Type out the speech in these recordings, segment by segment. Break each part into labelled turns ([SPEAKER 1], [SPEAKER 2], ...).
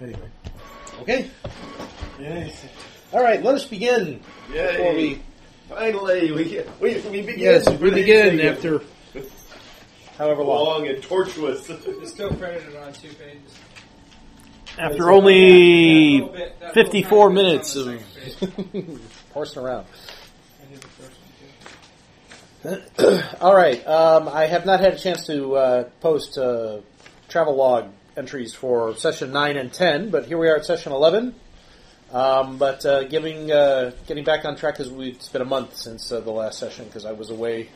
[SPEAKER 1] Anyway.
[SPEAKER 2] Okay.
[SPEAKER 1] Yes.
[SPEAKER 2] All right. Let us begin.
[SPEAKER 1] Yay.
[SPEAKER 2] Before we
[SPEAKER 1] Finally, we, get, we, we begin.
[SPEAKER 2] yes, we
[SPEAKER 1] Thank
[SPEAKER 2] begin
[SPEAKER 1] you.
[SPEAKER 2] after however long.
[SPEAKER 1] long and tortuous.
[SPEAKER 3] It's still credited on two pages.
[SPEAKER 2] After only
[SPEAKER 3] That little bit- that little
[SPEAKER 2] 54
[SPEAKER 3] tiny bit
[SPEAKER 2] minutes
[SPEAKER 3] is on the
[SPEAKER 2] of
[SPEAKER 3] second page.
[SPEAKER 2] horsing around.
[SPEAKER 3] I did the first one,
[SPEAKER 2] All right. Um, I have not had a chance to uh, post uh, travel log entries for session nine and ten, but here we are at session eleven. Um, but uh, giving uh, getting back on track because it's been a month since uh, the last session because I was away.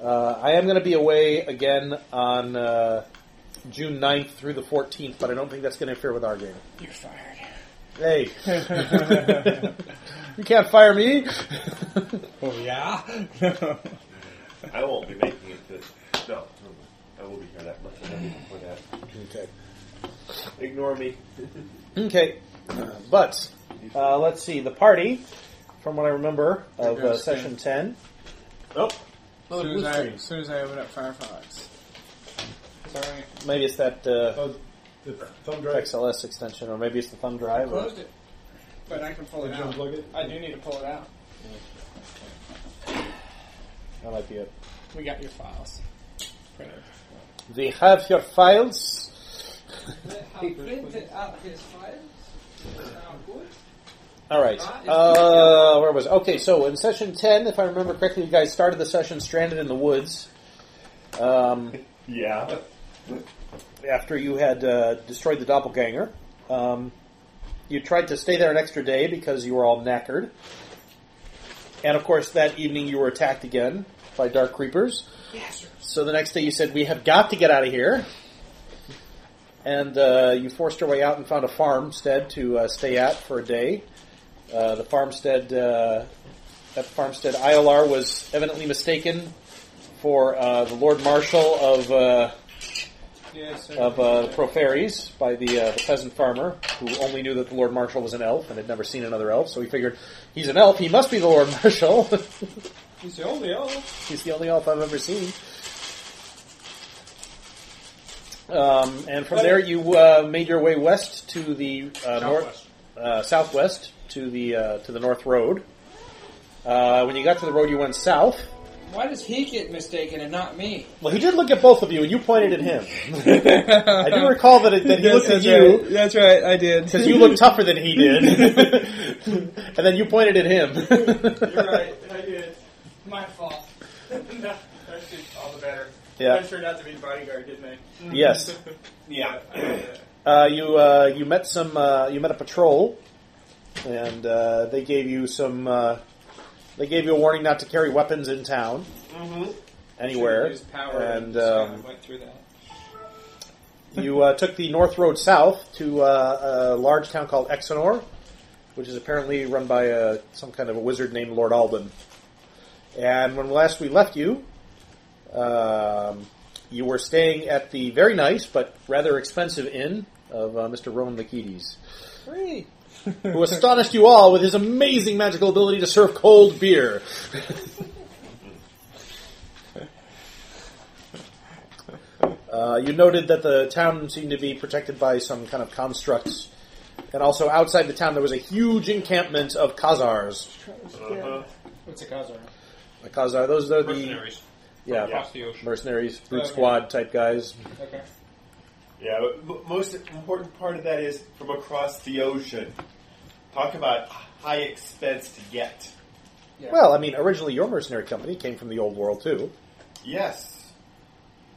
[SPEAKER 2] Uh, I am going to be away again on uh, June 9th through the 14th, but I don't think that's going to interfere with our game.
[SPEAKER 3] too. You're fired.
[SPEAKER 2] Hey, you can't fire me.
[SPEAKER 3] Oh yeah.
[SPEAKER 1] I won't be making it to. No, I will be here that much. I'll be before that.
[SPEAKER 2] okay.
[SPEAKER 1] Ignore me.
[SPEAKER 2] Okay, but uh, let's see the party. From what I remember of uh,
[SPEAKER 3] There's
[SPEAKER 2] session ten,
[SPEAKER 1] Oh,
[SPEAKER 3] soon, as I, soon as I open up Firefox. Sorry,
[SPEAKER 2] maybe it's that uh,
[SPEAKER 4] The thumb drive.
[SPEAKER 2] XLS extension, or maybe it's the thumb
[SPEAKER 3] I
[SPEAKER 2] drive. Or,
[SPEAKER 3] closed it, but I can pull it
[SPEAKER 4] Did you
[SPEAKER 3] out.
[SPEAKER 4] unplug it?
[SPEAKER 3] I do need to pull it out.
[SPEAKER 2] that might be it.
[SPEAKER 3] We got your files. Printed.
[SPEAKER 2] We have your files.
[SPEAKER 3] I printed out his files. Sound good?
[SPEAKER 2] All right. Uh, where was I? okay? So in session ten, if I remember correctly, you guys started the session stranded in the woods. Um,
[SPEAKER 1] yeah.
[SPEAKER 2] after you had uh, destroyed the doppelganger. Um, you tried to stay there an extra day because you were all knackered. And of course, that evening you were attacked again by dark creepers. So the next day you said, We have got to get out of here. And uh, you forced your way out and found a farmstead to uh, stay at for a day. Uh, the farmstead, uh, that farmstead ILR was evidently mistaken for uh, the Lord Marshal of. Uh,
[SPEAKER 3] Yes, sir.
[SPEAKER 2] of uh, the Proferes by the, uh, the peasant farmer, who only knew that the Lord Marshal was an elf and had never seen another elf, so he figured, he's an elf, he must be the Lord Marshal.
[SPEAKER 3] He's the only elf.
[SPEAKER 2] he's the only elf I've ever seen. Um, and from there, you uh, made your way west to the uh, north, uh, southwest to the uh, to the North Road. Uh, when you got to the road, you went south.
[SPEAKER 3] Why does he get mistaken and not me?
[SPEAKER 2] Well, he did look at both of you, and you pointed at him. I do recall that, it, that he looked at you.
[SPEAKER 3] That's right, I did.
[SPEAKER 2] Because you look tougher than he did. and then you pointed at him.
[SPEAKER 3] You're right, I did. My fault. no, that's just all the better.
[SPEAKER 2] Yeah.
[SPEAKER 3] I turned out to be the bodyguard, didn't I?
[SPEAKER 2] yes.
[SPEAKER 3] Yeah.
[SPEAKER 2] Uh, you uh, you met some uh, you met a patrol, and uh, they gave you some uh, they gave you a warning not to carry weapons in town
[SPEAKER 1] Mm-hmm.
[SPEAKER 2] anywhere.
[SPEAKER 3] power
[SPEAKER 2] And
[SPEAKER 3] just kind of
[SPEAKER 2] um,
[SPEAKER 3] went through that.
[SPEAKER 2] you uh, took the North Road south to uh, a large town called Exonor, which is apparently run by uh, some kind of a wizard named Lord Alban. And when last we left you, um, you were staying at the very nice but rather expensive inn of uh, Mr. Rowan Lakides,
[SPEAKER 3] Three.
[SPEAKER 2] who astonished you all with his amazing magical ability to serve cold beer. Uh, you noted that the town seemed to be protected by some kind of constructs. And also outside the town there was a huge encampment of Khazars.
[SPEAKER 1] Uh-huh.
[SPEAKER 3] What's a Khazar?
[SPEAKER 2] The Khazar, those are the
[SPEAKER 5] mercenaries
[SPEAKER 2] yeah,
[SPEAKER 5] across the ocean.
[SPEAKER 2] mercenaries, brute
[SPEAKER 3] Okay.
[SPEAKER 2] squad type guys.
[SPEAKER 3] Okay.
[SPEAKER 1] Yeah, but m- most important part of that is from across the ocean. Talk about high expense to get.
[SPEAKER 3] Yeah.
[SPEAKER 2] Well, I mean, originally your mercenary company came from the old world too.
[SPEAKER 1] Yes,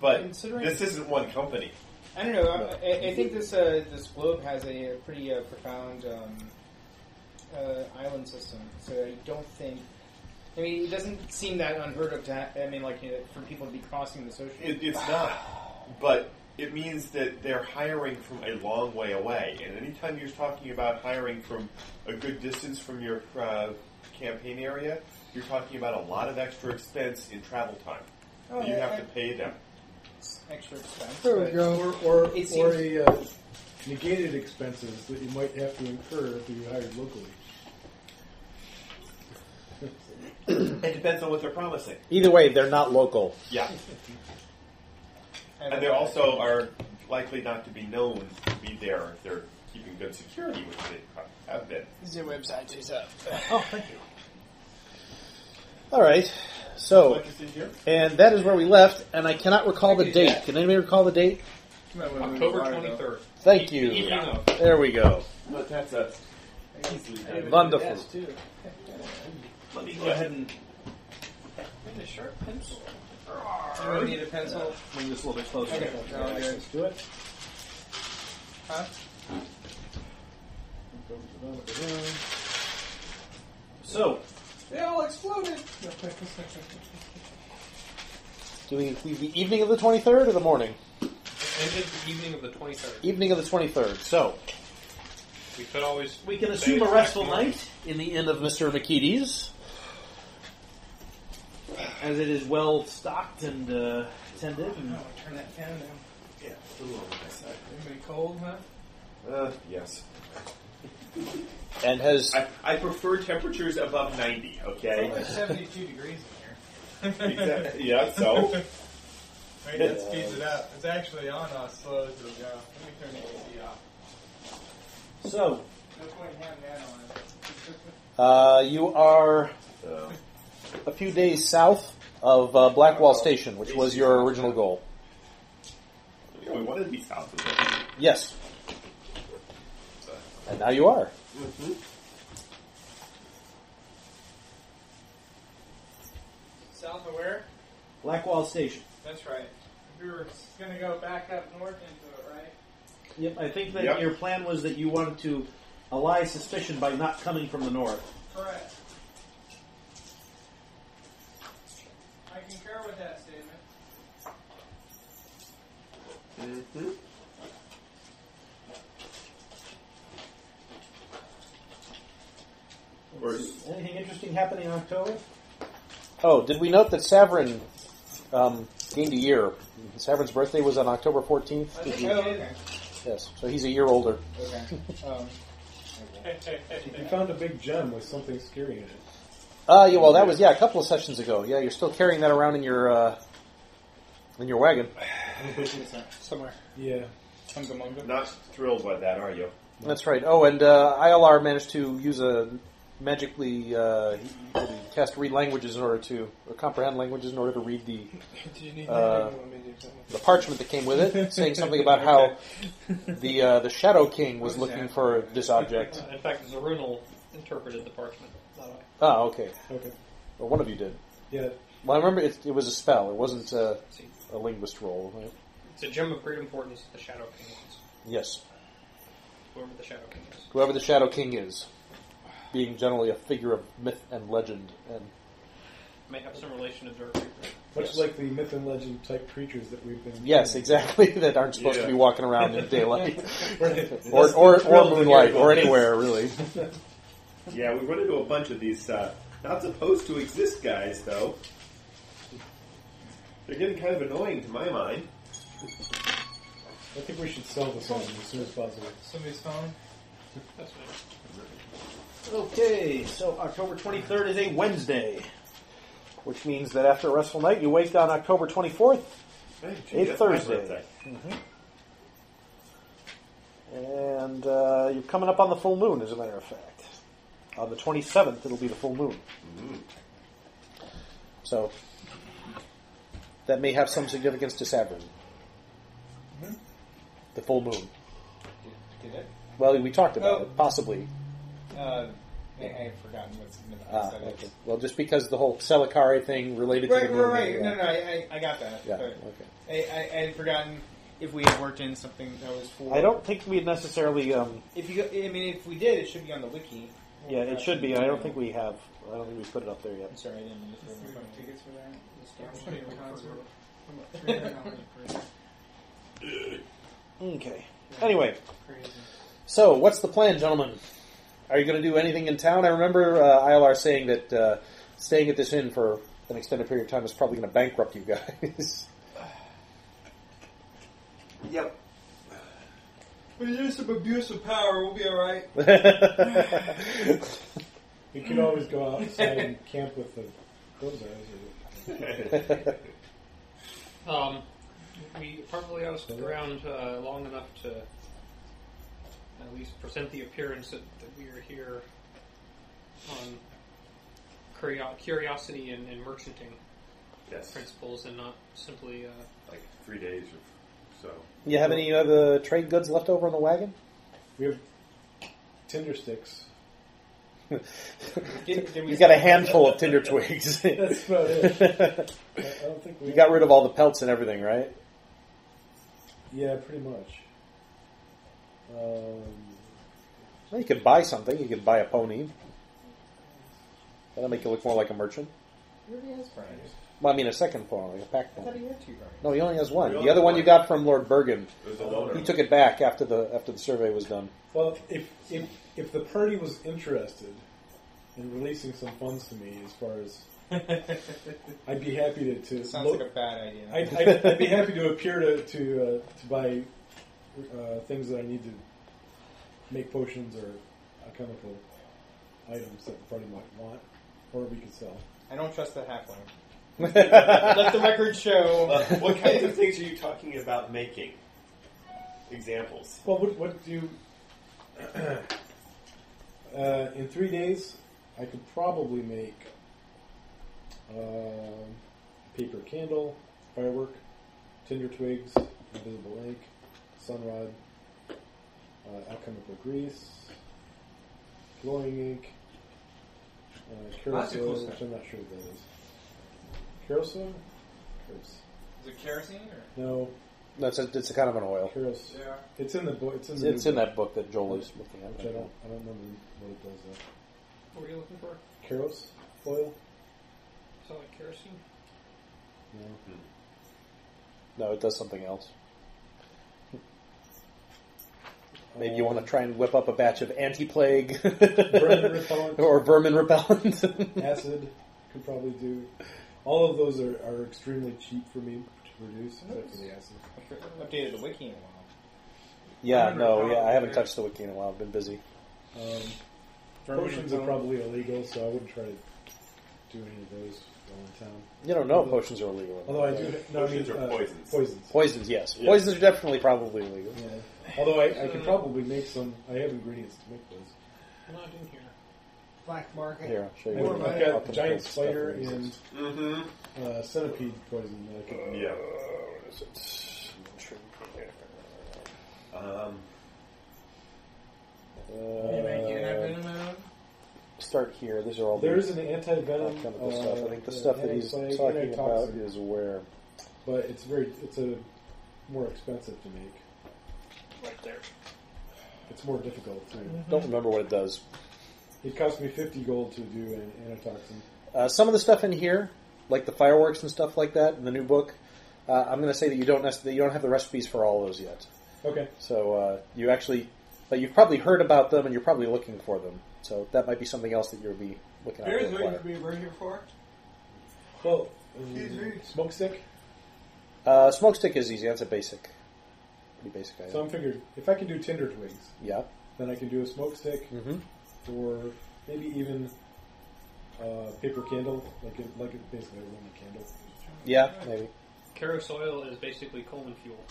[SPEAKER 1] but
[SPEAKER 3] Considering-
[SPEAKER 1] this isn't one company.
[SPEAKER 3] I don't know. I, I, I think this uh, this globe has a, uh pretty uh, profound um, uh, island system. So I don't think. I mean, it doesn't seem that unheard of to. Ha- I mean, like you know, for people to be crossing this ocean.
[SPEAKER 1] It, it's not, but it means that they're hiring from a long way away. And anytime you're talking about hiring from a good distance from your uh, campaign area, you're talking about a lot of extra expense in travel time.
[SPEAKER 3] Oh,
[SPEAKER 1] you
[SPEAKER 3] yeah,
[SPEAKER 1] have
[SPEAKER 3] yeah.
[SPEAKER 1] to pay them.
[SPEAKER 3] It's extra expense.
[SPEAKER 4] There we
[SPEAKER 3] but-
[SPEAKER 4] go. Or, or,
[SPEAKER 3] It
[SPEAKER 4] or
[SPEAKER 3] seems-
[SPEAKER 4] a uh, negated expenses that you might have to incur if you hired locally.
[SPEAKER 1] It depends on what they're promising.
[SPEAKER 2] Either way, they're not local.
[SPEAKER 1] Yeah.
[SPEAKER 3] I don't
[SPEAKER 1] And they
[SPEAKER 3] know.
[SPEAKER 1] also are likely not to be known to be there if they're keeping good security, which they probably have been.
[SPEAKER 5] This is your website, she's up.
[SPEAKER 2] Oh, thank you. All right. So,
[SPEAKER 1] What is in here?
[SPEAKER 2] and that is where we left, and I cannot recall the date. Can anybody recall the date?
[SPEAKER 6] October 23rd.
[SPEAKER 2] Thank you.
[SPEAKER 6] Evening of.
[SPEAKER 2] There we go.
[SPEAKER 1] But that's a
[SPEAKER 2] Wonderful.
[SPEAKER 5] Let me go ahead and
[SPEAKER 3] I need a pencil.
[SPEAKER 5] bring this a little bit closer.
[SPEAKER 3] Okay. No, I'm good.
[SPEAKER 4] Do it.
[SPEAKER 3] Huh?
[SPEAKER 5] So,
[SPEAKER 3] They all exploded.
[SPEAKER 2] Do we include the evening of the 23rd or the morning?
[SPEAKER 6] Ended the evening of the 23rd.
[SPEAKER 2] Evening of the 23rd. So,
[SPEAKER 6] We could always.
[SPEAKER 5] we can
[SPEAKER 6] say
[SPEAKER 5] assume a
[SPEAKER 6] it's
[SPEAKER 5] restful
[SPEAKER 6] next morning.
[SPEAKER 5] night,
[SPEAKER 2] in the inn of Mr. McKeedy's,
[SPEAKER 5] as it is well stocked and uh, tended. And
[SPEAKER 3] Oh, turn that fan down. uh,
[SPEAKER 1] yeah. a little on my side.
[SPEAKER 3] Everybody cold, huh?
[SPEAKER 1] Uh, yes.
[SPEAKER 2] and has
[SPEAKER 1] I, I prefer temperatures above 90, okay?
[SPEAKER 3] It's only 72 degrees in here.
[SPEAKER 1] Exactly. Yeah, so.
[SPEAKER 3] Right, that speeds it up. It's actually on us slow as we go. Let me turn the AC off.
[SPEAKER 5] so,
[SPEAKER 3] No point in having that on.
[SPEAKER 2] uh, you are
[SPEAKER 1] so.
[SPEAKER 2] a few days south of uh, Blackwall Station, which was your original goal.
[SPEAKER 1] Yeah, we wanted to be south of it.
[SPEAKER 2] Yes,
[SPEAKER 1] So.
[SPEAKER 2] and now you are.
[SPEAKER 3] South of where?
[SPEAKER 5] Blackwall Station.
[SPEAKER 3] That's right. We were going to go back up north into it, right?
[SPEAKER 5] Yep, I think that
[SPEAKER 1] Yep.
[SPEAKER 5] your plan was that you wanted to allay suspicion by not coming from the north.
[SPEAKER 3] Correct. I concur with that statement.
[SPEAKER 1] Or-
[SPEAKER 5] Anything interesting happening in October?
[SPEAKER 2] Oh, did we note that Saverin um, gained a year? Saverin's birthday was on October 14th. Did you-
[SPEAKER 3] okay.
[SPEAKER 2] Yes, so he's a year older.
[SPEAKER 3] Oh, Okay. Um,
[SPEAKER 4] You found a big gem with something scary in it.
[SPEAKER 2] Uh, yeah, well, that was yeah a couple of sessions ago. Yeah, you're still carrying that around in your uh, in your wagon.
[SPEAKER 3] Um, somewhere.
[SPEAKER 4] Yeah.
[SPEAKER 3] Hunga Munga.
[SPEAKER 1] Not thrilled by that, are you?
[SPEAKER 2] That's right. Oh, and uh, ILR managed to use a magically uh, he- he cast read languages in order to or comprehend languages in order to read the
[SPEAKER 3] Did you need
[SPEAKER 2] Uh,
[SPEAKER 3] that? or you want me to do something?
[SPEAKER 2] the parchment that came with it, saying something about how the uh, the Shadow King was looking for this object.
[SPEAKER 6] Uh, In fact, Zerunal interpreted the parchment. Uh, Not I.
[SPEAKER 2] Ah, okay.
[SPEAKER 4] Okay.
[SPEAKER 2] Or one of you did.
[SPEAKER 4] Yeah.
[SPEAKER 2] Well, I remember it, it was a spell. It wasn't a, a linguist role. right?
[SPEAKER 6] It's a gem of great importance to the Shadow King. is,
[SPEAKER 2] Yes.
[SPEAKER 6] Whoever the Shadow King is.
[SPEAKER 2] Whoever the Shadow King is, being generally a figure of myth and legend, and
[SPEAKER 6] May have some relation to Dark Reaper.
[SPEAKER 4] Much
[SPEAKER 2] Yes.
[SPEAKER 4] like the myth and legend type creatures that we've been.
[SPEAKER 2] yes, exactly, that aren't supposed to be
[SPEAKER 1] Yeah.
[SPEAKER 2] walking around in daylight.
[SPEAKER 4] Right.
[SPEAKER 2] or
[SPEAKER 4] That's
[SPEAKER 2] or,
[SPEAKER 4] the thrill
[SPEAKER 2] or
[SPEAKER 4] to hear
[SPEAKER 2] moonlight
[SPEAKER 4] about
[SPEAKER 2] or
[SPEAKER 4] this.
[SPEAKER 2] anywhere really.
[SPEAKER 1] Yeah, we run into a bunch of these uh, not supposed to exist guys, though. They're getting kind of annoying to my mind.
[SPEAKER 4] I think we should sell this one as soon as possible.
[SPEAKER 3] Somebody's phone?
[SPEAKER 6] That's nice.
[SPEAKER 5] Okay, so October 23rd is a Wednesday.
[SPEAKER 2] Which means that after a restful night, you wake on October 24th,
[SPEAKER 1] Hey, gee,
[SPEAKER 2] It's
[SPEAKER 1] that's my
[SPEAKER 2] Thursday.
[SPEAKER 1] birthday.
[SPEAKER 2] and uh, you're coming up on the full moon. As a matter of fact, on the 27th, it'll be the full moon.
[SPEAKER 3] Mm-hmm.
[SPEAKER 2] So that may have some significance to Sabrin.
[SPEAKER 3] Mm-hmm.
[SPEAKER 2] The full moon.
[SPEAKER 3] Did it?
[SPEAKER 2] Well, we talked about
[SPEAKER 3] Oh.
[SPEAKER 2] it, possibly.
[SPEAKER 3] Uh, I, I've forgotten what's in the
[SPEAKER 2] Ah,
[SPEAKER 3] that
[SPEAKER 2] okay.
[SPEAKER 3] is.
[SPEAKER 2] Well, just because the whole Selikari thing related to
[SPEAKER 3] Right,
[SPEAKER 2] the
[SPEAKER 3] right,
[SPEAKER 2] moon.
[SPEAKER 3] right.
[SPEAKER 2] yeah.
[SPEAKER 3] No, no, I, I, I got that.
[SPEAKER 2] Yeah,
[SPEAKER 3] But
[SPEAKER 2] okay.
[SPEAKER 3] I, I, I had forgotten if we had worked in something that was for.
[SPEAKER 2] I don't think we necessarily. Um,
[SPEAKER 3] If you, go- I mean, if we did, it should be on the wiki.
[SPEAKER 2] yeah, it should be. I don't think we have. I don't think we put it up there yet.
[SPEAKER 3] I'm sorry, I didn't. mean to throw my phone.
[SPEAKER 2] Okay. Anyway, so what's the plan, gentlemen? Are you going to do anything in town? I remember uh, ILR saying that uh, staying at this inn for an extended period of time is probably going to bankrupt you guys.
[SPEAKER 1] Yep.
[SPEAKER 3] With the use of abuse of power, we'll be all right.
[SPEAKER 4] We could always go outside and camp with the clothes on.
[SPEAKER 6] Um, We probably ought to stick around uh, long enough to at least present the appearance that, that we are here on curio- curiosity and, and merchanting
[SPEAKER 1] Yes.
[SPEAKER 6] principles and not simply. Uh,
[SPEAKER 1] Like three days or so.
[SPEAKER 2] You have any other trade goods left over on the wagon?
[SPEAKER 4] We have tinder sticks.
[SPEAKER 3] Did, did we
[SPEAKER 2] You got a handful of tinder twigs. you
[SPEAKER 4] That's about it. I I don't think we
[SPEAKER 2] got rid of all the pelts and everything, right?
[SPEAKER 4] Yeah, pretty much. Um,
[SPEAKER 2] Well, you could buy something. You could buy a pony. That'll make you look more like a merchant.
[SPEAKER 3] He already has Brian.
[SPEAKER 2] Well, I mean, a second pony, a pack
[SPEAKER 3] I
[SPEAKER 2] pony.
[SPEAKER 3] thought he had two Brian.
[SPEAKER 2] No, he only has one.
[SPEAKER 1] We
[SPEAKER 2] The
[SPEAKER 1] only
[SPEAKER 2] other
[SPEAKER 1] have
[SPEAKER 2] one you
[SPEAKER 1] one.
[SPEAKER 2] got from Lord Bergen.
[SPEAKER 1] It was a loner.
[SPEAKER 2] He took it back after the after the survey was done.
[SPEAKER 4] well, if, if if the party was interested in releasing some funds to me, as far as I'd be happy to. to
[SPEAKER 3] Sounds
[SPEAKER 4] look,
[SPEAKER 3] like a bad idea.
[SPEAKER 4] I'd, I'd, I'd be happy to appear to to, uh, to buy uh, things that I need to make potions or uh, chemical items that the party might want, or we could sell.
[SPEAKER 3] I don't trust that halfling.
[SPEAKER 2] That's
[SPEAKER 3] Let the record show.
[SPEAKER 1] Uh, what kinds of things are you talking about making? Examples.
[SPEAKER 4] Well, what, what do you? uh, in three days, I could probably make um, paper candle, firework, tinder twigs, invisible ink, sun rod, uh, alchemical grease, glowing ink, uh,
[SPEAKER 3] Lots of cool
[SPEAKER 4] kerosene,
[SPEAKER 3] stuff.
[SPEAKER 4] which I'm not sure what that is. Kerosene? Keros.
[SPEAKER 3] Is it kerosene
[SPEAKER 4] No,
[SPEAKER 2] a, it's a kind of an oil.
[SPEAKER 4] keros.
[SPEAKER 3] or? Yeah.
[SPEAKER 4] It's in the book. It's in
[SPEAKER 2] It's,
[SPEAKER 4] the.
[SPEAKER 2] it's in that book that Joel is looking at.
[SPEAKER 4] Which I
[SPEAKER 2] right
[SPEAKER 4] don't,
[SPEAKER 2] now.
[SPEAKER 4] I don't remember what it does though.
[SPEAKER 6] what were you looking for?
[SPEAKER 4] Keros foil?
[SPEAKER 6] Is that like kerosene?
[SPEAKER 4] No.
[SPEAKER 2] No, it does something else. Maybe you want to try and whip up a batch of anti-plague
[SPEAKER 4] Vermin repellent.
[SPEAKER 2] or vermin repellent.
[SPEAKER 4] acid could probably do. All of those are, are extremely cheap for me to produce, except for the acid.
[SPEAKER 3] I haven't updated the wiki in a while.
[SPEAKER 2] yeah,
[SPEAKER 6] Vermin
[SPEAKER 2] no, yeah,
[SPEAKER 6] repellent,
[SPEAKER 2] I haven't
[SPEAKER 6] yeah.
[SPEAKER 2] touched the wiki in a while. I've been busy.
[SPEAKER 4] Um, potions are probably illegal, so I wouldn't try to do any of those while in town.
[SPEAKER 2] You don't know if potions are illegal.
[SPEAKER 4] Although I do. No, I mean,
[SPEAKER 1] Potions are
[SPEAKER 4] uh,
[SPEAKER 1] poisons.
[SPEAKER 4] Poisons.
[SPEAKER 2] Poisons, yes.
[SPEAKER 1] Yeah.
[SPEAKER 2] Poisons are definitely probably illegal.
[SPEAKER 4] Yeah. Although I,
[SPEAKER 6] Uh,
[SPEAKER 4] I could probably make some. I have ingredients to make those.
[SPEAKER 6] Not in here.
[SPEAKER 3] Black market.
[SPEAKER 2] Here, I'll show you.
[SPEAKER 4] I've
[SPEAKER 2] what
[SPEAKER 4] got
[SPEAKER 2] alchemical
[SPEAKER 4] giant
[SPEAKER 2] stuff
[SPEAKER 4] spider
[SPEAKER 2] is.
[SPEAKER 4] and
[SPEAKER 1] Mm-hmm.
[SPEAKER 4] uh, centipede poison. That I could
[SPEAKER 1] Yeah. Um,
[SPEAKER 2] Uh, start here. These are all
[SPEAKER 4] There
[SPEAKER 2] the
[SPEAKER 4] is an uh, anti venom
[SPEAKER 2] alchemical stuff. I think the stuff that he's talking about is where.
[SPEAKER 4] but it's very it's a more expensive to make.
[SPEAKER 6] Right there.
[SPEAKER 4] It's more difficult to.
[SPEAKER 2] Don't remember what it does.
[SPEAKER 4] It cost me fifty gold to do an antitoxin.
[SPEAKER 2] Uh, some of the stuff in here, like the fireworks and stuff like that, in the new book, uh, I'm going to say that you don't nec- that you don't have the recipes for all those yet.
[SPEAKER 4] Okay,
[SPEAKER 2] So uh, you actually, but you've probably heard about them and you're probably looking for them. So that might be something else that you'll be looking out to acquire.
[SPEAKER 6] we were here for.
[SPEAKER 4] well, um, smoke stick.
[SPEAKER 2] Uh, smoke stick is easy. That's a basic, pretty basic item.
[SPEAKER 4] So I'm figured if I can do tinder twigs,
[SPEAKER 2] yeah.
[SPEAKER 4] then I can do a smoke stick,
[SPEAKER 2] hmm
[SPEAKER 4] or maybe even uh, paper candle, like a, like a, basically a Roman candle.
[SPEAKER 2] Yeah. Maybe.
[SPEAKER 6] Kerosene is basically Coleman fuel.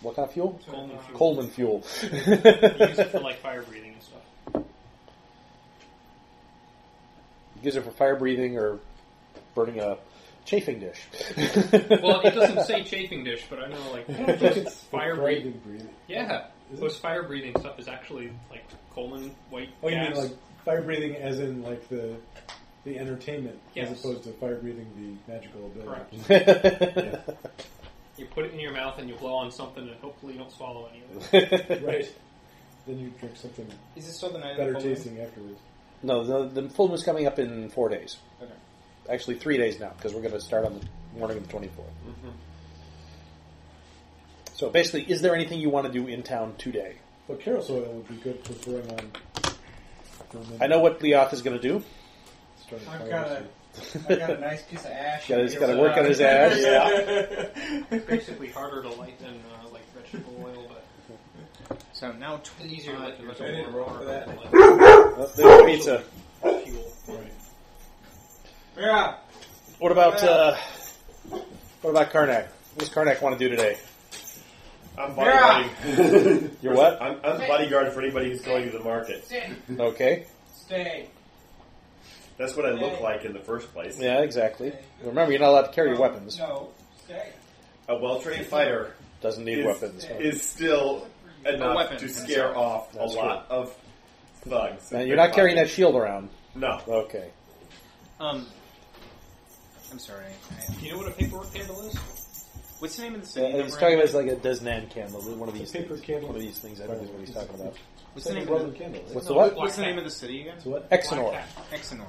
[SPEAKER 2] What kind of fuel?
[SPEAKER 6] Coleman
[SPEAKER 3] Uh,
[SPEAKER 6] fuel.
[SPEAKER 2] Coleman fuel.
[SPEAKER 6] You use it for like fire breathing and stuff.
[SPEAKER 2] Use it for fire breathing or burning a chafing dish.
[SPEAKER 6] Well, it doesn't say chafing dish, but I know like most fire breathing.
[SPEAKER 4] breathing, breathing.
[SPEAKER 6] Yeah,
[SPEAKER 4] Is it?
[SPEAKER 6] most fire breathing stuff is actually like Coleman white
[SPEAKER 4] Oh, you
[SPEAKER 6] gas.
[SPEAKER 4] mean like fire breathing, as in like the the entertainment,
[SPEAKER 6] Yes.
[SPEAKER 4] as opposed to fire breathing, the magical ability.
[SPEAKER 6] Correct.
[SPEAKER 2] right.
[SPEAKER 6] You put it in your mouth and you blow on something, and hopefully you don't swallow any of it.
[SPEAKER 4] Right. Then you drink something
[SPEAKER 3] Is this still the night
[SPEAKER 4] better
[SPEAKER 3] of the full moon?
[SPEAKER 4] tasting afterwards.
[SPEAKER 2] No, the, the full moon's coming up in four days.
[SPEAKER 3] Okay.
[SPEAKER 2] Actually, three days now, because we're going to start on the morning of the 24th.
[SPEAKER 6] Mm-hmm.
[SPEAKER 2] So basically, is there anything you want to do in town today?
[SPEAKER 4] But Carol's oil would be good for throwing on. Roman
[SPEAKER 2] I know what Leoth is going to do.
[SPEAKER 4] starting
[SPEAKER 3] I've
[SPEAKER 4] fires.
[SPEAKER 3] got a, I've got a nice piece of ash.
[SPEAKER 2] Gotta- he's gotta
[SPEAKER 3] It's,
[SPEAKER 2] work on his ash.
[SPEAKER 3] Yeah.
[SPEAKER 6] It's basically harder to light than uh, like vegetable oil, but
[SPEAKER 3] so now
[SPEAKER 6] it's
[SPEAKER 3] twenty
[SPEAKER 6] easier to light than
[SPEAKER 3] years
[SPEAKER 6] vegetable
[SPEAKER 3] old.
[SPEAKER 6] oil.
[SPEAKER 3] for
[SPEAKER 6] or
[SPEAKER 3] that.
[SPEAKER 6] like
[SPEAKER 2] Uh, there's pizza.
[SPEAKER 6] fuel.
[SPEAKER 3] Yeah.
[SPEAKER 2] What about uh, what about Karnak? What does Karnak want to do today?
[SPEAKER 1] I'm bodyguarding.
[SPEAKER 2] You're what?
[SPEAKER 1] I'm, I'm bodyguard for anybody who's going to the market.
[SPEAKER 3] Stay.
[SPEAKER 2] Okay.
[SPEAKER 3] Stay.
[SPEAKER 1] That's what I look like in the first place.
[SPEAKER 2] Yeah, exactly. Remember, you're not allowed to carry your weapons.
[SPEAKER 3] No. Stay.
[SPEAKER 1] A well-trained fighter
[SPEAKER 2] Doesn't need
[SPEAKER 1] is,
[SPEAKER 2] weapons.
[SPEAKER 1] is still enough
[SPEAKER 3] weapon.
[SPEAKER 1] to scare off
[SPEAKER 2] That's
[SPEAKER 1] a lot of thugs.
[SPEAKER 2] And you're not carrying that shield around.
[SPEAKER 1] No.
[SPEAKER 2] Okay.
[SPEAKER 3] Um, I'm sorry. I,
[SPEAKER 6] Do you know what a paperwork candle is?
[SPEAKER 3] what's the name of the
[SPEAKER 2] Yeah,
[SPEAKER 3] city?
[SPEAKER 2] Uh, he's talking about it's like a Desnan candle, one of these
[SPEAKER 4] paper
[SPEAKER 2] things.
[SPEAKER 4] candle.
[SPEAKER 2] One of these things, I think is what he's talking about.
[SPEAKER 3] what's
[SPEAKER 4] It's
[SPEAKER 3] the
[SPEAKER 4] like
[SPEAKER 3] name
[SPEAKER 4] a
[SPEAKER 3] of
[SPEAKER 4] rubber
[SPEAKER 3] the,
[SPEAKER 4] candle.
[SPEAKER 2] What's the what?
[SPEAKER 3] what's the name of the city again?
[SPEAKER 4] It's what?
[SPEAKER 2] Exonor.
[SPEAKER 6] Black hat.
[SPEAKER 3] Exonor.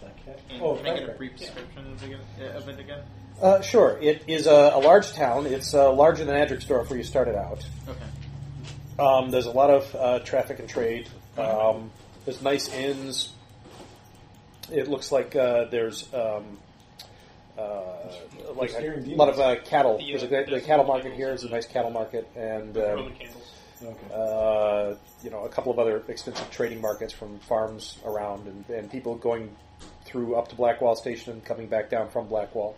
[SPEAKER 4] Black cat.
[SPEAKER 3] And
[SPEAKER 4] Oh,
[SPEAKER 3] can I get a
[SPEAKER 4] Black
[SPEAKER 3] brief
[SPEAKER 6] Yeah.
[SPEAKER 3] description of it- uh, of it again?
[SPEAKER 2] Uh, sure. It is a, a large town. It's uh, larger than Adrixdorf, where you started out.
[SPEAKER 3] Okay.
[SPEAKER 2] Um, there's a lot of uh, traffic and trade. Um, there's nice inns. It looks like uh, there's um, uh, like a
[SPEAKER 4] Scaring
[SPEAKER 2] lot of uh, cattle.
[SPEAKER 6] The, uh,
[SPEAKER 2] There's a, great- the
[SPEAKER 6] there's
[SPEAKER 2] cattle
[SPEAKER 6] some
[SPEAKER 2] market here. There's a nice cattle market, and um,
[SPEAKER 6] Roman candles.
[SPEAKER 4] cat. Okay.
[SPEAKER 2] uh, you know a couple of other extensive trading markets from farms around, and, and people going through up to Blackwall Station and coming back down from Blackwall.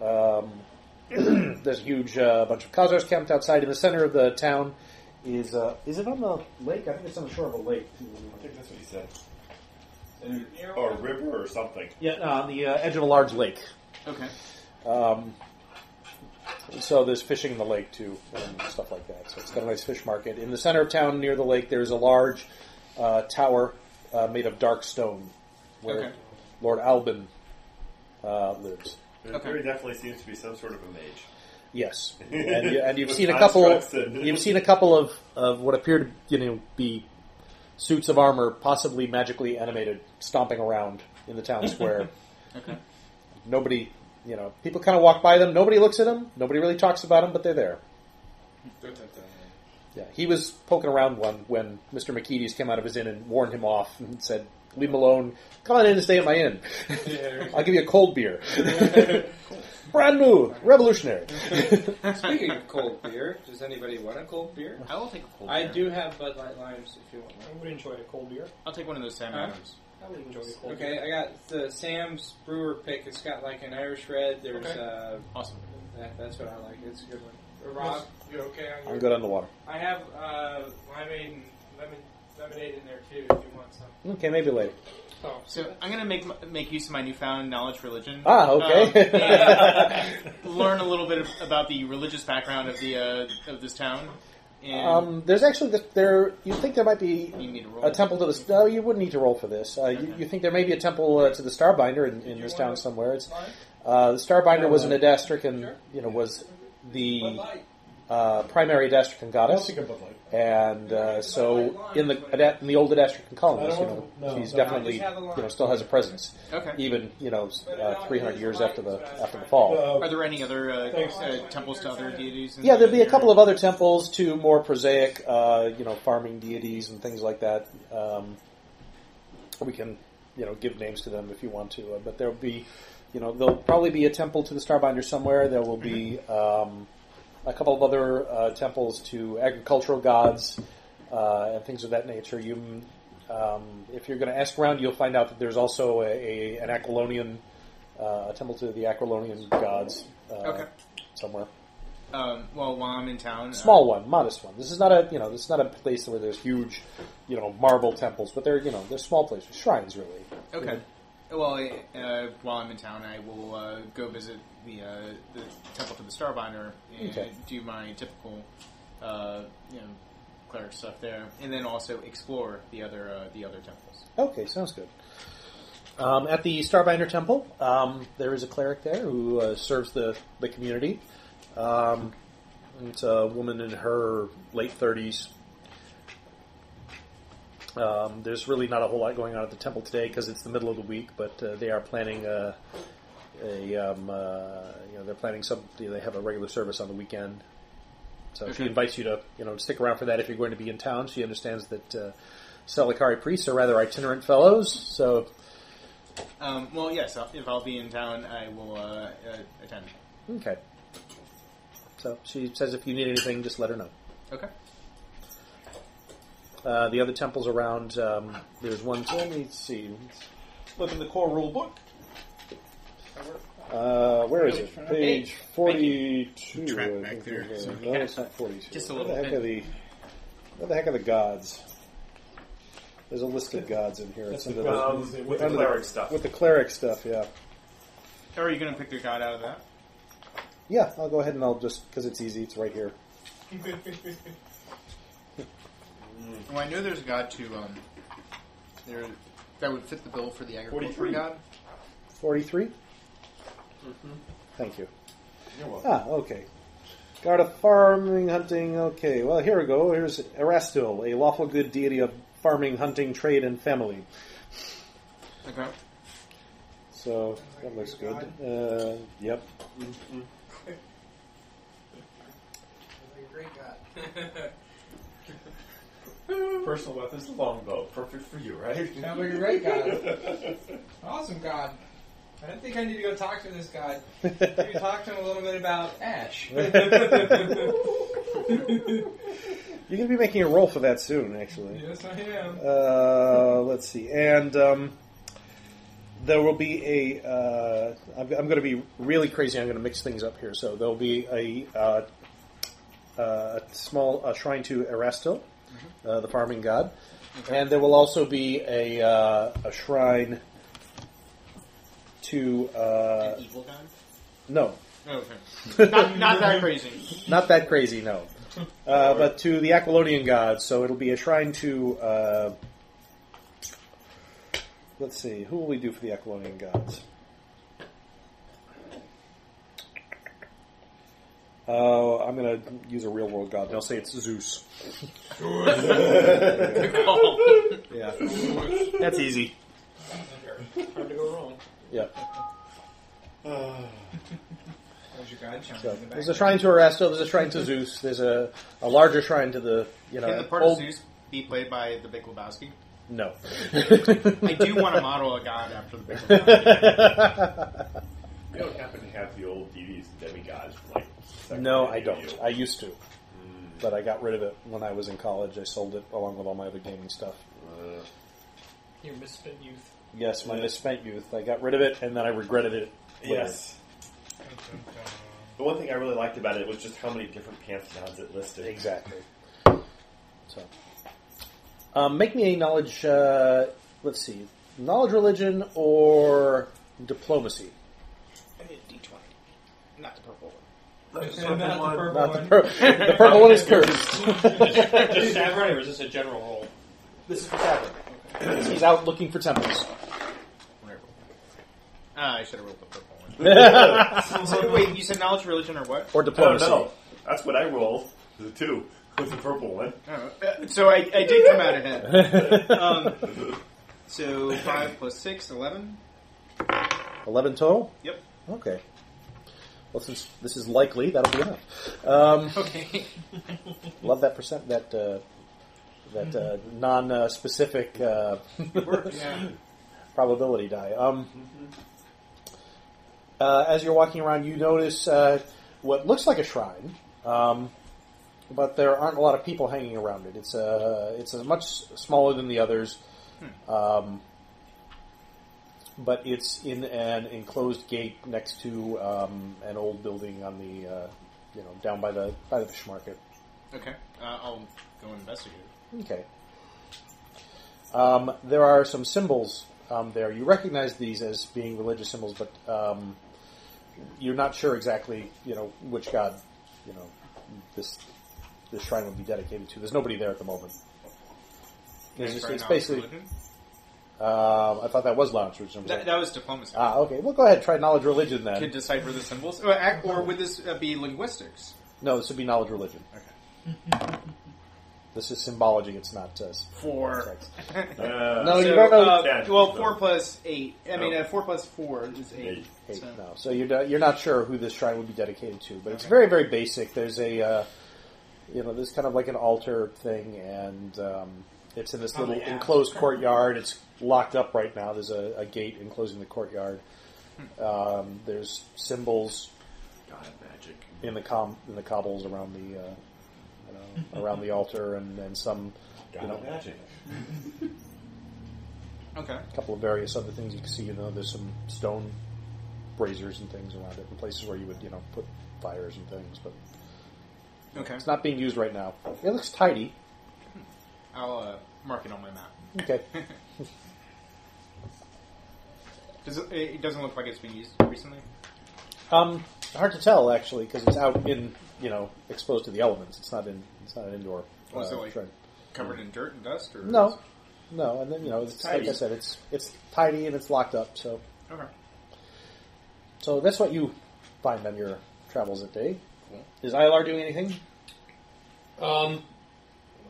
[SPEAKER 2] Um, there's a huge uh, bunch of Khazars camped outside in the center of the town. Is uh, is it on the
[SPEAKER 5] Lake? I think it's on the shore of a lake.
[SPEAKER 1] I think that's what he said. Or a river or something.
[SPEAKER 5] Yeah, no, on the
[SPEAKER 2] uh, edge of a large lake?
[SPEAKER 3] Okay.
[SPEAKER 2] Um, so there's fishing in the lake too, and stuff like that. So it's got a nice fish market in the center of town near the lake. There's a large uh, tower uh, made of dark stone where
[SPEAKER 3] Okay.
[SPEAKER 2] Lord Albin uh, lives.
[SPEAKER 1] There
[SPEAKER 3] Okay.
[SPEAKER 1] very definitely seems to be some sort of a mage.
[SPEAKER 2] Yes, and, you, and you've
[SPEAKER 1] With
[SPEAKER 2] seen a couple.
[SPEAKER 1] constructs and-
[SPEAKER 2] You've seen a couple of, of what appear to you know be suits of armor, possibly magically animated, stomping around in the town square.
[SPEAKER 3] Okay.
[SPEAKER 2] Nobody, you know, people kind of walk by them. Nobody looks at them. Nobody really talks about them, but they're there. Yeah, he was poking around one when Mr. McKeedy's came out of his inn and warned him off and said, "Leave him alone. Come on in and stay at my inn. I'll give you a cold beer, brand new, revolutionary."
[SPEAKER 7] Speaking of cold beer, does anybody want a cold beer?
[SPEAKER 3] I will take a cold.
[SPEAKER 7] I
[SPEAKER 3] beer.
[SPEAKER 7] do have Bud Light Limes if you want one.
[SPEAKER 6] I would enjoy a cold beer.
[SPEAKER 3] I'll take one of those Sam
[SPEAKER 7] Huh?
[SPEAKER 3] Adams.
[SPEAKER 6] I would enjoy a cold
[SPEAKER 7] Okay,
[SPEAKER 6] beer.
[SPEAKER 7] I got the Sam's Brewer pick. It's got like an Irish red. There's
[SPEAKER 6] Okay.
[SPEAKER 7] uh,
[SPEAKER 3] Awesome.
[SPEAKER 7] that, that's what I like. It's a good one. Uh, Rob, you okay on
[SPEAKER 2] I'm
[SPEAKER 7] your?
[SPEAKER 2] good on the water.
[SPEAKER 7] I have uh, limeade and lemon lemonade in there too. If you want some.
[SPEAKER 2] Okay, maybe later.
[SPEAKER 6] Oh,
[SPEAKER 3] So I'm gonna make m- make use of my newfound knowledge of religion.
[SPEAKER 2] Ah,
[SPEAKER 6] Oh,
[SPEAKER 2] okay.
[SPEAKER 3] Um, and learn a little bit of- about the religious background of the uh, of this town. And
[SPEAKER 2] Um, there's actually the, there. You think there might
[SPEAKER 3] you need
[SPEAKER 2] be
[SPEAKER 3] to roll.
[SPEAKER 2] a temple to the? No, you wouldn't need to roll for this. Uh, you,
[SPEAKER 3] Okay.
[SPEAKER 2] you think there may be a temple uh, to the Starbinder in, in
[SPEAKER 7] you
[SPEAKER 2] this
[SPEAKER 7] want
[SPEAKER 2] town
[SPEAKER 7] to-
[SPEAKER 2] somewhere? It's
[SPEAKER 7] Lime?
[SPEAKER 2] uh, the Starbinder was an
[SPEAKER 4] Sure.
[SPEAKER 2] Adastrican, you know, was
[SPEAKER 7] Bud
[SPEAKER 2] the
[SPEAKER 7] Light.
[SPEAKER 2] uh, primary Adastrican
[SPEAKER 4] I don't
[SPEAKER 2] goddess,
[SPEAKER 4] think I'm Bud Light.
[SPEAKER 2] and uh, so in the Ada- in the old Adastrican colonies,
[SPEAKER 4] I
[SPEAKER 2] you
[SPEAKER 4] don't
[SPEAKER 2] know,
[SPEAKER 4] know. No,
[SPEAKER 2] she's
[SPEAKER 4] no.
[SPEAKER 2] definitely
[SPEAKER 7] I just have a
[SPEAKER 2] you
[SPEAKER 7] line.
[SPEAKER 2] know still has a presence,
[SPEAKER 3] okay.
[SPEAKER 2] even you know uh, 300 years after the after the
[SPEAKER 4] Uh,
[SPEAKER 2] fall.
[SPEAKER 3] Are there any other uh,
[SPEAKER 4] Thanks.
[SPEAKER 3] uh, temples to other deities? in
[SPEAKER 2] Yeah, there'd be a
[SPEAKER 3] the
[SPEAKER 2] couple of other temples to more prosaic, uh, you know, farming deities and things like that. Um, we can, you know, give names to them if you want to, uh, but there'll be, you know, there'll probably be a temple to the Starbinder somewhere. There will be um, a couple of other uh, temples to agricultural gods uh, and things of that nature. You, um, if you're going to ask around, you'll find out that there's also a, a an Aquilonian, uh, a temple to the Aquilonian gods uh,
[SPEAKER 3] Okay.
[SPEAKER 2] somewhere
[SPEAKER 3] Um, well, while I'm in town, uh,
[SPEAKER 2] small one, modest one. This is not a you know this is not a place where there's huge, you know, marble temples, but they're you know they're small places, shrines really.
[SPEAKER 3] Okay. Well, I- uh, while I'm in town, I will uh, go visit the uh, the temple to the Starbinder and
[SPEAKER 2] Okay.
[SPEAKER 3] do my typical, uh, you know, cleric stuff there, and then also explore the other uh, the other temples.
[SPEAKER 2] Okay, sounds good. Um, at the Starbinder Temple, um, there is a cleric there who uh, serves the the community. Um, it's a woman in her late thirties. Um, there's really not a whole lot going on at the temple today because it's the middle of the week, but uh, they are planning uh, a um, uh, you know they're planning some they have a regular service on the weekend. So she
[SPEAKER 3] Okay.
[SPEAKER 2] invites you to you know stick around for that if you're going to be in town. She understands that uh, Salikari priests are rather itinerant fellows, so
[SPEAKER 3] Um, well, yes, I'll, if I'll be in town, I will uh, uh, attend.
[SPEAKER 2] okay. So she says if you need anything, just let her know.
[SPEAKER 3] Okay.
[SPEAKER 2] Uh, the other temples around, um, there's one. Let me see. Look in the core rule book. Uh, where is it? Page forty-two.
[SPEAKER 8] Trap
[SPEAKER 2] I
[SPEAKER 8] back
[SPEAKER 2] think
[SPEAKER 8] there.
[SPEAKER 2] we're going. No, it's not forty-two.
[SPEAKER 9] Just a
[SPEAKER 2] Where
[SPEAKER 9] little
[SPEAKER 2] the heck are the Where the heck are the gods? There's a list of gods in here. It's
[SPEAKER 4] That's the
[SPEAKER 2] under the-
[SPEAKER 4] gods.
[SPEAKER 1] Um, with the cleric stuff.
[SPEAKER 2] with the cleric stuff. Yeah,
[SPEAKER 9] How are you going to pick a god out of that?
[SPEAKER 2] yeah. I'll go ahead and I'll just because it's easy. It's right here.
[SPEAKER 9] Well, I know there's a god to um, there that would fit the bill for the agriculture
[SPEAKER 1] 43.
[SPEAKER 9] god.
[SPEAKER 2] 43 Thank you.
[SPEAKER 1] Mm-hmm. You're welcome.
[SPEAKER 2] Ah, okay. Guard of farming, hunting. Okay, well, here we go. Here's Erastil, a lawful good deity of farming, hunting, trade, and family.
[SPEAKER 9] Okay.
[SPEAKER 2] So that looks good. Uh, yep.
[SPEAKER 7] Like a great god.
[SPEAKER 1] Personal weapons, the longbow, perfect for you, right?
[SPEAKER 7] Sounds like a great god. awesome god. I don't think I need to go talk to this god. Maybe talk to him a little bit about Ash.
[SPEAKER 2] You're going to be making a roll for that soon, actually.
[SPEAKER 7] yes, I am.
[SPEAKER 2] Uh, let's see. And um, there will be a. Uh, I'm, I'm going to be really crazy. I'm going to mix things up here. So there'll be a, uh, uh, a small uh, shrine to Erasto, uh, the farming god, and there will also be a, uh, a shrine to. Uh,
[SPEAKER 9] evil god.
[SPEAKER 2] no,
[SPEAKER 9] Oh, Okay. not, not that crazy.
[SPEAKER 2] not that crazy, no. Uh, but to the Aquilonian gods, so it'll be a shrine to. Uh, let's see, who will we do for the Aquilonian gods? Uh, I'm going to use a real world god, and I'll say it's Zeus. yeah. That's easy.
[SPEAKER 6] Hard to go wrong.
[SPEAKER 2] Yeah.
[SPEAKER 7] There's your god challenge
[SPEAKER 2] So
[SPEAKER 7] in the back.
[SPEAKER 2] there's a shrine to Erasto, there's a shrine to Zeus, there's a, a larger shrine to the, you know.
[SPEAKER 9] Can the part
[SPEAKER 2] uh, old-
[SPEAKER 9] of Zeus be played by the Big Lebowski?
[SPEAKER 2] No.
[SPEAKER 9] I do want to model a god after the Big Lebowski.
[SPEAKER 1] You don't happen to have the old deities and demigods from like. second
[SPEAKER 2] No, I
[SPEAKER 1] grade, do
[SPEAKER 2] don't.
[SPEAKER 1] you?
[SPEAKER 2] I used to, but I got rid of it when I was in college. I sold it along with all my other gaming stuff.
[SPEAKER 1] Uh,
[SPEAKER 6] Your misfit youth.
[SPEAKER 2] Yes, my misspent youth. I got rid of it, and then I regretted it. later.
[SPEAKER 1] yes. The one thing I really liked about it was just how many different pantheons it listed.
[SPEAKER 2] exactly. So, um, make me a knowledge. Uh, let's see, knowledge, religion, or diplomacy.
[SPEAKER 9] I need a D twenty, not the purple one.
[SPEAKER 7] And not the purple
[SPEAKER 2] Not the,
[SPEAKER 7] one.
[SPEAKER 2] pur- the purple one is cursed.
[SPEAKER 6] Just Savran, or is this a general roll?
[SPEAKER 9] This is for Tavern.
[SPEAKER 2] He's out looking for temples.
[SPEAKER 9] Whatever. Ah, I should have rolled the purple one. So wait, you said knowledge, religion, or what?
[SPEAKER 2] Or
[SPEAKER 1] Oh,
[SPEAKER 2] diplomacy.
[SPEAKER 1] no. That's what I rolled. The two. With the purple one.
[SPEAKER 9] Oh, uh, so I, I did come out ahead. Um, so five plus six, eleven.
[SPEAKER 2] Eleven total.
[SPEAKER 9] Yep.
[SPEAKER 2] Okay. Well, since this is likely, that'll be enough. Um,
[SPEAKER 9] Okay.
[SPEAKER 2] Love that percent that uh, that uh, non-specific uh,
[SPEAKER 9] Yeah.
[SPEAKER 2] probability die. Um, uh, as you're walking around, you notice uh, what looks like a shrine, um, but there aren't a lot of people hanging around it. It's uh, it's uh, much smaller than the others, um, but it's in an enclosed gate next to um, an old building on the uh, you know down by the by the fish market.
[SPEAKER 9] Okay. Uh, I'll go investigate.
[SPEAKER 2] Okay. Um, there are some symbols um, there. You recognize these as being religious symbols, but um, you're not sure exactly, you know, which god, you know, this this shrine would be dedicated to. There's nobody there at the moment. It's, just-
[SPEAKER 9] Try
[SPEAKER 2] it's
[SPEAKER 9] knowledge,
[SPEAKER 2] basically.
[SPEAKER 9] religion?
[SPEAKER 2] Um, I thought that was lounge religion.
[SPEAKER 9] that, that was diplomacy.
[SPEAKER 2] ah, okay. Well, go ahead. Try knowledge religion then.
[SPEAKER 9] to decipher the symbols, or, ac- or would this uh, be linguistics?
[SPEAKER 2] No, this would be knowledge religion.
[SPEAKER 9] Okay.
[SPEAKER 2] This is symbology. It's not uh,
[SPEAKER 9] Four.
[SPEAKER 2] text.
[SPEAKER 1] Uh,
[SPEAKER 2] No, you
[SPEAKER 9] So,
[SPEAKER 2] don't know.
[SPEAKER 9] uh,
[SPEAKER 1] Yeah.
[SPEAKER 9] well, four plus eight. I mean,
[SPEAKER 1] No.
[SPEAKER 9] uh, four plus four is eight.
[SPEAKER 1] Eight.
[SPEAKER 2] Eight,
[SPEAKER 9] So-
[SPEAKER 2] no. So you're not, you're not sure who this shrine would be dedicated to, but it's very very basic. There's a uh, you know there's kind of like an altar thing, and um, it's in this little enclosed courtyard. It's locked up right now. There's a, a gate enclosing the courtyard. Um, there's symbols
[SPEAKER 1] God magic.
[SPEAKER 2] in the com in the cobbles around the uh, you know, around the altar, and, and some
[SPEAKER 1] God
[SPEAKER 2] you know
[SPEAKER 1] magic.
[SPEAKER 9] Okay.
[SPEAKER 2] a couple of various other things you can see. You know there's some stone braziers and things around it, and places where you would you know put fires and things. But
[SPEAKER 9] Okay.
[SPEAKER 2] it's not being used right now. It looks tidy.
[SPEAKER 9] I'll uh, mark it on my map.
[SPEAKER 2] Okay.
[SPEAKER 9] Does it, it doesn't look like it's been used recently.
[SPEAKER 2] Um, hard to tell actually because it's out in you know exposed to the elements. It's not in. It's not an indoor.
[SPEAKER 9] Oh, so, like,
[SPEAKER 2] shrine.
[SPEAKER 9] Covered in dirt and dust, or
[SPEAKER 2] No, no, and then you know it's, like I
[SPEAKER 9] tidy.
[SPEAKER 2] said, it's it's tidy and it's locked up. So
[SPEAKER 9] Okay.
[SPEAKER 2] so that's what you find on your travels at day.
[SPEAKER 9] Cool.
[SPEAKER 2] Is Ilar doing anything?
[SPEAKER 6] Um,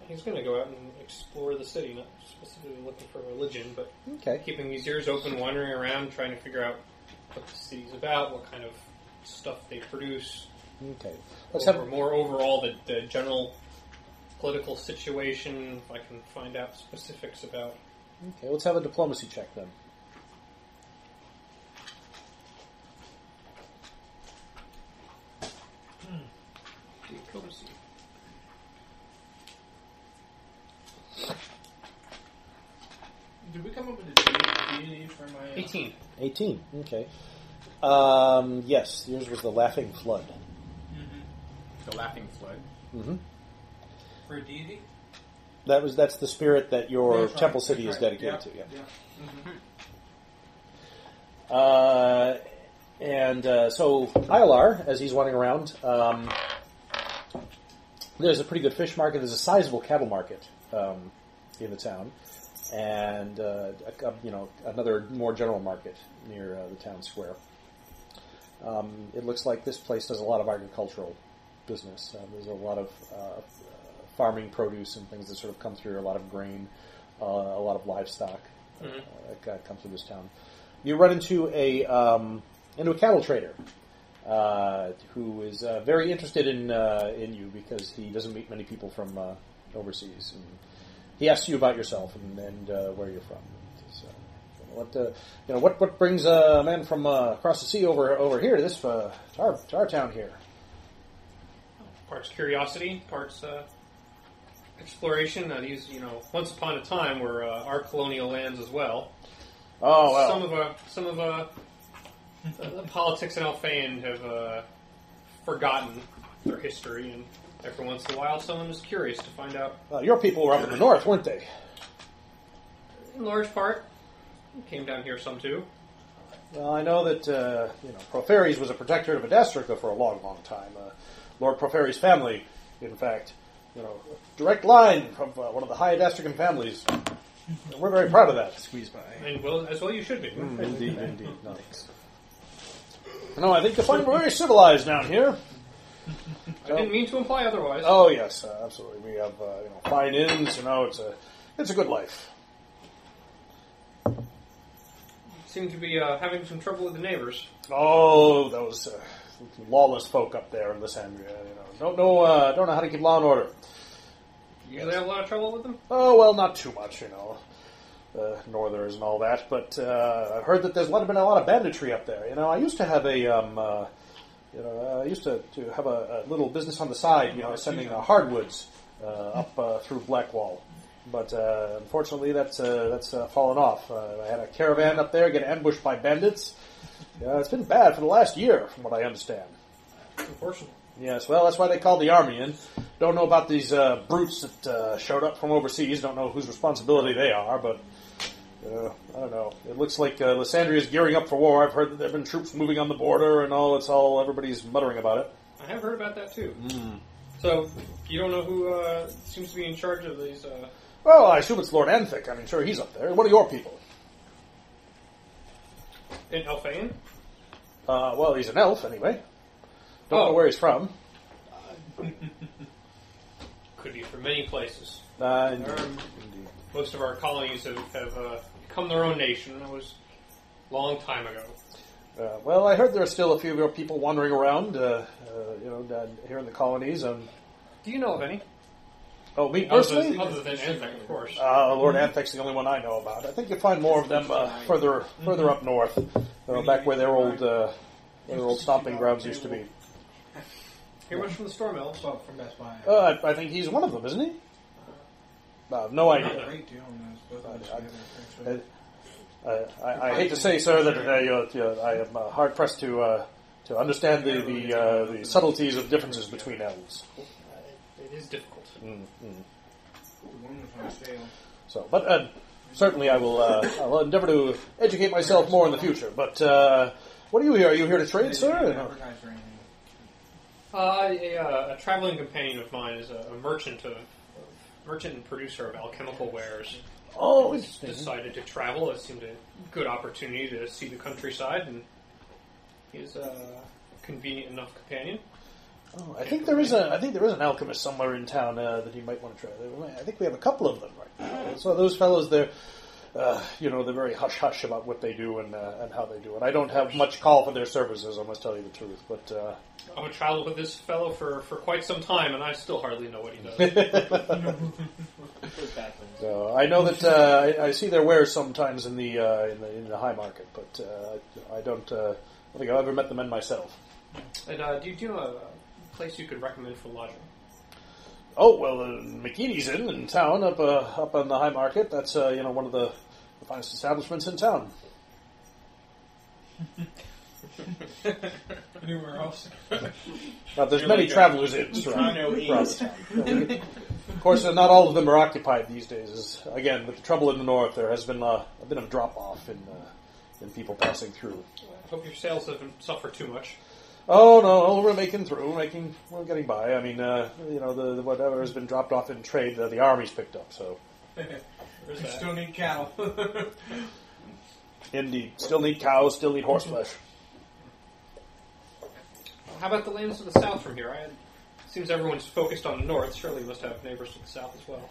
[SPEAKER 6] he's going to go out and explore the city, not specifically looking for religion, but
[SPEAKER 2] Okay.
[SPEAKER 6] keeping his ears open, wandering around, trying to figure out what the city's about, what kind of stuff they produce,
[SPEAKER 2] Okay. Let's
[SPEAKER 6] or
[SPEAKER 2] have
[SPEAKER 6] more overall the, the general political situation. If I can find out specifics about
[SPEAKER 2] okay. Let's have a diplomacy check then.
[SPEAKER 6] diplomacy.
[SPEAKER 7] Did we come up with a D for my? Uh,
[SPEAKER 6] Eighteen.
[SPEAKER 2] Eighteen. Okay. Um, yes, yours was the laughing flood.
[SPEAKER 9] The laughing flood.
[SPEAKER 2] hmm
[SPEAKER 7] for E? a deity?
[SPEAKER 2] That was that's the spirit that your
[SPEAKER 7] That's right,
[SPEAKER 2] temple city
[SPEAKER 7] that's
[SPEAKER 2] is
[SPEAKER 7] right.
[SPEAKER 2] dedicated to.
[SPEAKER 7] Yeah,
[SPEAKER 2] Yeah.
[SPEAKER 7] yeah. Mm-hmm.
[SPEAKER 2] Uh, and uh, so Ilar, as he's wandering around, um, there's a pretty good fish market. There's a sizable cattle market um, in the town, and uh, a, cou- you know another more general market near uh, the town square. Um, it looks like this place does a lot of agricultural business. Uh, there's a lot of uh, uh, farming produce and things that sort of come through. A lot of grain, uh, a lot of livestock uh, that comes through this town you run into a um, into a cattle trader uh, who is uh, very interested in uh, in you because he doesn't meet many people from uh, overseas. And he asks you about yourself and, and uh, where you're from. So, what uh, you know? What what brings a man from uh, across the sea over over here to this uh, to our, to our town here?
[SPEAKER 6] Parts curiosity, parts uh, exploration. Uh, these, you know, once upon a time were uh, our colonial lands as well.
[SPEAKER 2] Oh well,
[SPEAKER 6] Some of uh, some of uh, the, the politics in Alfheim have uh, forgotten their history, and every once in a while, someone is curious to find out.
[SPEAKER 2] uh, your people were up in the north, weren't they?
[SPEAKER 6] In large part, came down here some too.
[SPEAKER 2] Well, I know that uh, you know Proferes was a protectorate of Adastrica for a long, long time. Uh, Lord Proferes' family, in fact, you know, direct line from uh, one of the high Adastrican families. And we're very proud of that. Squeeze by.
[SPEAKER 6] And well, as well you should be.
[SPEAKER 2] Mm, Indeed, indeed. No, no I think you find we're very civilized down here.
[SPEAKER 6] I didn't mean to imply otherwise.
[SPEAKER 2] Oh yes, uh, absolutely. We have uh, you know fine inns. You know, it's a it's a good life.
[SPEAKER 6] Seem to be uh, having some trouble with the neighbors.
[SPEAKER 2] Oh, those uh, lawless folk up there in Lysandria. You know, don't know uh, don't know how to keep law and order.
[SPEAKER 6] You usually have a lot of trouble with them.
[SPEAKER 2] Oh, well, not too much, you know. The Northerners and all that, but uh, I've heard that there's a lot, been a lot of banditry up there. You know, I used to have a, um, uh, you know, uh, I used to, to have a, a little business on the side, you know, sending uh, hardwoods uh, up uh, through Blackwall. But uh, unfortunately, that's uh, that's uh, fallen off. Uh, I had a caravan up there get ambushed by bandits. Uh, it's been bad for the last year, from what I understand.
[SPEAKER 6] Unfortunately.
[SPEAKER 2] Yes, well, that's why they called the army in. Don't know about these uh, brutes that uh, showed up from overseas. Don't know whose responsibility they are, but uh, I don't know. It looks like uh, Lysandria is gearing up for war. I've heard that there've been troops moving on the border and all. It's all everybody's muttering about it. Hmm.
[SPEAKER 6] I have heard about that too. So you don't know who uh, seems to be in charge of these. Uh,
[SPEAKER 2] Well, I assume it's Lord Anthic. I mean, sure, he's up there. What are your people?
[SPEAKER 6] in Elfane?
[SPEAKER 2] Uh, well, he's an elf anyway. Don't
[SPEAKER 6] Oh.
[SPEAKER 2] know where he's from.
[SPEAKER 6] Could be from many places.
[SPEAKER 2] Uh,
[SPEAKER 6] Um,
[SPEAKER 2] indeed, indeed.
[SPEAKER 6] Most of our colonies have, have uh, become their own nation. That was a long time ago.
[SPEAKER 2] Uh, well, I heard there are still a few of your people wandering around, uh, uh, you know, down here in the colonies. Um,
[SPEAKER 6] Do you know of any?
[SPEAKER 2] oh, me personally?
[SPEAKER 6] Other, other than Anthek, of course.
[SPEAKER 2] Uh, Lord Anthek's the only one I know about. I think you find more of them uh, further further up north, uh, back where their old uh, where their old stomping grounds used to be.
[SPEAKER 6] Hear much from the Storm Elves?
[SPEAKER 7] Well, from Best Buy.
[SPEAKER 2] Uh, I, I think he's one of them, isn't he? Uh, no
[SPEAKER 7] a
[SPEAKER 2] idea.
[SPEAKER 7] great deal on those. Both of those
[SPEAKER 2] I-
[SPEAKER 7] together,
[SPEAKER 2] I-
[SPEAKER 7] actually.
[SPEAKER 2] Uh, I, I hate to say, sir, that uh, uh, I am uh, hard pressed to uh, to understand the the, uh, the subtleties of differences between elves.
[SPEAKER 6] It is difficult.
[SPEAKER 7] Wonderful sale.
[SPEAKER 2] So, but uh, certainly I will uh, I'll endeavor to educate myself more in the future. But uh, what are you here? Are you here to trade, sir?
[SPEAKER 7] Advertise for anything.
[SPEAKER 6] Uh, a, uh, a traveling companion of mine is a, a merchant of merchant and producer of alchemical wares.
[SPEAKER 2] Oh, interesting.
[SPEAKER 6] Decided to travel. It seemed a good opportunity to see the countryside, and he's a convenient enough companion.
[SPEAKER 2] Oh, I think there is a I think there is an alchemist somewhere in town uh, that you might want to try. I think we have a couple of them right now. So those fellows, they're uh, you know they're very hush hush about what they do and uh, and how they do it. I don't have much call for their services, I must tell you the truth. But uh,
[SPEAKER 6] I would travel with this fellow for, for quite some time, and I still hardly know what he does.
[SPEAKER 2] so I know that uh, I, I see their wares sometimes in the uh, in the in the high market, but uh, I don't uh, I think I've ever met the men myself.
[SPEAKER 6] and uh, do, you- do you know a, a place you could recommend for lodging?
[SPEAKER 2] Oh well, uh, McKeady's Inn in town, up uh, up on the High Market. That's uh, you know one of the, the finest establishments in town.
[SPEAKER 7] Anywhere else?
[SPEAKER 2] Now, there's many travelers inns around.
[SPEAKER 9] Toronto
[SPEAKER 2] Right.
[SPEAKER 9] East.
[SPEAKER 2] Of course, uh, not all of them are occupied these days. As, again, with the trouble in the north, there has been uh, a bit of drop off in uh, in people passing through.
[SPEAKER 6] Hope your sales haven't suffered too much.
[SPEAKER 2] Oh no, we're making through, we're making, we're getting by. I mean, uh, you know, the, the whatever has been dropped off in trade, uh, the army's picked up. So
[SPEAKER 6] There's
[SPEAKER 7] I
[SPEAKER 6] that.
[SPEAKER 7] still need cattle.
[SPEAKER 2] indeed, still need cows, still need horse flesh.
[SPEAKER 6] How about the lands of the south from here? I, seems everyone's focused on the north. Surely you must have neighbors to the south as well.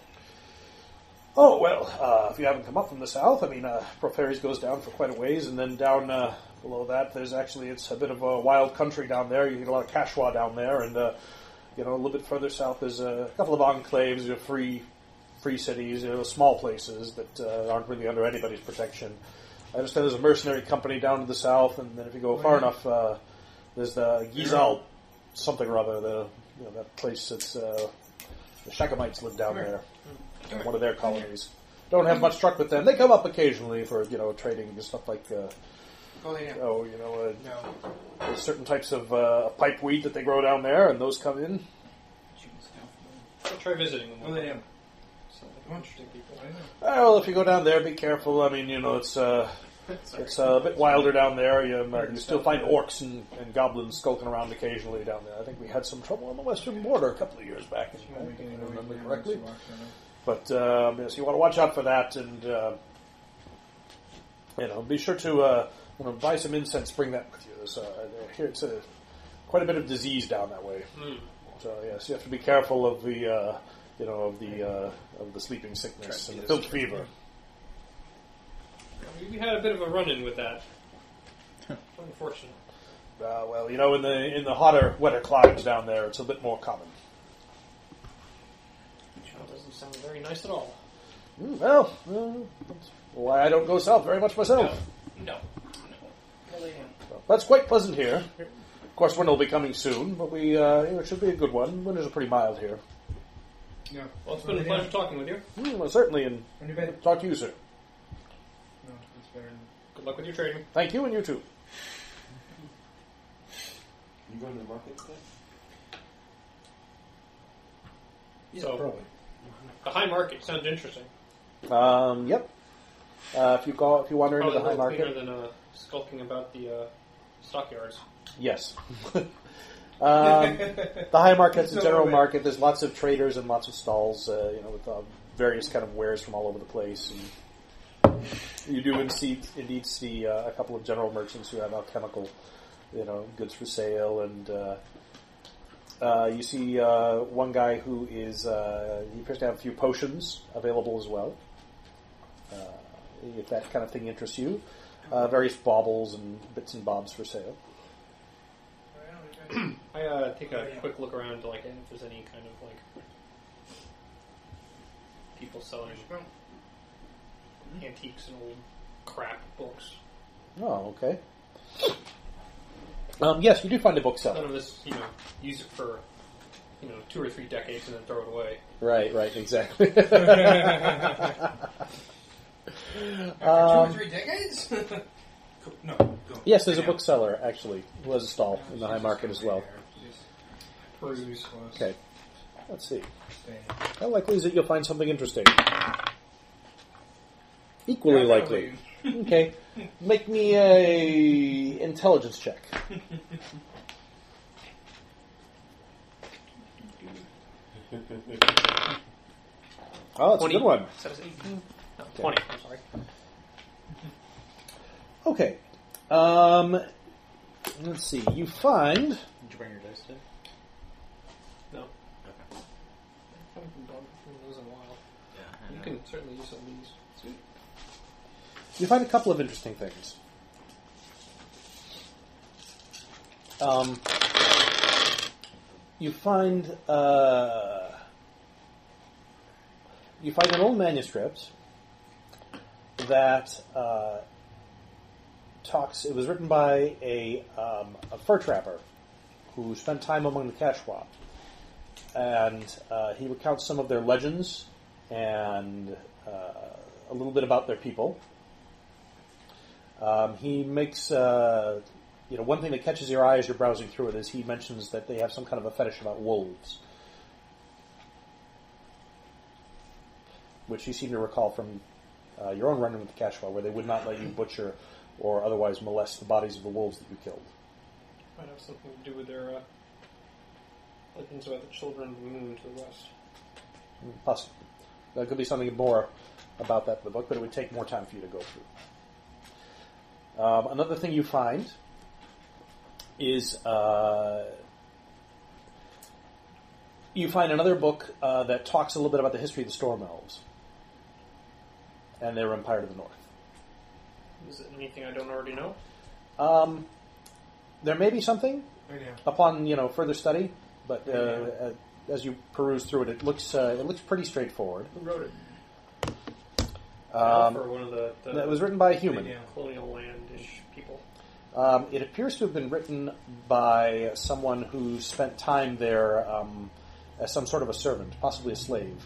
[SPEAKER 2] Oh well, uh, if you haven't come up from the south, I mean, uh, Proferes goes down for quite a ways, and then down uh, below that, there's actually it's a bit of a wild country down there. You get a lot of Kashwa down there, and uh, you know a little bit further south, there's a couple of enclaves, you know, free, free cities, you know, small places that uh, aren't really under anybody's protection. I understand there's a mercenary company down to the south, and then if you go far enough, uh, there's the Gizal, something or other, the you know, that place that's uh, the Shakamites live down there in one of their colonies. Don't have much truck with them. They come up occasionally for you know trading and stuff like uh,
[SPEAKER 7] oh, yeah.
[SPEAKER 2] oh you know uh,
[SPEAKER 7] No.
[SPEAKER 2] there's certain types of uh, pipe weed that they grow down there, and those come in.
[SPEAKER 6] I'll try visiting them.
[SPEAKER 7] Oh, they am.
[SPEAKER 6] Sound like interesting people.
[SPEAKER 2] Uh, well, if you go down there, be careful. I mean, you know it's uh, it's uh, a bit wilder down there. You, uh, you still find orcs and, and goblins skulking around occasionally down there. I think we had some trouble on the western border a couple of years back. If I remember correctly. But um, yes, you want to watch out for that, and uh, you know, be sure to uh, you know, buy some incense. Bring that with you. There's, uh, here it's a, quite a bit of disease down that way.
[SPEAKER 6] Mm.
[SPEAKER 2] So yes, you have to be careful of the uh, you know of the uh, of the sleeping sickness and the filth fever.
[SPEAKER 6] We- We had a bit of a run-in with that. Unfortunate.
[SPEAKER 2] Uh, well, you know, in the in the hotter, wetter climes down there, it's a bit more common.
[SPEAKER 6] That doesn't sound very nice at all.
[SPEAKER 2] Mm, well, uh, that's why I don't go south very much myself.
[SPEAKER 6] No.
[SPEAKER 2] So that's quite pleasant here. Of course, winter will be coming soon, but we uh, you know, it should be a good one. Winters are pretty mild here.
[SPEAKER 7] No.
[SPEAKER 6] Well, it's been a pleasure talking with you.
[SPEAKER 2] Mm, well, certainly, and
[SPEAKER 7] When you bed?
[SPEAKER 2] talk to you, sir.
[SPEAKER 7] No, it's better than
[SPEAKER 6] Good luck with your trading.
[SPEAKER 2] Thank you, and you too.
[SPEAKER 1] You going to the market today?
[SPEAKER 6] so
[SPEAKER 4] Probably.
[SPEAKER 6] the high market sounds interesting.
[SPEAKER 2] Um, yep. Uh, if you go, if you wander into
[SPEAKER 6] Probably
[SPEAKER 2] the
[SPEAKER 6] a
[SPEAKER 2] high
[SPEAKER 6] little
[SPEAKER 2] market,
[SPEAKER 6] cleaner than uh, skulking about the uh, stockyards.
[SPEAKER 2] yes. um, the high market's a
[SPEAKER 7] No
[SPEAKER 2] general
[SPEAKER 7] way.
[SPEAKER 2] market. There's lots of traders and lots of stalls, uh, you know, with uh, various kind of wares from all over the place. And you do indeed, indeed see uh, a couple of general merchants who have alchemical, you know, goods for sale, and uh, uh, you see uh, one guy who is uh, he appears to have a few potions available as well. Uh, if that kind of thing interests you, uh, various baubles and bits and bobs for sale.
[SPEAKER 6] I uh, take
[SPEAKER 2] Oh,
[SPEAKER 6] a quick look around to like if there's any kind of like people selling antiques and old crap books.
[SPEAKER 2] Oh, okay. Um, yes, you do find a
[SPEAKER 6] None
[SPEAKER 2] bookseller.
[SPEAKER 6] of us, you know, use it for you know two or three
[SPEAKER 2] Um,
[SPEAKER 6] decades and then throw it away.
[SPEAKER 2] Right, right, exactly.
[SPEAKER 7] Two or
[SPEAKER 2] Um,
[SPEAKER 7] three decades? Go- no, go.
[SPEAKER 2] yes, there's a bookseller actually who has a stall in the high market as well.
[SPEAKER 7] Just
[SPEAKER 6] Peruse.
[SPEAKER 2] Okay, let's see.
[SPEAKER 7] stay.
[SPEAKER 2] How likely is it you'll find something interesting? Equally likely. Okay, make me a intelligence check. Oh, that's a good one.
[SPEAKER 6] So it's 18. No, 20. I'm sorry.
[SPEAKER 2] Okay. Um, let's see. You find.
[SPEAKER 9] Did you bring your dice today?
[SPEAKER 6] No. I haven't been dog between those in a while.
[SPEAKER 9] Yeah.
[SPEAKER 6] You can certainly use some of these. Sweet.
[SPEAKER 2] You find a couple of interesting things. Um, you find uh, you find an old manuscript that uh, talks. It was written by a, um, a fur trapper who spent time among the Quechua, and uh, he recounts some of their legends and uh, a little bit about their people. Um, he makes, uh, you know, one thing that catches your eye as you're browsing through it is he mentions that they have some kind of a fetish about wolves, which you seem to recall from uh, your own run-in with the Kashwa, where they would not let you butcher or otherwise molest the bodies of the wolves that you killed.
[SPEAKER 6] Might have something to do with their uh, legends about the children of the moon to the west.
[SPEAKER 2] Possibly. There could be something more about that in the book, but it would take more time for you to go through. Um, another thing you find is uh, you find another book uh, that talks a little bit about the history of the Storm Elves and their empire to the north.
[SPEAKER 6] Is it anything I don't already know?
[SPEAKER 2] Um, there may be something upon you know further study, but uh, uh, as you peruse through it, it looks uh, it looks pretty straightforward.
[SPEAKER 6] Who wrote it?
[SPEAKER 2] Um,
[SPEAKER 6] for uh, one of the, the
[SPEAKER 2] that was written by a human.
[SPEAKER 6] colonial landish people.
[SPEAKER 2] Um, it appears to have been written by someone who spent time there um, as some sort of a servant, possibly a slave.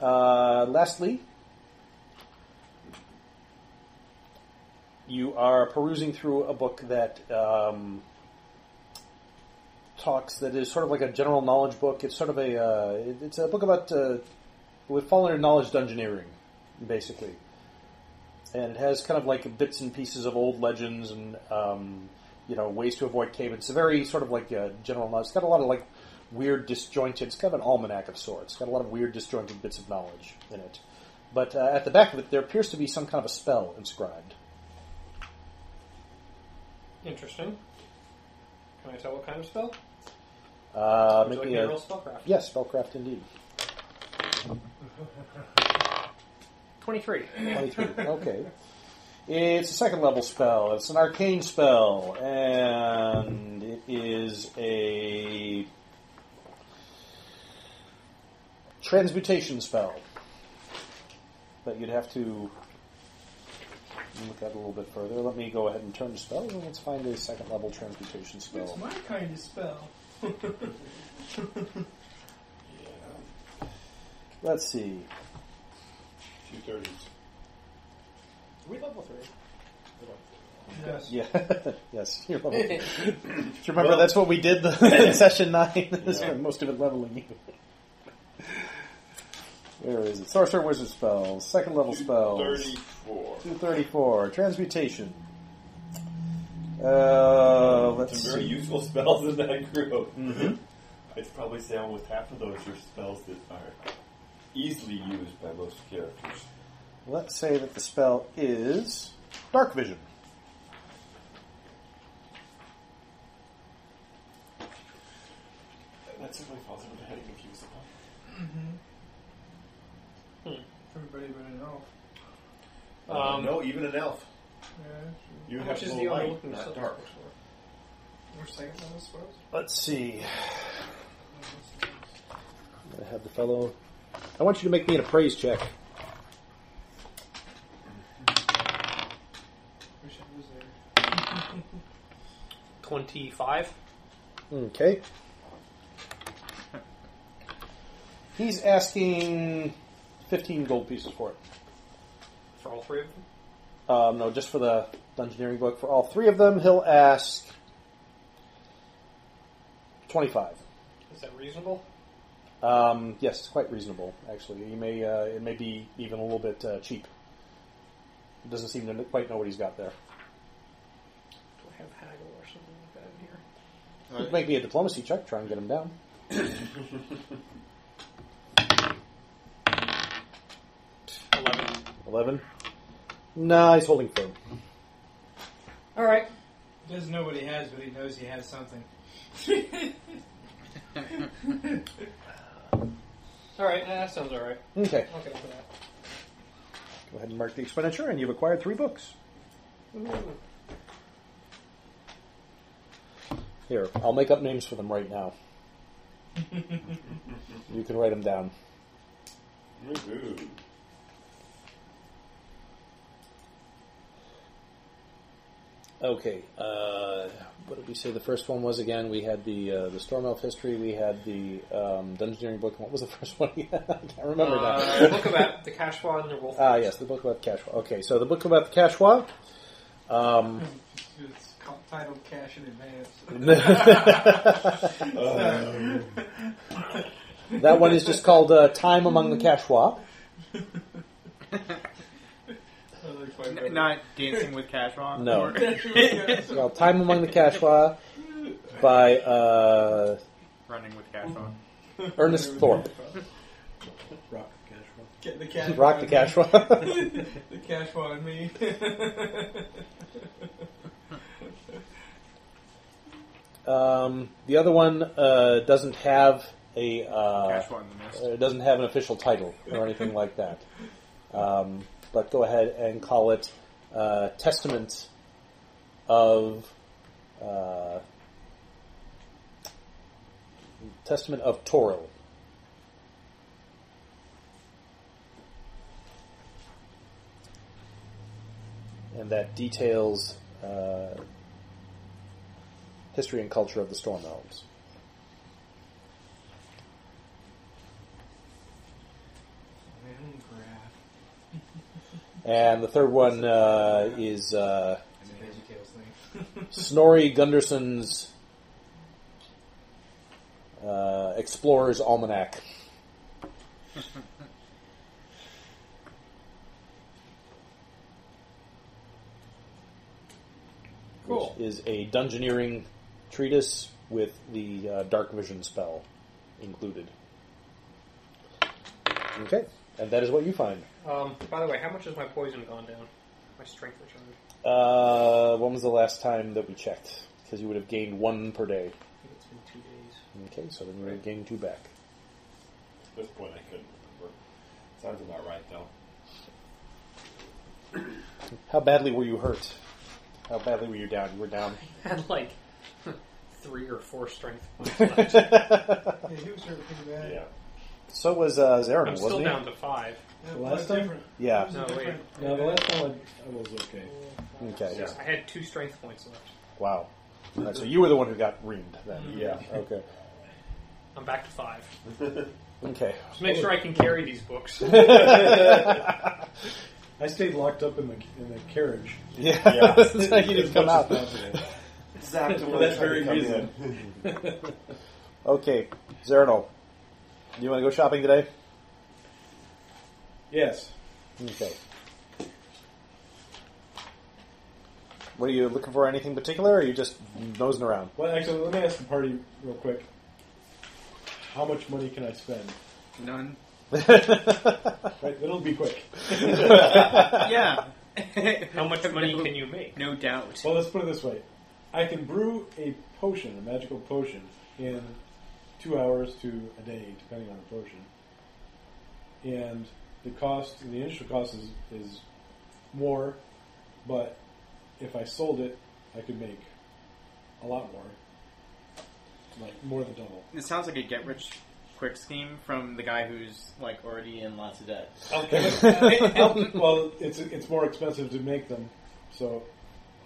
[SPEAKER 2] Uh, lastly, you are perusing through a book that um, talks that is sort of like a general knowledge book. It's sort of a uh, it- it's a book about uh, would fall under knowledge dungeoneering, basically, and it has kind of like bits and pieces of old legends and um, you know ways to avoid cave. It's a very sort of like a general knowledge. It's got a lot of like weird disjointed. It's kind of an almanac of sorts. It's got a lot of weird disjointed bits of knowledge in it. But uh, at the back of it, there appears to be some kind of a spell inscribed.
[SPEAKER 6] Interesting. Can I tell what kind of spell?
[SPEAKER 2] Uh,
[SPEAKER 6] Would you
[SPEAKER 2] make
[SPEAKER 6] like
[SPEAKER 2] me
[SPEAKER 6] me to roll
[SPEAKER 2] a,
[SPEAKER 6] spellcraft?
[SPEAKER 2] yes, spellcraft indeed.
[SPEAKER 9] 23.
[SPEAKER 2] 23. Okay. It's a second level spell. It's an arcane spell. And it is a transmutation spell. But you'd have to look at a little bit further. Let me go ahead and turn the spell. and Let's find a second level transmutation
[SPEAKER 7] It's
[SPEAKER 2] spell.
[SPEAKER 7] my kind of spell.
[SPEAKER 2] Let's see.
[SPEAKER 1] Two thirties.
[SPEAKER 7] we level three. Yes.
[SPEAKER 2] Yeah. yes. You're level. Do you remember that's what we did the, in session nine? is
[SPEAKER 1] Yeah.
[SPEAKER 2] Most of it leveling you. Where is it? Sorcerer Wizard spells. Second level spells.
[SPEAKER 1] Thirty-four.
[SPEAKER 2] 234. Transmutation. Uh, let's
[SPEAKER 1] Some very
[SPEAKER 2] see.
[SPEAKER 1] useful spells in that group. I'd probably say almost half of those are spells that are easily used by most characters.
[SPEAKER 2] Let's say that the spell is Dark Vision.
[SPEAKER 1] That certainly falls under the heading of use.
[SPEAKER 7] Everybody would know.
[SPEAKER 1] Um,
[SPEAKER 6] Um,
[SPEAKER 1] no, even an elf.
[SPEAKER 7] Yeah.
[SPEAKER 1] You
[SPEAKER 6] How
[SPEAKER 1] have
[SPEAKER 6] much is
[SPEAKER 1] to
[SPEAKER 6] the
[SPEAKER 1] light,
[SPEAKER 6] only looking
[SPEAKER 1] not
[SPEAKER 6] stuff
[SPEAKER 1] dark.
[SPEAKER 7] We're second level spells.
[SPEAKER 2] Let's see. I have the fellow. I want you to make me an appraise check.
[SPEAKER 6] 25.
[SPEAKER 2] Okay. He's asking 15 gold pieces for it.
[SPEAKER 6] For all three of them?
[SPEAKER 2] Um, no, just for the Dungeoneering book. For all three of them, he'll ask 25.
[SPEAKER 6] Is that reasonable?
[SPEAKER 2] Um, yes, it's quite reasonable, actually. He may, uh, it may be even a little bit uh, cheap. He doesn't seem to kn- quite know what he's got there.
[SPEAKER 6] Do I have haggle or something like that in here?
[SPEAKER 2] It'd make me a diplomacy check, try and get him down.
[SPEAKER 6] Eleven.
[SPEAKER 2] 11. Nah, he's holding firm.
[SPEAKER 3] All right.
[SPEAKER 7] Doesn't know what he has, but he knows he has something.
[SPEAKER 6] All right, eh, that sounds all right.
[SPEAKER 2] Okay.
[SPEAKER 6] Okay for that.
[SPEAKER 2] Go ahead and mark the expenditure, and you've acquired three books. Here, I'll make up names for them right now. you can write them down.
[SPEAKER 1] Woohoo.
[SPEAKER 2] Okay. Uh, what did we say the first one was again? We had the uh, the Storm Elf history. We had the um, Dungeoneering book. What was the first one? again? I can't remember
[SPEAKER 6] Uh,
[SPEAKER 2] now.
[SPEAKER 6] look about the Cashwa and the Wolf.
[SPEAKER 2] Ah, yes, the book about the Cashwa. Okay, so the book about the Cashwa. Um,
[SPEAKER 7] It's called, titled Cash in Advance.
[SPEAKER 1] Um,
[SPEAKER 2] That one is just called uh, Time Among the Cashwa.
[SPEAKER 9] N- not dancing with cash on.
[SPEAKER 2] No.
[SPEAKER 9] Or
[SPEAKER 2] It's called Time Among the Cashwa by uh,
[SPEAKER 9] running with cash on.
[SPEAKER 2] Ernest Thorpe.
[SPEAKER 4] Rock Cashwell.
[SPEAKER 7] Get the cash.
[SPEAKER 2] Rock the Cashwa.
[SPEAKER 7] The cash on me.
[SPEAKER 2] um, the other one uh, doesn't have a uh,
[SPEAKER 9] Cash on the mist.
[SPEAKER 2] uh, doesn't have an official title or anything like that. Um, but go ahead and call it uh, Testament of uh, Testament of Toril. And that details uh, history and culture of the Storm Elves. And the third one uh, is uh,
[SPEAKER 7] It's a VeggieTales thing.
[SPEAKER 2] Snorri Gunderson's uh, Explorer's Almanac.
[SPEAKER 6] Cool.
[SPEAKER 2] Which is a dungeoneering treatise with the uh, dark vision spell included. Okay, and that is what you find.
[SPEAKER 6] Um, by the way, how much has my poison gone down? My strength returned.
[SPEAKER 2] Uh, when was the last time that we checked? Because you would have gained one per day.
[SPEAKER 6] I think it's been two days.
[SPEAKER 2] Okay, so then you would have gained two back.
[SPEAKER 1] At this point, I couldn't remember. Sounds about right, though.
[SPEAKER 2] How badly were you hurt? How badly were you down? You were down.
[SPEAKER 6] I had like three or four strength.
[SPEAKER 7] Yeah, he was hurt pretty bad.
[SPEAKER 1] Yeah.
[SPEAKER 2] so was uh, Zarin,
[SPEAKER 6] I'm
[SPEAKER 2] wasn't
[SPEAKER 6] still
[SPEAKER 2] he?
[SPEAKER 6] down to five.
[SPEAKER 7] Yeah,
[SPEAKER 4] The last
[SPEAKER 7] but
[SPEAKER 4] time?
[SPEAKER 7] different.
[SPEAKER 2] Yeah.
[SPEAKER 6] No, wait.
[SPEAKER 4] No, the last time I, I was okay.
[SPEAKER 2] Okay.
[SPEAKER 1] Yeah.
[SPEAKER 6] I had two strength points left.
[SPEAKER 2] Wow. All right, so you were the one who got reamed then.
[SPEAKER 1] Yeah.
[SPEAKER 2] Okay.
[SPEAKER 6] I'm back to five.
[SPEAKER 2] Okay.
[SPEAKER 6] Just make sure I can carry these books.
[SPEAKER 4] I stayed locked up in the in the carriage.
[SPEAKER 2] Yeah.
[SPEAKER 1] Yeah.
[SPEAKER 2] It's like you didn't come out.
[SPEAKER 1] Exactly.
[SPEAKER 4] For that very reason.
[SPEAKER 2] Okay, Zarinal, do you want to go shopping today?
[SPEAKER 4] Yes.
[SPEAKER 2] Okay. What are you looking for? Anything particular? Or are you just nosing around?
[SPEAKER 4] Well, actually, let me ask the party real quick. How much money can I spend?
[SPEAKER 9] None.
[SPEAKER 4] Right, it'll be quick.
[SPEAKER 9] yeah.
[SPEAKER 6] How much money can you make?
[SPEAKER 9] No doubt.
[SPEAKER 4] Well, let's put it this way: I can brew a potion, a magical potion, in two hours to a day, depending on the potion. And the cost, the initial cost is is more, but if I sold it, I could make a lot more, like more than double.
[SPEAKER 9] It sounds like a get rich quick scheme from the guy who's like already in lots of debt.
[SPEAKER 4] well, it's it's more expensive to make them, so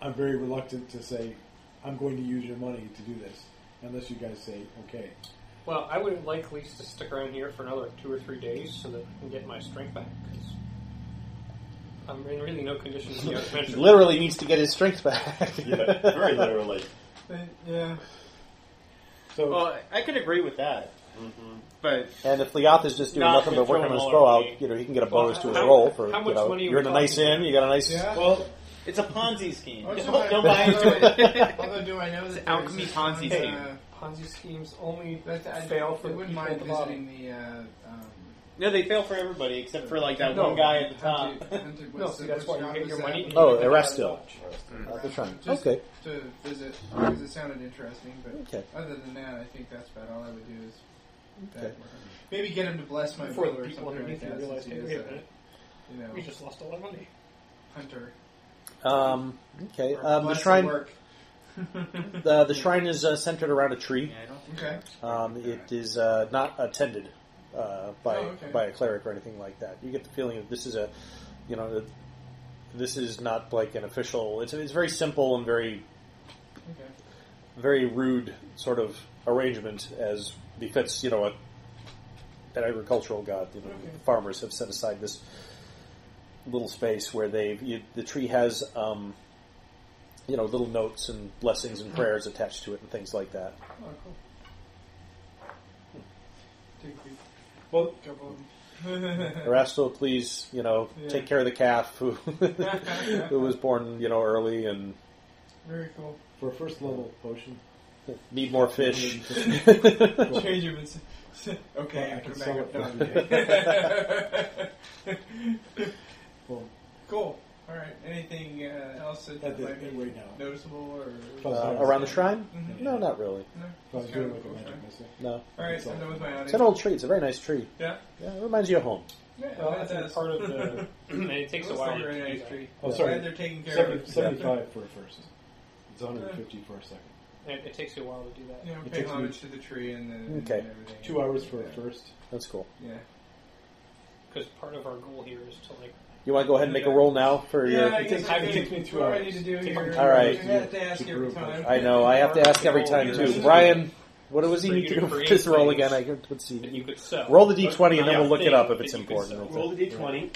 [SPEAKER 4] I'm very reluctant to say I'm going to use your money to do this, unless you guys say okay.
[SPEAKER 6] Well, I would like Lise to stick around here for another two or three days so that I can get my strength back. 'cause I'm in really no condition to be out of
[SPEAKER 2] He
[SPEAKER 6] measure.
[SPEAKER 2] literally needs to get his strength back.
[SPEAKER 1] Yeah, very literally.
[SPEAKER 9] yeah.
[SPEAKER 4] So
[SPEAKER 9] Well, I could agree with that,
[SPEAKER 3] Mm-hmm.
[SPEAKER 9] but
[SPEAKER 2] And if Leoth is just doing
[SPEAKER 9] Not
[SPEAKER 2] nothing but
[SPEAKER 9] gonna
[SPEAKER 2] working on
[SPEAKER 9] throw
[SPEAKER 2] his
[SPEAKER 9] him
[SPEAKER 2] throw
[SPEAKER 9] all
[SPEAKER 2] out,
[SPEAKER 9] at me.
[SPEAKER 2] you know, he can get a
[SPEAKER 6] Well,
[SPEAKER 2] bonus to his
[SPEAKER 6] how-
[SPEAKER 2] roll for
[SPEAKER 6] how
[SPEAKER 2] you
[SPEAKER 6] much
[SPEAKER 2] know,
[SPEAKER 6] money are
[SPEAKER 2] you're
[SPEAKER 6] we
[SPEAKER 2] in a nice
[SPEAKER 6] talking
[SPEAKER 2] inn, you got a nice
[SPEAKER 3] Yeah.
[SPEAKER 9] well, it's a Ponzi scheme.
[SPEAKER 3] Although
[SPEAKER 9] Don't,
[SPEAKER 3] do
[SPEAKER 9] don't buy into it.
[SPEAKER 3] I- although do I know that
[SPEAKER 9] alchemy
[SPEAKER 3] there's
[SPEAKER 9] Ponzi
[SPEAKER 3] this,
[SPEAKER 9] scheme.
[SPEAKER 3] uh,
[SPEAKER 6] Ponzi schemes only
[SPEAKER 3] That I
[SPEAKER 6] fail for
[SPEAKER 3] I
[SPEAKER 6] the
[SPEAKER 3] wouldn't
[SPEAKER 6] people
[SPEAKER 3] mind
[SPEAKER 6] at the bottom.
[SPEAKER 3] visiting the. Uh, um,
[SPEAKER 9] No, they fail for everybody except for like
[SPEAKER 7] uh,
[SPEAKER 9] that
[SPEAKER 6] No.
[SPEAKER 9] one guy at the top.
[SPEAKER 3] Hunter- Hunter-
[SPEAKER 6] No,
[SPEAKER 3] what's
[SPEAKER 6] see,
[SPEAKER 3] the-
[SPEAKER 6] that's why
[SPEAKER 3] what's
[SPEAKER 6] you
[SPEAKER 3] the
[SPEAKER 6] get your
[SPEAKER 3] opposite?
[SPEAKER 6] money.
[SPEAKER 2] Oh, Erastil.
[SPEAKER 3] Around
[SPEAKER 2] That's right.
[SPEAKER 3] just
[SPEAKER 2] uh, Okay.
[SPEAKER 3] To visit because it sounded interesting, but
[SPEAKER 2] Okay.
[SPEAKER 3] other than that, I think that's about all I would do is. That
[SPEAKER 2] Okay.
[SPEAKER 3] Maybe get him to bless my
[SPEAKER 6] before
[SPEAKER 3] will
[SPEAKER 6] the
[SPEAKER 3] or
[SPEAKER 6] people
[SPEAKER 3] something like
[SPEAKER 6] underneath you
[SPEAKER 3] that.
[SPEAKER 6] realize,
[SPEAKER 3] Since
[SPEAKER 6] hey,
[SPEAKER 3] he is
[SPEAKER 6] wait a
[SPEAKER 3] a,
[SPEAKER 6] minute,
[SPEAKER 3] you know,
[SPEAKER 6] we just lost a lot of money.
[SPEAKER 3] hunter.
[SPEAKER 2] Um, okay.
[SPEAKER 3] Or
[SPEAKER 2] Um, the
[SPEAKER 3] bless
[SPEAKER 2] shrine.
[SPEAKER 3] Work.
[SPEAKER 2] The, the shrine is uh, centered around a tree.
[SPEAKER 9] Yeah, I don't think
[SPEAKER 3] Okay.
[SPEAKER 2] Um, it is uh, not attended uh, by
[SPEAKER 3] Oh, okay.
[SPEAKER 2] by a cleric or anything like that. You get the feeling that this is a, you know, that this is not like an official. It's it's very simple and very
[SPEAKER 3] Okay.
[SPEAKER 2] very rude sort of arrangement as befits, you know, a, an agricultural god. You know,
[SPEAKER 3] Okay.
[SPEAKER 2] farmers have set aside this little space where they you, the tree has, um, you know, little notes and blessings and prayers attached to it and things like that.
[SPEAKER 3] Oh, cool. Take a
[SPEAKER 4] well,
[SPEAKER 3] couple of them.
[SPEAKER 2] Erasto, please, you know,
[SPEAKER 3] Yeah.
[SPEAKER 2] take care of the calf who who was born, you know, early and
[SPEAKER 3] Very cool.
[SPEAKER 4] for a first level potion,
[SPEAKER 2] need more fish. Uh,
[SPEAKER 3] Change him. It's, okay,
[SPEAKER 4] I
[SPEAKER 3] I
[SPEAKER 4] can
[SPEAKER 3] come
[SPEAKER 4] sell
[SPEAKER 3] back
[SPEAKER 4] it
[SPEAKER 3] up
[SPEAKER 4] for
[SPEAKER 3] down.
[SPEAKER 4] well,
[SPEAKER 3] cool. All right. Anything uh, else that
[SPEAKER 4] at the
[SPEAKER 3] might be
[SPEAKER 4] right now,
[SPEAKER 3] noticeable or?
[SPEAKER 4] Plus-
[SPEAKER 2] Uh, around the shrine?
[SPEAKER 3] Mhm.
[SPEAKER 2] No, not really.
[SPEAKER 3] No?
[SPEAKER 4] if I was
[SPEAKER 3] It's kind of
[SPEAKER 4] doing
[SPEAKER 3] a
[SPEAKER 4] like a
[SPEAKER 3] cool
[SPEAKER 4] magic
[SPEAKER 3] shrine.
[SPEAKER 4] missile.
[SPEAKER 2] No,
[SPEAKER 3] All right. I'm done with my
[SPEAKER 2] it's
[SPEAKER 3] audience.
[SPEAKER 2] an old tree. It's a very nice tree.
[SPEAKER 3] Yeah.
[SPEAKER 2] Yeah, it reminds you of home.
[SPEAKER 3] Yeah.
[SPEAKER 6] Well,
[SPEAKER 3] that
[SPEAKER 6] that's a
[SPEAKER 3] does.
[SPEAKER 6] part of the. and it takes a
[SPEAKER 3] Looks
[SPEAKER 6] while.
[SPEAKER 3] like a
[SPEAKER 6] to
[SPEAKER 3] very
[SPEAKER 6] do
[SPEAKER 3] nice
[SPEAKER 6] that.
[SPEAKER 3] tree.
[SPEAKER 4] Oh,
[SPEAKER 3] Glad
[SPEAKER 4] sorry,
[SPEAKER 3] they're taking care of
[SPEAKER 4] Seven-
[SPEAKER 3] it.
[SPEAKER 4] seventy-five for a first. It's one hundred fifty for a second.
[SPEAKER 6] It, it takes you a while to do that.
[SPEAKER 3] You know,
[SPEAKER 4] It
[SPEAKER 3] pay
[SPEAKER 4] takes me-
[SPEAKER 3] homage to the tree and the and
[SPEAKER 2] Okay.
[SPEAKER 3] everything.
[SPEAKER 4] Two hours for a
[SPEAKER 3] Yeah.
[SPEAKER 4] first.
[SPEAKER 2] That's cool.
[SPEAKER 3] Yeah.
[SPEAKER 6] Because part of our goal here is to like
[SPEAKER 2] You want to go ahead and make a roll now for
[SPEAKER 3] Yeah, I
[SPEAKER 2] your?
[SPEAKER 3] guess
[SPEAKER 4] takes-
[SPEAKER 3] I
[SPEAKER 4] it
[SPEAKER 3] do.
[SPEAKER 4] takes me two
[SPEAKER 3] What do I
[SPEAKER 4] hours.
[SPEAKER 3] need to uh, do
[SPEAKER 4] Takes me
[SPEAKER 3] here?
[SPEAKER 4] two
[SPEAKER 2] All right.
[SPEAKER 3] You have to ask
[SPEAKER 4] To
[SPEAKER 3] every
[SPEAKER 4] prove
[SPEAKER 3] time.
[SPEAKER 2] I know. I have to ask every time too. Brian, what does he
[SPEAKER 6] For
[SPEAKER 2] need
[SPEAKER 6] you
[SPEAKER 2] to
[SPEAKER 6] to
[SPEAKER 2] do for
[SPEAKER 6] create
[SPEAKER 2] his roll
[SPEAKER 6] things
[SPEAKER 2] again? I could let's
[SPEAKER 6] that
[SPEAKER 2] see.
[SPEAKER 6] you could sell.
[SPEAKER 2] Roll the d20 and then
[SPEAKER 6] Yeah.
[SPEAKER 2] we'll look it up if
[SPEAKER 6] That
[SPEAKER 2] it's
[SPEAKER 6] you could
[SPEAKER 2] important.
[SPEAKER 6] sell.
[SPEAKER 1] Roll the d20.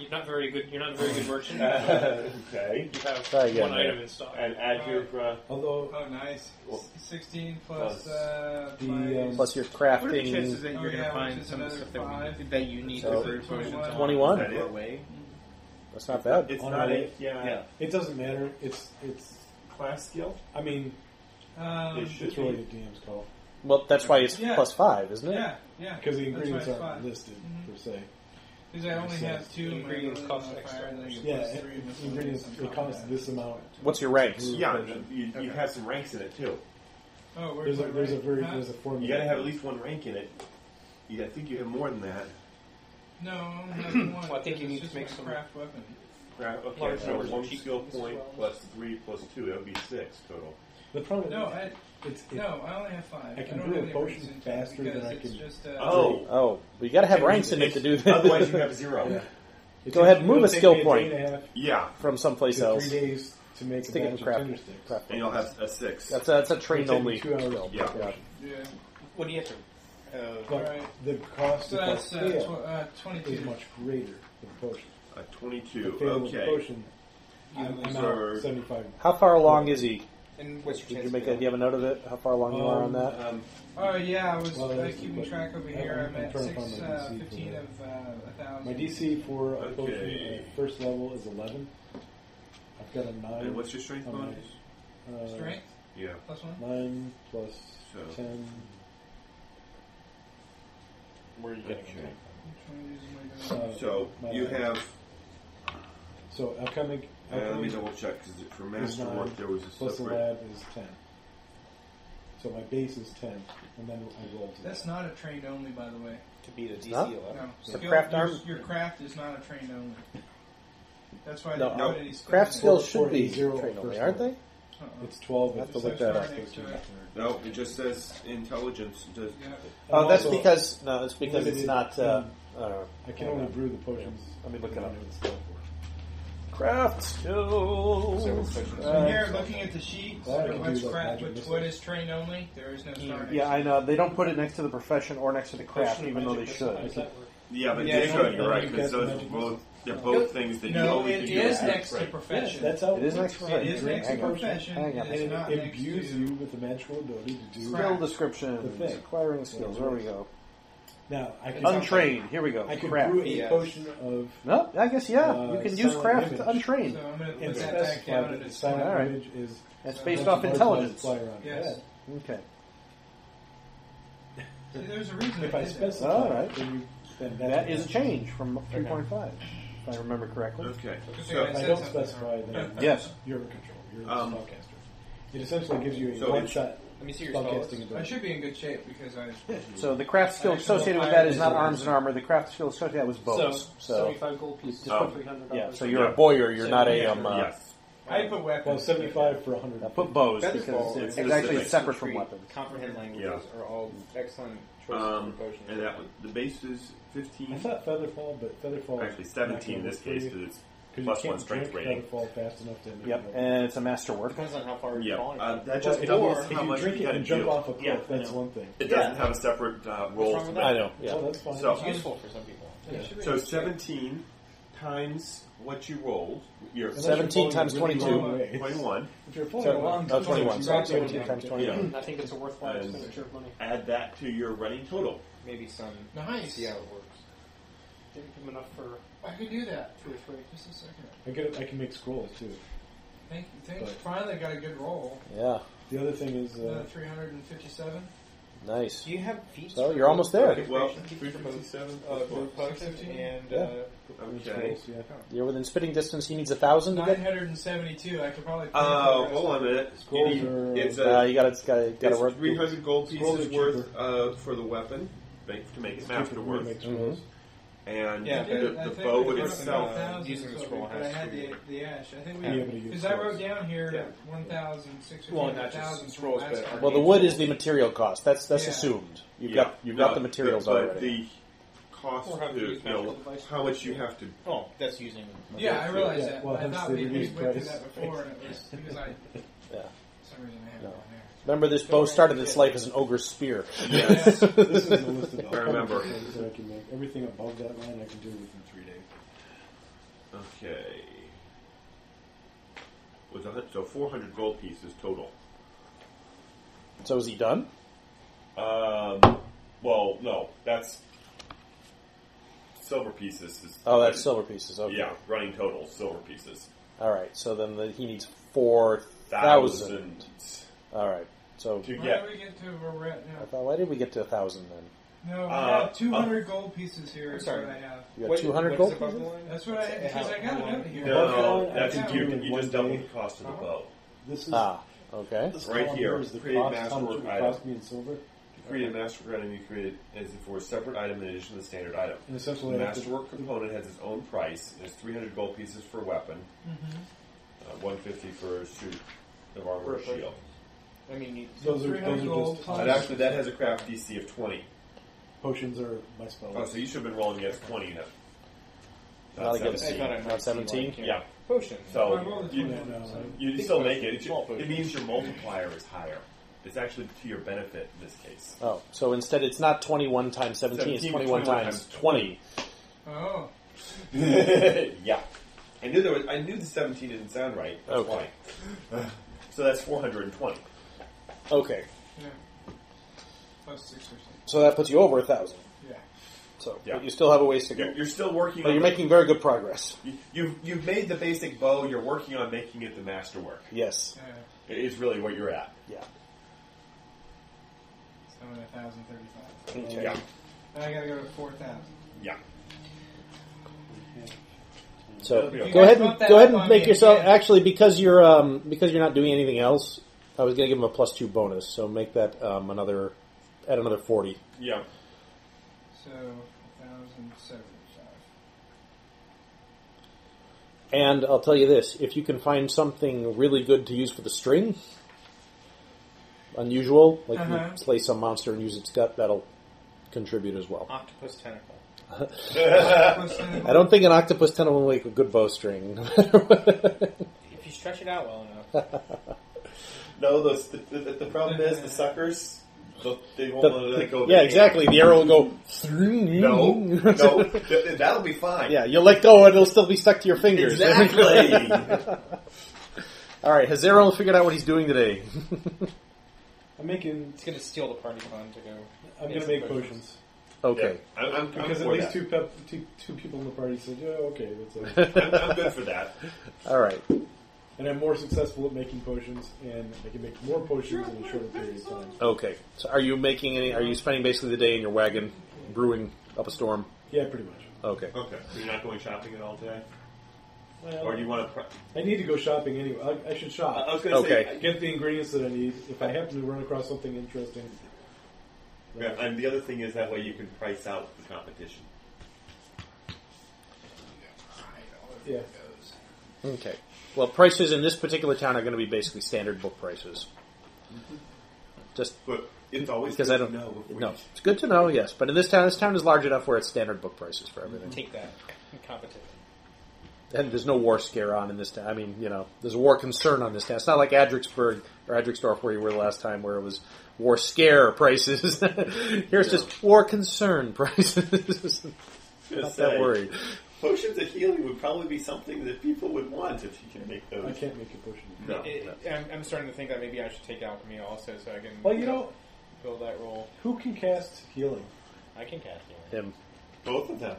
[SPEAKER 6] You're not very good. You're not a very good merchant.
[SPEAKER 1] okay.
[SPEAKER 6] you have
[SPEAKER 2] Try again
[SPEAKER 6] one
[SPEAKER 2] later.
[SPEAKER 6] item in stock.
[SPEAKER 1] And add your. Uh,
[SPEAKER 4] Although
[SPEAKER 3] Oh, nice.
[SPEAKER 1] Well,
[SPEAKER 3] Sixteen plus
[SPEAKER 1] plus
[SPEAKER 3] uh,
[SPEAKER 4] the,
[SPEAKER 3] my-
[SPEAKER 4] um,
[SPEAKER 2] Plus your
[SPEAKER 9] What are the chances
[SPEAKER 2] crafting.
[SPEAKER 9] that
[SPEAKER 3] Oh,
[SPEAKER 9] you're
[SPEAKER 3] yeah,
[SPEAKER 9] gonna
[SPEAKER 3] which
[SPEAKER 9] find
[SPEAKER 3] is
[SPEAKER 9] some of the
[SPEAKER 3] another
[SPEAKER 9] stuff that, we,
[SPEAKER 3] five.
[SPEAKER 9] that you need
[SPEAKER 2] So,
[SPEAKER 9] to brew potions on?
[SPEAKER 2] 21.
[SPEAKER 1] Is that it?
[SPEAKER 9] Away.
[SPEAKER 2] That's not bad.
[SPEAKER 1] it's
[SPEAKER 4] On
[SPEAKER 1] not
[SPEAKER 4] the-
[SPEAKER 1] Uh, a yeah,
[SPEAKER 9] Yeah.
[SPEAKER 4] it doesn't matter. It's it's.
[SPEAKER 1] class skill.
[SPEAKER 4] I mean,
[SPEAKER 3] um,
[SPEAKER 1] It should
[SPEAKER 4] it's really the DM's call
[SPEAKER 2] Well, that's why it's
[SPEAKER 3] Yeah.
[SPEAKER 2] plus five, isn't it?
[SPEAKER 3] yeah, yeah.
[SPEAKER 4] because the
[SPEAKER 3] That's
[SPEAKER 4] ingredients
[SPEAKER 3] my
[SPEAKER 4] aren't
[SPEAKER 3] spot.
[SPEAKER 4] listed
[SPEAKER 2] Mm-hmm.
[SPEAKER 3] Mhm.
[SPEAKER 4] per se.
[SPEAKER 3] Because I only have two
[SPEAKER 6] The ingredients
[SPEAKER 3] my
[SPEAKER 6] cost
[SPEAKER 3] other
[SPEAKER 6] extra.
[SPEAKER 3] fire, and I get
[SPEAKER 4] Yeah,
[SPEAKER 3] plus
[SPEAKER 4] it-
[SPEAKER 3] three miscellaneous
[SPEAKER 4] ingredients.
[SPEAKER 3] on top
[SPEAKER 4] It
[SPEAKER 3] of
[SPEAKER 4] costs
[SPEAKER 3] that.
[SPEAKER 4] this amount.
[SPEAKER 2] What's your ranks?
[SPEAKER 1] Yeah, you, you
[SPEAKER 3] Okay.
[SPEAKER 1] have some ranks in it too.
[SPEAKER 3] Oh, where's
[SPEAKER 4] There's a
[SPEAKER 3] my
[SPEAKER 4] there's a
[SPEAKER 3] rank?
[SPEAKER 4] very
[SPEAKER 3] Huh?
[SPEAKER 4] there's a formula.
[SPEAKER 1] You got to have at least one rank in it. You, I think you have more than that.
[SPEAKER 3] no. I only have one.
[SPEAKER 6] Well, I think you
[SPEAKER 3] It's
[SPEAKER 6] need to
[SPEAKER 3] just
[SPEAKER 6] make
[SPEAKER 3] my
[SPEAKER 6] some-
[SPEAKER 3] craft weapon.
[SPEAKER 1] Right, okay,
[SPEAKER 6] Large
[SPEAKER 1] so
[SPEAKER 6] numbers of
[SPEAKER 1] one
[SPEAKER 6] cheap
[SPEAKER 1] skill
[SPEAKER 6] as
[SPEAKER 1] point
[SPEAKER 6] well.
[SPEAKER 1] plus three plus two. That would be six total.
[SPEAKER 4] The problem.
[SPEAKER 3] No, I
[SPEAKER 4] it's it,
[SPEAKER 3] no, I only have five.
[SPEAKER 4] I can
[SPEAKER 3] don't
[SPEAKER 4] brew
[SPEAKER 3] have
[SPEAKER 4] a
[SPEAKER 3] any
[SPEAKER 4] potion
[SPEAKER 3] reason to,
[SPEAKER 4] faster than
[SPEAKER 3] because
[SPEAKER 4] I
[SPEAKER 3] it's
[SPEAKER 4] can-
[SPEAKER 3] Just, uh,
[SPEAKER 1] Oh,
[SPEAKER 2] Oh, but you got to have ranks in it to do that.
[SPEAKER 1] Otherwise, you have zero.
[SPEAKER 4] Yeah. it
[SPEAKER 2] Go
[SPEAKER 4] takes-
[SPEAKER 2] ahead, move
[SPEAKER 4] it'll
[SPEAKER 2] a
[SPEAKER 4] take
[SPEAKER 2] skill
[SPEAKER 4] me
[SPEAKER 2] point.
[SPEAKER 4] day and a half
[SPEAKER 1] Yeah,
[SPEAKER 2] from someplace
[SPEAKER 4] to
[SPEAKER 2] else.
[SPEAKER 4] Three days to make
[SPEAKER 2] Stick it
[SPEAKER 4] a
[SPEAKER 2] in
[SPEAKER 4] batch of
[SPEAKER 2] craft.
[SPEAKER 4] tender sticks.
[SPEAKER 2] craft.
[SPEAKER 1] and you'll have a six.
[SPEAKER 2] That's a, that's a
[SPEAKER 4] It'll
[SPEAKER 2] trained
[SPEAKER 4] take me
[SPEAKER 2] only.
[SPEAKER 4] two hours.
[SPEAKER 2] skill.
[SPEAKER 1] Yeah.
[SPEAKER 3] yeah.
[SPEAKER 9] What do you have to? Uh,
[SPEAKER 4] But
[SPEAKER 3] Right.
[SPEAKER 4] the cost
[SPEAKER 3] So
[SPEAKER 4] of
[SPEAKER 3] that's
[SPEAKER 4] the
[SPEAKER 3] uh, tw-
[SPEAKER 4] fail
[SPEAKER 3] uh,
[SPEAKER 4] is
[SPEAKER 3] twenty-two.
[SPEAKER 4] much greater than the potion.
[SPEAKER 1] A
[SPEAKER 4] The
[SPEAKER 1] twenty-two.
[SPEAKER 4] fail of the
[SPEAKER 1] Okay.
[SPEAKER 4] potion, I'm, I'm
[SPEAKER 1] Or-
[SPEAKER 4] out seventy-five.
[SPEAKER 2] How far along is he?
[SPEAKER 9] and what's your
[SPEAKER 2] Did
[SPEAKER 9] chance?
[SPEAKER 2] you make a,
[SPEAKER 9] of
[SPEAKER 2] do you have a note of it? How far along you are on that?
[SPEAKER 1] Um,
[SPEAKER 3] Oh yeah, I was
[SPEAKER 4] Well,
[SPEAKER 3] uh,
[SPEAKER 4] that's-
[SPEAKER 3] keeping
[SPEAKER 4] but-
[SPEAKER 3] track over
[SPEAKER 4] I-
[SPEAKER 3] here.
[SPEAKER 4] I'm
[SPEAKER 3] I'm, at
[SPEAKER 4] trying to
[SPEAKER 3] six,
[SPEAKER 4] find my
[SPEAKER 3] uh,
[SPEAKER 4] DC for
[SPEAKER 3] fifteen
[SPEAKER 4] that.
[SPEAKER 3] of uh, a thousand.
[SPEAKER 4] My DC for a potion
[SPEAKER 1] Okay.
[SPEAKER 4] at first level is eleven. I've got a nine.
[SPEAKER 1] and what's your strength
[SPEAKER 4] on my-
[SPEAKER 1] bonus?
[SPEAKER 4] uh,
[SPEAKER 3] strength
[SPEAKER 1] Yeah.
[SPEAKER 3] plus one.
[SPEAKER 4] Nine plus
[SPEAKER 1] So-
[SPEAKER 4] ten.
[SPEAKER 2] Where are you
[SPEAKER 1] Okay.
[SPEAKER 3] Which one is my-
[SPEAKER 4] Uh,
[SPEAKER 1] So
[SPEAKER 4] my-
[SPEAKER 1] you have.
[SPEAKER 4] so alchemic.
[SPEAKER 1] Uh, let me
[SPEAKER 4] alchemy
[SPEAKER 1] double check because for
[SPEAKER 4] is
[SPEAKER 1] master
[SPEAKER 4] nine,
[SPEAKER 1] work there was a
[SPEAKER 4] plus the
[SPEAKER 1] separate.
[SPEAKER 4] lab is ten. So my base is ten, and then I roll to
[SPEAKER 3] That's not a trained only, by the way.
[SPEAKER 9] it? to beat a DC
[SPEAKER 2] not?
[SPEAKER 4] Uh,
[SPEAKER 9] eleven?
[SPEAKER 3] No,
[SPEAKER 2] So
[SPEAKER 3] Skill-
[SPEAKER 2] craft
[SPEAKER 3] your,
[SPEAKER 2] arm-
[SPEAKER 3] Your craft is not a trained only. That's why
[SPEAKER 2] No,
[SPEAKER 3] they
[SPEAKER 1] no.
[SPEAKER 3] put any skills
[SPEAKER 2] Craft
[SPEAKER 3] in it.
[SPEAKER 2] skills
[SPEAKER 4] Or- or
[SPEAKER 2] should be
[SPEAKER 4] a zero
[SPEAKER 2] trained only,
[SPEAKER 4] first
[SPEAKER 2] aren't they?
[SPEAKER 4] level.
[SPEAKER 3] Uh-uh.
[SPEAKER 4] It's twelve.
[SPEAKER 2] I have
[SPEAKER 4] if
[SPEAKER 2] to
[SPEAKER 4] it's
[SPEAKER 2] look that up.
[SPEAKER 4] first level.
[SPEAKER 1] No, it just says intelligence. It does-
[SPEAKER 3] Yeah.
[SPEAKER 2] Oh, that's
[SPEAKER 4] Also,
[SPEAKER 2] because no, that's because it's
[SPEAKER 4] Uh,
[SPEAKER 2] not.
[SPEAKER 4] limited
[SPEAKER 2] Uh, uh,
[SPEAKER 4] I can only brew the potions.
[SPEAKER 2] Let me look it up.
[SPEAKER 4] It's
[SPEAKER 2] Craft
[SPEAKER 1] Several
[SPEAKER 2] skills.
[SPEAKER 1] questions.
[SPEAKER 2] Uh,
[SPEAKER 3] Here, looking at the sheet,
[SPEAKER 4] Well, I
[SPEAKER 3] so
[SPEAKER 4] can
[SPEAKER 3] much
[SPEAKER 4] do, like,
[SPEAKER 3] crap,
[SPEAKER 4] magic
[SPEAKER 3] but
[SPEAKER 4] missile.
[SPEAKER 3] what is trained only? There is no star.
[SPEAKER 2] Yeah, I know. They don't put it next to the profession or next to the craft,
[SPEAKER 6] Question of
[SPEAKER 2] even though they
[SPEAKER 6] magic missile,
[SPEAKER 2] should.
[SPEAKER 6] is that where-
[SPEAKER 1] Yeah, but
[SPEAKER 4] Yeah,
[SPEAKER 1] Dingo,
[SPEAKER 4] no,
[SPEAKER 1] you're right
[SPEAKER 4] you
[SPEAKER 1] because
[SPEAKER 4] got the
[SPEAKER 1] those are
[SPEAKER 4] magic
[SPEAKER 1] both
[SPEAKER 4] missile.
[SPEAKER 1] they're
[SPEAKER 4] No.
[SPEAKER 1] both things that you
[SPEAKER 3] No,
[SPEAKER 1] only
[SPEAKER 3] it
[SPEAKER 1] can do.
[SPEAKER 3] is
[SPEAKER 1] with-
[SPEAKER 3] next to
[SPEAKER 1] right.
[SPEAKER 4] Yes,
[SPEAKER 3] profession.
[SPEAKER 4] that's how
[SPEAKER 2] It is next to
[SPEAKER 3] It is
[SPEAKER 2] profession.
[SPEAKER 3] next to
[SPEAKER 2] Hang on.
[SPEAKER 3] profession.
[SPEAKER 2] Hang on.
[SPEAKER 3] It is
[SPEAKER 4] And
[SPEAKER 3] not
[SPEAKER 4] it
[SPEAKER 3] next
[SPEAKER 4] imbues
[SPEAKER 3] to-
[SPEAKER 4] you with the magical ability to do.
[SPEAKER 3] Crap.
[SPEAKER 2] Skill
[SPEAKER 4] The
[SPEAKER 2] descriptions,
[SPEAKER 4] thing.
[SPEAKER 2] acquiring skills. There we go.
[SPEAKER 4] Now I can
[SPEAKER 2] Untrained. Here we go.
[SPEAKER 4] I could
[SPEAKER 2] Craft.
[SPEAKER 4] brew a
[SPEAKER 3] Yes.
[SPEAKER 4] potion of
[SPEAKER 2] No, I guess yeah.
[SPEAKER 4] Uh,
[SPEAKER 2] you can use
[SPEAKER 4] silent
[SPEAKER 2] craft
[SPEAKER 4] image.
[SPEAKER 2] untrained.
[SPEAKER 3] So I'm going to put
[SPEAKER 4] and
[SPEAKER 3] that back
[SPEAKER 4] specify
[SPEAKER 3] down
[SPEAKER 4] that
[SPEAKER 3] at
[SPEAKER 4] the
[SPEAKER 3] its
[SPEAKER 4] silent
[SPEAKER 2] All right.
[SPEAKER 4] image is
[SPEAKER 2] That's
[SPEAKER 3] So
[SPEAKER 2] based
[SPEAKER 4] multiplied
[SPEAKER 2] off
[SPEAKER 4] by
[SPEAKER 2] intelligence.
[SPEAKER 4] multiplier on your
[SPEAKER 3] Yes.
[SPEAKER 4] head.
[SPEAKER 2] Okay.
[SPEAKER 3] See, there's a reason.
[SPEAKER 4] If
[SPEAKER 3] I
[SPEAKER 4] I
[SPEAKER 3] did that.
[SPEAKER 4] specify,
[SPEAKER 2] All right.
[SPEAKER 4] then you then
[SPEAKER 2] That is a change from 3.5, if I remember correctly.
[SPEAKER 1] Okay,
[SPEAKER 4] If
[SPEAKER 1] so
[SPEAKER 4] I
[SPEAKER 3] said
[SPEAKER 4] don't
[SPEAKER 3] something wrong.
[SPEAKER 4] specify, then
[SPEAKER 2] Yes.
[SPEAKER 4] you're in control. You're the
[SPEAKER 1] Um,
[SPEAKER 4] spellcaster. It essentially gives you a
[SPEAKER 1] so it's-
[SPEAKER 4] one-shot
[SPEAKER 6] Let me see your spells.
[SPEAKER 4] spellcasting
[SPEAKER 3] I
[SPEAKER 4] ability.
[SPEAKER 3] should be in good shape because I.
[SPEAKER 2] So the craft skill
[SPEAKER 3] I actually
[SPEAKER 2] associated with
[SPEAKER 3] don't
[SPEAKER 2] that
[SPEAKER 3] find
[SPEAKER 2] is not
[SPEAKER 4] it.
[SPEAKER 2] arms and armor. The craft skill associated with that was
[SPEAKER 6] So,
[SPEAKER 2] bows. So,
[SPEAKER 6] 75 gold pieces,
[SPEAKER 1] Oh.
[SPEAKER 6] three hundred
[SPEAKER 2] yeah.
[SPEAKER 6] dollars.
[SPEAKER 2] So you're
[SPEAKER 1] Yeah.
[SPEAKER 2] a boyer. You're
[SPEAKER 6] So,
[SPEAKER 2] not a
[SPEAKER 6] yeah,
[SPEAKER 2] um. Uh,
[SPEAKER 1] yes.
[SPEAKER 3] I put
[SPEAKER 4] Well,
[SPEAKER 3] weapons.
[SPEAKER 4] seventy-five for hundred.
[SPEAKER 2] I put bows because
[SPEAKER 9] Featherball
[SPEAKER 2] it's,
[SPEAKER 1] is
[SPEAKER 2] it's actually
[SPEAKER 1] specific.
[SPEAKER 2] separate from weapons.
[SPEAKER 9] Comprehend languages
[SPEAKER 1] Yeah.
[SPEAKER 9] are all excellent choices
[SPEAKER 1] Um,
[SPEAKER 9] for potions.
[SPEAKER 1] and that was, the base is
[SPEAKER 4] I
[SPEAKER 1] fifteen.
[SPEAKER 4] thought featherfall, but featherfall is
[SPEAKER 1] Actually, seventeen in
[SPEAKER 4] not
[SPEAKER 1] this
[SPEAKER 4] gonna work
[SPEAKER 1] case
[SPEAKER 4] for you,
[SPEAKER 1] because
[SPEAKER 4] 'cause
[SPEAKER 1] it's
[SPEAKER 4] you
[SPEAKER 1] plus
[SPEAKER 4] can't
[SPEAKER 1] one strength
[SPEAKER 4] drink
[SPEAKER 1] rating.
[SPEAKER 4] Featherfall fast enough to make
[SPEAKER 2] Yep,
[SPEAKER 4] it work.
[SPEAKER 2] and it's a masterwork.
[SPEAKER 9] Depends on how far
[SPEAKER 1] Yeah,
[SPEAKER 9] you're falling.
[SPEAKER 1] uh,
[SPEAKER 9] from.
[SPEAKER 1] that just
[SPEAKER 4] Well,
[SPEAKER 1] doubles
[SPEAKER 4] if
[SPEAKER 1] how
[SPEAKER 4] you
[SPEAKER 1] much
[SPEAKER 4] drink
[SPEAKER 1] you
[SPEAKER 4] it
[SPEAKER 1] gotta
[SPEAKER 4] and jump
[SPEAKER 1] do.
[SPEAKER 4] off a cliff,
[SPEAKER 9] Yeah, I
[SPEAKER 4] that's
[SPEAKER 9] know.
[SPEAKER 4] one thing.
[SPEAKER 1] It doesn't have a separate uh, roll.
[SPEAKER 9] wrong
[SPEAKER 1] for
[SPEAKER 9] with
[SPEAKER 1] that.
[SPEAKER 9] that?
[SPEAKER 2] know.
[SPEAKER 4] Oh, that's fine.
[SPEAKER 1] So-
[SPEAKER 9] It's useful for some people.
[SPEAKER 1] So seventeen times what you rolled, your
[SPEAKER 4] Unless you're
[SPEAKER 2] 17
[SPEAKER 4] falling
[SPEAKER 2] times
[SPEAKER 4] a really
[SPEAKER 2] 22.
[SPEAKER 4] long way.
[SPEAKER 1] twenty-one.
[SPEAKER 4] If you're falling along,
[SPEAKER 2] Oh, 21.
[SPEAKER 4] Exactly.
[SPEAKER 2] 17 times 21.
[SPEAKER 1] Yeah.
[SPEAKER 6] I think it's a worthwhile
[SPEAKER 1] And-
[SPEAKER 6] expenditure of money.
[SPEAKER 1] Add that to your running total.
[SPEAKER 9] Maybe some.
[SPEAKER 3] Nice.
[SPEAKER 9] See how it works.
[SPEAKER 6] Didn't give him enough for
[SPEAKER 3] I could do that.
[SPEAKER 6] two or three.
[SPEAKER 3] Just a second.
[SPEAKER 4] I could, I can make scrolls too.
[SPEAKER 3] Thank you. Thank
[SPEAKER 4] But-
[SPEAKER 3] you. Finally got a good roll.
[SPEAKER 2] Yeah,
[SPEAKER 4] The other thing is,
[SPEAKER 3] Uh,
[SPEAKER 4] uh,
[SPEAKER 3] 357.
[SPEAKER 2] nice.
[SPEAKER 9] Do you have feats?
[SPEAKER 2] So you're almost there.
[SPEAKER 1] Okay, well,
[SPEAKER 9] Keep your potions.
[SPEAKER 1] 357
[SPEAKER 9] Uh,
[SPEAKER 1] plus four.
[SPEAKER 9] for potions and
[SPEAKER 4] Yeah.
[SPEAKER 9] uh,
[SPEAKER 1] Okay.
[SPEAKER 4] scrolls, yeah.
[SPEAKER 2] You're within spitting distance. He needs a thousand to get.
[SPEAKER 3] 972. I could probably.
[SPEAKER 1] Uh, hold on a minute.
[SPEAKER 4] Scrolls
[SPEAKER 1] You need-
[SPEAKER 4] are,
[SPEAKER 1] it's
[SPEAKER 2] Uh,
[SPEAKER 1] a,
[SPEAKER 2] you gotta gotta gotta
[SPEAKER 1] it's
[SPEAKER 2] work.
[SPEAKER 1] 300 gold
[SPEAKER 4] Scrolls
[SPEAKER 1] pieces
[SPEAKER 4] are
[SPEAKER 1] worth
[SPEAKER 4] cheaper.
[SPEAKER 1] uh, for the weapon make, to make
[SPEAKER 4] It's
[SPEAKER 1] it
[SPEAKER 4] cheaper
[SPEAKER 1] master
[SPEAKER 4] for me to
[SPEAKER 1] worth.
[SPEAKER 4] make scrolls.
[SPEAKER 1] And
[SPEAKER 9] Yeah,
[SPEAKER 1] the,
[SPEAKER 3] I
[SPEAKER 1] the
[SPEAKER 3] think
[SPEAKER 1] bow
[SPEAKER 3] we
[SPEAKER 1] in
[SPEAKER 3] wrote
[SPEAKER 1] itself.
[SPEAKER 3] 1,000
[SPEAKER 9] Using the
[SPEAKER 3] is what
[SPEAKER 9] scroll
[SPEAKER 3] we- But I
[SPEAKER 9] has
[SPEAKER 3] had
[SPEAKER 9] to
[SPEAKER 3] the,
[SPEAKER 9] be-
[SPEAKER 3] the ash. I think we
[SPEAKER 4] Be able to
[SPEAKER 3] have.
[SPEAKER 4] use
[SPEAKER 3] Because I wrote
[SPEAKER 4] scrolls.
[SPEAKER 3] down here
[SPEAKER 9] Yeah.
[SPEAKER 3] 1,600.
[SPEAKER 9] Well, not just
[SPEAKER 3] 1,000
[SPEAKER 9] scrolls,
[SPEAKER 3] last
[SPEAKER 9] but
[SPEAKER 3] time.
[SPEAKER 2] Well, the wood is the material cost. That's that's
[SPEAKER 3] Yeah.
[SPEAKER 2] assumed. You've
[SPEAKER 1] Yeah.
[SPEAKER 2] got you've
[SPEAKER 1] No,
[SPEAKER 2] got the materials
[SPEAKER 1] but, but
[SPEAKER 2] already.
[SPEAKER 1] the cost
[SPEAKER 6] Or how
[SPEAKER 1] to,
[SPEAKER 6] to
[SPEAKER 1] you
[SPEAKER 6] use magical
[SPEAKER 1] know,
[SPEAKER 6] devices.
[SPEAKER 1] how much you have to
[SPEAKER 9] Oh, that's using.
[SPEAKER 3] Yeah, I realized
[SPEAKER 4] Yeah,
[SPEAKER 3] that.
[SPEAKER 4] well,
[SPEAKER 3] I
[SPEAKER 4] hence
[SPEAKER 3] thought
[SPEAKER 4] the
[SPEAKER 3] we, we
[SPEAKER 4] reduced
[SPEAKER 3] went through
[SPEAKER 4] price.
[SPEAKER 3] that before, and it was because I, for
[SPEAKER 2] Yeah.
[SPEAKER 3] some reason, I had
[SPEAKER 2] No.
[SPEAKER 3] it on
[SPEAKER 2] Remember, this bow started its life as an ogre's spear.
[SPEAKER 1] Yes.
[SPEAKER 4] This is a list of all
[SPEAKER 1] I remember.
[SPEAKER 4] kinds of things that I can make. Everything above that line I can do within three days.
[SPEAKER 1] Okay. Was a hun- so 400 gold pieces total.
[SPEAKER 2] So is he done?
[SPEAKER 1] Um, well, no, that's silver pieces. Is
[SPEAKER 2] Oh, that's silver pieces. Okay.
[SPEAKER 1] Yeah, running total silver pieces.
[SPEAKER 2] All right. So then the, he needs four thousand.
[SPEAKER 1] Thousand
[SPEAKER 2] All right. So
[SPEAKER 1] to
[SPEAKER 3] there. Why
[SPEAKER 1] get.
[SPEAKER 3] did we get to where we're at
[SPEAKER 2] I
[SPEAKER 3] now?
[SPEAKER 2] thought, why did we get to a thousand then?
[SPEAKER 3] No, I
[SPEAKER 1] Uh,
[SPEAKER 3] have 200 gold pieces here.
[SPEAKER 9] I'm
[SPEAKER 3] is
[SPEAKER 9] sorry.
[SPEAKER 3] what I have.
[SPEAKER 2] You got two hundred gold pieces.
[SPEAKER 3] That's what I had because I got it out here.
[SPEAKER 1] No, that's
[SPEAKER 3] Yeah.
[SPEAKER 1] you. You just doubled the
[SPEAKER 4] double.
[SPEAKER 1] cost of the bow.
[SPEAKER 4] This is
[SPEAKER 2] Ah. Okay.
[SPEAKER 4] this
[SPEAKER 1] Right
[SPEAKER 4] column
[SPEAKER 1] here.
[SPEAKER 4] is the
[SPEAKER 1] Create
[SPEAKER 4] cost, how
[SPEAKER 1] masterwork
[SPEAKER 4] much it would
[SPEAKER 1] item.
[SPEAKER 4] cost me in silver.
[SPEAKER 1] To create a masterwork item, you create it as if it were a separate item in addition to the standard item.
[SPEAKER 4] And essentially,
[SPEAKER 1] The
[SPEAKER 4] I have to,
[SPEAKER 1] masterwork component has its own price. It's 300 gold pieces for a weapon,
[SPEAKER 4] Mm-hmm.
[SPEAKER 1] uh, 150 for a suit of armor or
[SPEAKER 9] For a
[SPEAKER 1] shield.
[SPEAKER 9] I mean, you,
[SPEAKER 4] those are
[SPEAKER 3] 300
[SPEAKER 4] those are
[SPEAKER 3] gold
[SPEAKER 4] just
[SPEAKER 3] plus-
[SPEAKER 1] And actually, that has a craft DC of 20.
[SPEAKER 4] potions are my spell.
[SPEAKER 1] Oh, so you should have been rolling against 20 then.
[SPEAKER 2] Not
[SPEAKER 1] Not
[SPEAKER 2] against-
[SPEAKER 9] I
[SPEAKER 1] 17.
[SPEAKER 9] thought I
[SPEAKER 2] Not
[SPEAKER 9] might see,
[SPEAKER 2] 17?
[SPEAKER 9] like, you know,
[SPEAKER 1] Yeah.
[SPEAKER 9] Potion.
[SPEAKER 3] I rolled
[SPEAKER 1] So
[SPEAKER 3] a
[SPEAKER 1] you,
[SPEAKER 3] 21,
[SPEAKER 4] no,
[SPEAKER 3] so-
[SPEAKER 1] you still make it. It,
[SPEAKER 9] Small
[SPEAKER 1] it means your multiplier is higher. It's actually to your benefit in this case.
[SPEAKER 2] Oh, so instead it's not 21 times 17, it's 21, times 20.
[SPEAKER 3] Oh,
[SPEAKER 1] yeah. I knew there was, I knew the 17 didn't sound right. That's
[SPEAKER 2] Okay.
[SPEAKER 1] why. So that's 420.
[SPEAKER 2] Okay,
[SPEAKER 3] yeah. Plus 6 or something.
[SPEAKER 2] so that puts you over a 1,000.
[SPEAKER 3] Yeah.
[SPEAKER 2] So
[SPEAKER 1] Yeah.
[SPEAKER 2] but you still have a ways to go.
[SPEAKER 1] You're, you're still working
[SPEAKER 2] but
[SPEAKER 1] on
[SPEAKER 2] Oh, you're making very good progress.
[SPEAKER 1] you, you've, you've made the basic bow, you're working on making it the masterwork.
[SPEAKER 2] Yes.
[SPEAKER 3] Yeah.
[SPEAKER 1] It is really what you're at.
[SPEAKER 2] Yeah.
[SPEAKER 3] So I'm at 1,035.
[SPEAKER 1] Yeah.
[SPEAKER 3] Now I gotta go to 4,000.
[SPEAKER 1] Yeah.
[SPEAKER 2] So
[SPEAKER 1] Yeah.
[SPEAKER 2] go ahead and
[SPEAKER 3] Bump that
[SPEAKER 2] go ahead
[SPEAKER 3] up
[SPEAKER 2] and
[SPEAKER 3] on
[SPEAKER 2] make
[SPEAKER 3] me
[SPEAKER 2] yourself
[SPEAKER 3] again.
[SPEAKER 2] actually because you're um, because you're not doing anything else. I was going to give him a plus 2 bonus, so make that um, another at another 40.
[SPEAKER 1] Yeah.
[SPEAKER 3] So 1,075.
[SPEAKER 2] And I'll tell you this, if you can find something really good to use for the string, unusual, like
[SPEAKER 3] Uh-huh.
[SPEAKER 1] Uh-huh.
[SPEAKER 2] you slay some monster and use its gut, that'll contribute as well.
[SPEAKER 9] Octopus tentacle.
[SPEAKER 7] Listen,
[SPEAKER 2] I don't think an octopus tentacle will make a good bowstring. no matter what.
[SPEAKER 3] If you stretch it out well enough.
[SPEAKER 1] No, those, the, the, the problem is the suckers. they'll- They won't
[SPEAKER 2] The-
[SPEAKER 1] let it go.
[SPEAKER 2] yeah, exactly. The arrow will go.
[SPEAKER 1] No, no, th- that'll be fine.
[SPEAKER 2] yeah, you'll let go and it'll still be stuck to your fingers.
[SPEAKER 1] Exactly.
[SPEAKER 2] All right, has Arrow figured out what he's doing today?
[SPEAKER 4] I'm making.
[SPEAKER 3] It's going to steal the party fun to go.
[SPEAKER 4] I'm
[SPEAKER 3] Make
[SPEAKER 4] gonna
[SPEAKER 3] some
[SPEAKER 4] make
[SPEAKER 3] potions.
[SPEAKER 4] potions
[SPEAKER 2] okay.
[SPEAKER 1] Yeah, I'm, I'm,
[SPEAKER 4] because
[SPEAKER 1] I'm
[SPEAKER 4] at
[SPEAKER 1] for that.
[SPEAKER 4] least two, pep, two two people in the party said, "Yeah, okay, that's it."
[SPEAKER 1] I'm, I'm good for that.
[SPEAKER 2] All right.
[SPEAKER 4] and I'm more successful at making potions, and I can make more potions in a shorter period of time.
[SPEAKER 2] Okay. So are you making any? Are you spending basically the day in your wagon brewing up a storm?
[SPEAKER 4] Yeah, pretty much.
[SPEAKER 2] Okay.
[SPEAKER 1] Okay, so you're not going shopping at all today,
[SPEAKER 4] Well,
[SPEAKER 1] or do you want to? Pre-
[SPEAKER 4] I need to go shopping anyway. I, I should
[SPEAKER 1] I I
[SPEAKER 4] shop.
[SPEAKER 1] was going to
[SPEAKER 2] Okay.
[SPEAKER 4] Get the ingredients that I need. If I happen to run across something interesting,
[SPEAKER 1] say, yeah, and the other thing is that way you can price out the competition.
[SPEAKER 4] yeah.
[SPEAKER 2] Okay. Well, prices in this particular town are going to be basically standard book prices. Just
[SPEAKER 1] But it's always
[SPEAKER 2] because
[SPEAKER 1] good
[SPEAKER 2] I don't
[SPEAKER 1] to know. if we-
[SPEAKER 2] No, it's good to know. Yes, but in this town, this town is large enough where it's standard book prices for everything.
[SPEAKER 3] Take that. Incompetent.
[SPEAKER 2] and there's no war scare on in this town. I mean, you know, there's a war concern on this town. It's not like Adrixburg or Adrixdorf where you were the last time, where it was war scare prices. Here's just war concern prices.
[SPEAKER 1] I was
[SPEAKER 2] not
[SPEAKER 1] gonna
[SPEAKER 2] that
[SPEAKER 1] say,
[SPEAKER 2] worried.
[SPEAKER 1] Potions of healing would probably be something that people would want if you can make those.
[SPEAKER 4] I can't make a potion.
[SPEAKER 1] No.
[SPEAKER 3] It- it- I'm, I'm starting to think that maybe I should take alchemy also, so I can.
[SPEAKER 4] Well, you know,
[SPEAKER 3] build that roll.
[SPEAKER 4] who can cast healing?
[SPEAKER 3] I can cast healing.
[SPEAKER 2] Him.
[SPEAKER 1] Both of them.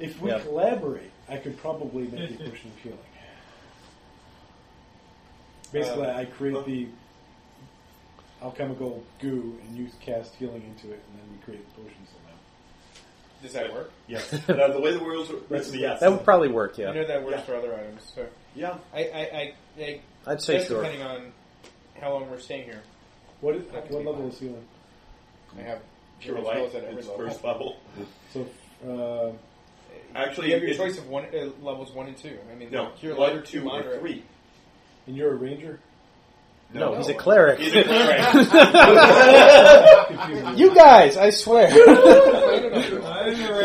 [SPEAKER 4] If we
[SPEAKER 2] Yeah.
[SPEAKER 4] collaborate, I could probably make a potion of healing. Basically,
[SPEAKER 3] Uh,
[SPEAKER 4] I create the alchemical goo and you cast healing into it, and then we create the potion somehow.
[SPEAKER 3] Does that work?
[SPEAKER 1] Yes. now, the way the world's written, yes.
[SPEAKER 2] That would probably work. Yeah,
[SPEAKER 3] I know that works
[SPEAKER 1] Yeah.
[SPEAKER 3] for other items. So
[SPEAKER 1] yeah.
[SPEAKER 3] I, I, I, I
[SPEAKER 2] I'd say
[SPEAKER 3] just
[SPEAKER 2] sure.
[SPEAKER 3] depending on how long we're staying here,
[SPEAKER 4] What, is,
[SPEAKER 3] That could
[SPEAKER 4] what
[SPEAKER 3] be
[SPEAKER 4] level
[SPEAKER 3] fine.
[SPEAKER 4] is healing?
[SPEAKER 3] I have
[SPEAKER 1] Pure
[SPEAKER 3] as well
[SPEAKER 1] light
[SPEAKER 3] as at every
[SPEAKER 1] is
[SPEAKER 3] level.
[SPEAKER 1] first level.
[SPEAKER 4] So, uh,
[SPEAKER 1] Actually,
[SPEAKER 3] you have your
[SPEAKER 1] it-
[SPEAKER 3] choice of one uh, levels one and two. I mean,
[SPEAKER 1] No,
[SPEAKER 3] cure
[SPEAKER 1] one
[SPEAKER 3] light
[SPEAKER 1] or two
[SPEAKER 3] moderate.
[SPEAKER 1] or three.
[SPEAKER 4] and you're a ranger?
[SPEAKER 2] No, he's a
[SPEAKER 3] no.
[SPEAKER 2] cleric.
[SPEAKER 1] He's a cleric.
[SPEAKER 4] Confusing.
[SPEAKER 2] You guys, I swear.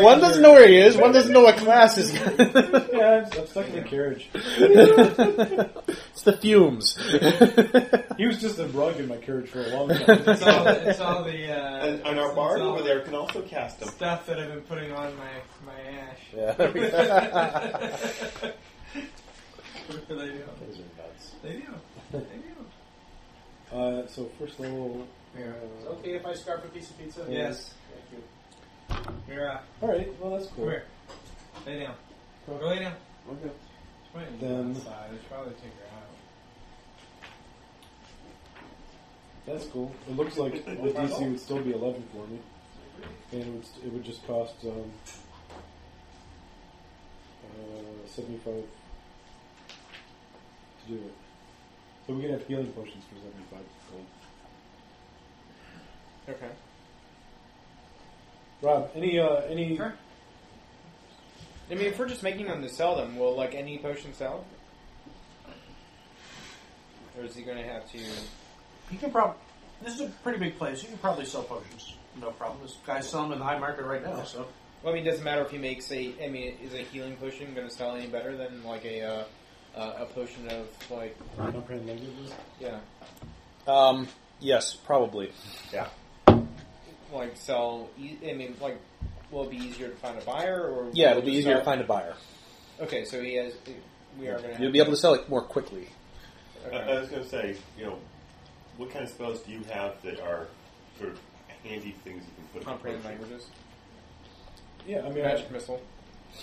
[SPEAKER 2] one doesn't know where he is. One doesn't know what class is.
[SPEAKER 4] yeah, I'm, I'm stuck in the carriage.
[SPEAKER 2] it's the fumes.
[SPEAKER 4] He was just a rug in my carriage for a long time.
[SPEAKER 7] it's all the, it's all the uh,
[SPEAKER 1] and, and our
[SPEAKER 7] it's
[SPEAKER 1] bard
[SPEAKER 7] all
[SPEAKER 1] over
[SPEAKER 7] the
[SPEAKER 1] there can also cast them.
[SPEAKER 7] stuff that I've been putting on my my ash.
[SPEAKER 2] yeah, there we go.
[SPEAKER 7] they do.
[SPEAKER 4] Those are nuts.
[SPEAKER 7] They do. They do.
[SPEAKER 4] Uh, so, first level. uh,
[SPEAKER 7] Mira.
[SPEAKER 9] okay if I scarf a piece of pizza?
[SPEAKER 7] Yes.
[SPEAKER 9] Thank
[SPEAKER 7] Mira,
[SPEAKER 4] Alright, well, that's
[SPEAKER 7] come
[SPEAKER 4] cool.
[SPEAKER 7] here. Lay down. Go lay down.
[SPEAKER 1] Okay.
[SPEAKER 7] She might be
[SPEAKER 4] Then-
[SPEAKER 7] outside. I should probably take her out.
[SPEAKER 4] That's cool. It looks like the DC would still be 11 for me. And it would, st- it would just cost um, uh, 75 to do it. So we can have healing potions for 75 gold.
[SPEAKER 3] Okay.
[SPEAKER 4] Rob, any uh, any
[SPEAKER 7] Sure.
[SPEAKER 3] I mean, if we're just making them to sell them, will like any potion sell? Or is he going to have to?
[SPEAKER 5] You can probably. This is a pretty big place. You can probably sell potions. No problem. This guy's selling in the high market right now. So
[SPEAKER 3] Well, I mean, it doesn't matter if he makes a. I mean, is a healing potion going to sell any better than like a uh, uh, a potion of like
[SPEAKER 4] comprehend languages?
[SPEAKER 3] yeah,
[SPEAKER 2] Um, yes, probably.
[SPEAKER 1] Yeah.
[SPEAKER 3] like sell? e- I mean, like will it be easier to find a buyer or? will
[SPEAKER 2] Yeah, it'll
[SPEAKER 3] it
[SPEAKER 2] be
[SPEAKER 3] just
[SPEAKER 2] easier to
[SPEAKER 3] sell-
[SPEAKER 2] find a buyer.
[SPEAKER 3] Okay, so he has. We are going to.
[SPEAKER 2] You'll be able to sell it more quickly.
[SPEAKER 1] I,
[SPEAKER 3] Uh,
[SPEAKER 1] I was going to say, you know, what kind of spells do you have that are sort of handy things you can put in
[SPEAKER 3] comprehend
[SPEAKER 1] potions?
[SPEAKER 3] languages.
[SPEAKER 4] Yeah, I mean, I,
[SPEAKER 3] Magic missile.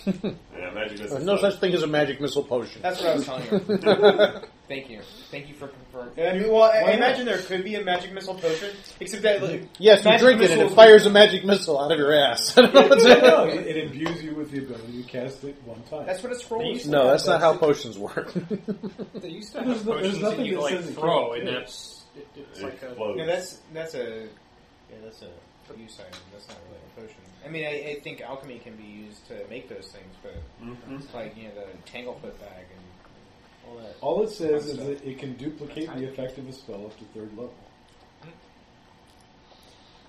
[SPEAKER 1] Yeah, magic is
[SPEAKER 2] There's no such thing as a magic missile potion.
[SPEAKER 3] That's what I was telling you. Thank you. Thank you for confirming. I mean, well, I, I imagine there could be a magic missile potion, except that like,
[SPEAKER 2] Yes, you
[SPEAKER 3] magic
[SPEAKER 2] drink it and it
[SPEAKER 3] missile-
[SPEAKER 2] fires a magic missile out of your ass. I don't know what's-
[SPEAKER 4] no, it, it imbues you with the ability to cast it one time.
[SPEAKER 3] That's what a scroll
[SPEAKER 6] They
[SPEAKER 3] is.
[SPEAKER 6] used
[SPEAKER 2] no, that's not how potions work.
[SPEAKER 3] They used to
[SPEAKER 4] There's
[SPEAKER 3] have.
[SPEAKER 4] no-
[SPEAKER 6] potions
[SPEAKER 4] there's nothing
[SPEAKER 6] that you
[SPEAKER 4] that
[SPEAKER 6] like
[SPEAKER 4] says it
[SPEAKER 6] throw,
[SPEAKER 4] can't
[SPEAKER 6] and
[SPEAKER 4] do it.
[SPEAKER 6] that's it, it's like a
[SPEAKER 1] Explodes.
[SPEAKER 3] No, that's that's a. Yeah, that's a use item. That's not really a potion. I mean, I, I think alchemy can be used to make those things, but
[SPEAKER 1] Mhm.
[SPEAKER 3] it's like you know the tanglefoot bag and all that.
[SPEAKER 4] All it says is that it can duplicate the effect of a spell up to third level.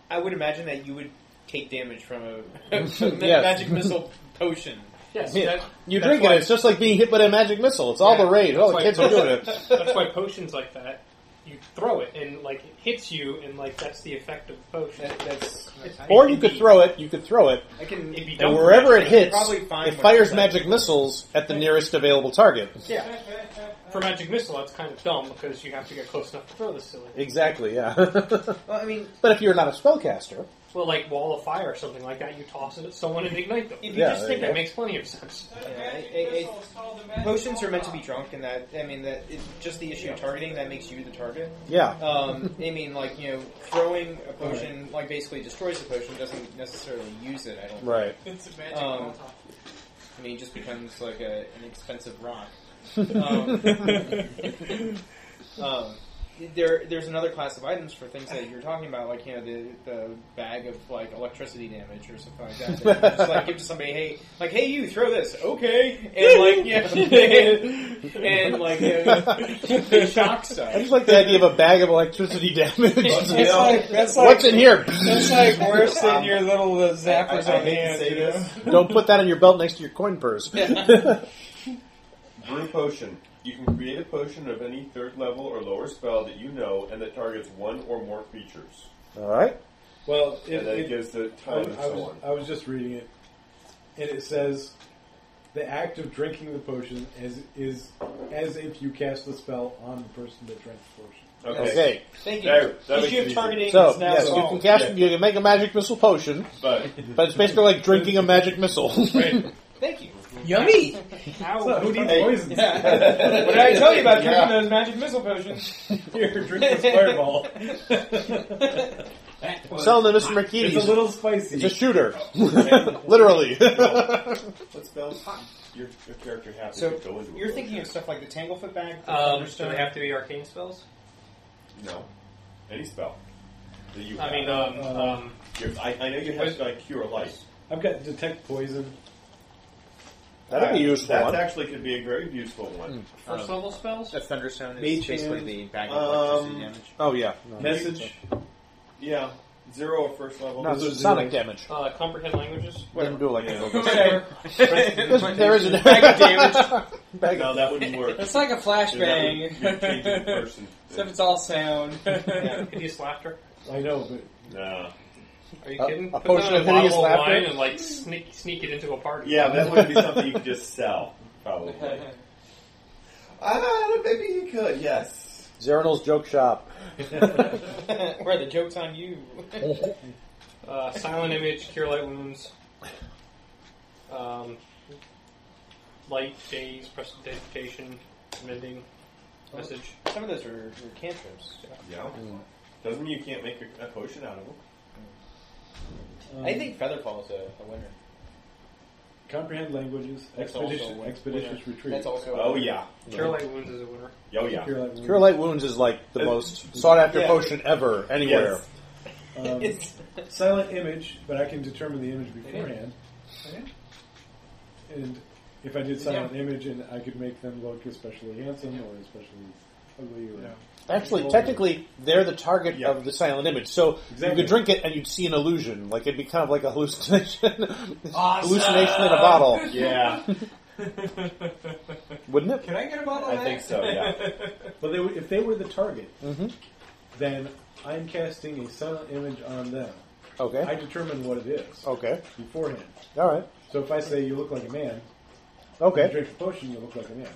[SPEAKER 3] I would imagine that you would
[SPEAKER 9] take damage from a
[SPEAKER 2] Yes.
[SPEAKER 9] magic missile potion.
[SPEAKER 6] Yes,
[SPEAKER 2] Yeah.
[SPEAKER 6] that-
[SPEAKER 2] You
[SPEAKER 6] that's
[SPEAKER 2] drink
[SPEAKER 6] why-
[SPEAKER 2] it. It's just like being hit by a magic missile. It's all
[SPEAKER 6] Yeah.
[SPEAKER 2] the rage. Oh, the kids
[SPEAKER 6] That's why-
[SPEAKER 2] are doing it.
[SPEAKER 6] That's why potions like that, you throw it and like it hits you, and like that's the effect of the potion.
[SPEAKER 3] That, that's
[SPEAKER 2] Or you could throw it. You could throw it,
[SPEAKER 3] I can.
[SPEAKER 6] It'd be
[SPEAKER 2] and
[SPEAKER 6] dumb.
[SPEAKER 2] wherever it hits,
[SPEAKER 9] probably find
[SPEAKER 2] it
[SPEAKER 9] one
[SPEAKER 2] fires
[SPEAKER 9] outside.
[SPEAKER 2] magic missiles at the nearest available target.
[SPEAKER 6] Yeah. For magic missile, that's kind of dumb because you have to get close enough to throw this silly.
[SPEAKER 2] Exactly. Yeah. but
[SPEAKER 3] Well, I mean,
[SPEAKER 2] if you're not a spellcaster,
[SPEAKER 6] Well, like wall of fire or something like that, you toss it at someone and ignite them.
[SPEAKER 9] If
[SPEAKER 2] you Yeah,
[SPEAKER 6] just
[SPEAKER 2] there you
[SPEAKER 6] think that
[SPEAKER 2] go.
[SPEAKER 6] makes plenty of sense.
[SPEAKER 3] potions are meant to be drunk, and that I mean that it's just the issue of targeting that makes you the target.
[SPEAKER 2] yeah.
[SPEAKER 3] Um, I mean, like you know, throwing a potion like basically destroys the potion doesn't necessarily use it. I don't.
[SPEAKER 2] Right.
[SPEAKER 7] It's a magic
[SPEAKER 3] Um,
[SPEAKER 7] um,
[SPEAKER 3] I mean, it just becomes like a, an expensive rock. Um, um, there, there's another class of items for things that you're talking about, like you know the the bag of like electricity damage or something like that. that you just like give to somebody, hey, like hey, you throw this, okay, and like yeah, and, like you know, they shock stuff.
[SPEAKER 2] I just like the idea of a bag of electricity damage.
[SPEAKER 7] That's like that's like
[SPEAKER 2] What's in here?
[SPEAKER 7] that's like worse
[SPEAKER 3] Um,
[SPEAKER 7] than your little uh, zappers
[SPEAKER 1] I- I
[SPEAKER 7] on
[SPEAKER 1] hate to
[SPEAKER 7] hand.
[SPEAKER 1] say
[SPEAKER 7] you know?
[SPEAKER 1] this.
[SPEAKER 2] Don't put that in your belt next to your coin purse.
[SPEAKER 1] Brew potion. You can create a potion of any third level or lower spell that you know and that targets one or more creatures.
[SPEAKER 2] All right.
[SPEAKER 4] Well, it,
[SPEAKER 1] And then it
[SPEAKER 4] it,
[SPEAKER 1] gives the
[SPEAKER 4] I,
[SPEAKER 1] time
[SPEAKER 4] was,
[SPEAKER 1] and
[SPEAKER 4] I
[SPEAKER 1] so
[SPEAKER 4] was-
[SPEAKER 1] on.
[SPEAKER 4] I was just reading it, and it says the act of drinking the potion as is as if you cast the spell on the person that drank the potion.
[SPEAKER 1] Okay.
[SPEAKER 2] Okay.
[SPEAKER 3] Thank you.
[SPEAKER 1] There, that
[SPEAKER 3] The
[SPEAKER 1] makes
[SPEAKER 3] issue
[SPEAKER 1] it
[SPEAKER 3] of
[SPEAKER 1] easy.
[SPEAKER 3] targeting
[SPEAKER 2] So
[SPEAKER 3] is now
[SPEAKER 2] yes, you
[SPEAKER 3] solved.
[SPEAKER 2] can cast. You can make a magic missile potion,
[SPEAKER 1] But
[SPEAKER 2] but it's basically like drinking a magic missile.
[SPEAKER 3] Thank you.
[SPEAKER 7] Yummy.
[SPEAKER 4] Who needs
[SPEAKER 1] Hey.
[SPEAKER 4] poison?
[SPEAKER 3] What did I tell you about drinking
[SPEAKER 1] Yeah.
[SPEAKER 3] those magic missile potions?
[SPEAKER 4] Here, drink this fireball.
[SPEAKER 2] Selling the Mr. McKee's.
[SPEAKER 4] It's a little
[SPEAKER 2] It's a
[SPEAKER 4] spicy.
[SPEAKER 2] shooter. Literally.
[SPEAKER 1] what spells your, your character has
[SPEAKER 3] So,
[SPEAKER 1] to go into? a
[SPEAKER 3] You're
[SPEAKER 1] potion.
[SPEAKER 3] thinking of stuff like the Tanglefoot bag, the
[SPEAKER 6] Um, do
[SPEAKER 3] Thunderstone.
[SPEAKER 6] they have to be arcane spells?
[SPEAKER 1] no any spell that you.
[SPEAKER 6] I
[SPEAKER 1] have.
[SPEAKER 6] mean, um, um,
[SPEAKER 1] Your- I, I know you have to like, cure light.
[SPEAKER 4] Uh, I've got detect poison.
[SPEAKER 2] That'd be a
[SPEAKER 1] Uh,
[SPEAKER 2] useful
[SPEAKER 1] That
[SPEAKER 2] one.
[SPEAKER 1] actually could be a very useful one.
[SPEAKER 9] Hmm.
[SPEAKER 6] first
[SPEAKER 3] Um,
[SPEAKER 6] level spells.
[SPEAKER 9] That thunderstone is
[SPEAKER 4] Mage
[SPEAKER 9] basically
[SPEAKER 4] hand.
[SPEAKER 9] the bag of electricity
[SPEAKER 1] Um,
[SPEAKER 9] damage.
[SPEAKER 2] oh yeah. No.
[SPEAKER 4] Message.
[SPEAKER 1] Yeah, zero or first level.
[SPEAKER 2] No, it's sonic damage.
[SPEAKER 6] Uh, comprehend languages.
[SPEAKER 2] Whatever. Do it like
[SPEAKER 1] Yeah.
[SPEAKER 2] a
[SPEAKER 9] Right.
[SPEAKER 2] there is a
[SPEAKER 9] Bag of damage.
[SPEAKER 2] bag
[SPEAKER 1] No,
[SPEAKER 2] of
[SPEAKER 1] that wouldn't work.
[SPEAKER 7] It's like a
[SPEAKER 1] You're not- you're changing
[SPEAKER 7] flashbang.
[SPEAKER 1] person.
[SPEAKER 7] Except it's all sound.
[SPEAKER 6] Yeah, hideous laughter.
[SPEAKER 4] I know, but
[SPEAKER 1] No.
[SPEAKER 6] Are you
[SPEAKER 2] A-
[SPEAKER 3] Uh,
[SPEAKER 6] kidding?
[SPEAKER 2] a
[SPEAKER 6] Put
[SPEAKER 2] potion
[SPEAKER 6] that in
[SPEAKER 2] of
[SPEAKER 6] a bottle
[SPEAKER 2] hideous laughter?
[SPEAKER 6] wine and like sneak sneak it into a party.
[SPEAKER 1] Yeah, that would be something you could just sell, probably. ah, maybe you could, yes.
[SPEAKER 2] Zeranol's joke shop.
[SPEAKER 3] Where the joke's on you.
[SPEAKER 6] Uh, silent image, cure light wounds. Um, light days, prestidigitation, mending, message.
[SPEAKER 3] Some of those are, are cantrips.
[SPEAKER 1] Yeah. Doesn't mean you can't make a, a potion out of them.
[SPEAKER 4] um,
[SPEAKER 3] I think Featherfall is a, a winner.
[SPEAKER 4] comprehend languages,
[SPEAKER 3] That's also a
[SPEAKER 4] expedition,
[SPEAKER 3] winner.
[SPEAKER 4] expeditious retreat.
[SPEAKER 3] That's also. A
[SPEAKER 1] Oh,
[SPEAKER 3] winner.
[SPEAKER 1] yeah.
[SPEAKER 6] Cure light wounds is a winner.
[SPEAKER 1] Oh, yeah.
[SPEAKER 4] Cure light wounds.
[SPEAKER 2] Cure light wounds is like the
[SPEAKER 1] Uh,
[SPEAKER 2] most sought after
[SPEAKER 1] yeah.
[SPEAKER 2] potion ever anywhere.
[SPEAKER 1] Yes.
[SPEAKER 4] Um,
[SPEAKER 3] It's
[SPEAKER 4] silent image, but I can determine the image beforehand.
[SPEAKER 7] Okay.
[SPEAKER 4] And if I did silent image, and I could make them look especially handsome or especially ugly, or
[SPEAKER 2] Actually,
[SPEAKER 4] Well,
[SPEAKER 2] technically, they're the target
[SPEAKER 1] Yeah.
[SPEAKER 2] of the silent image. So you
[SPEAKER 4] Exactly.
[SPEAKER 2] could drink it and you'd see an illusion. Like it'd be kind of like a hallucination,
[SPEAKER 7] Awesome.
[SPEAKER 2] hallucination in a bottle,
[SPEAKER 1] Yeah,
[SPEAKER 2] wouldn't it?
[SPEAKER 7] Can I get a bottle
[SPEAKER 1] I
[SPEAKER 7] of that?
[SPEAKER 1] think so, yeah.
[SPEAKER 4] but they, were- if they were the target,
[SPEAKER 2] Mhm.
[SPEAKER 4] then I'm casting a silent image on them.
[SPEAKER 2] Okay.
[SPEAKER 4] I determine what it is
[SPEAKER 2] okay.
[SPEAKER 4] beforehand.
[SPEAKER 2] All right.
[SPEAKER 4] So if I say you look like a man, you
[SPEAKER 2] Okay.
[SPEAKER 4] drink the potion, you look like a man.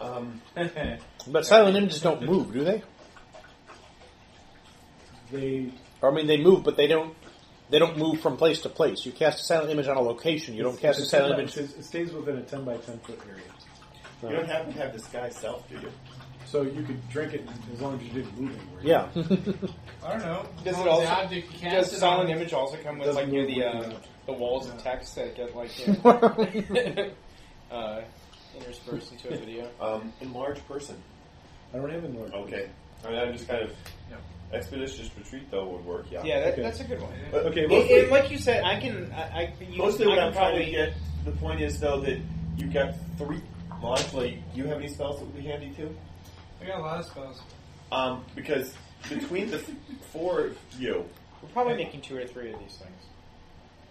[SPEAKER 1] Um,
[SPEAKER 2] But silent images don't move, do they?
[SPEAKER 4] They
[SPEAKER 2] Or I mean, they move, but they don't. They don't move from place to place. You cast a silent image on a location. You don't cast a
[SPEAKER 4] it's 10
[SPEAKER 2] silent
[SPEAKER 4] by-
[SPEAKER 2] image.
[SPEAKER 4] It stays- it stays within a ten by ten foot area.
[SPEAKER 1] you don't have to have this guy's self, do you?
[SPEAKER 4] So you could drink it as long as you didn't move anywhere.
[SPEAKER 2] Yeah.
[SPEAKER 7] I don't know.
[SPEAKER 3] Does it
[SPEAKER 7] Well,
[SPEAKER 3] also-
[SPEAKER 7] the object you
[SPEAKER 3] Does
[SPEAKER 7] cast it
[SPEAKER 3] silent
[SPEAKER 7] on-
[SPEAKER 3] image also come with
[SPEAKER 4] Doesn't
[SPEAKER 3] like you know,
[SPEAKER 4] move
[SPEAKER 3] the
[SPEAKER 4] with
[SPEAKER 3] uh,
[SPEAKER 4] you.
[SPEAKER 3] the walls of text that get like you know, uh, interspersed into a video?
[SPEAKER 1] Um, enlarge person.
[SPEAKER 4] I don't have any more.
[SPEAKER 1] Okay. I mean, I'm just kind of.
[SPEAKER 7] Yeah.
[SPEAKER 1] Expeditious retreat, though, would work, yeah.
[SPEAKER 3] Yeah, that,
[SPEAKER 4] Okay.
[SPEAKER 3] that's a good one.
[SPEAKER 1] But-
[SPEAKER 4] Okay,
[SPEAKER 3] And-
[SPEAKER 4] mostly-
[SPEAKER 3] and like you said, I can. I, I, you,
[SPEAKER 1] Mostly
[SPEAKER 3] I
[SPEAKER 1] what
[SPEAKER 3] can
[SPEAKER 1] I'm trying to get, the point is, though, that you've got three. Modulate, do you have any spells that would be handy too?
[SPEAKER 7] I got a lot of spells.
[SPEAKER 1] Um, because between the four of you,
[SPEAKER 9] We're probably making two or three of these things.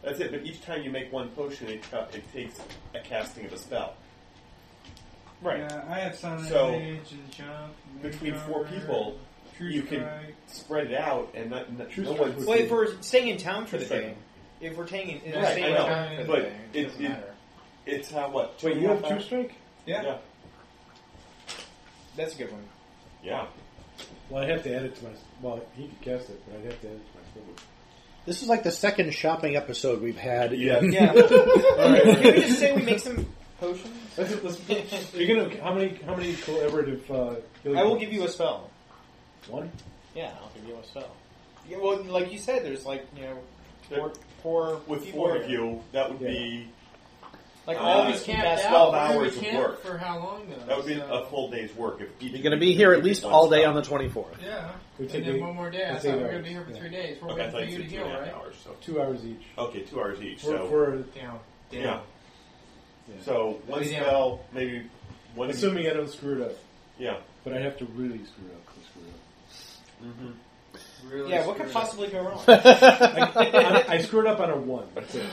[SPEAKER 1] That's it. But each time you make one potion, it, co- it takes a casting of a spell.
[SPEAKER 9] Right.
[SPEAKER 7] Yeah, I have Silent
[SPEAKER 1] So,
[SPEAKER 7] Rage and Jump. and
[SPEAKER 1] Between
[SPEAKER 7] Mage
[SPEAKER 1] four
[SPEAKER 7] Armor,
[SPEAKER 1] people,
[SPEAKER 7] True
[SPEAKER 1] you can-
[SPEAKER 7] Strike.
[SPEAKER 1] spread it out, and not, not,
[SPEAKER 4] True
[SPEAKER 1] no
[SPEAKER 4] strike
[SPEAKER 1] one's
[SPEAKER 4] would
[SPEAKER 9] Well, if we're staying in town for the
[SPEAKER 1] Just like-
[SPEAKER 9] day, if we're staying in,
[SPEAKER 1] Right,
[SPEAKER 9] staying
[SPEAKER 1] I
[SPEAKER 9] in
[SPEAKER 1] know,
[SPEAKER 9] town for the
[SPEAKER 1] but
[SPEAKER 9] day,
[SPEAKER 1] it-
[SPEAKER 9] it doesn't
[SPEAKER 1] it-
[SPEAKER 9] matter.
[SPEAKER 1] It's how what? two
[SPEAKER 4] Wait,
[SPEAKER 1] and
[SPEAKER 4] you
[SPEAKER 1] a
[SPEAKER 4] have
[SPEAKER 1] half
[SPEAKER 4] two
[SPEAKER 1] hours?
[SPEAKER 4] strike?
[SPEAKER 7] Yeah.
[SPEAKER 1] Yeah.
[SPEAKER 9] That's a good one.
[SPEAKER 1] Yeah.
[SPEAKER 4] Well, I'd have to add it to my. Well, he could cast it, but I'd have to add it to my spell.
[SPEAKER 8] This is like the second shopping episode we've had.
[SPEAKER 1] Yeah.
[SPEAKER 9] Yeah. Can we just say we make some potions?
[SPEAKER 4] Let's, let's, you're gonna how many how many collaborative? Uh, healing
[SPEAKER 9] I will
[SPEAKER 4] points?
[SPEAKER 9] give you a spell.
[SPEAKER 4] one.
[SPEAKER 9] Yeah, I'll give you a spell. Yeah, well, like you said, there's like you know, four, four
[SPEAKER 1] With
[SPEAKER 9] people
[SPEAKER 1] four of
[SPEAKER 9] here.
[SPEAKER 1] you, that would
[SPEAKER 4] Yeah.
[SPEAKER 1] be
[SPEAKER 9] Like
[SPEAKER 1] Uh,
[SPEAKER 9] all
[SPEAKER 1] we
[SPEAKER 9] these
[SPEAKER 1] can't
[SPEAKER 9] people.
[SPEAKER 1] That's 12
[SPEAKER 7] We're gonna
[SPEAKER 1] hours of
[SPEAKER 7] camp
[SPEAKER 1] work.
[SPEAKER 7] For how long though?
[SPEAKER 1] that would be
[SPEAKER 7] So-
[SPEAKER 1] a full day's work. If each
[SPEAKER 2] You're
[SPEAKER 1] of
[SPEAKER 2] going to
[SPEAKER 1] you
[SPEAKER 2] be
[SPEAKER 1] did
[SPEAKER 2] here at
[SPEAKER 1] one
[SPEAKER 2] least all day on
[SPEAKER 1] spell.
[SPEAKER 2] the 24th.
[SPEAKER 7] Yeah.
[SPEAKER 4] We take
[SPEAKER 7] and then
[SPEAKER 4] eight-
[SPEAKER 7] one more day. I
[SPEAKER 4] that's
[SPEAKER 7] thought
[SPEAKER 4] eight
[SPEAKER 7] we were going
[SPEAKER 4] hours.
[SPEAKER 7] to be here for
[SPEAKER 4] Yeah.
[SPEAKER 7] three days. We're
[SPEAKER 1] Okay, I
[SPEAKER 7] waiting
[SPEAKER 1] thought
[SPEAKER 7] for
[SPEAKER 1] you
[SPEAKER 7] you to
[SPEAKER 1] said two
[SPEAKER 7] heal,
[SPEAKER 1] and a half
[SPEAKER 7] right?
[SPEAKER 1] hours. So
[SPEAKER 4] Two hours each.
[SPEAKER 9] Uh,
[SPEAKER 1] okay, two hours each.
[SPEAKER 4] For,
[SPEAKER 1] so
[SPEAKER 4] for
[SPEAKER 7] Down. Down.
[SPEAKER 1] yeah. So one
[SPEAKER 7] Yeah.
[SPEAKER 1] spell, maybe one.
[SPEAKER 4] assuming I don't screw it up,
[SPEAKER 1] yeah.
[SPEAKER 4] but I have to really screw it up to screw it
[SPEAKER 1] hmm
[SPEAKER 7] Really
[SPEAKER 9] Yeah, what
[SPEAKER 7] screwed
[SPEAKER 9] could
[SPEAKER 7] up.
[SPEAKER 9] possibly go wrong?
[SPEAKER 4] up. I, I, I screwed up on a one. That's it.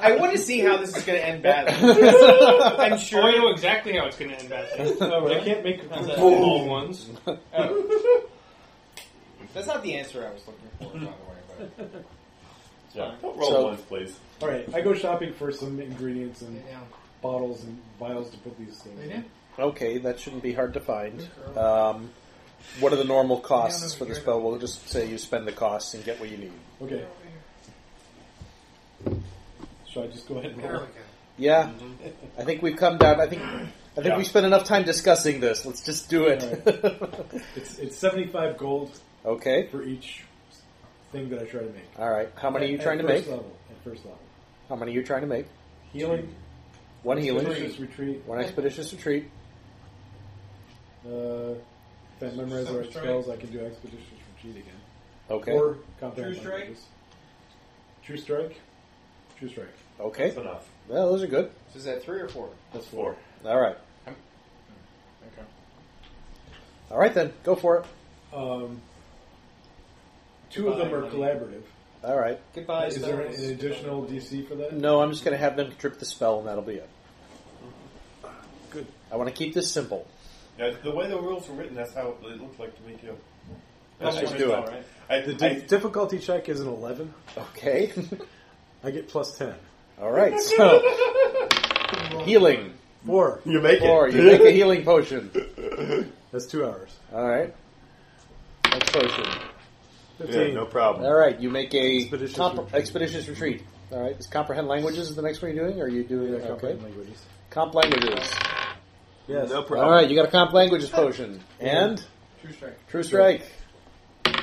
[SPEAKER 9] I want to see how this is going to end badly. I'm
[SPEAKER 6] Oh, I
[SPEAKER 9] sure.
[SPEAKER 6] know exactly how it's going to end badly.
[SPEAKER 4] I can't make.
[SPEAKER 6] How's that?
[SPEAKER 4] Boom.
[SPEAKER 6] All ones.
[SPEAKER 9] Oh. That's not the answer I was looking for, by the way. But
[SPEAKER 1] yeah. Don't roll
[SPEAKER 2] So-
[SPEAKER 1] ones, please.
[SPEAKER 4] All right, I go shopping for some ingredients and
[SPEAKER 7] Lay down.
[SPEAKER 4] bottles and vials to put these things.
[SPEAKER 7] Lay
[SPEAKER 4] in.
[SPEAKER 7] down.
[SPEAKER 2] Okay, that shouldn't be hard to find. Um, what are the normal costs for the spell? We'll just say you spend the costs and get what you need.
[SPEAKER 4] Okay, should I just go ahead and
[SPEAKER 7] There we
[SPEAKER 4] roll?
[SPEAKER 7] go.
[SPEAKER 2] Yeah, I think we've come down. I think I think
[SPEAKER 1] Mm-hmm. Yeah.
[SPEAKER 2] we spent enough time discussing this. Let's just do it.
[SPEAKER 4] It's it's seventy five gold
[SPEAKER 2] okay.
[SPEAKER 4] for each thing that I try to make.
[SPEAKER 2] All right. How many are you
[SPEAKER 4] At-
[SPEAKER 2] trying
[SPEAKER 4] at
[SPEAKER 2] to
[SPEAKER 4] first
[SPEAKER 2] make?
[SPEAKER 4] Level, at first level,
[SPEAKER 2] How many are you trying to make?
[SPEAKER 4] healing,
[SPEAKER 2] One healing,
[SPEAKER 4] expeditious retreat,
[SPEAKER 2] one expeditious retreat.
[SPEAKER 4] Uh, if I memorize
[SPEAKER 7] Some
[SPEAKER 4] our
[SPEAKER 7] strike.
[SPEAKER 4] spells, I can do expeditious retreat again.
[SPEAKER 2] Okay.
[SPEAKER 4] Or compound
[SPEAKER 7] True strike?
[SPEAKER 4] languages. True strike. True strike.
[SPEAKER 2] Okay.
[SPEAKER 1] That's enough.
[SPEAKER 2] Well, those are good.
[SPEAKER 9] So is that three or four?
[SPEAKER 1] That's four.
[SPEAKER 2] All right.
[SPEAKER 9] Okay.
[SPEAKER 2] All right then. Go for it.
[SPEAKER 4] Um, two of them are collaborative.
[SPEAKER 2] All right.
[SPEAKER 9] Goodbye.
[SPEAKER 4] Is there an
[SPEAKER 9] spells.
[SPEAKER 4] additional DC for that?
[SPEAKER 2] No, I'm just going to have them trip the spell, and that'll be it. Good. I want to keep this simple.
[SPEAKER 1] Now, the way the rules were written, that's how it looked like to me too.
[SPEAKER 9] Oh,
[SPEAKER 2] Let's just do it.
[SPEAKER 1] I,
[SPEAKER 8] The di-
[SPEAKER 1] I,
[SPEAKER 8] difficulty check is an 11.
[SPEAKER 2] Okay.
[SPEAKER 8] I get plus 10.
[SPEAKER 2] All right. So healing.
[SPEAKER 8] Four.
[SPEAKER 1] you make
[SPEAKER 2] Or
[SPEAKER 1] it.
[SPEAKER 2] you make a healing potion.
[SPEAKER 8] That's two hours.
[SPEAKER 2] All right. Next potion.
[SPEAKER 8] 15.
[SPEAKER 1] problem.
[SPEAKER 2] All right. You make a
[SPEAKER 8] Expeditious
[SPEAKER 2] comp-
[SPEAKER 8] retreat.
[SPEAKER 2] expeditious retreat. All right. Is comprehend languages the next one you're doing, or are you doing
[SPEAKER 8] Yeah,
[SPEAKER 2] okay.
[SPEAKER 8] combined languages.
[SPEAKER 2] Comp languages.
[SPEAKER 8] Yes.
[SPEAKER 2] All right. You got a comp languages potion and
[SPEAKER 7] True strike.
[SPEAKER 2] true strike.
[SPEAKER 9] It's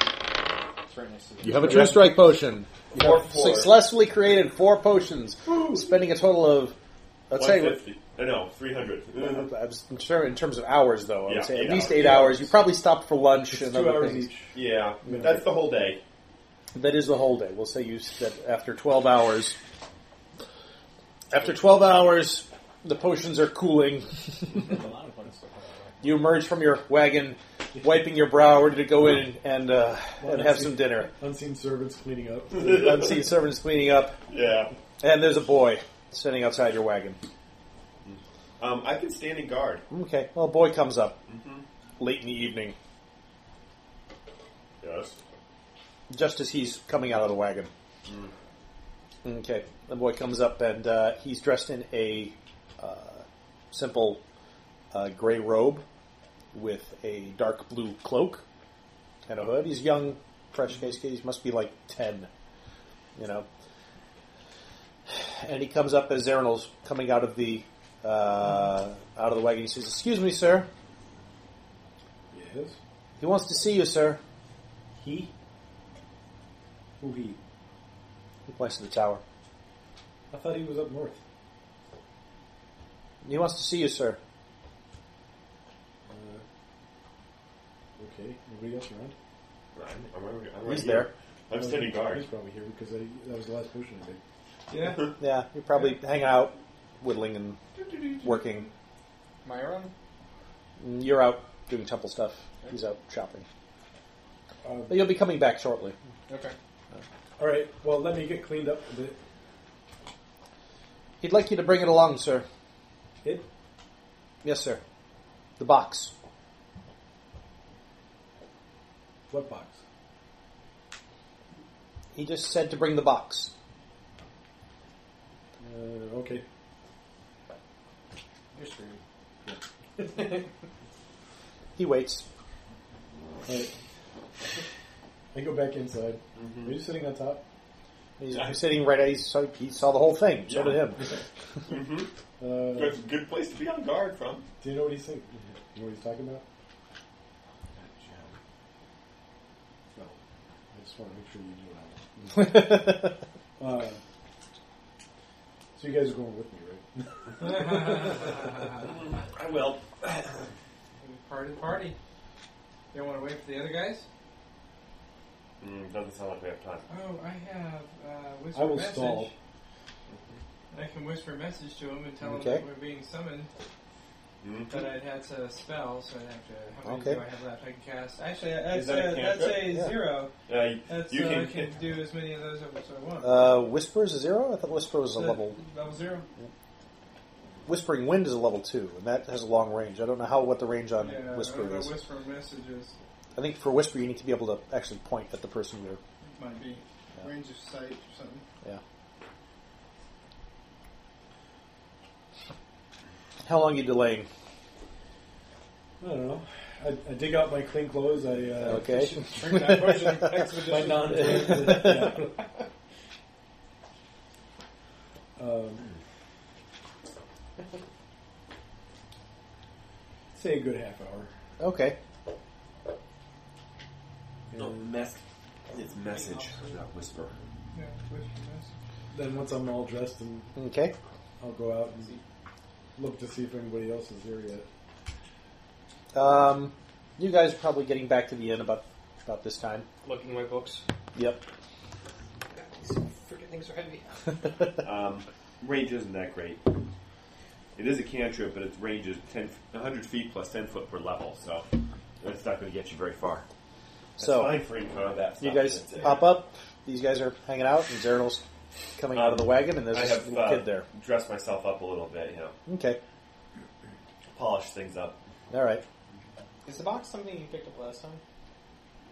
[SPEAKER 9] right next to the-
[SPEAKER 2] You have a true strike potion. You
[SPEAKER 1] Or
[SPEAKER 2] have
[SPEAKER 1] four.
[SPEAKER 2] successfully created four potions, spending a total of let's say
[SPEAKER 1] 150. Uh, no, 300.
[SPEAKER 2] I was- in ter- in terms of hours though. I would
[SPEAKER 1] Yeah,
[SPEAKER 2] say at
[SPEAKER 1] eight
[SPEAKER 2] least
[SPEAKER 1] hours.
[SPEAKER 2] eight hours. You probably stopped for lunch
[SPEAKER 4] It's
[SPEAKER 2] and
[SPEAKER 4] two
[SPEAKER 2] other
[SPEAKER 4] hours
[SPEAKER 2] things.
[SPEAKER 4] each.
[SPEAKER 1] yeah, that's the whole day.
[SPEAKER 2] That is the whole day. We'll say you that after twelve hours. After twelve hours, the potions are cooling. you emerge from your wagon, wiping your brow, ready to go in and uh, and have some dinner.
[SPEAKER 4] Unseen servants cleaning up.
[SPEAKER 2] Unseen servants cleaning up,
[SPEAKER 1] Yeah.
[SPEAKER 2] and there's a boy standing outside your wagon.
[SPEAKER 1] Um, I can stand in guard.
[SPEAKER 2] Okay. Well, a boy comes up late in the evening,
[SPEAKER 1] Yes.
[SPEAKER 2] just as he's coming out of the wagon. Okay. The boy comes up and uh, he's dressed in a uh, simple uh, gray robe with a dark blue cloak and a hood. He's a young, fresh faced kid. He must be like 10, you know. And he comes up as Erinal's coming out of the uh, out of the wagon. He says, "Excuse me, sir.
[SPEAKER 4] yes.
[SPEAKER 2] He wants to see you, sir."
[SPEAKER 4] He. Who he?
[SPEAKER 2] He points to the tower.
[SPEAKER 4] I thought he was up north.
[SPEAKER 2] He wants to see you, sir.
[SPEAKER 4] Uh, okay. Nobody else around?
[SPEAKER 1] I'm, I'm, right- I'm right
[SPEAKER 2] He's
[SPEAKER 1] here.
[SPEAKER 2] there.
[SPEAKER 1] I'm standing guard.
[SPEAKER 4] He's probably here because I, that was the last potion I did.
[SPEAKER 7] Yeah.
[SPEAKER 2] Yeah, you're probably hanging out, whittling and working.
[SPEAKER 9] Myron.
[SPEAKER 2] You're out doing temple stuff. He's out shopping.
[SPEAKER 4] Um,
[SPEAKER 2] You'll be coming back shortly.
[SPEAKER 3] Okay.
[SPEAKER 4] all right. Well, let me get cleaned up a bit.
[SPEAKER 2] He'd like you to bring it along, sir.
[SPEAKER 4] It.
[SPEAKER 2] Yes, sir. The box.
[SPEAKER 4] What box?
[SPEAKER 2] He just said to bring the box.
[SPEAKER 4] Uh, okay.
[SPEAKER 3] You're screwed.
[SPEAKER 2] He waits.
[SPEAKER 4] All right. I go back inside. Are you sitting on top?
[SPEAKER 2] He's
[SPEAKER 1] Yeah.
[SPEAKER 2] sitting right. He saw, he saw the whole thing. So did him.
[SPEAKER 1] Mm-hmm.
[SPEAKER 4] Uh,
[SPEAKER 1] That's a good place to be on guard from.
[SPEAKER 4] Do you know what he's saying? You know what he's talking about? No. I just want to make sure you knew what I was. uh, so you guys are going with me, right?
[SPEAKER 1] I will.
[SPEAKER 7] Part of the party. You don't want to wait for the other guys?
[SPEAKER 1] Mm, doesn't sound like we have time.
[SPEAKER 7] Oh, I have uh, whisper
[SPEAKER 4] I will
[SPEAKER 7] message.
[SPEAKER 4] stall.
[SPEAKER 7] I can whisper a message to him and tell
[SPEAKER 2] Okay.
[SPEAKER 7] him that we're being summoned.
[SPEAKER 1] Mhm.
[SPEAKER 7] But I'd had to spell, so I'd have to. How many
[SPEAKER 2] Okay.
[SPEAKER 7] do I have left? I can cast. Actually, that's
[SPEAKER 1] Is that a
[SPEAKER 7] a, that's a
[SPEAKER 1] cantrip?
[SPEAKER 2] Yeah.
[SPEAKER 7] zero.
[SPEAKER 1] Yeah, you,
[SPEAKER 7] That's
[SPEAKER 1] you
[SPEAKER 7] uh,
[SPEAKER 1] can,
[SPEAKER 7] I can do as many of those as I want.
[SPEAKER 2] Uh, Whisper is a zero. I thought Whisper was a
[SPEAKER 7] So,
[SPEAKER 2] level.
[SPEAKER 7] level zero.
[SPEAKER 2] Whispering Wind is a level two, and that has a long range. I don't know how what the range on
[SPEAKER 7] Yeah, I don't
[SPEAKER 2] Whisper
[SPEAKER 7] know,
[SPEAKER 2] is.
[SPEAKER 7] whisper messages
[SPEAKER 2] I think for Whisper you need to be able to actually point at the person you're.
[SPEAKER 7] might be
[SPEAKER 2] Yeah.
[SPEAKER 7] range of sight or something.
[SPEAKER 2] How long are you delaying?
[SPEAKER 4] I don't know. I, I dig out my clean clothes. I uh,
[SPEAKER 2] Okay.
[SPEAKER 4] my non. yeah. um, say a good half hour.
[SPEAKER 2] Okay.
[SPEAKER 4] And
[SPEAKER 1] mess. It's message, not whisper.
[SPEAKER 7] Yeah, whisper message.
[SPEAKER 4] then once I'm all dressed and
[SPEAKER 2] Okay.
[SPEAKER 4] I'll go out and look to see if anybody else is there yet.
[SPEAKER 2] Um, you guys are probably getting back to the inn about about this time.
[SPEAKER 6] Looking at my books.
[SPEAKER 2] Yep.
[SPEAKER 6] Freaking things are heavy.
[SPEAKER 1] Um, range isn't that great. It is a cantrip, but its range is 10, 100 feet plus 10 foot per level, so it's not going to get you very far. That's
[SPEAKER 2] So-
[SPEAKER 1] fine for in combat.
[SPEAKER 2] You
[SPEAKER 1] stuff,
[SPEAKER 2] guys
[SPEAKER 1] that's it.
[SPEAKER 2] pop up. These guys are hanging out, and Zeranel's coming out of the wagon, and there's
[SPEAKER 1] Um, I
[SPEAKER 2] this
[SPEAKER 1] have
[SPEAKER 2] little
[SPEAKER 1] uh,
[SPEAKER 2] kid there.
[SPEAKER 1] dressed myself up a little bit, you know,
[SPEAKER 2] Okay.
[SPEAKER 1] polished things up.
[SPEAKER 2] All right.
[SPEAKER 9] Is the box something you picked up last time?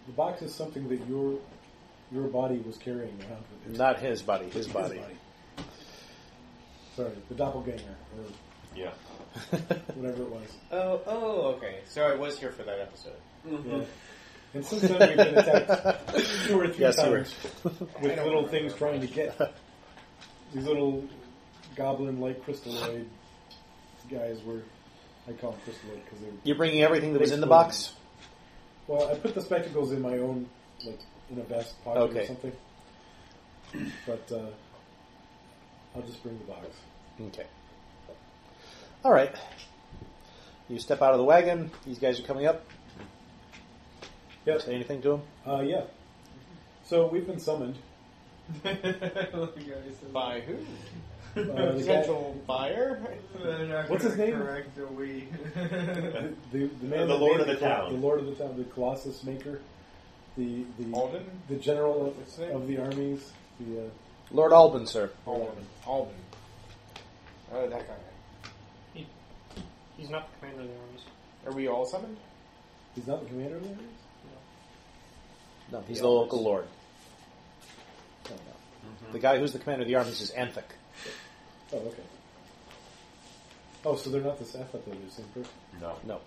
[SPEAKER 4] The box is something that your your body was carrying around with you.
[SPEAKER 2] Not his body. His
[SPEAKER 4] His
[SPEAKER 2] body.
[SPEAKER 4] Sorry, the doppelganger or
[SPEAKER 1] Yeah.
[SPEAKER 4] whatever it was.
[SPEAKER 9] Oh, oh, okay. So I was here for that episode.
[SPEAKER 4] Yeah. And since then we've been attacked two or three
[SPEAKER 2] Yes, you
[SPEAKER 4] times with little things trying to get these little goblin-like crystalloid guys were. I call them crystalloid because they.
[SPEAKER 2] You're bringing everything that was in the box.
[SPEAKER 4] Well, I put the spectacles in my own, like in a vest pocket
[SPEAKER 2] Okay.
[SPEAKER 4] or something. But uh, I'll just bring the box.
[SPEAKER 2] Okay. All right. You step out of the wagon. These guys are coming up.
[SPEAKER 4] Yep.
[SPEAKER 2] Say anything to them.
[SPEAKER 4] Uh, yeah. So we've been summoned.
[SPEAKER 9] By who?
[SPEAKER 4] Uh, the, guy,
[SPEAKER 9] Potential buyer?
[SPEAKER 4] What's his name?
[SPEAKER 7] Correct the we.
[SPEAKER 4] the, the, the man,
[SPEAKER 1] The
[SPEAKER 4] that
[SPEAKER 1] lord of
[SPEAKER 4] made
[SPEAKER 1] the town.
[SPEAKER 4] The lord of the town, the Colossus Maker, the the
[SPEAKER 9] Alden?
[SPEAKER 4] the general
[SPEAKER 9] What's
[SPEAKER 4] of,
[SPEAKER 9] his name?
[SPEAKER 4] of the armies. The uh,
[SPEAKER 2] Lord Alban, sir.
[SPEAKER 4] Alden.
[SPEAKER 9] Alden. Oh, that guy.
[SPEAKER 6] He's not the commander of the armies.
[SPEAKER 9] Are we all summoned?
[SPEAKER 4] he's not the commander of the armies.
[SPEAKER 2] No, he's the local lord. No, no. The guy who's the commander of the armies is Anthic.
[SPEAKER 4] Oh, okay. Oh, so they're not the I thought they were the same person.
[SPEAKER 1] No.
[SPEAKER 2] No,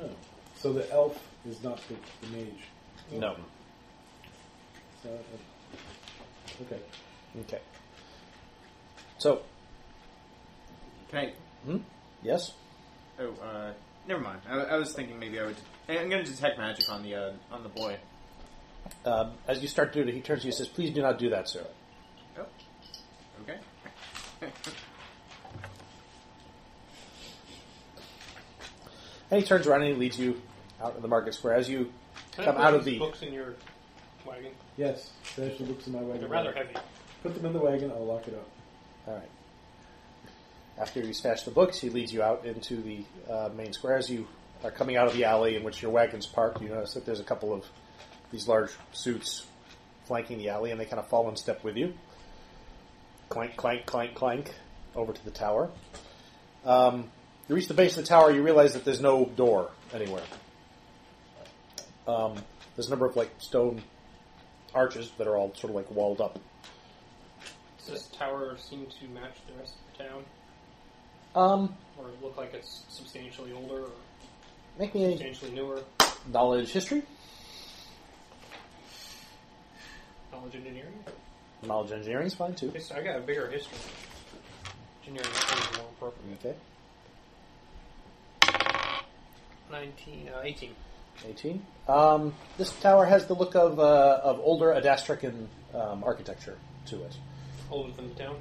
[SPEAKER 4] No. So the elf is not the, the mage.
[SPEAKER 2] no.
[SPEAKER 4] So, uh, okay.
[SPEAKER 2] Okay. So,
[SPEAKER 9] Can I
[SPEAKER 2] hmm? yes.
[SPEAKER 9] Oh, uh, never mind. I, I was thinking maybe I would. I'm going to detect magic on the uh, on the boy.
[SPEAKER 2] Um, as you start to do it, he turns to you and says, "Please do not do that, sir."
[SPEAKER 9] Oh, okay.
[SPEAKER 2] And he turns around and he leads you out in the market square. As you
[SPEAKER 6] Can
[SPEAKER 2] Come
[SPEAKER 6] I put
[SPEAKER 2] out of
[SPEAKER 6] these
[SPEAKER 2] the-
[SPEAKER 6] books in your wagon.
[SPEAKER 4] Yes, stash the books in my
[SPEAKER 6] They're
[SPEAKER 4] wagon.
[SPEAKER 6] rather heavy.
[SPEAKER 4] Put them in the wagon. I'll lock it up.
[SPEAKER 2] All right. After you stash the books, he leads you out into the uh, main square. As you are coming out of the alley in which your wagon's parked, you notice that there's a couple of these large suits flanking the alley, and they kind of fall in step with you. Clank, clank, clank, clank, over to the tower. Um, you reach the base of the tower, you realize that there's no door anywhere. Um, there's a number of like stone arches that are all sort of like walled up.
[SPEAKER 6] Does this tower seem to match the rest of the town,
[SPEAKER 2] Um,
[SPEAKER 6] or look like it's substantially older or
[SPEAKER 2] make me a
[SPEAKER 6] substantially newer?
[SPEAKER 2] knowledge history,
[SPEAKER 6] Knowledge engineering.
[SPEAKER 2] knowledge engineering is fine too.
[SPEAKER 6] Okay, so I got a bigger history. Engineering is more appropriate.
[SPEAKER 2] Okay,
[SPEAKER 6] Nineteen, uh, eighteen.
[SPEAKER 2] eighteen. Um, this tower has the look of uh, of older Adastrican um, architecture to it.
[SPEAKER 6] Older than the town.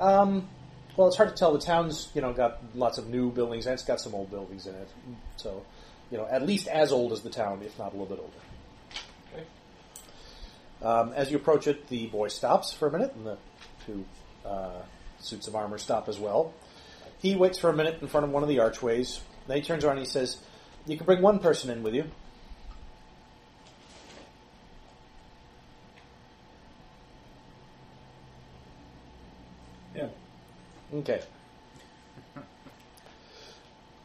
[SPEAKER 2] Um, well, it's hard to tell. The town's you know got lots of new buildings and it's got some old buildings in it, so you know at least as old as the town, if not a little bit older.
[SPEAKER 6] Okay.
[SPEAKER 2] Um, as you approach it, the boy stops for a minute, and the two uh, suits of armor stop as well. He waits for a minute in front of one of the archways. Then he turns around and he says, "You can bring one person in with you."
[SPEAKER 4] Yeah.
[SPEAKER 2] Okay.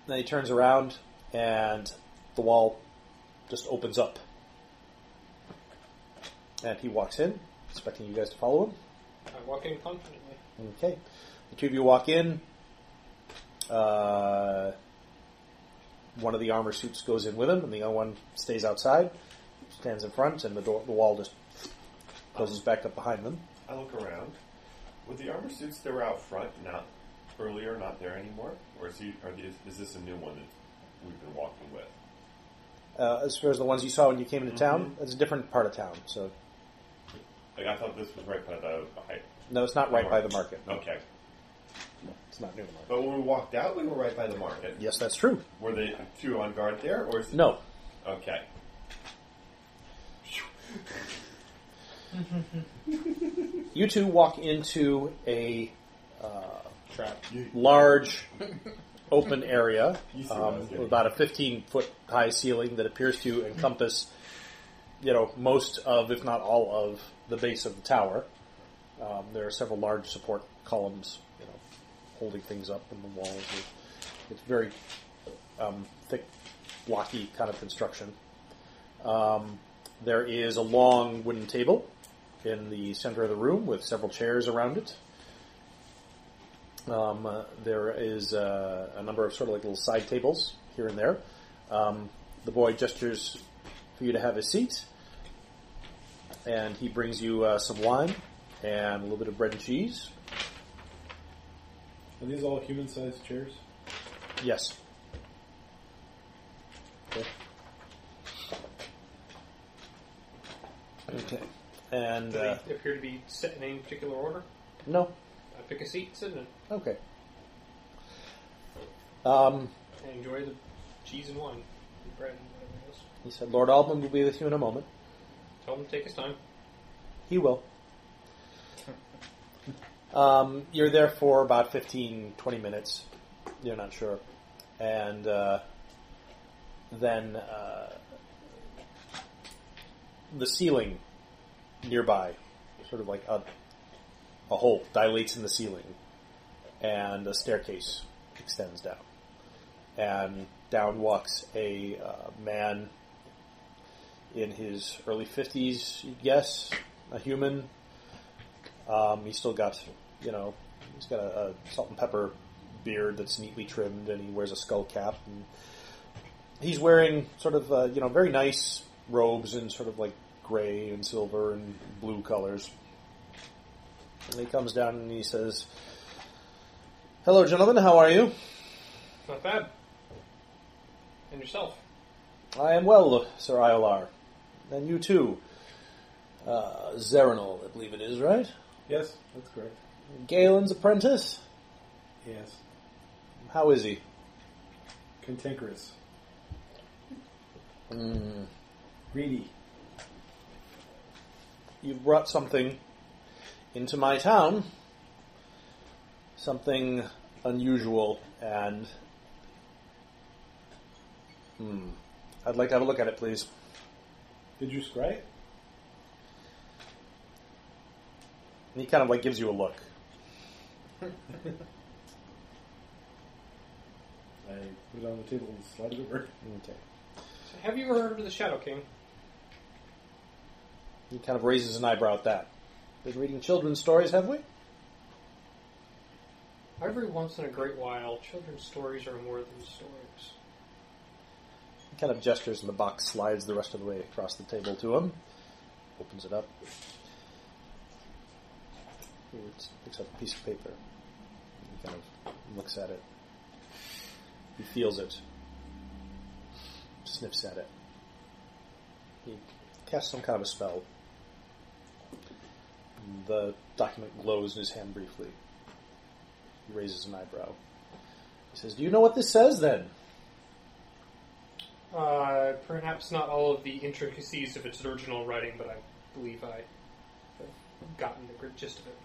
[SPEAKER 2] then he turns around, and the wall just opens up. And he walks in, expecting you guys to follow him.
[SPEAKER 6] I walk in confidently.
[SPEAKER 2] Okay. The two of you walk in. Uh, one of the armor suits goes in with him, and the other one stays outside, stands in front, and the door, the wall just closes back up behind them.
[SPEAKER 1] I look around. Were the armor suits that were out front not earlier not there anymore, or is he? Are these, is this a new one that we've been walking with?
[SPEAKER 2] Uh, as far as the ones you saw when you came into town, it's a different part of town. So
[SPEAKER 1] Like I thought this was right by the. By,
[SPEAKER 2] no, it's not right by the market.
[SPEAKER 1] okay,
[SPEAKER 2] It's not near the market.
[SPEAKER 1] but when we walked out, we were right by the market.
[SPEAKER 2] Yes, that's true.
[SPEAKER 1] Were they two on guard there, or is it,
[SPEAKER 2] No,
[SPEAKER 1] Okay.
[SPEAKER 2] you two walk into a uh, large open area
[SPEAKER 1] You see what I
[SPEAKER 2] um,
[SPEAKER 1] was
[SPEAKER 2] with
[SPEAKER 1] getting.
[SPEAKER 2] about a 15 foot high ceiling that appears to encompass you know most of if not all of the base of the tower um, there are several large support columns you know holding things up in the walls it's very um, thick blocky kind of construction um, there is a long wooden table in the center of the room with several chairs around it. Um, uh, there is uh, a number of sort of like little side tables here and there. Um, the boy gestures for you to have a seat, and he brings you uh, some wine and a little bit of bread and cheese.
[SPEAKER 4] Are these all human-sized chairs?
[SPEAKER 2] Yes. Okay. Okay. And
[SPEAKER 6] Do
[SPEAKER 2] uh,
[SPEAKER 6] they appear to be set in any particular order?
[SPEAKER 2] no,
[SPEAKER 6] I pick a seat, sit in, it,
[SPEAKER 2] okay. Um,
[SPEAKER 6] and enjoy the cheese and wine, and bread and whatever it is.
[SPEAKER 2] He said, Lord Alban will be with you in a moment.
[SPEAKER 6] Tell him to take his time.
[SPEAKER 2] He will. um, you're there for about 15, 20 minutes. You're not sure. And uh, then uh, the ceiling nearby, sort of like a, a hole, dilates in the ceiling. And a staircase extends down. And down walks a uh, man in his early 50s, you'd guess, a human. Um, he's still got, you know, he's got a, a salt and pepper beard that's neatly trimmed, and he wears a skull cap. And he's wearing sort of, uh, you know, very nice robes in sort of like gray and silver and blue colors. And he comes down and he says, Hello, gentlemen, how are you?
[SPEAKER 6] Not bad. And yourself.
[SPEAKER 2] I am well, Sir Iolar. And you too. Uh, Zerenol, I believe it is, right?
[SPEAKER 4] Yes, that's correct.
[SPEAKER 2] Galen's apprentice?
[SPEAKER 4] Yes,
[SPEAKER 2] How is he?
[SPEAKER 4] cantankerous,
[SPEAKER 2] Mm.
[SPEAKER 4] greedy.
[SPEAKER 2] You brought something into my town. Something unusual and. Hmm. I'd like to have a look at it, please.
[SPEAKER 4] Did you scry it?
[SPEAKER 2] And he kind of like gives you a look.
[SPEAKER 4] I put it on the table and slid it over.
[SPEAKER 2] Okay.
[SPEAKER 6] Have you ever heard of the Shadow King?
[SPEAKER 2] He kind of raises an eyebrow at that. Been reading children's stories, have we?
[SPEAKER 6] Every once in a great while, children's stories are more than stories.
[SPEAKER 2] He kind of gestures and the box slides the rest of the way across the table to him. Opens it up. He picks up a piece of paper. He kind of looks at it. He feels it. Sniffs at it. He casts some kind of a spell. The document glows in his hand briefly. He raises an eyebrow. He says, Do you know what this says then?
[SPEAKER 6] Uh, perhaps not all of the intricacies of its original writing, but I believe I have gotten the gr- gist of it.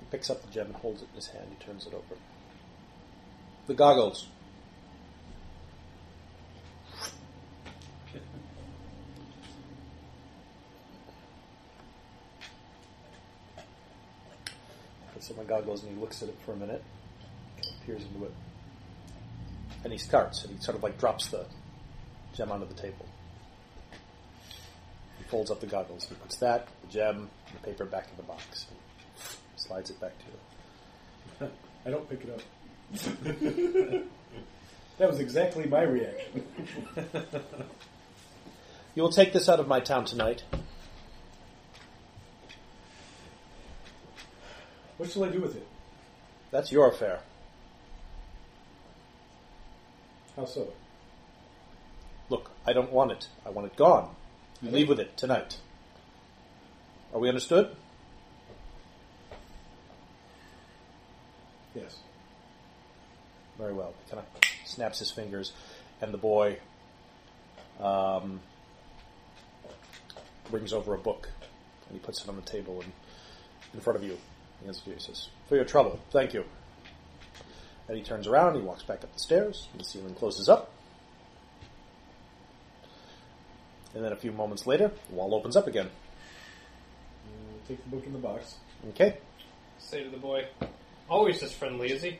[SPEAKER 2] He picks up the gem and holds it in his hand. He turns it over. The goggles. Puts on the goggles and he looks at it for a minute. Kind of peers into it. And he starts and he sort of like drops the gem onto the table. He folds up the goggles. He puts that, the gem, and the paper back in the box. slides it back to you.
[SPEAKER 4] I don't pick it up. that was exactly my reaction.
[SPEAKER 2] You will take this out of my town tonight.
[SPEAKER 4] What shall I do with it?
[SPEAKER 2] That's your affair.
[SPEAKER 4] How so?
[SPEAKER 2] Look, I don't want it. I want it gone. You leave with it tonight. Are we understood?
[SPEAKER 4] Yes.
[SPEAKER 2] Very well. He kind of snaps his fingers, and the boy um, brings over a book, and he puts it on the table and in front of you. He hands it to you. He says, "For your trouble, thank you." And he turns around. He walks back up the stairs. And the ceiling closes up. And then a few moments later, the wall opens up again.
[SPEAKER 4] Uh, take the book in the box.
[SPEAKER 2] Okay.
[SPEAKER 6] Say to the boy, always as friendly, is he?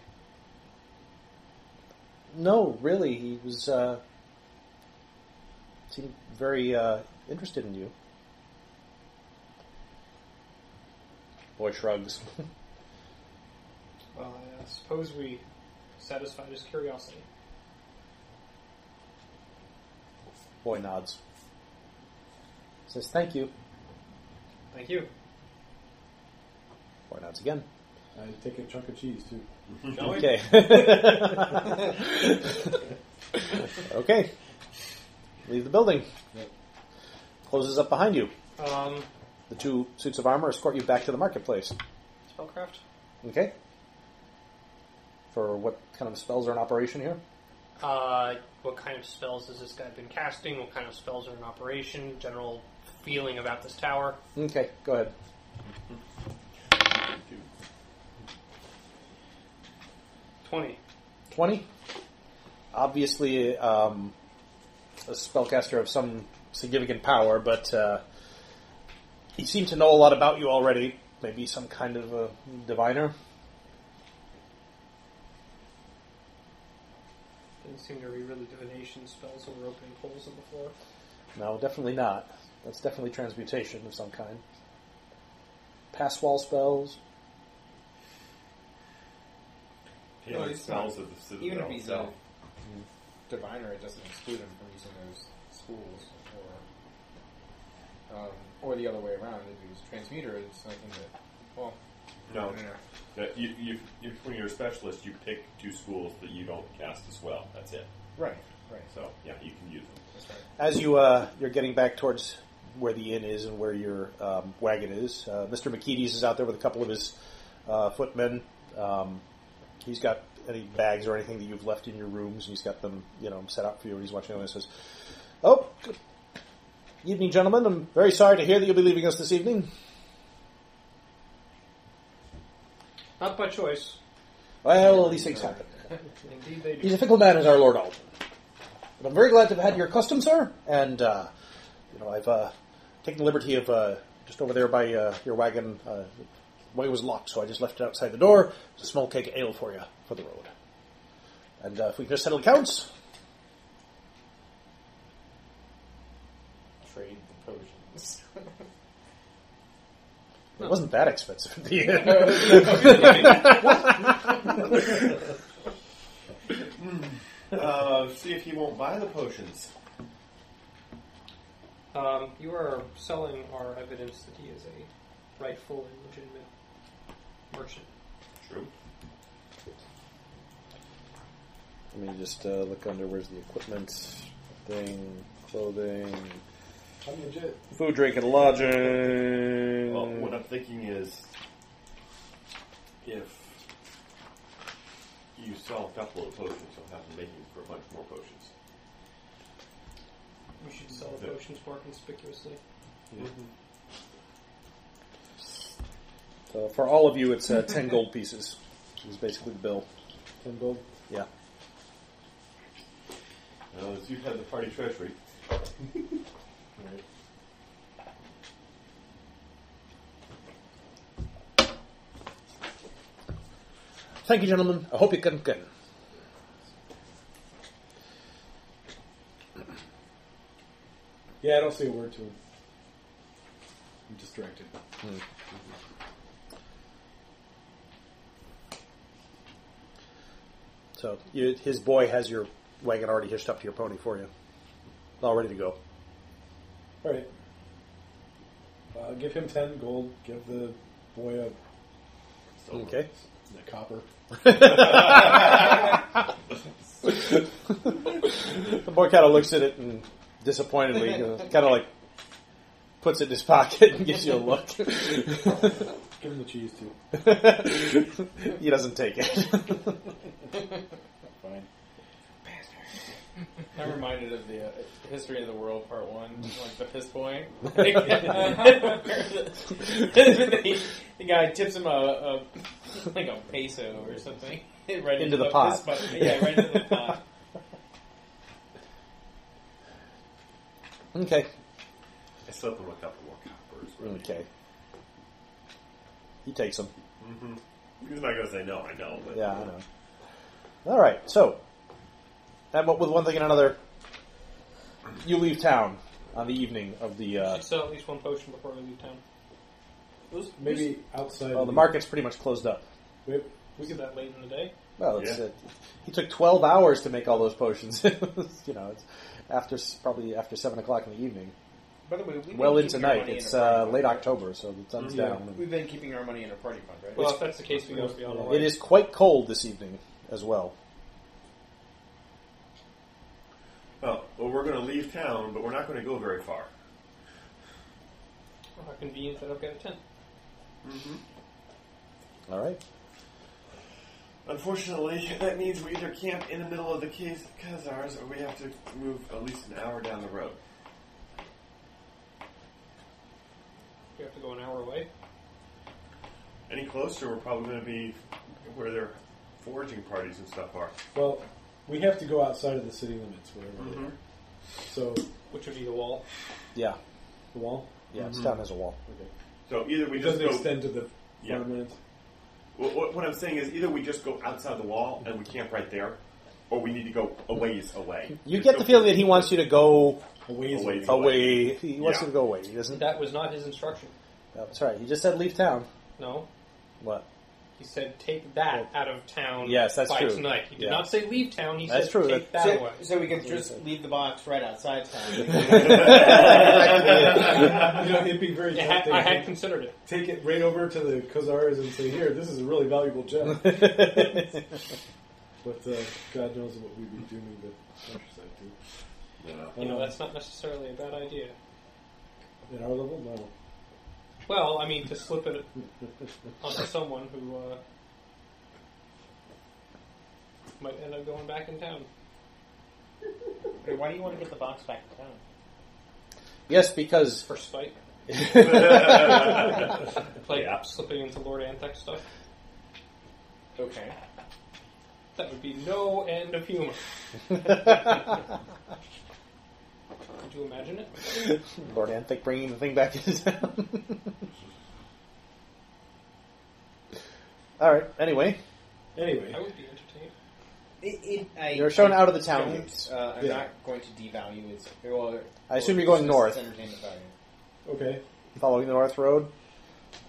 [SPEAKER 2] No, really, he was uh, seemed very uh, interested in you. Boy shrugs.
[SPEAKER 6] Well, I uh, suppose we satisfied his curiosity.
[SPEAKER 2] Boy nods. Says thank you.
[SPEAKER 6] Thank you.
[SPEAKER 2] Boy nods again.
[SPEAKER 4] I take a chunk of cheese too.
[SPEAKER 2] Mm-hmm. Okay. okay. Leave the building.
[SPEAKER 4] Yep.
[SPEAKER 2] Closes up behind you.
[SPEAKER 6] Um,
[SPEAKER 2] The two suits of armor escort you back to the marketplace.
[SPEAKER 6] spellcraft?
[SPEAKER 2] Okay. For what kind of spells are in operation here?
[SPEAKER 6] Uh, what kind of spells has this guy been casting? What kind of spells are in operation? General feeling about this tower?
[SPEAKER 2] Okay, go ahead.
[SPEAKER 6] Twenty.
[SPEAKER 2] 20. Obviously, um, a spellcaster of some significant power, but uh, he seemed to know a lot about you already. Maybe some kind of a diviner.
[SPEAKER 6] Didn't seem to be really divination spells that were opening holes in the floor.
[SPEAKER 2] No, definitely not. That's definitely transmutation of some kind. Pass wall spells.
[SPEAKER 1] He
[SPEAKER 7] No,
[SPEAKER 1] like
[SPEAKER 7] it's not.
[SPEAKER 1] smells of the citadel.
[SPEAKER 7] Even if he's a
[SPEAKER 1] itself.
[SPEAKER 7] diviner, it doesn't exclude him from using those schools or um, or the other way around. If he was a transmuter, it's something that well,
[SPEAKER 1] no,
[SPEAKER 7] no, no, no.
[SPEAKER 1] That you, you, you, when you're a specialist, you pick two schools that you don't cast as well. That's it.
[SPEAKER 7] right, right,
[SPEAKER 1] So yeah, you can use them.
[SPEAKER 7] that's right.
[SPEAKER 2] As you uh, you're getting back towards where the inn is and where your um, wagon is, uh, Mr. McKeedy's is out there with a couple of his uh, footmen. Um, he's got any bags or anything that you've left in your rooms, and he's got them, you know, set out for you. And he's watching them and says, "Oh, good evening, gentlemen. I'm very sorry to hear that you'll be leaving us this evening.
[SPEAKER 6] Not by choice.
[SPEAKER 2] Well, these things happen.
[SPEAKER 6] Indeed, they do.
[SPEAKER 2] He's a fickle man, is our Lord Alton. But I'm very glad to have had your custom, sir. And uh, you know, I've uh, taken the liberty of uh, just over there by uh, your wagon. Uh, the way was locked, so I just left it outside the door. It's a small keg of ale for you for the road. And uh, if we can just settle accounts,
[SPEAKER 9] Trade the potions.
[SPEAKER 2] it wasn't that expensive in the end.
[SPEAKER 1] Uh, see if he won't buy the potions.
[SPEAKER 6] Um, you are selling our evidence that he is a rightful and legitimate merchant.
[SPEAKER 1] True.
[SPEAKER 2] Let me just uh, look under where's the equipment thing, clothing,
[SPEAKER 4] I'm legit.
[SPEAKER 2] food, drink, and lodging.
[SPEAKER 1] Well, what I'm thinking is, if you sell a couple of potions, you'll have to make him for a bunch more potions.
[SPEAKER 6] We should sell the
[SPEAKER 1] Yeah.
[SPEAKER 6] potions more conspicuously.
[SPEAKER 2] So for all of you, it's uh, ten gold pieces. Is basically the bill.
[SPEAKER 4] Ten gold.
[SPEAKER 2] Yeah.
[SPEAKER 1] Uh, as you have the party treasury,
[SPEAKER 2] Thank you, gentlemen. I hope you can can.
[SPEAKER 4] Yeah, I don't say a word to him. I'm distracted.
[SPEAKER 2] So you, his boy has your wagon already hitched up to your pony for you, all ready to go.
[SPEAKER 4] All right. Uh, give him ten gold. Give the boy a,
[SPEAKER 2] Okay.
[SPEAKER 4] a copper.
[SPEAKER 2] The boy kind of looks at it and disappointedly, kind of like puts it in his pocket and gives you a look.
[SPEAKER 4] Give him the cheese too.
[SPEAKER 2] he doesn't take it.
[SPEAKER 4] Fine.
[SPEAKER 9] I'm reminded of the uh, History of the World Part 1, like the piss boy. the, guy tips him a, a like a peso or something. right
[SPEAKER 2] Into the pot.
[SPEAKER 9] piss bucket. Yeah, right into the pot.
[SPEAKER 2] okay.
[SPEAKER 1] I slip him a couple more coppers. Really.
[SPEAKER 2] Okay. He takes them.
[SPEAKER 1] He's not going to say no, I know. But
[SPEAKER 2] Mm. Yeah, I know. All right, so that but with one thing and another, you leave town on the evening of the.
[SPEAKER 6] We
[SPEAKER 2] Uh,
[SPEAKER 6] should sell at least one potion before we leave town.
[SPEAKER 4] Maybe outside.
[SPEAKER 6] Oh,
[SPEAKER 2] well, the market's pretty much closed up.
[SPEAKER 4] Wait,
[SPEAKER 6] We get that late in the day.
[SPEAKER 2] Well, it's,
[SPEAKER 1] Yeah.
[SPEAKER 2] uh, he took twelve hours to make all those potions. you know, it's after s- probably after seven o'clock in the evening.
[SPEAKER 9] By the way, we've been
[SPEAKER 2] well
[SPEAKER 9] keeping
[SPEAKER 2] into
[SPEAKER 9] our
[SPEAKER 2] night.
[SPEAKER 9] money in
[SPEAKER 2] It's
[SPEAKER 9] a party
[SPEAKER 2] uh,
[SPEAKER 9] fund,
[SPEAKER 2] late
[SPEAKER 9] right?
[SPEAKER 2] October, so the sun's
[SPEAKER 4] Yeah.
[SPEAKER 2] down.
[SPEAKER 9] We've been keeping our money in a party fund, right?
[SPEAKER 6] Well, if that's the case, we go be on the
[SPEAKER 2] It
[SPEAKER 6] way.
[SPEAKER 2] is quite cold this evening as well.
[SPEAKER 1] Oh, well, we're going to leave town, but we're not going to go very far.
[SPEAKER 6] How convenient that I've got a tent.
[SPEAKER 2] Mm-hmm. All right.
[SPEAKER 1] Unfortunately, that means we either camp in the middle of the Khaz- Khazars or we have to move at least an hour down the road.
[SPEAKER 6] We have to go an hour away.
[SPEAKER 1] Any closer, we're probably going to be where their foraging parties and stuff are.
[SPEAKER 4] well, we have to go outside of the city limits, wherever they
[SPEAKER 1] Mhm.
[SPEAKER 4] are. So
[SPEAKER 6] Which would be the wall.
[SPEAKER 2] Yeah.
[SPEAKER 4] the wall.
[SPEAKER 2] Yeah.
[SPEAKER 1] Mm-hmm.
[SPEAKER 2] It's down as a wall.
[SPEAKER 4] Okay.
[SPEAKER 1] So either we
[SPEAKER 4] It doesn't
[SPEAKER 1] just go.
[SPEAKER 4] extend to the
[SPEAKER 1] Yeah.
[SPEAKER 4] firmament.
[SPEAKER 1] What, what, what I'm saying is either we just go outside the wall and we camp right there, or we need to go a ways away.
[SPEAKER 2] You
[SPEAKER 1] There's
[SPEAKER 2] get
[SPEAKER 1] no
[SPEAKER 2] the feeling that he wants you to go
[SPEAKER 4] A ways
[SPEAKER 1] A ways.
[SPEAKER 2] away. He wants
[SPEAKER 1] Yeah.
[SPEAKER 2] you to go away. He doesn't.
[SPEAKER 6] That was not his instruction.
[SPEAKER 2] That's right. He Oh, just said leave town.
[SPEAKER 6] No.
[SPEAKER 2] What?
[SPEAKER 6] He said, take that out of town
[SPEAKER 2] Yes, that's
[SPEAKER 6] by
[SPEAKER 2] true.
[SPEAKER 6] tonight. He did
[SPEAKER 2] Yeah.
[SPEAKER 6] not say leave town. He
[SPEAKER 2] That's
[SPEAKER 6] said,
[SPEAKER 2] true.
[SPEAKER 6] take that away.
[SPEAKER 9] So, so we can just leave the box right outside town.
[SPEAKER 4] you know, it'd be very
[SPEAKER 6] I had,
[SPEAKER 4] tempting
[SPEAKER 6] I
[SPEAKER 4] to
[SPEAKER 6] had considered it.
[SPEAKER 4] take it right over to the Khazars and say, "Here, this is a really valuable gem." but uh, God knows what we'd be doing with countryside too.
[SPEAKER 6] You
[SPEAKER 2] Mm-hmm.
[SPEAKER 6] know,
[SPEAKER 4] Um,
[SPEAKER 6] that's not necessarily a bad idea.
[SPEAKER 4] At our level, no.
[SPEAKER 6] Well, I mean, to slip it onto someone who uh, might end up going back in town.
[SPEAKER 9] Wait, Why do you want to get the box back in town?
[SPEAKER 2] Yes, because
[SPEAKER 6] For spite. Like
[SPEAKER 1] Yeah.
[SPEAKER 6] slipping into Lord Antec stuff.
[SPEAKER 9] Okay.
[SPEAKER 6] That would be no end of humor. Could you imagine it?
[SPEAKER 2] Lord Anthic bringing the thing back into town. All right. Anyway,
[SPEAKER 4] Anyway,
[SPEAKER 6] I would be entertained.
[SPEAKER 3] It, it, I,
[SPEAKER 2] You're shown
[SPEAKER 3] I
[SPEAKER 2] out of the town
[SPEAKER 3] don't,
[SPEAKER 2] gates.
[SPEAKER 3] Uh, I'm
[SPEAKER 4] Yeah.
[SPEAKER 3] not going to devalue its. Well,
[SPEAKER 2] I assume
[SPEAKER 3] or
[SPEAKER 2] you're going
[SPEAKER 3] its
[SPEAKER 2] north.
[SPEAKER 3] Entertainment value.
[SPEAKER 4] okay.
[SPEAKER 2] following the North Road.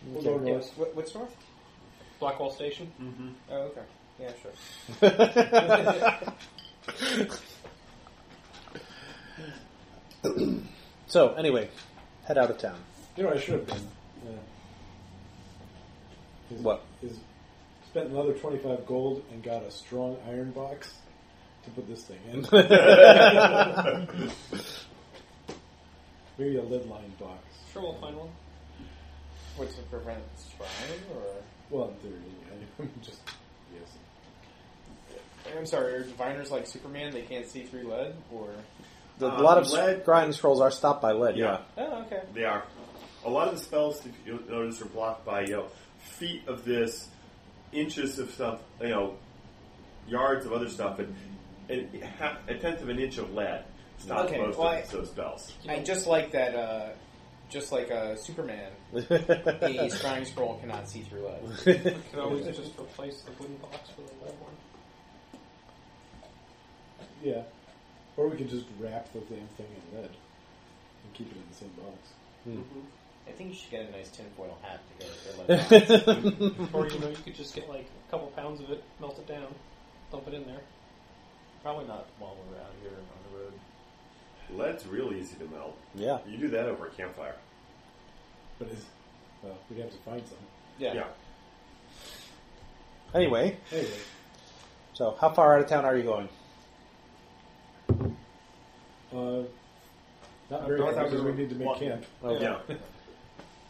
[SPEAKER 4] We'll go
[SPEAKER 2] Okay.
[SPEAKER 4] north.
[SPEAKER 3] What, what's north?
[SPEAKER 6] Blackwall Station.
[SPEAKER 3] Oh, okay. Yeah, sure.
[SPEAKER 2] so anyway, head out of town.
[SPEAKER 4] You know what I should have done? Yeah. Is,
[SPEAKER 2] What?
[SPEAKER 4] Is spent another 25 gold and got a strong iron box to put this thing in. Maybe a lead lined box.
[SPEAKER 6] Sure, we'll find one.
[SPEAKER 3] What's the prevent shrine or?
[SPEAKER 4] Well, in theory, yeah. I'm just. Yes.
[SPEAKER 3] I'm sorry. Are diviners like Superman? They can't see through lead or?
[SPEAKER 2] The,
[SPEAKER 1] Um,
[SPEAKER 2] a lot of
[SPEAKER 1] lead-
[SPEAKER 2] grinding scrolls are stopped by lead.
[SPEAKER 1] Yeah,
[SPEAKER 2] Yeah.
[SPEAKER 3] Oh, okay.
[SPEAKER 1] they are. A lot of the spells that you'll notice are blocked by you know feet of this, inches of stuff, you know, yards of other stuff, and, and ha- a tenth of an inch of lead stops
[SPEAKER 3] Okay,
[SPEAKER 1] most
[SPEAKER 3] well, I-
[SPEAKER 1] of those spells.
[SPEAKER 3] I just like that. Uh, just like uh, Superman, the scrying scroll cannot see through lead.
[SPEAKER 6] We could always just replace the wooden box with a lead one.
[SPEAKER 4] Yeah. Or we could just wrap the damn thing in lead and keep it in the same box.
[SPEAKER 3] I think you should get a nice tinfoil hat to go with your lead. box.
[SPEAKER 6] Or you know, you could just get like a couple pounds of it, melt it down, dump it in there.
[SPEAKER 3] Probably not while we're out here on the road.
[SPEAKER 1] Lead's real easy to melt.
[SPEAKER 2] yeah.
[SPEAKER 1] You do that over a campfire.
[SPEAKER 4] But it's. Well, we'd have to find some.
[SPEAKER 3] Yeah.
[SPEAKER 1] Yeah.
[SPEAKER 2] Anyway,
[SPEAKER 4] Anyway,
[SPEAKER 2] so how far out of town are you going?
[SPEAKER 4] uh, not
[SPEAKER 3] I
[SPEAKER 4] very
[SPEAKER 3] thought
[SPEAKER 4] hard
[SPEAKER 3] that
[SPEAKER 4] because
[SPEAKER 3] we
[SPEAKER 4] we
[SPEAKER 3] were
[SPEAKER 4] need to make
[SPEAKER 1] walking.
[SPEAKER 4] camp.
[SPEAKER 2] Okay.
[SPEAKER 1] Oh, Yeah.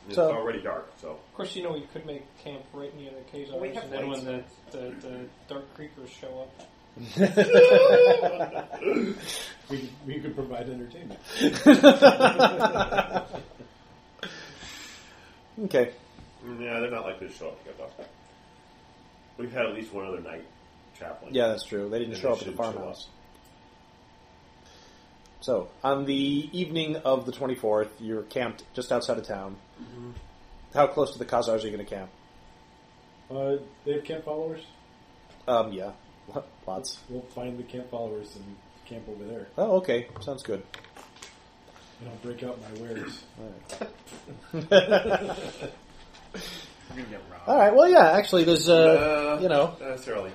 [SPEAKER 1] It's
[SPEAKER 2] So-
[SPEAKER 1] already dark, so
[SPEAKER 6] Of course, you know we could make camp right near the Khazars,
[SPEAKER 3] We have
[SPEAKER 6] and then when the,
[SPEAKER 3] lights.
[SPEAKER 6] the, the Dark Creepers show up,
[SPEAKER 4] We could, we could provide entertainment.
[SPEAKER 2] Okay.
[SPEAKER 1] mm, yeah, they're not likely to show up here though. We've had at least one other night traveling.
[SPEAKER 2] Yeah, that's true. They didn't
[SPEAKER 1] And
[SPEAKER 2] show
[SPEAKER 1] they
[SPEAKER 2] up at the
[SPEAKER 1] shouldn't show
[SPEAKER 2] farmhouse. So, on the evening of the 24th, you're camped just outside of town.
[SPEAKER 1] Mm-hmm.
[SPEAKER 2] How close to the Khazars are you going to camp?
[SPEAKER 4] Uh, they have camp followers.
[SPEAKER 2] Um, yeah. Lots.
[SPEAKER 4] We'll find the camp followers and camp over there.
[SPEAKER 2] Oh, okay. Sounds good.
[SPEAKER 4] And I'll break out my wares.
[SPEAKER 9] We're gonna get robbed.
[SPEAKER 2] All right. Well, yeah, actually, there's, uh,
[SPEAKER 1] Uh,
[SPEAKER 2] you know,
[SPEAKER 1] not necessarily.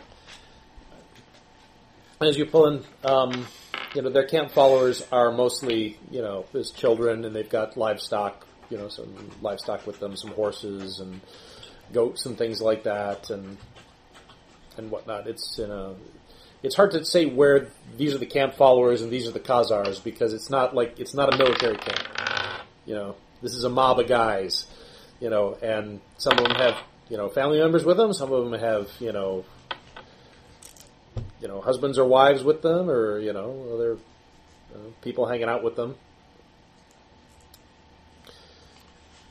[SPEAKER 2] as you pull in, um, you know, their camp followers are mostly, you know, there's children and they've got livestock, you know, some livestock with them, some horses and goats and things like that, and and whatnot. It's in a, it's hard to say where these are the camp followers and these are the Khazars because it's not like it's not a military camp. You know, this is a mob of guys. You know, and some of them have you know family members with them. Some of them have you know you know, husbands or wives with them, or you know, other uh, people hanging out with them.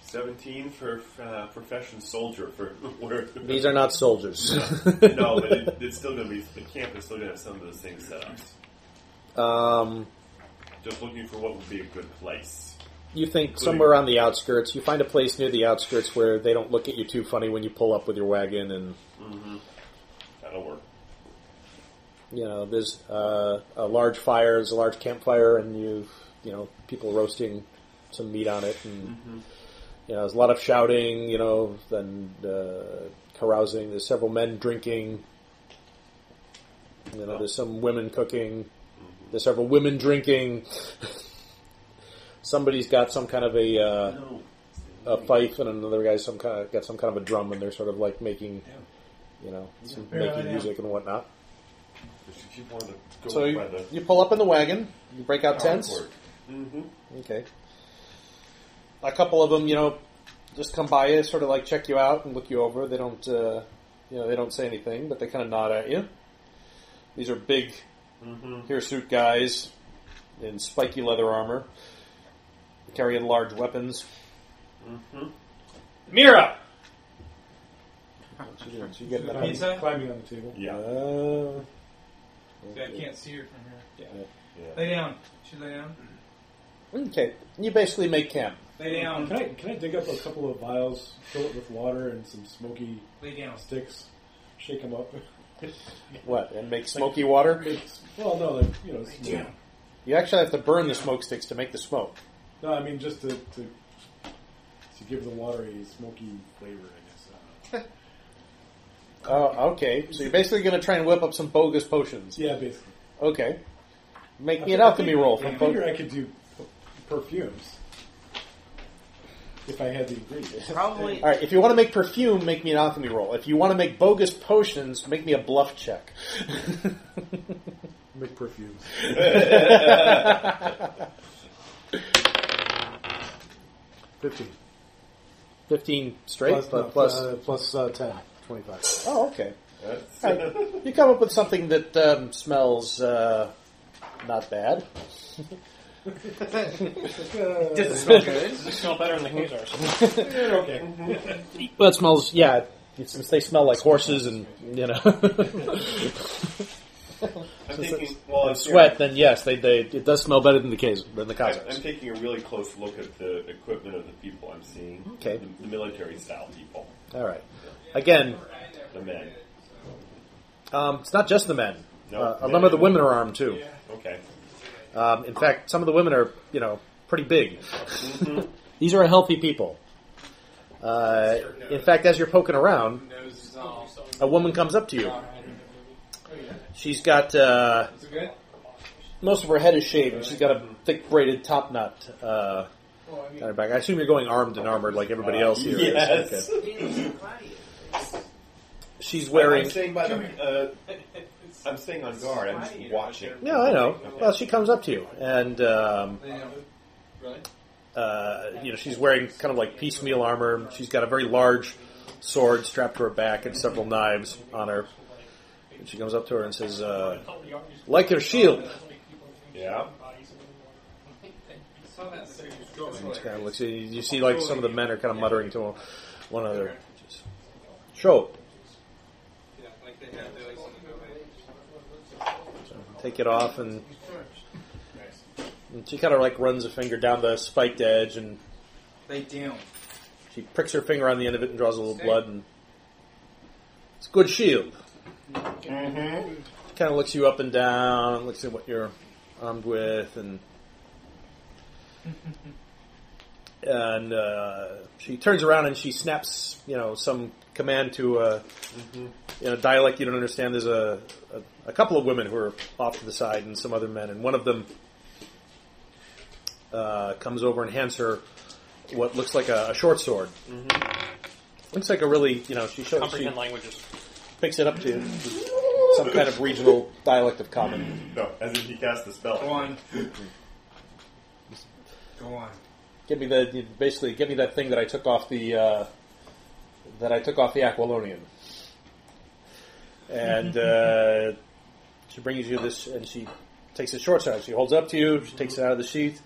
[SPEAKER 1] Seventeen for uh, profession soldier for where
[SPEAKER 2] These are not soldiers.
[SPEAKER 1] no, but it, it's still going to be the camp is still going to have some of those same setups.
[SPEAKER 2] um,
[SPEAKER 1] Just looking for what would be a good place.
[SPEAKER 2] you think somewhere on the outskirts, you find a place near the outskirts where they don't look at you too funny when you pull up with your wagon, and
[SPEAKER 1] That'll work.
[SPEAKER 2] you know, there's uh, a large fire, there's a large campfire, and you, you know, people roasting some meat on it, and
[SPEAKER 7] Mm-hmm.
[SPEAKER 2] you know, there's a lot of shouting, you know, and uh, carousing. There's several men drinking. You know, there's some women cooking.
[SPEAKER 7] Mm-hmm.
[SPEAKER 2] There's several women drinking. Somebody's got some kind of a uh,
[SPEAKER 1] No,
[SPEAKER 2] a fife, and another guy's some kind of got some kind of a drum, and they're sort of like making, you know, some,
[SPEAKER 7] Yeah,
[SPEAKER 2] making
[SPEAKER 7] yeah.
[SPEAKER 2] music and whatnot.
[SPEAKER 1] we should keep one of the go
[SPEAKER 2] So you,
[SPEAKER 1] by the
[SPEAKER 2] you pull up in the wagon, you break out tents.
[SPEAKER 1] Mm-hmm.
[SPEAKER 2] Okay. A couple of them, you know, just come by you, sort of like check you out and look you over. They don't, uh, you know, they don't say anything, but they kind of nod at you. These are big hirsute guys in spiky leather armor, carrying large weapons.
[SPEAKER 1] Mm-hmm.
[SPEAKER 2] Mira, What you doing? So you get that
[SPEAKER 4] Climbing-
[SPEAKER 7] Pizza?
[SPEAKER 4] Climbing on the table.
[SPEAKER 1] Yeah.
[SPEAKER 2] Uh,
[SPEAKER 7] See, I can't see her from here.
[SPEAKER 1] Yeah.
[SPEAKER 7] Lay down. Should I lay down?
[SPEAKER 2] okay, you basically make camp.
[SPEAKER 7] Lay down.
[SPEAKER 4] Can I can I dig up a couple of vials, fill it with water and some smoky
[SPEAKER 7] Lay down.
[SPEAKER 4] sticks, shake them up?
[SPEAKER 2] What and make smoky water?
[SPEAKER 4] well, no, like you know, smoke.
[SPEAKER 2] You actually have to burn the smoke sticks to make the smoke.
[SPEAKER 4] no, I mean just to, to to give the water a smoky flavor, I guess. I don't know.
[SPEAKER 2] Oh, okay. So you're basically going to ty and whip up some bogus potions.
[SPEAKER 4] yeah, basically.
[SPEAKER 2] Okay. Make me
[SPEAKER 4] I
[SPEAKER 2] an
[SPEAKER 4] fi- I
[SPEAKER 2] alchemy
[SPEAKER 4] fig-
[SPEAKER 2] roll
[SPEAKER 4] I
[SPEAKER 2] from
[SPEAKER 4] figure
[SPEAKER 2] bo-
[SPEAKER 4] I could do perfumes if I had the ingredients.
[SPEAKER 9] Probably.
[SPEAKER 2] All right. If you want to make perfume, make me an alchemy roll. If you want to make bogus potions, make me a bluff check.
[SPEAKER 4] Make perfumes. Fifteen.
[SPEAKER 2] Fifteen straight
[SPEAKER 4] plus,
[SPEAKER 2] but
[SPEAKER 4] no,
[SPEAKER 2] plus.
[SPEAKER 4] uh, plus uh, 10, 25.
[SPEAKER 2] oh, okay.
[SPEAKER 1] That's-
[SPEAKER 2] All right. You come up with something that um, smells uh, not bad.
[SPEAKER 9] Does it smell good?
[SPEAKER 6] Does it smell better than the Hazars?
[SPEAKER 4] okay.
[SPEAKER 2] Well, it smells. Yeah, since they smell like horses and you know
[SPEAKER 1] I'm thinking, well, I'm
[SPEAKER 2] sweat, then yes, they, they it does smell better than the case than the
[SPEAKER 1] I'm, I'm
[SPEAKER 2] Khazars.
[SPEAKER 1] taking a really close look at the equipment of the people I'm seeing.
[SPEAKER 2] Okay.
[SPEAKER 1] The, the military style people,
[SPEAKER 2] All right. Again,
[SPEAKER 1] the men.
[SPEAKER 2] um, it's not just the men.
[SPEAKER 1] No,
[SPEAKER 2] uh, a
[SPEAKER 1] men
[SPEAKER 2] number of the
[SPEAKER 1] and-
[SPEAKER 2] women are armed too.
[SPEAKER 1] Okay.
[SPEAKER 2] Um, in fact, some of the women are you know pretty big.
[SPEAKER 1] Mm-hmm.
[SPEAKER 2] These are healthy people. Uh, in fact, as you're poking around,
[SPEAKER 7] Nose is all.
[SPEAKER 2] a woman comes up to you. She's got uh,
[SPEAKER 7] Is it good?
[SPEAKER 2] most of her head is shaved, and she's got a thick braided top knot uh,
[SPEAKER 7] Well, I mean,
[SPEAKER 2] on her back. I assume you're going armed and armored like everybody
[SPEAKER 1] Uh,
[SPEAKER 2] else here. is.
[SPEAKER 1] Yes.
[SPEAKER 2] Okay. She's
[SPEAKER 1] I'm
[SPEAKER 2] wearing.
[SPEAKER 1] staying by the. Uh, I'm staying on guard. I'm just watching.
[SPEAKER 2] No, I know. Well, she comes up to you, and um,
[SPEAKER 7] lay down. Really?
[SPEAKER 2] uh, you know she's wearing kind of like piecemeal armor. She's got a very large sword strapped to her back and several knives on her. And she comes up to her and says, uh, "Like your shield."
[SPEAKER 1] Yeah.
[SPEAKER 7] It's not that serious.
[SPEAKER 2] And she kind of looks at you. You see, like some of the men are kind of muttering to one another. Just, Show,
[SPEAKER 7] Yeah, like they have, they like something to go away.
[SPEAKER 2] take it off, and, and she kind of like runs a finger down the spiked edge, and
[SPEAKER 7] Lay down.
[SPEAKER 2] she pricks her finger on the end of it and draws a little blood. And it's a good shield.
[SPEAKER 1] Mm-hmm.
[SPEAKER 2] kind of looks you up and down, looks at what you're armed with, and and uh, she turns around and she snaps, you know, some command to uh, in a dialect you don't understand. There's a, a a couple of women who are off to the side and some other men, and one of them uh, comes over and hands her what looks like a, a short sword. Looks like a really, you know, she shows she
[SPEAKER 6] Comprehend languages.
[SPEAKER 2] picks it up to some kind of regional dialect of common.
[SPEAKER 1] No, as if he cast the spell.
[SPEAKER 7] Go on. Go on.
[SPEAKER 2] Give me the basically give me that thing that I took off the uh, that I took off the Aquilonian, and uh, she brings you this, and she takes it short side. She holds it up to you. She takes it out of the sheath.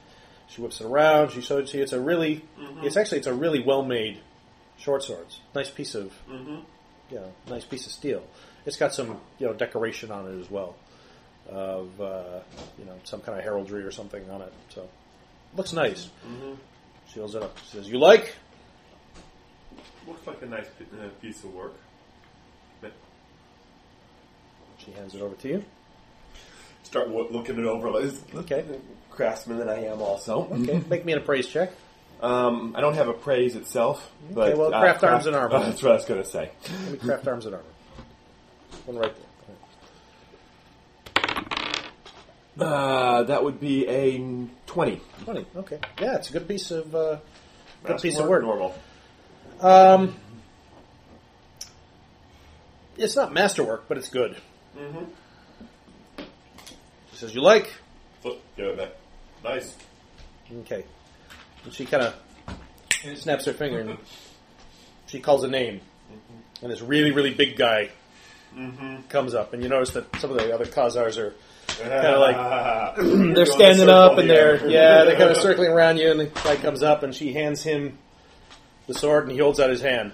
[SPEAKER 2] She whips it around. She shows it to you. It's a really, it's actually it's a really well made short sword. It's a Nice piece of, you know, nice piece of steel. It's got some you know decoration on it as well, of uh, you know some kind of heraldry or something on it. So looks nice. She holds it up. She says, "You like?"
[SPEAKER 1] Looks like a nice pi- uh, piece of work. But
[SPEAKER 2] She hands it over to you.
[SPEAKER 1] Start wo- looking it over. Like,
[SPEAKER 2] Okay. Mm-hmm.
[SPEAKER 1] Craftsman that I am, also.
[SPEAKER 2] Okay. Make me an appraise check.
[SPEAKER 1] Um, I don't have a praise itself, but
[SPEAKER 2] Okay, well,
[SPEAKER 1] uh,
[SPEAKER 2] craft arms and armor.
[SPEAKER 1] that's what I was going to say.
[SPEAKER 2] Let me craft arms and armor. One right there.
[SPEAKER 1] Uh, that would be a twenty.
[SPEAKER 2] Twenty. Okay. Yeah, it's a good piece of uh, good
[SPEAKER 1] That's
[SPEAKER 2] piece
[SPEAKER 1] more
[SPEAKER 2] of work.
[SPEAKER 1] Normal.
[SPEAKER 2] Um, it's not masterwork, but it's good. Mm-hmm. She says, "You like?"
[SPEAKER 1] Look, give it back. Nice.
[SPEAKER 2] Okay. And she kind of snaps her finger and she calls a name. And this really, really big guy comes up. And you notice that some of the other Khazars are kind of like, they're standing up and they're, yeah, they're kind of circling around you. And the guy comes up and she hands him the sword and he holds out his hand.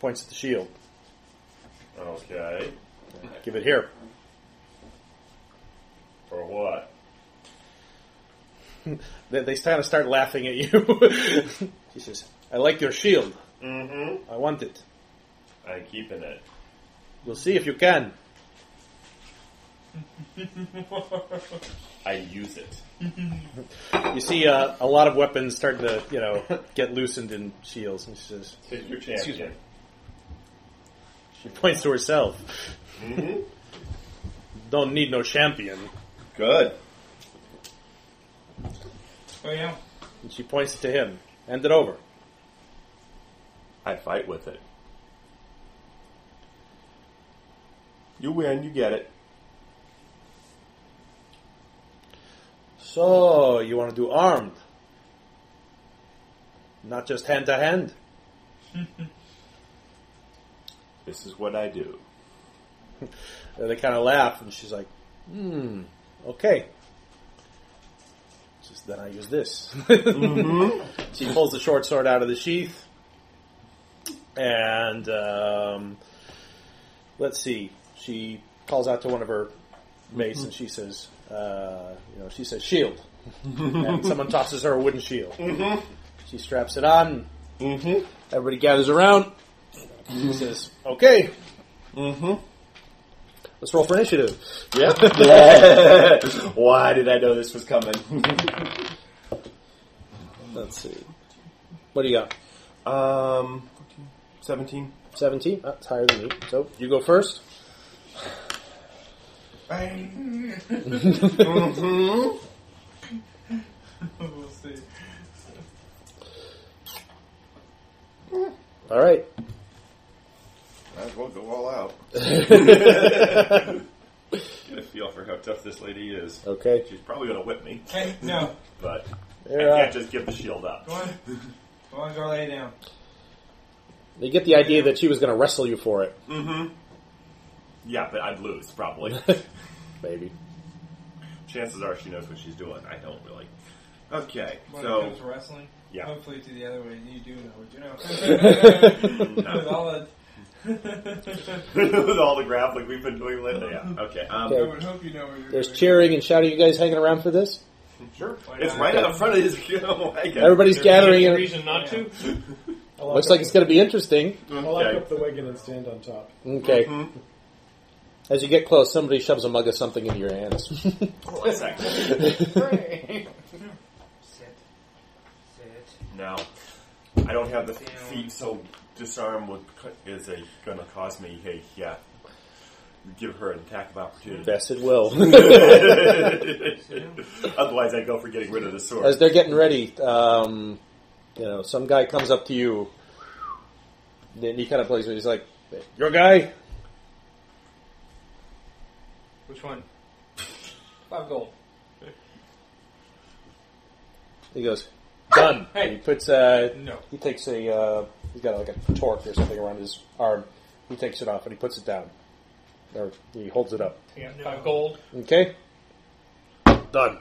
[SPEAKER 2] Points at the shield.
[SPEAKER 1] Okay.
[SPEAKER 2] Give it here.
[SPEAKER 1] For what?
[SPEAKER 2] They, they kind of start laughing at you. she says, I like your shield.
[SPEAKER 1] Mm-hmm.
[SPEAKER 2] I want it.
[SPEAKER 1] I'm keeping it.
[SPEAKER 2] We'll see if you can.
[SPEAKER 1] I use it.
[SPEAKER 2] You see uh, a lot of weapons starting to, you know, get loosened in shields. And she says,
[SPEAKER 1] Take your
[SPEAKER 2] Excuse
[SPEAKER 1] champion.
[SPEAKER 2] she points to herself.
[SPEAKER 1] Mm-hmm.
[SPEAKER 2] Don't need no champion.
[SPEAKER 1] Good.
[SPEAKER 7] Oh yeah.
[SPEAKER 2] And she points to him. Hand it over.
[SPEAKER 1] I fight with it. You win, you get it.
[SPEAKER 2] So, you want to do armed? Not just hand to hand?
[SPEAKER 1] This is what I do.
[SPEAKER 2] Uh, they kind of laugh, and she's like, hmm, okay. She says, then I use this. She pulls the short sword out of the sheath, and um, let's see. She calls out to one of her mates, and she says, uh, you know, she says, shield. and someone tosses her a wooden shield. She straps it on.
[SPEAKER 1] Mm-hmm.
[SPEAKER 2] Everybody gathers around. She says, okay,
[SPEAKER 1] Mm-hmm.
[SPEAKER 2] let's roll for initiative.
[SPEAKER 1] Yep. Why did I know this was coming?
[SPEAKER 2] Let's see. What do you got?
[SPEAKER 1] um, 17.
[SPEAKER 2] 17? That's Oh, higher than me. So you go first.
[SPEAKER 7] Bang.
[SPEAKER 1] mm-hmm.
[SPEAKER 7] we'll see.
[SPEAKER 2] All right.
[SPEAKER 1] Might as well go all out. Get a feel for how tough this lady is.
[SPEAKER 2] Okay.
[SPEAKER 1] She's probably going to whip me,
[SPEAKER 7] Hey, no.
[SPEAKER 1] but I
[SPEAKER 2] Yeah.
[SPEAKER 1] can't just give the shield up.
[SPEAKER 7] Go on. Go on, go lay down.
[SPEAKER 2] They get the idea that she was going to wrestle you for it,
[SPEAKER 1] Mm-hmm. Yeah, but I'd lose, probably.
[SPEAKER 2] maybe.
[SPEAKER 1] Chances are she knows what she's doing. I don't really. Okay,
[SPEAKER 7] When it
[SPEAKER 1] so
[SPEAKER 7] comes to wrestling,
[SPEAKER 1] Yeah.
[SPEAKER 7] hopefully to the other way, you do know what you know. With all the,
[SPEAKER 1] with all the grappling we've been doing lately, yeah. Okay, um,
[SPEAKER 7] I
[SPEAKER 2] Okay.
[SPEAKER 7] would hope you know what you're
[SPEAKER 2] There's
[SPEAKER 7] doing.
[SPEAKER 2] cheering and shouting. You guys hanging around for this?
[SPEAKER 1] sure.
[SPEAKER 7] Why
[SPEAKER 1] It's
[SPEAKER 7] not?
[SPEAKER 1] right out in front of his wagon.
[SPEAKER 2] Everybody's gathering.
[SPEAKER 6] Any
[SPEAKER 2] And
[SPEAKER 6] reason not to?
[SPEAKER 4] I'll lock
[SPEAKER 2] looks
[SPEAKER 4] up-
[SPEAKER 2] like it's going to be interesting.
[SPEAKER 4] I'll lock
[SPEAKER 1] Okay.
[SPEAKER 4] up the wagon and stand on top.
[SPEAKER 2] Okay.
[SPEAKER 1] Mhm.
[SPEAKER 7] Mm-hmm.
[SPEAKER 2] As you get close, somebody shoves a mug of something into your hands.
[SPEAKER 1] Wait a second.
[SPEAKER 3] Hooray.
[SPEAKER 7] Sit. Sit.
[SPEAKER 1] No, I don't have the feet, so disarm would is a gonna cause me a uh, give her an attack of opportunity.
[SPEAKER 2] yes, it will.
[SPEAKER 1] Otherwise, I'd go for getting rid of the sword.
[SPEAKER 2] As they're getting ready, um, you know, some guy comes up to you. Then he kind of plays. He's like, "Your guy."
[SPEAKER 6] Which one?
[SPEAKER 7] Five gold.
[SPEAKER 2] He goes, "Done."
[SPEAKER 7] Hey.
[SPEAKER 2] He puts uh,
[SPEAKER 7] No.
[SPEAKER 2] He takes a, uh, he's got like a torque or something around his arm. He takes it off and he puts it down. Or he holds it up.
[SPEAKER 6] Yeah, five gold.
[SPEAKER 2] Okay? Done.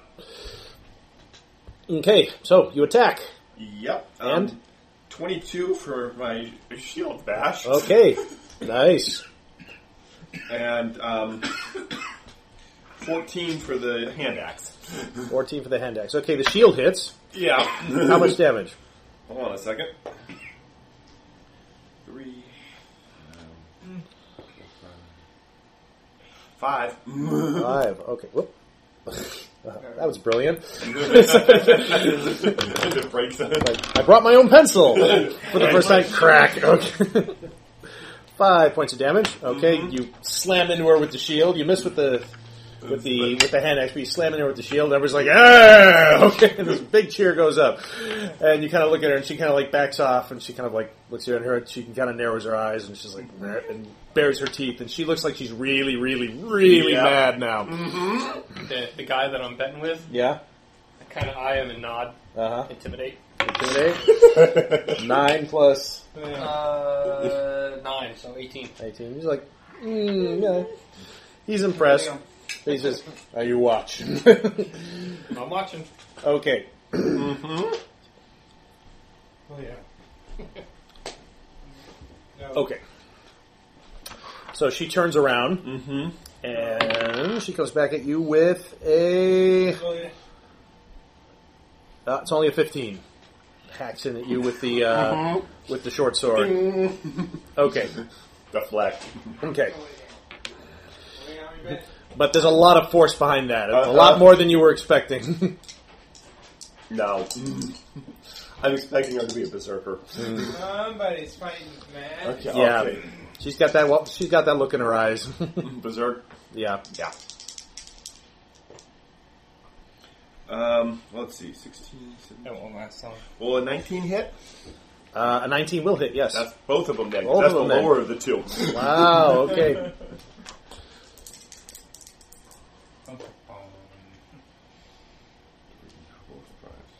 [SPEAKER 2] Okay, so you attack.
[SPEAKER 1] Yep.
[SPEAKER 2] And?
[SPEAKER 1] Um, 22 for my shield bash.
[SPEAKER 2] Okay. nice.
[SPEAKER 1] And um, 14 for the hand axe.
[SPEAKER 2] 14 for the hand axe. Okay, the shield hits.
[SPEAKER 1] Yeah.
[SPEAKER 2] How much damage?
[SPEAKER 1] Hold on a second. Three. um, Five.
[SPEAKER 2] Five. Okay. Whoop. that was brilliant.
[SPEAKER 1] it breaks it.
[SPEAKER 2] I brought my own pencil for the first time. Crack. Okay. Five points of damage. Okay, you slam into her with the shield. You miss with the with the with the hand axe, but you slam into her with the shield. Everybody's like, "Ah!" Okay, and this big cheer goes up, and you kind of look at her, and she kind of like backs off, and she kind of like looks at her. and She kind of narrows her eyes, and she's like, "Meh," and bares her teeth, and she looks like she's really, really, really
[SPEAKER 1] Yeah.
[SPEAKER 2] mad now.
[SPEAKER 6] The, the guy that I'm betting with,
[SPEAKER 2] Yeah.
[SPEAKER 6] I kind of eye him and nod,
[SPEAKER 2] Uh
[SPEAKER 6] intimidate.
[SPEAKER 2] huh. Nine plus
[SPEAKER 6] Uh, nine, so 18.
[SPEAKER 2] 18. He's like, mm, yeah. He's impressed. He says, "Are you watch?"
[SPEAKER 6] I'm watching.
[SPEAKER 2] okay.
[SPEAKER 6] Mm-hmm.
[SPEAKER 7] Oh yeah. no,
[SPEAKER 2] Okay. So she turns around
[SPEAKER 1] Mm-hmm.
[SPEAKER 2] and she comes back at you with a.
[SPEAKER 7] Oh,
[SPEAKER 2] Uh, it's only a fifteen. Hacks in at you with the uh,
[SPEAKER 1] Uh-huh.
[SPEAKER 2] with the short sword. Okay,
[SPEAKER 1] Deflect.
[SPEAKER 2] okay,
[SPEAKER 7] Lay on your bed.
[SPEAKER 2] but there's a lot of force behind that. It's a
[SPEAKER 1] Uh-huh.
[SPEAKER 2] lot more than you were expecting.
[SPEAKER 1] No. I'm expecting her to be a berserker.
[SPEAKER 7] Somebody's fighting mad.
[SPEAKER 1] Okay,
[SPEAKER 2] Yeah.
[SPEAKER 1] okay.
[SPEAKER 2] she's got that. Well, she's got that look in her eyes.
[SPEAKER 1] Berserk.
[SPEAKER 2] yeah, yeah.
[SPEAKER 1] Um, let's see, 16, 17.
[SPEAKER 3] That won't last long.
[SPEAKER 1] Well, a 19 hit?
[SPEAKER 2] Uh, a nineteen will hit. Yes.
[SPEAKER 1] That's both of them then.
[SPEAKER 2] Both
[SPEAKER 1] That's
[SPEAKER 2] of them
[SPEAKER 1] the
[SPEAKER 2] then.
[SPEAKER 1] lower of the two.
[SPEAKER 2] Wow. Okay.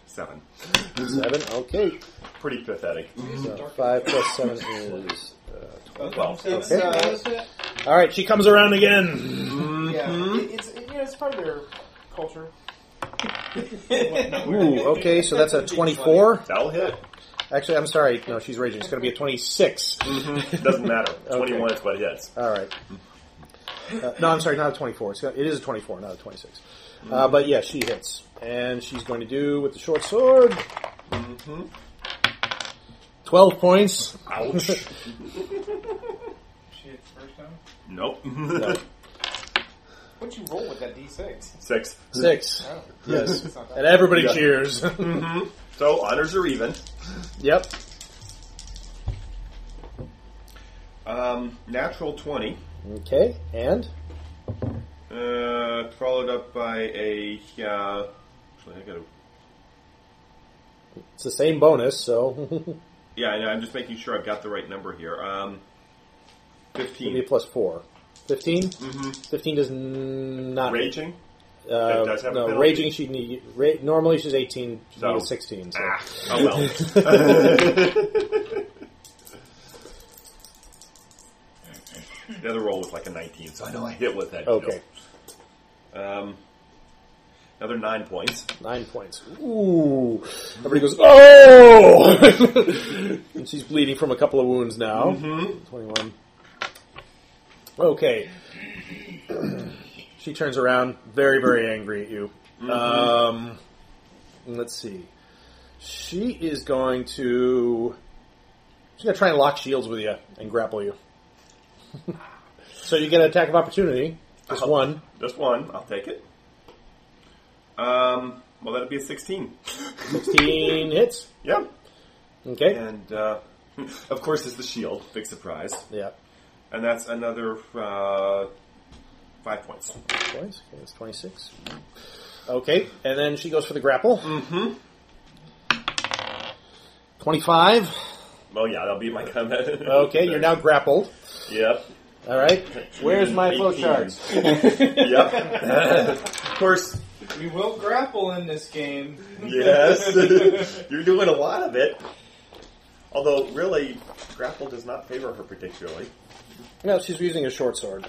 [SPEAKER 1] Seven.
[SPEAKER 2] Seven. Okay.
[SPEAKER 1] Pretty pathetic.
[SPEAKER 2] So five plus seven is uh,
[SPEAKER 1] Well,
[SPEAKER 2] Okay. Mm-hmm. all right. She comes around again.
[SPEAKER 3] Yeah, it- it's
[SPEAKER 9] you know, it's part of their culture.
[SPEAKER 2] Ooh. Okay. So that's a twenty-four.
[SPEAKER 1] that'll hit.
[SPEAKER 2] Actually, I'm sorry. No, she's raging. It's going to be a twenty-six.
[SPEAKER 1] Doesn't matter.
[SPEAKER 2] Okay.
[SPEAKER 1] 21 is what hits.
[SPEAKER 2] All right. Uh, no, I'm sorry, not a 24. It's got, it is a 24, not a 26. Uh,
[SPEAKER 1] Mm-hmm.
[SPEAKER 2] but yeah, she hits. And she's going to do with the short sword.
[SPEAKER 1] Mm-hmm.
[SPEAKER 2] 12 points.
[SPEAKER 1] Ouch.
[SPEAKER 7] She hit the first time.
[SPEAKER 1] nope.
[SPEAKER 3] What you roll with that D6?
[SPEAKER 1] Six.
[SPEAKER 2] Six.
[SPEAKER 3] Oh,
[SPEAKER 2] Yes.
[SPEAKER 3] it's not that.
[SPEAKER 2] And everybody
[SPEAKER 1] Yeah.
[SPEAKER 2] cheers.
[SPEAKER 1] So honors are even.
[SPEAKER 2] yep.
[SPEAKER 1] Um, natural 20.
[SPEAKER 2] Okay. And?
[SPEAKER 1] Uh, followed up by a. Uh, actually, I gotta.
[SPEAKER 2] It's the same bonus, so
[SPEAKER 1] Yeah, I know, I'm just making sure I've got the right number here. Um,
[SPEAKER 2] it'll be a
[SPEAKER 1] 15.
[SPEAKER 2] plus four. 15?
[SPEAKER 1] Mhm.
[SPEAKER 2] 15 does n- not.
[SPEAKER 1] Raging?
[SPEAKER 2] uh,
[SPEAKER 1] does have a
[SPEAKER 2] no,
[SPEAKER 1] penalty.
[SPEAKER 2] raging, she'd need. Ra- normally she's 18, she
[SPEAKER 1] So.
[SPEAKER 2] needs 16. So.
[SPEAKER 1] Ah, oh well. the other roll was like a 19, so I know I hit with that.
[SPEAKER 2] Okay.
[SPEAKER 1] deal. Um, another nine points.
[SPEAKER 2] Nine points. Ooh. Everybody goes, oh! and she's bleeding from a couple of wounds now. 21. Okay. she turns around, very, very angry at you. Um, let's see. She is going to. She's going to try and lock shields with you and grapple you. so you get an attack of opportunity. Just one.
[SPEAKER 1] Just one. I'll take it. Um, well, that'd be a 16.
[SPEAKER 2] 16 hits.
[SPEAKER 1] Yeah.
[SPEAKER 2] Okay.
[SPEAKER 1] And, uh, of course, it's the shield. Big surprise.
[SPEAKER 2] Yeah.
[SPEAKER 1] And that's another uh, five points.
[SPEAKER 2] points. Okay, that's 26. Okay, and then she goes for the grapple. Mm-hmm. 25.
[SPEAKER 1] Well, yeah, that'll be my comment.
[SPEAKER 2] Okay, you're now grappled.
[SPEAKER 1] Yep.
[SPEAKER 2] All right. Where's my
[SPEAKER 1] 18.
[SPEAKER 2] flow charts?
[SPEAKER 1] Yep. of course,
[SPEAKER 7] We will grapple in this game.
[SPEAKER 1] Yes, you're doing a lot of it. Although, really, grapple does not favor her particularly,
[SPEAKER 2] No, she's using a short sword.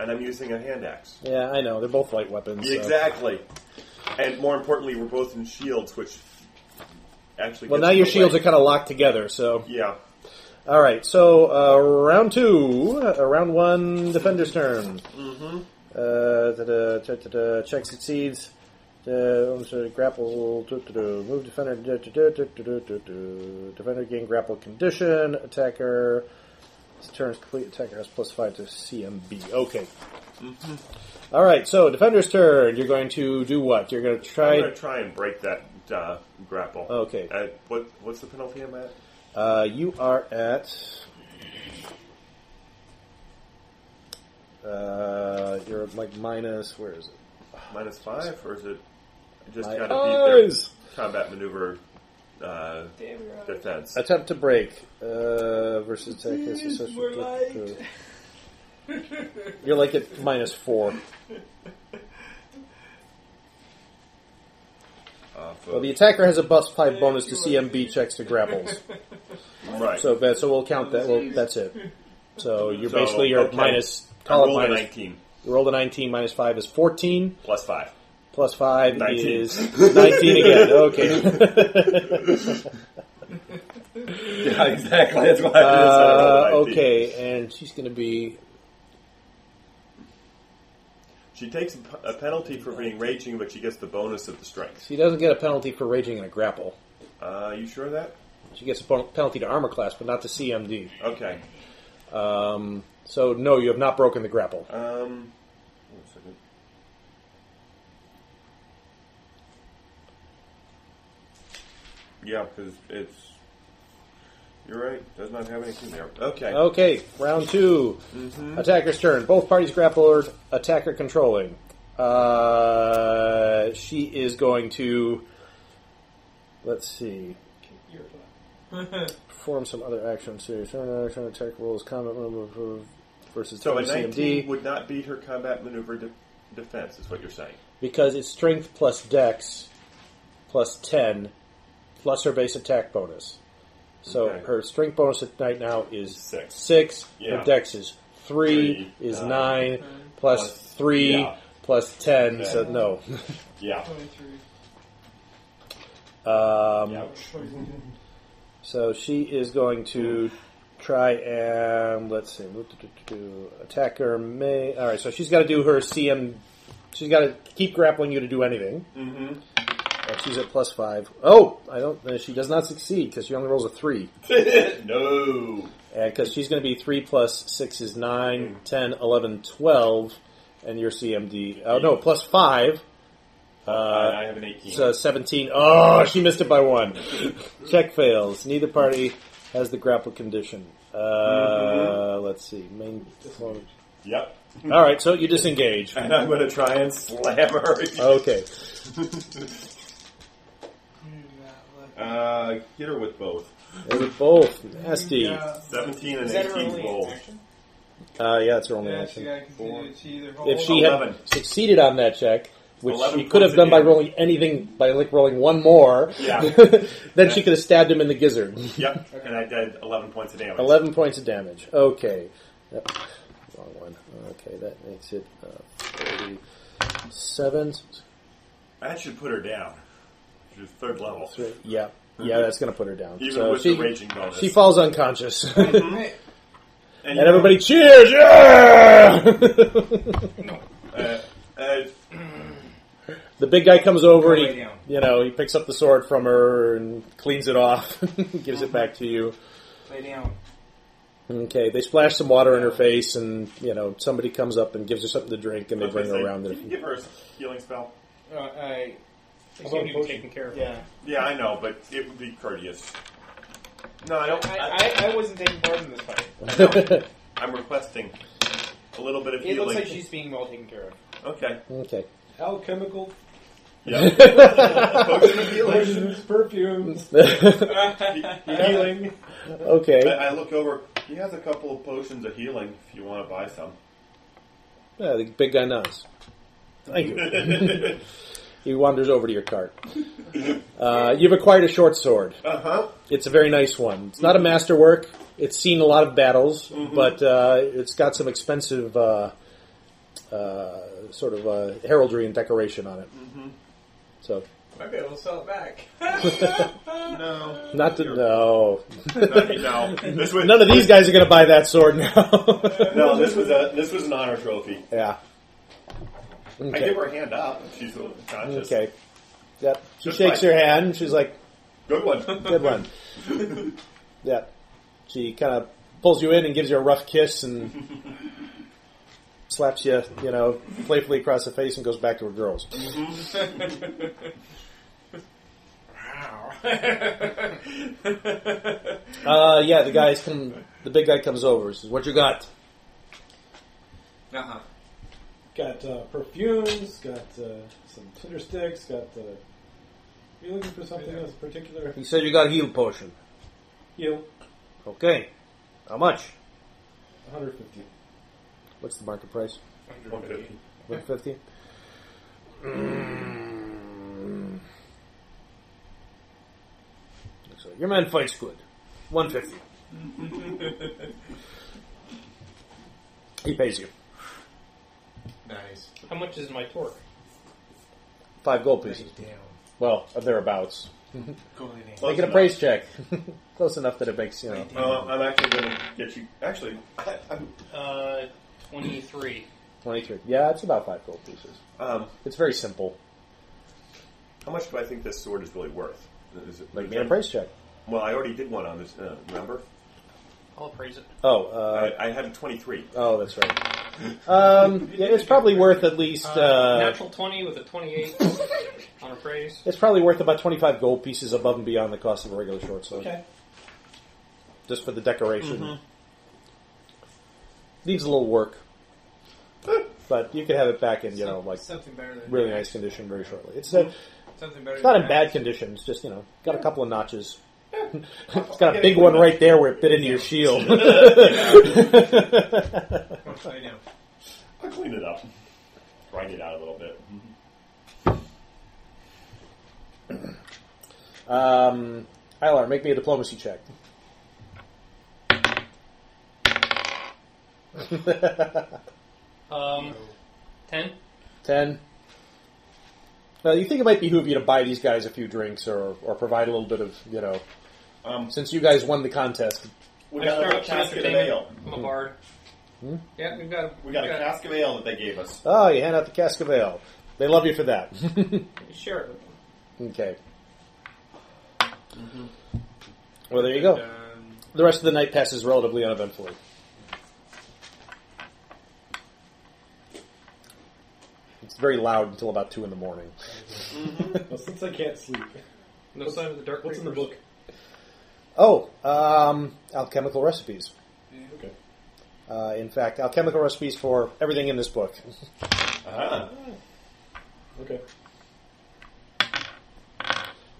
[SPEAKER 1] and I'm using a hand axe.
[SPEAKER 2] Yeah, I know. They're both light weapons. so-
[SPEAKER 1] Exactly, and more importantly, we're both in shields, which actually.
[SPEAKER 2] Well,
[SPEAKER 1] gets
[SPEAKER 2] now
[SPEAKER 1] in
[SPEAKER 2] your
[SPEAKER 1] the
[SPEAKER 2] shields
[SPEAKER 1] way.
[SPEAKER 2] are kind of locked together, so.
[SPEAKER 1] Yeah,
[SPEAKER 2] All right, so uh, round two, uh, round one, defender's turn. Mm-hmm. Uh, da-da, da-da-da, check succeeds. Uh, oh, sorry, grapple. da-da-da, Move defender. da-da-da, da-da-da, da-da. Defender gain grapple condition. Attacker. This turns complete. Attacker has plus five to CMB. Okay. All right. So defender's turn. You're going to do what? You're going to
[SPEAKER 1] I'm
[SPEAKER 2] try.
[SPEAKER 1] gonna try and break that uh, grapple.
[SPEAKER 2] Oh, Okay.
[SPEAKER 1] Uh, what What's the penalty on that?
[SPEAKER 2] Uh, you are at. Uh, you're at, like minus. Where is it?
[SPEAKER 1] Minus five, or is it? I just
[SPEAKER 2] My
[SPEAKER 1] gotta beat
[SPEAKER 2] eyes!
[SPEAKER 1] their combat maneuver uh,
[SPEAKER 7] Damn right.
[SPEAKER 1] defense.
[SPEAKER 2] Attempt to break uh, versus attack. is associated
[SPEAKER 7] we're
[SPEAKER 2] with- You're like at minus four.
[SPEAKER 1] Off
[SPEAKER 2] Well,
[SPEAKER 1] of,
[SPEAKER 2] the attacker has a plus five bonus to CMB checks to grapples.
[SPEAKER 1] right.
[SPEAKER 2] So, that- so we'll count that. Well, that's it. So you're
[SPEAKER 1] So,
[SPEAKER 2] basically you're at
[SPEAKER 1] okay.
[SPEAKER 2] minus.
[SPEAKER 1] I
[SPEAKER 2] Call it
[SPEAKER 1] rolled a
[SPEAKER 2] minus.
[SPEAKER 1] 19
[SPEAKER 2] You rolled a 19. Minus five is 14.
[SPEAKER 1] plus five.
[SPEAKER 2] Plus five
[SPEAKER 1] 19.
[SPEAKER 2] is 19 again. Okay.
[SPEAKER 1] Yeah, exactly. That's why.
[SPEAKER 2] Uh, okay, and she's going to be.
[SPEAKER 1] She takes a p- a penalty for being raging, but she gets the bonus of the strength.
[SPEAKER 2] She doesn't get a penalty for raging in a grapple.
[SPEAKER 1] Uh, you sure of that?
[SPEAKER 2] She gets a pen- penalty to armor class, but not to CMD.
[SPEAKER 1] Okay.
[SPEAKER 2] Um, so no, you have not broken the grapple.
[SPEAKER 1] Um, one second. Yeah, because it's. You're right. Does not have anything there. Okay.
[SPEAKER 2] Okay, round 2
[SPEAKER 1] Mm-hmm.
[SPEAKER 2] Attacker's turn. Both parties grappled. Attacker controlling. Uh, she is going to. Let's see. Perform some other action. Series. Turn action. Attack rolls. Combat room versus
[SPEAKER 1] So a
[SPEAKER 2] CMD
[SPEAKER 1] 19 would not beat her combat maneuver de- defense, is what you're saying.
[SPEAKER 2] because it's strength plus dex plus ten plus her base attack bonus. So
[SPEAKER 1] Okay.
[SPEAKER 2] her strength bonus at night now is
[SPEAKER 1] Six.
[SPEAKER 2] Six.
[SPEAKER 1] Yeah.
[SPEAKER 2] Her dex is three.
[SPEAKER 1] Three,
[SPEAKER 2] is
[SPEAKER 1] nine.
[SPEAKER 2] nine. plus,
[SPEAKER 1] Plus-
[SPEAKER 2] three.
[SPEAKER 1] yeah.
[SPEAKER 2] plus ten. So
[SPEAKER 1] Yeah.
[SPEAKER 2] no.
[SPEAKER 1] Yeah.
[SPEAKER 2] Um,
[SPEAKER 1] Yeah.
[SPEAKER 2] So she is going to try and let's see, attack her. May all right. So she's got to do her CM. She's got to keep grappling you to do anything.
[SPEAKER 1] Mm-hmm.
[SPEAKER 2] Uh, She's at plus five. Oh, I don't. uh, She does not succeed because she only rolls a three.
[SPEAKER 1] no.
[SPEAKER 2] Because she's going to be three plus six is nine, ten, eleven, twelve, and your CMD. Oh no, plus five.
[SPEAKER 1] Uh,
[SPEAKER 2] Uh,
[SPEAKER 1] I have an 18.
[SPEAKER 2] so 17. Oh, she missed it by one. Check fails. Neither party has the grapple condition. Uh, Let's see. Main.
[SPEAKER 1] yep.
[SPEAKER 2] All right, so you disengage.
[SPEAKER 1] And I'm going to try and slam her.
[SPEAKER 2] Okay.
[SPEAKER 3] hmm,
[SPEAKER 1] Uh, hit her with both.
[SPEAKER 2] They were both nasty. Uh,
[SPEAKER 7] Yeah.
[SPEAKER 1] 17 and
[SPEAKER 3] Is that her
[SPEAKER 1] 18
[SPEAKER 3] only
[SPEAKER 1] roll.
[SPEAKER 3] action?
[SPEAKER 2] yeah, it's her only
[SPEAKER 7] Yeah, she
[SPEAKER 2] action.
[SPEAKER 7] got continued. She either
[SPEAKER 2] If
[SPEAKER 7] rolled
[SPEAKER 2] she
[SPEAKER 1] Eleven.
[SPEAKER 2] had succeeded on that check, which
[SPEAKER 1] Eleven
[SPEAKER 2] she could have
[SPEAKER 1] points
[SPEAKER 2] done by
[SPEAKER 1] again.
[SPEAKER 2] rolling anything, by like rolling one more,
[SPEAKER 1] Yeah.
[SPEAKER 2] then she could have stabbed him in the gizzard.
[SPEAKER 1] Yep. And I did 11 points of damage.
[SPEAKER 2] 11 points of damage. Okay. Yep. Wrong one. Okay, that makes it uh, 47.
[SPEAKER 1] That should put her down. She's third level.
[SPEAKER 2] Yeah. Yeah, that's going to put her down.
[SPEAKER 1] Even
[SPEAKER 2] so
[SPEAKER 1] with
[SPEAKER 2] she,
[SPEAKER 1] the raging bonus.
[SPEAKER 2] she falls unconscious. and
[SPEAKER 7] Hey,
[SPEAKER 1] and you know-
[SPEAKER 2] everybody cheers! Yeah!
[SPEAKER 1] Uh, uh,
[SPEAKER 2] the big guy comes over and he,
[SPEAKER 7] Go lay down.
[SPEAKER 2] you know, he picks up the sword from her and cleans it off, gives it back to you.
[SPEAKER 7] lay down.
[SPEAKER 2] Okay, they splash some water in her face and, you know, somebody comes up and gives her something to drink and they bring her around.
[SPEAKER 1] Can you give her a healing spell?
[SPEAKER 3] Uh, I,
[SPEAKER 6] It's already been taken care of.
[SPEAKER 3] yeah,
[SPEAKER 1] Yeah, I know, but it would be courteous. No, I don't.
[SPEAKER 3] I,
[SPEAKER 1] I,
[SPEAKER 3] I, I wasn't taking part in this fight.
[SPEAKER 1] am requesting a little bit of
[SPEAKER 3] It
[SPEAKER 1] healing.
[SPEAKER 3] looks like she's being well taken care of.
[SPEAKER 1] okay.
[SPEAKER 2] okay.
[SPEAKER 4] Alchemical
[SPEAKER 1] Yeah. Potion of healing.
[SPEAKER 4] potions, perfumes.
[SPEAKER 1] healing. I,
[SPEAKER 2] okay.
[SPEAKER 1] I look over. He has a couple of potions of healing. If you want to buy some.
[SPEAKER 2] Yeah, the big guy nods. Thank you.
[SPEAKER 1] uh
[SPEAKER 2] He wanders over to your cart. Uh, you've acquired a short sword.
[SPEAKER 1] huh.
[SPEAKER 2] It's a very nice one. It's not a masterwork. It's seen a lot of battles,
[SPEAKER 1] Mm-hmm.
[SPEAKER 2] but uh, it's got some expensive uh, uh, sort of uh, heraldry and decoration on it.
[SPEAKER 1] Mm-hmm.
[SPEAKER 2] So
[SPEAKER 7] Okay, we'll sell it back.
[SPEAKER 1] No.
[SPEAKER 2] not to no,
[SPEAKER 1] No. This was
[SPEAKER 2] none of these guys are going to buy that sword now.
[SPEAKER 1] No, this was a this was an honor trophy.
[SPEAKER 2] yeah.
[SPEAKER 1] I
[SPEAKER 2] Okay.
[SPEAKER 1] give her a hand up. She's a little conscious.
[SPEAKER 2] Okay. Yep. She
[SPEAKER 1] Just
[SPEAKER 2] shakes
[SPEAKER 1] like-
[SPEAKER 2] her hand. She's like,
[SPEAKER 1] Good one.
[SPEAKER 2] Good one. yeah. She kind of pulls you in and gives you a rough kiss and slaps you, you know, playfully across the face and goes back to her girls. Uh, yeah, the guys come. The big guy comes over. Says, "What you got?"
[SPEAKER 7] Uh-uh.
[SPEAKER 4] Got uh, perfumes. Got uh, some tinder sticks. Got. Uh, you looking for something that's particular?
[SPEAKER 2] He said, "You got a heal potion."
[SPEAKER 4] Heal.
[SPEAKER 2] Okay. How much?
[SPEAKER 4] 150.
[SPEAKER 2] What's the market price?
[SPEAKER 1] Okay.
[SPEAKER 2] One fifty. Mm. So your man fights good. One fifty. he pays you
[SPEAKER 7] Nice.
[SPEAKER 6] How much is my torque?
[SPEAKER 2] five gold pieces.
[SPEAKER 7] Damn.
[SPEAKER 2] Well, thereabouts.
[SPEAKER 1] Close
[SPEAKER 2] Make it a
[SPEAKER 1] enough.
[SPEAKER 2] praise check. Close enough that it makes you know.
[SPEAKER 1] Uh, I'm actually going to get you. Actually, I, I'm,
[SPEAKER 6] Uh, 23.
[SPEAKER 2] 23. Yeah, it's about five gold pieces.
[SPEAKER 1] um,
[SPEAKER 2] It's very simple.
[SPEAKER 1] how much do I think this sword is really worth? Is it,
[SPEAKER 2] Make me a price check.
[SPEAKER 1] Well, I already did one on this. Uh, remember,
[SPEAKER 6] I'll appraise it.
[SPEAKER 2] Oh, uh,
[SPEAKER 1] I, I had a 23.
[SPEAKER 2] oh, that's right. Um, yeah, it's probably worth at least. Uh,
[SPEAKER 6] Natural 20 with a 28 on appraise.
[SPEAKER 2] it's probably worth about twenty-five gold pieces above and beyond the cost of a regular short sword.
[SPEAKER 5] Okay.
[SPEAKER 2] Just for the decoration. Needs a little work, but you could have it back in you know like
[SPEAKER 7] something better than
[SPEAKER 2] really nice condition very shortly. It's uh,
[SPEAKER 7] Something better.
[SPEAKER 2] it's
[SPEAKER 3] Mm-hmm.
[SPEAKER 2] not
[SPEAKER 7] than
[SPEAKER 2] in
[SPEAKER 7] that.
[SPEAKER 2] bad condition. It's just you know got a couple of notches. it's got a big one right there where it bit into your shield.
[SPEAKER 7] I know.
[SPEAKER 1] I cleaned it up, grind it out a little bit.
[SPEAKER 2] Mm-hmm. um, Eilar, make me a diplomacy check.
[SPEAKER 6] Um, 10?
[SPEAKER 2] Ten. Now you think it might behoove you to buy these guys a few drinks or or provide a little bit of you know
[SPEAKER 1] Um,
[SPEAKER 2] since you guys won the contest.
[SPEAKER 1] we
[SPEAKER 6] I
[SPEAKER 1] got
[SPEAKER 6] throw
[SPEAKER 1] a
[SPEAKER 6] up cash
[SPEAKER 1] cask of
[SPEAKER 6] payment.
[SPEAKER 1] ale.
[SPEAKER 6] I'm a bard.
[SPEAKER 7] Yeah, we've got a,
[SPEAKER 1] We got a cask of ale that they gave us.
[SPEAKER 2] Oh, you hand out the cask of ale. They love you for that.
[SPEAKER 6] Share it with them.
[SPEAKER 2] okay. Well, there you
[SPEAKER 9] Oh,
[SPEAKER 2] go.
[SPEAKER 7] Um,
[SPEAKER 2] The rest of the night passes relatively uneventfully. It's very loud until about two in the morning.
[SPEAKER 4] Well, since I can't sleep,
[SPEAKER 6] No sign of the dark
[SPEAKER 4] what's in the
[SPEAKER 6] Reapers.
[SPEAKER 4] book?
[SPEAKER 2] Oh, um, alchemical recipes.
[SPEAKER 4] Okay.
[SPEAKER 2] Uh, in fact, alchemical recipes for everything in this book.
[SPEAKER 1] Ah,
[SPEAKER 4] Okay.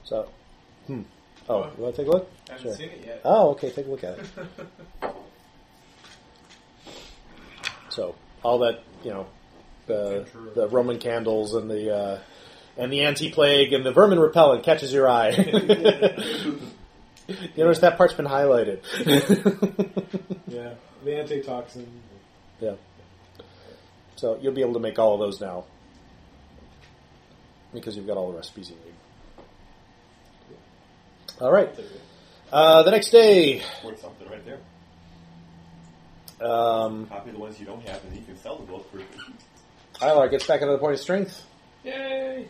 [SPEAKER 2] So, hmm. Oh, you want to take a look?
[SPEAKER 7] I haven't
[SPEAKER 2] Sure.
[SPEAKER 7] seen it yet.
[SPEAKER 2] Oh, okay. Take a look at it. So all that you know, the the Roman candles and the uh, and the anti plague and the vermin repellent catches your eye. you notice that part's been highlighted.
[SPEAKER 4] Yeah. The antitoxin.
[SPEAKER 2] yeah. So you'll be able to make all of those now because you've got all the recipes you need. All right. Uh, the next day,
[SPEAKER 1] worth something right there.
[SPEAKER 2] um,
[SPEAKER 1] Copy the ones you don't have, and you can sell the book for
[SPEAKER 2] Ilar gets back into the point of strength.
[SPEAKER 6] Yay!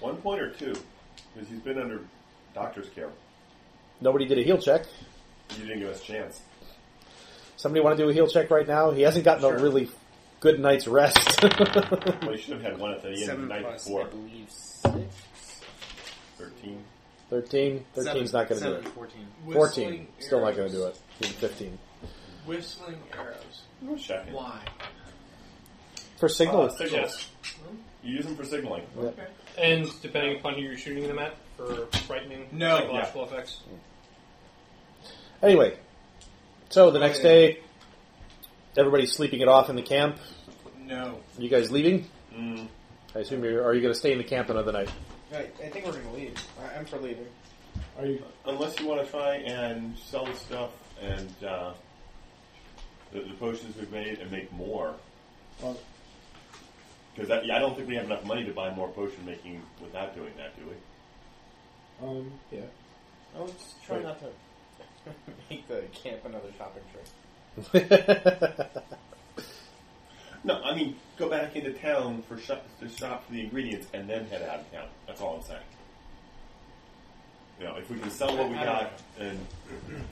[SPEAKER 1] one point or two, because he's been under doctor's care.
[SPEAKER 2] Nobody did a heal check.
[SPEAKER 1] You didn't give us a chance.
[SPEAKER 2] Somebody want to do a heal check right now? He hasn't gotten a really good night's rest.
[SPEAKER 1] Well, you should have had one at the end of the
[SPEAKER 9] Seven
[SPEAKER 1] night
[SPEAKER 9] plus, I
[SPEAKER 1] before.
[SPEAKER 9] believe, six.
[SPEAKER 1] 13.
[SPEAKER 2] 13. 13's not going to do
[SPEAKER 9] Seven,
[SPEAKER 2] it.
[SPEAKER 9] fourteen.
[SPEAKER 2] 14.
[SPEAKER 7] Whistling
[SPEAKER 2] Still not going
[SPEAKER 7] arrows.
[SPEAKER 2] to do it. Even 15.
[SPEAKER 7] Whistling arrows.
[SPEAKER 1] I'm gonna check it.
[SPEAKER 7] Why?
[SPEAKER 2] For
[SPEAKER 1] Uh,
[SPEAKER 2] signals.
[SPEAKER 1] signals. You use them for signaling.
[SPEAKER 7] Okay.
[SPEAKER 6] And depending upon who you're shooting them at for frightening
[SPEAKER 7] No.
[SPEAKER 6] psychological effects.
[SPEAKER 2] Anyway. So the next day, everybody's sleeping it off in the camp.
[SPEAKER 7] No.
[SPEAKER 2] You guys leaving?
[SPEAKER 1] Mm.
[SPEAKER 2] I assume you're. Are you going to stay in the camp another night?
[SPEAKER 3] I, I think we're going to leave. I, I'm for leaving.
[SPEAKER 4] Are you?
[SPEAKER 1] Unless you want to try and sell the stuff and uh, the, the potions we've made and make more.
[SPEAKER 4] Well-
[SPEAKER 1] Because I, yeah, I don't think we have enough money to buy more potion making without doing that, do we?
[SPEAKER 4] Um. Yeah.
[SPEAKER 3] I'll just try not to make the camp another shopping trip.
[SPEAKER 1] No, I mean, go back into town for shop, to shop for the ingredients and then head out of town. That's all I'm saying. You know, if we can sell what we got and.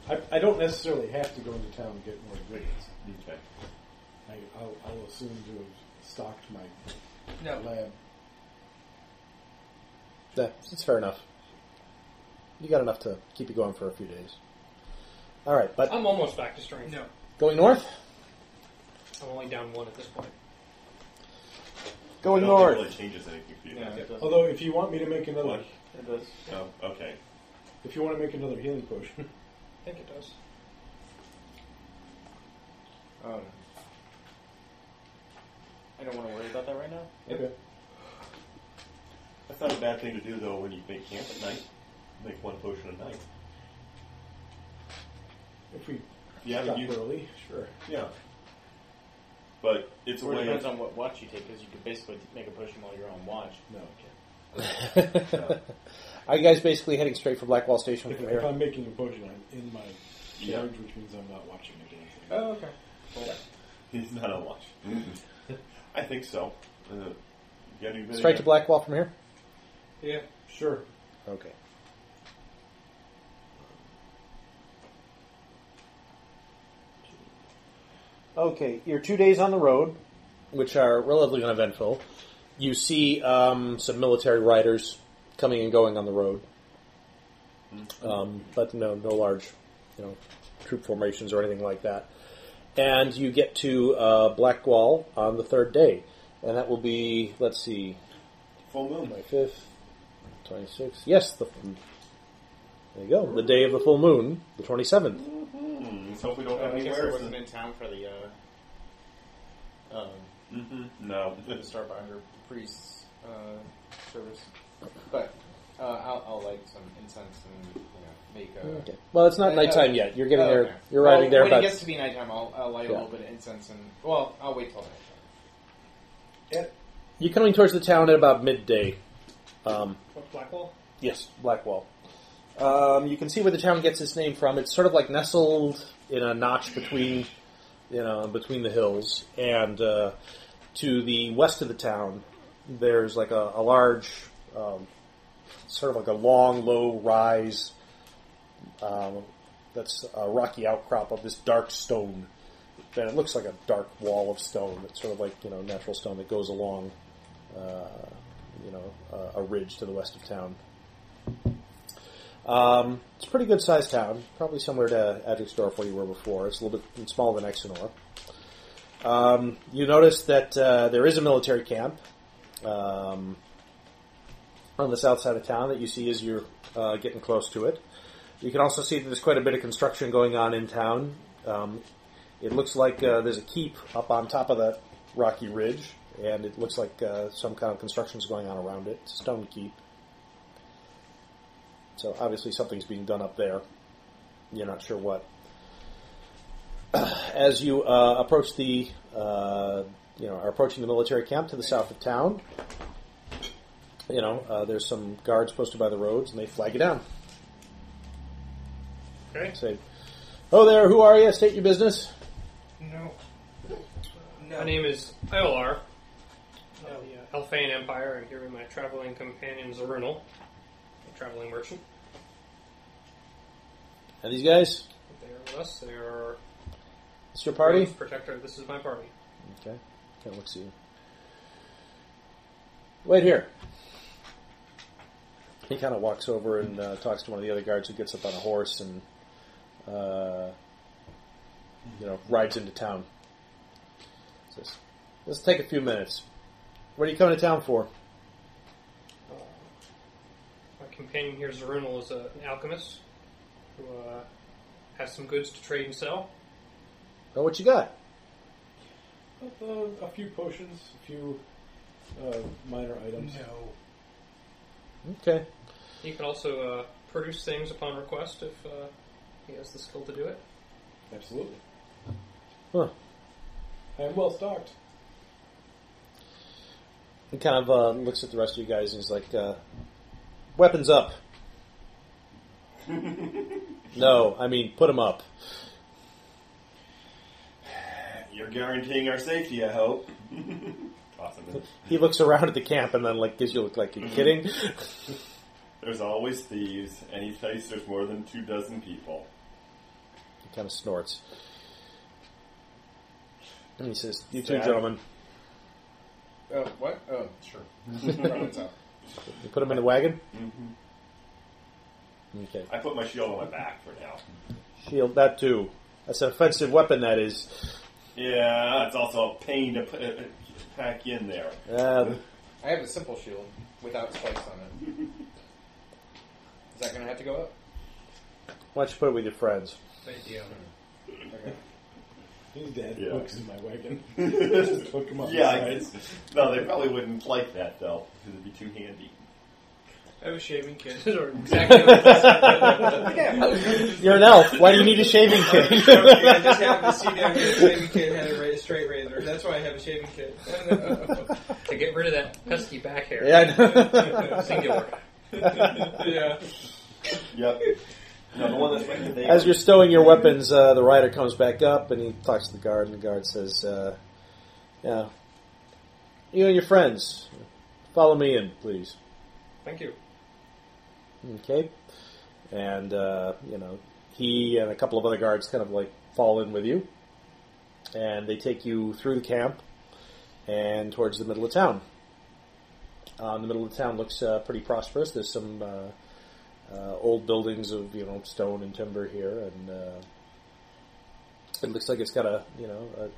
[SPEAKER 4] I, I don't necessarily have to go into town to get more ingredients.
[SPEAKER 1] Okay.
[SPEAKER 4] I, I'll, I'll assume to have stocked my
[SPEAKER 7] No.
[SPEAKER 4] lab.
[SPEAKER 2] Yeah, it's fair enough. You got enough to keep you going for a few days. All right,
[SPEAKER 7] Um,
[SPEAKER 2] but
[SPEAKER 6] I'm almost back to strength.
[SPEAKER 7] No.
[SPEAKER 2] going north.
[SPEAKER 6] I'm only down one at this point.
[SPEAKER 1] I
[SPEAKER 2] Going
[SPEAKER 1] don't think it
[SPEAKER 2] north.
[SPEAKER 1] really changes anything for you.
[SPEAKER 9] Yeah,
[SPEAKER 1] does it?
[SPEAKER 9] it does.
[SPEAKER 4] Although, if you want me to make another,
[SPEAKER 1] What?
[SPEAKER 9] It does.
[SPEAKER 1] Oh, okay.
[SPEAKER 4] if you want to make another healing potion,
[SPEAKER 6] I think it does.
[SPEAKER 9] Oh, no.
[SPEAKER 3] I don't want to worry about that right now.
[SPEAKER 4] okay.
[SPEAKER 1] That's not a bad thing to do, though, when you make camp at night. Make one potion a night.
[SPEAKER 4] If we
[SPEAKER 1] Yeah,
[SPEAKER 4] stop
[SPEAKER 1] but you,
[SPEAKER 4] early, sure.
[SPEAKER 1] yeah. But it's a
[SPEAKER 9] Or it
[SPEAKER 1] way
[SPEAKER 9] depends
[SPEAKER 1] of.
[SPEAKER 9] on what
[SPEAKER 1] uh,
[SPEAKER 9] watch you take, because you could basically make a potion while you're on watch.
[SPEAKER 4] No, I can't.
[SPEAKER 2] Are you guys basically heading straight for Blackwall Station
[SPEAKER 4] If,
[SPEAKER 2] from
[SPEAKER 4] if
[SPEAKER 2] here?
[SPEAKER 4] I'm making a potion, I'm in my
[SPEAKER 1] Yeah.
[SPEAKER 4] carriage, which means I'm not watching it. or anything.
[SPEAKER 3] Oh, okay.
[SPEAKER 1] He's not on watch. I think so. Uh, you got any video?
[SPEAKER 2] Straight to Blackwall from here?
[SPEAKER 5] Yeah.
[SPEAKER 4] Sure.
[SPEAKER 2] Okay. Okay, you're two days on the road, which are relatively uneventful. You see um, some military riders coming and going on the road, um, but no, no large, you know, troop formations or anything like that. And you get to uh, Blackwall on the third day, and that will be let's see,
[SPEAKER 1] Full moon.
[SPEAKER 2] my fifth, twenty sixth. Yes, the there you go. The day of the full moon, the twenty seventh.
[SPEAKER 1] Hmm, let's hope we don't have
[SPEAKER 9] Oh, I
[SPEAKER 1] any
[SPEAKER 9] guess I
[SPEAKER 1] wears.
[SPEAKER 9] wasn't in town for the uh, um,
[SPEAKER 1] Mhm, No.
[SPEAKER 9] for the Starbinder priest's uh, service, but uh, I'll, I'll light some incense and you know, make a.
[SPEAKER 2] Okay. Well, it's not
[SPEAKER 9] Uh,
[SPEAKER 2] nighttime yet. You're getting
[SPEAKER 9] Oh,
[SPEAKER 2] there.
[SPEAKER 9] okay.
[SPEAKER 2] You're
[SPEAKER 9] Well,
[SPEAKER 2] arriving there
[SPEAKER 9] When
[SPEAKER 2] about.
[SPEAKER 9] it gets to be nighttime, I'll, I'll light
[SPEAKER 2] Yeah.
[SPEAKER 9] a little bit of incense and well, I'll wait till night.
[SPEAKER 2] You're coming towards the town at about midday. Um,
[SPEAKER 6] What, Blackwall?
[SPEAKER 2] yes, Blackwall. Um, you can see where the town gets its name from. It's sort of like nestled in a notch between, you know, between the hills. And uh, to the west of the town, there's like a, a large, um, sort of like a long, low rise um, that's a rocky outcrop of this dark stone. And it looks like a dark wall of stone. It's sort of like you know natural stone that goes along, uh, you know, uh, a a ridge to the west of town. Um, it's a pretty good sized town, probably similar to Adrixdorf where you were before. It's a little bit smaller than Exenor. Um, you notice that uh, there is a military camp um, on the south side of town that you see as you're uh, getting close to it. You can also see that there's quite a bit of construction going on in town. Um, it looks like uh, there's a keep up on top of that rocky ridge, and it looks like uh, some kind of construction's going on around it. It's a stone keep. So obviously something's being done up there. You're not sure what. As you uh, approach the, uh, you know, are approaching the military camp to the south of town, you know, uh, there's some guards posted by the roads, and they flag you down.
[SPEAKER 6] Okay.
[SPEAKER 2] Say, "Oh there, who are you? State your business."
[SPEAKER 7] No.
[SPEAKER 6] My
[SPEAKER 7] No.
[SPEAKER 6] name is Iolar, of the uh, Elfane Empire. I'm here with my traveling companion Zerunal, a traveling merchant.
[SPEAKER 2] And these guys,
[SPEAKER 6] They are with us. They are
[SPEAKER 2] it's your party.
[SPEAKER 6] protector. This is my party.
[SPEAKER 2] Okay. Can't look see you. Wait here. He kind of walks over and uh, talks to one of the other guards who gets up on a horse and, uh, you know, rides into town. Says, let's take a few minutes. What are you coming to town for?
[SPEAKER 6] My companion here, Zerunal, is a, an alchemist who uh, has some goods to trade and sell.
[SPEAKER 2] Oh, what you got?
[SPEAKER 4] Uh, a few potions, a few uh, minor items.
[SPEAKER 2] Okay.
[SPEAKER 6] He can also uh, produce things upon request if uh, he has the skill to do it.
[SPEAKER 4] Absolutely.
[SPEAKER 2] Huh.
[SPEAKER 4] I am well stocked.
[SPEAKER 2] He kind of uh, looks at the rest of you guys and he's like, uh, weapons up. no, I mean, put them up.
[SPEAKER 1] You're guaranteeing our safety, I hope. awesome.
[SPEAKER 2] He looks around at the camp and then like gives you a look like you're kidding.
[SPEAKER 9] Mm-hmm.
[SPEAKER 1] There's always thieves. Any place there's more than two dozen people.
[SPEAKER 2] He kind of snorts. And he says, "You two
[SPEAKER 1] Sad.
[SPEAKER 2] gentlemen,
[SPEAKER 9] Uh, what? Oh, sure. What's up? Mm-hmm.
[SPEAKER 2] you put him in the wagon."
[SPEAKER 1] Mhm.
[SPEAKER 2] Okay,
[SPEAKER 1] I put my shield on my back for now.
[SPEAKER 2] shield that too. That's an offensive weapon. That is.
[SPEAKER 1] Yeah, it's also a pain to put, uh, pack in there.
[SPEAKER 2] Uh,
[SPEAKER 9] I have a simple shield without spikes on it. Is that going to have to go up?
[SPEAKER 2] why don't you put it with your friends?
[SPEAKER 4] His dad
[SPEAKER 1] Yeah.
[SPEAKER 4] hooks in my wagon. Just
[SPEAKER 1] yeah,
[SPEAKER 4] hook him up.
[SPEAKER 1] I
[SPEAKER 4] Right.
[SPEAKER 1] guess. No, they probably wouldn't like that though, because it'd be too handy.
[SPEAKER 6] I have a shaving kit. or exactly what it
[SPEAKER 2] You're an elf. Why do you need a shaving kit?
[SPEAKER 7] Okay, I just have the CW shaving kit had a ra- straight razor. That's why I have a shaving kit.
[SPEAKER 6] is, to get rid of that pesky back hair.
[SPEAKER 2] yeah, I know.
[SPEAKER 6] Singular.
[SPEAKER 7] yeah.
[SPEAKER 1] Yep. No, the one that's making the
[SPEAKER 2] As you're stowing your weapons, uh, the rider comes back up and he talks to the guard, and the guard says, uh, "Yeah, you and your friends, follow me in, please."
[SPEAKER 6] Thank you.
[SPEAKER 2] Okay, and uh, you know he and a couple of other guards kind of like fall in with you, and they take you through the camp and towards the middle of town. Um, the middle of town looks uh, pretty prosperous. There's some uh, uh, old buildings of you know stone and timber here, and uh, it looks like it's got a you know a,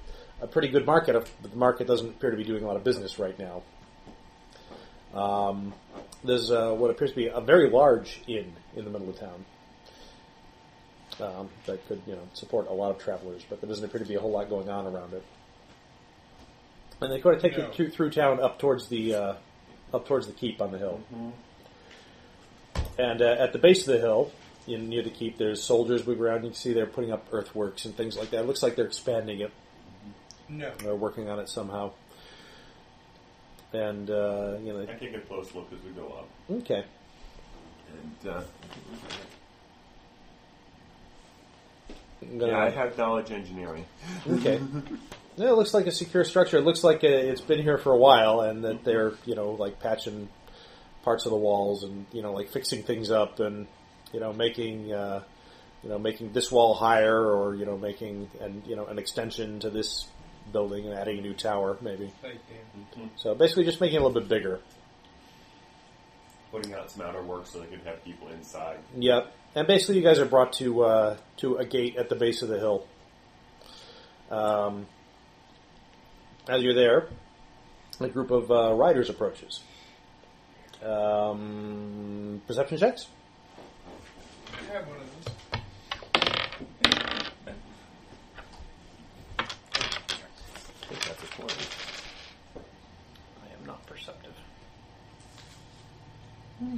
[SPEAKER 2] a pretty good market. If- But the market doesn't appear to be doing a lot of business right now. Um, there's uh, what appears to be a very large inn in the middle of town um, that could you know support a lot of travelers, but there doesn't appear to be a whole lot going on around it. And they kind of take
[SPEAKER 7] No.
[SPEAKER 2] you to, through town up towards the uh, up towards the keep on the hill. And uh, at the base of the hill, in, near the keep, there's soldiers moving around. You can see they're putting up earthworks and things like that. It looks like they're expanding it.
[SPEAKER 7] No.
[SPEAKER 2] They're working on it somehow. And uh, you know,
[SPEAKER 1] I take a close look as we go up.
[SPEAKER 2] okay.
[SPEAKER 1] And uh,
[SPEAKER 2] I'm gonna-
[SPEAKER 1] yeah, I have knowledge engineering.
[SPEAKER 2] Okay. Yeah, it looks like a secure structure. It looks like uh it's been here for a while, and that they're you know like patching parts of the walls and you know like fixing things up and you know making uh, you know making this wall higher or you know making and you know an extension to this building and adding a new tower maybe. So basically, just making it a little bit bigger.
[SPEAKER 1] Putting out some outer work so they can have people inside.
[SPEAKER 2] Yep. And basically, you guys are brought to uh, to a gate at the base of the hill. Um, as you're there, a group of uh, riders approaches. Um, perception checks.
[SPEAKER 7] I have one of those.
[SPEAKER 1] I think that's a 20.
[SPEAKER 6] I am not perceptive.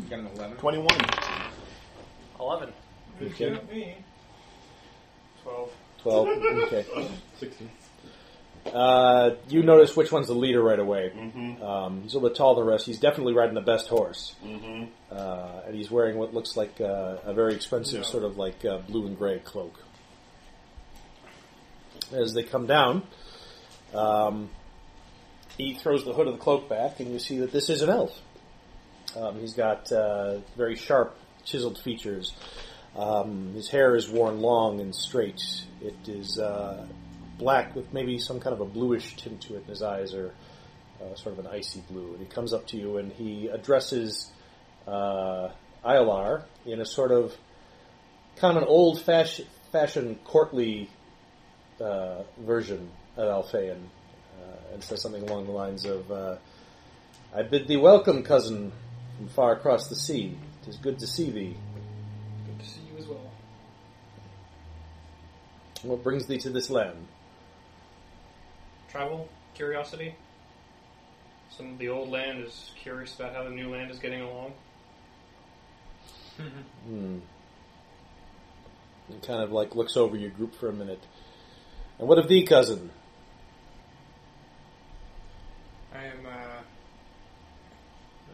[SPEAKER 9] Got an 11.
[SPEAKER 1] 21.
[SPEAKER 6] 11.
[SPEAKER 7] Who's
[SPEAKER 2] Okay.
[SPEAKER 7] got me?
[SPEAKER 6] 12.
[SPEAKER 2] Twelve. Okay.
[SPEAKER 4] 16.
[SPEAKER 2] Uh, you notice which one's the leader right away.
[SPEAKER 1] Mm-hmm.
[SPEAKER 2] Um, he's a little bit taller than the rest. He's definitely riding the best horse,
[SPEAKER 1] Mm-hmm.
[SPEAKER 2] uh, and he's wearing what looks like uh, a very expensive sort of like uh, blue and gray cloak. As they come down, um, he throws the hood of the cloak back, and you see that this is an elf. Um, he's got uh, very sharp, chiseled features. Um, his hair is worn long and straight. It is uh, black with maybe some kind of a bluish tint to it, and his eyes are uh, sort of an icy blue. And he comes up to you and he addresses uh, Ilar in a sort of kind of an old fash- fashioned courtly uh, version of Alphaean uh, and says something along the lines of uh, I bid thee welcome, cousin, from far across the sea. Tis good to see thee.
[SPEAKER 6] Good to see you as well.
[SPEAKER 2] What brings thee to this land?
[SPEAKER 6] Travel? Curiosity? Some of the old land is curious about how the new land is getting along.
[SPEAKER 2] Hmm. And kind of like looks over your group for a minute. And what of thee, cousin?
[SPEAKER 7] I am. Uh,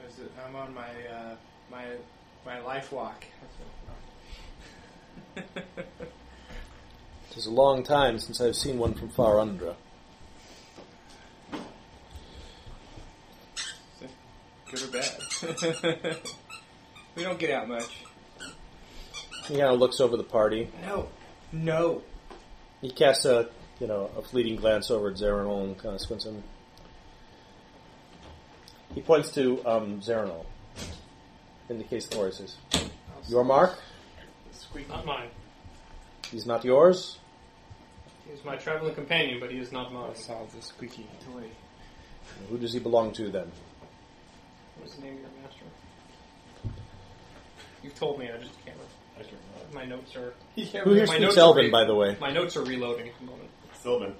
[SPEAKER 7] what is it? I'm on my uh, my my life walk.
[SPEAKER 2] Tis a long time since I have seen one from far under.
[SPEAKER 7] Good or bad? uh, we don't get out much.
[SPEAKER 2] He kind of looks over the party.
[SPEAKER 7] No. No.
[SPEAKER 2] He casts a, you know, a fleeting glance over at Zeranol and kind of squints him. He points to um, Zeranol, indicates the horse is. Your mark?
[SPEAKER 7] Squeaky.
[SPEAKER 6] Not mine.
[SPEAKER 2] He's not yours?
[SPEAKER 6] He is my traveling companion, but he is not mine.
[SPEAKER 7] I'll solve the squeaky toy.
[SPEAKER 2] Who does he belong to then?
[SPEAKER 6] What's the name of your master? You've told me, I just can't remember. My notes are
[SPEAKER 2] Who here
[SPEAKER 6] my
[SPEAKER 2] speaks
[SPEAKER 6] notes are
[SPEAKER 2] Elven,
[SPEAKER 6] big.
[SPEAKER 2] by the way?
[SPEAKER 6] my notes are reloading at the moment.
[SPEAKER 1] Sylvan.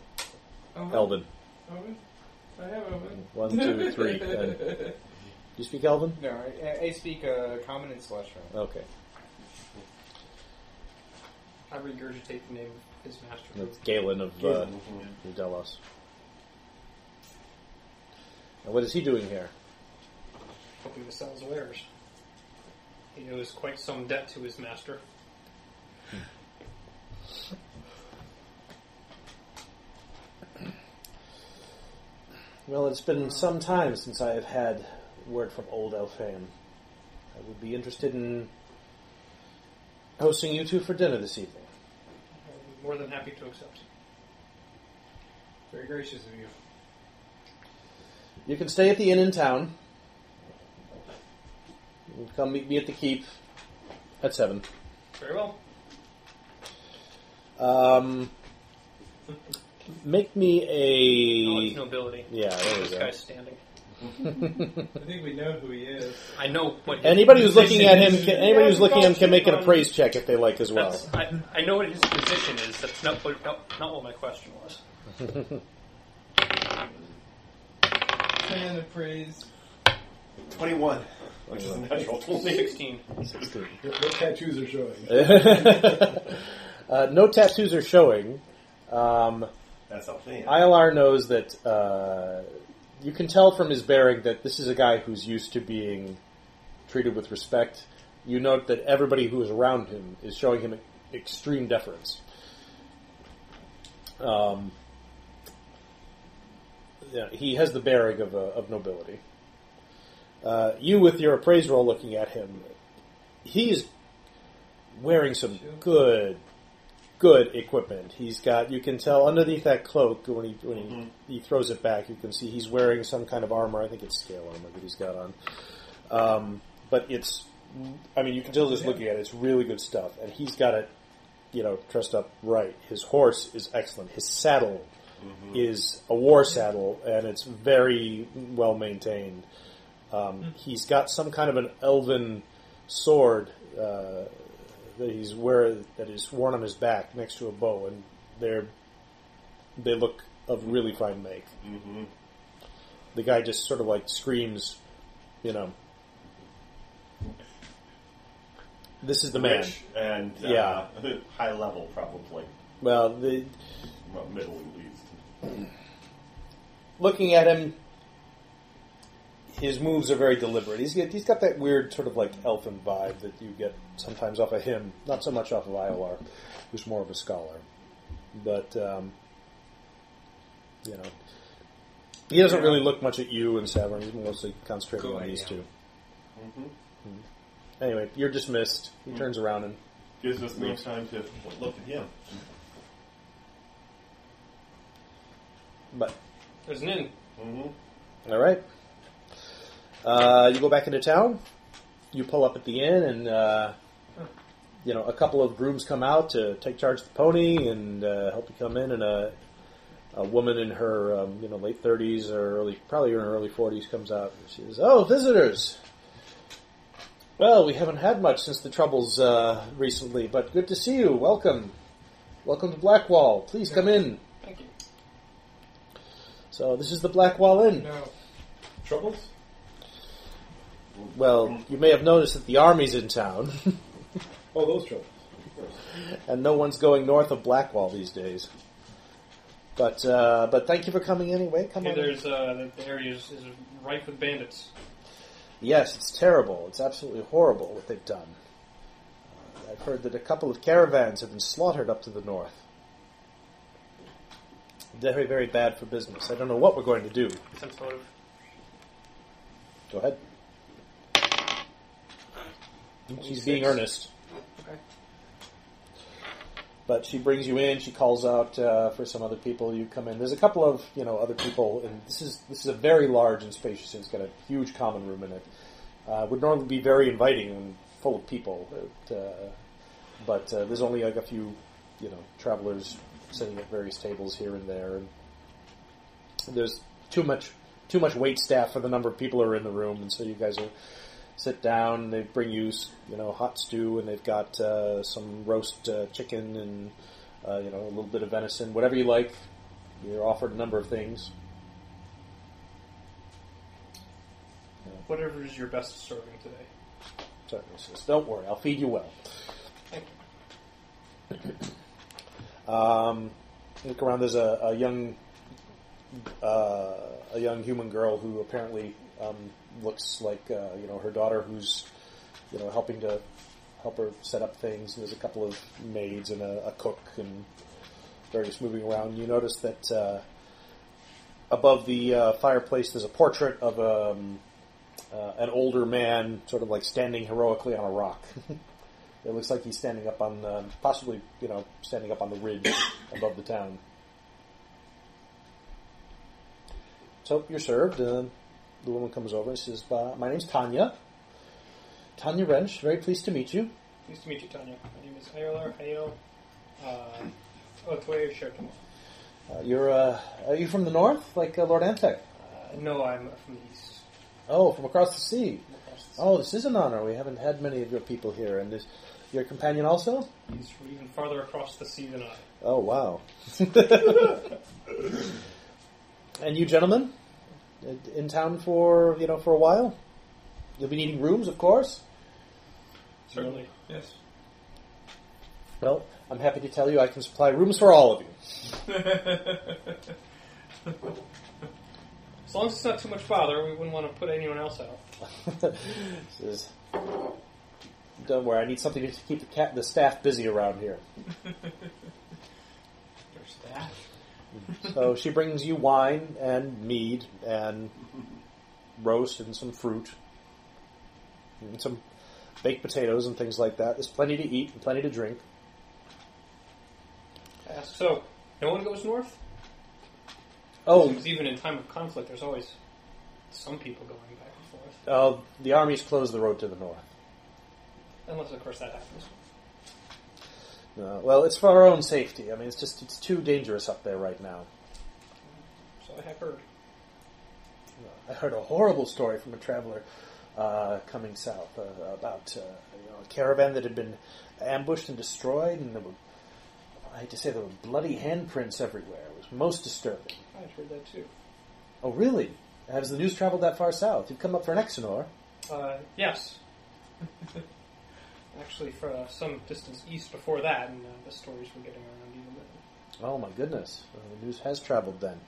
[SPEAKER 7] Owen?
[SPEAKER 2] Elven.
[SPEAKER 7] Owen? I have Owen.
[SPEAKER 2] One, two, three. And you speak Elven?
[SPEAKER 9] No, I, I speak uh, common and celestial.
[SPEAKER 2] Okay.
[SPEAKER 6] I regurgitate the name of his master.
[SPEAKER 2] That's Galen of uh, of Delos. And what is he doing here?
[SPEAKER 6] Hoping to sell his wares. He owes quite some debt to his master.
[SPEAKER 2] Well, it's been some time since I have had word from old Elfane. I would be interested in hosting you two for dinner this evening.
[SPEAKER 6] I'm more than happy to accept. Very gracious of you.
[SPEAKER 2] You can stay at the inn in town. You can come meet me at the keep at seven.
[SPEAKER 6] Very well.
[SPEAKER 2] Um, make
[SPEAKER 6] All Oh, its
[SPEAKER 2] me a
[SPEAKER 6] nobility.
[SPEAKER 2] yeah. There
[SPEAKER 6] This
[SPEAKER 2] we go.
[SPEAKER 6] guy's standing.
[SPEAKER 7] I think we know who he is.
[SPEAKER 6] I know what. his
[SPEAKER 2] Anybody who's looking at
[SPEAKER 6] position
[SPEAKER 2] him,
[SPEAKER 6] is.
[SPEAKER 2] can, anybody who's looking at him can make an appraise check if they like as well.
[SPEAKER 6] That's, I, I know what his position is. That's not what, not, not what my question was.
[SPEAKER 7] Plan of praise.
[SPEAKER 1] 21, which is a natural 20.
[SPEAKER 6] 16.
[SPEAKER 4] What, what tattoos are showing?
[SPEAKER 2] uh, no tattoos are showing. Um,
[SPEAKER 1] That's a thing.
[SPEAKER 2] ILR knows that uh, you can tell from his bearing that this is a guy who's used to being treated with respect. You note that everybody who is around him is showing him extreme deference. Um, yeah, he has the bearing of, uh, of nobility. Uh, you, with your appraise roll looking at him, he's wearing some good good equipment. He's got you can tell underneath that cloak when he when he, he throws it back, you can see he's wearing some kind of armor. I think it's scale armor that he's got on. Um, but it's I mean you can tell just looking at it, it's really good stuff, and he's got it you know dressed up right. His horse is excellent. His saddle is a war saddle, and it's very well maintained. Um, he's got some kind of an elven sword uh, that he's wear that is worn on his back next to a bow, and they're they look of really fine make. Mm-hmm. The guy just sort of like screams, you know, "This is the man."
[SPEAKER 1] Rich and uh,
[SPEAKER 2] Yeah.
[SPEAKER 1] high level, probably.
[SPEAKER 2] Well, the,
[SPEAKER 1] Well, middle at least.
[SPEAKER 2] looking at him, his moves are very deliberate. He's got, he's got that weird sort of like elfin vibe that you get sometimes off of him, not so much off of Iolar, who's more of a scholar. But um, you know, he doesn't really look much at you and Savern. He's mostly concentrating on these 2 Mhm. Anyway, you're dismissed. He turns around and
[SPEAKER 1] Gives us more time to look at him.
[SPEAKER 2] but
[SPEAKER 6] There's an inn.
[SPEAKER 1] Mm-hmm.
[SPEAKER 2] All right. Uh, you go back into town. You pull up at the inn, and uh, you know a couple of grooms come out to take charge of the pony and uh, help you come in. And a, a woman in her um, you know late thirties or early, probably in her early forties, comes out. And she says, "Oh, visitors. Well, we haven't had much since the troubles uh, recently, but good to see you. Welcome, welcome to Blackwall. Please come in."
[SPEAKER 6] Thank you.
[SPEAKER 2] So this is the Blackwall Inn.
[SPEAKER 7] No.
[SPEAKER 4] Troubles?
[SPEAKER 2] Well, you may have noticed that the army's in town,
[SPEAKER 4] Oh, those troubles.
[SPEAKER 2] and no one's going north of Blackwall these days. But uh, but thank you for coming anyway. Come
[SPEAKER 6] Hey,
[SPEAKER 2] on. in.
[SPEAKER 6] there's, uh, the area is, is rife with bandits.
[SPEAKER 2] Yes, it's terrible. It's absolutely horrible what they've done. Uh, I've heard that a couple of caravans have been slaughtered up to the north. Very very bad for business. I don't know what we're going to do.
[SPEAKER 6] Some sort of
[SPEAKER 2] Go ahead. She's being earnest.
[SPEAKER 6] Okay.
[SPEAKER 2] But she brings you in. She calls out uh, for some other people. You come in. There's a couple of you know other people, and this is this is a very large and spacious. inn. It's got a huge common room in it. Uh, would normally be very inviting and full of people, but, uh, but uh, there's only like a few you know travelers sitting at various tables here and there, and there's too much too much wait staff for the number of people who are in the room, and so you guys are sit down. They bring you you know hot stew, and they've got uh, some roast uh, chicken and uh, you know a little bit of venison, whatever you like. You're offered a number of things.
[SPEAKER 6] whatever is your best serving today.
[SPEAKER 2] So he says, "Don't worry, I'll feed you well." um, look around. There's a, a young, uh, a young human girl who apparently um, looks like uh, you know her daughter, who's you know, helping to help her set up things. There's a couple of maids and a, a cook and they're just moving around. You notice that uh, above the uh, fireplace there's a portrait of um, uh, an older man, sort of like standing heroically on a rock. it looks like he's standing up on, uh, possibly, you know, standing up on the ridge above the town. So you're served. Uh, the woman comes over and says, uh, "My name's Tanya. Tanya Wrench. Very pleased to meet you."
[SPEAKER 6] Nice to meet you, Tanya. My name is Ayala Hayel uh, Otoye Shotomo.
[SPEAKER 2] Uh, you're uh, are you from the north, like uh, Lord Antec?
[SPEAKER 6] Uh, no, I'm from the east.
[SPEAKER 2] Oh, from across the sea. Oh, this is an honor. We haven't had many of your people here, and is your companion also?
[SPEAKER 6] He's from even farther across the sea than I.
[SPEAKER 2] Oh, wow. and you gentlemen, In- in town for you know for a while. You'll be needing rooms, of course.
[SPEAKER 6] Certainly.
[SPEAKER 7] Yes.
[SPEAKER 2] Well, I'm happy to tell you I can supply rooms for all of you.
[SPEAKER 6] As long as it's not too much bother, we wouldn't want to put anyone else out.
[SPEAKER 2] Says, don't worry, I need something to keep the, cat, the staff busy around here.
[SPEAKER 7] Your staff.
[SPEAKER 2] So she brings you wine and mead and roast and some fruit and some baked potatoes and things like that. There's plenty to eat and plenty to drink.
[SPEAKER 6] I ask, so, no one goes north?
[SPEAKER 2] Oh,
[SPEAKER 6] Because even in time of conflict, there's always some people going back and forth.
[SPEAKER 2] uh, the army's closed the road to the north.
[SPEAKER 6] Unless, of course, that happens.
[SPEAKER 2] Uh, well, it's for our own safety. I mean, it's just it's too dangerous up there right now.
[SPEAKER 6] So I have heard.
[SPEAKER 2] I heard a horrible story from a traveler uh, coming south uh, about uh, you know, a caravan that had been ambushed and destroyed, and there were, I hate to say, there were bloody handprints everywhere. It was most disturbing.
[SPEAKER 6] I've heard that too.
[SPEAKER 2] Oh, really? Has the news traveled that far south? You've come up for an Exonor.
[SPEAKER 6] Uh, yes. Actually, for uh, some distance east before that, and uh, the stories were getting around even then.
[SPEAKER 2] Oh my goodness, Uh, the news has traveled then.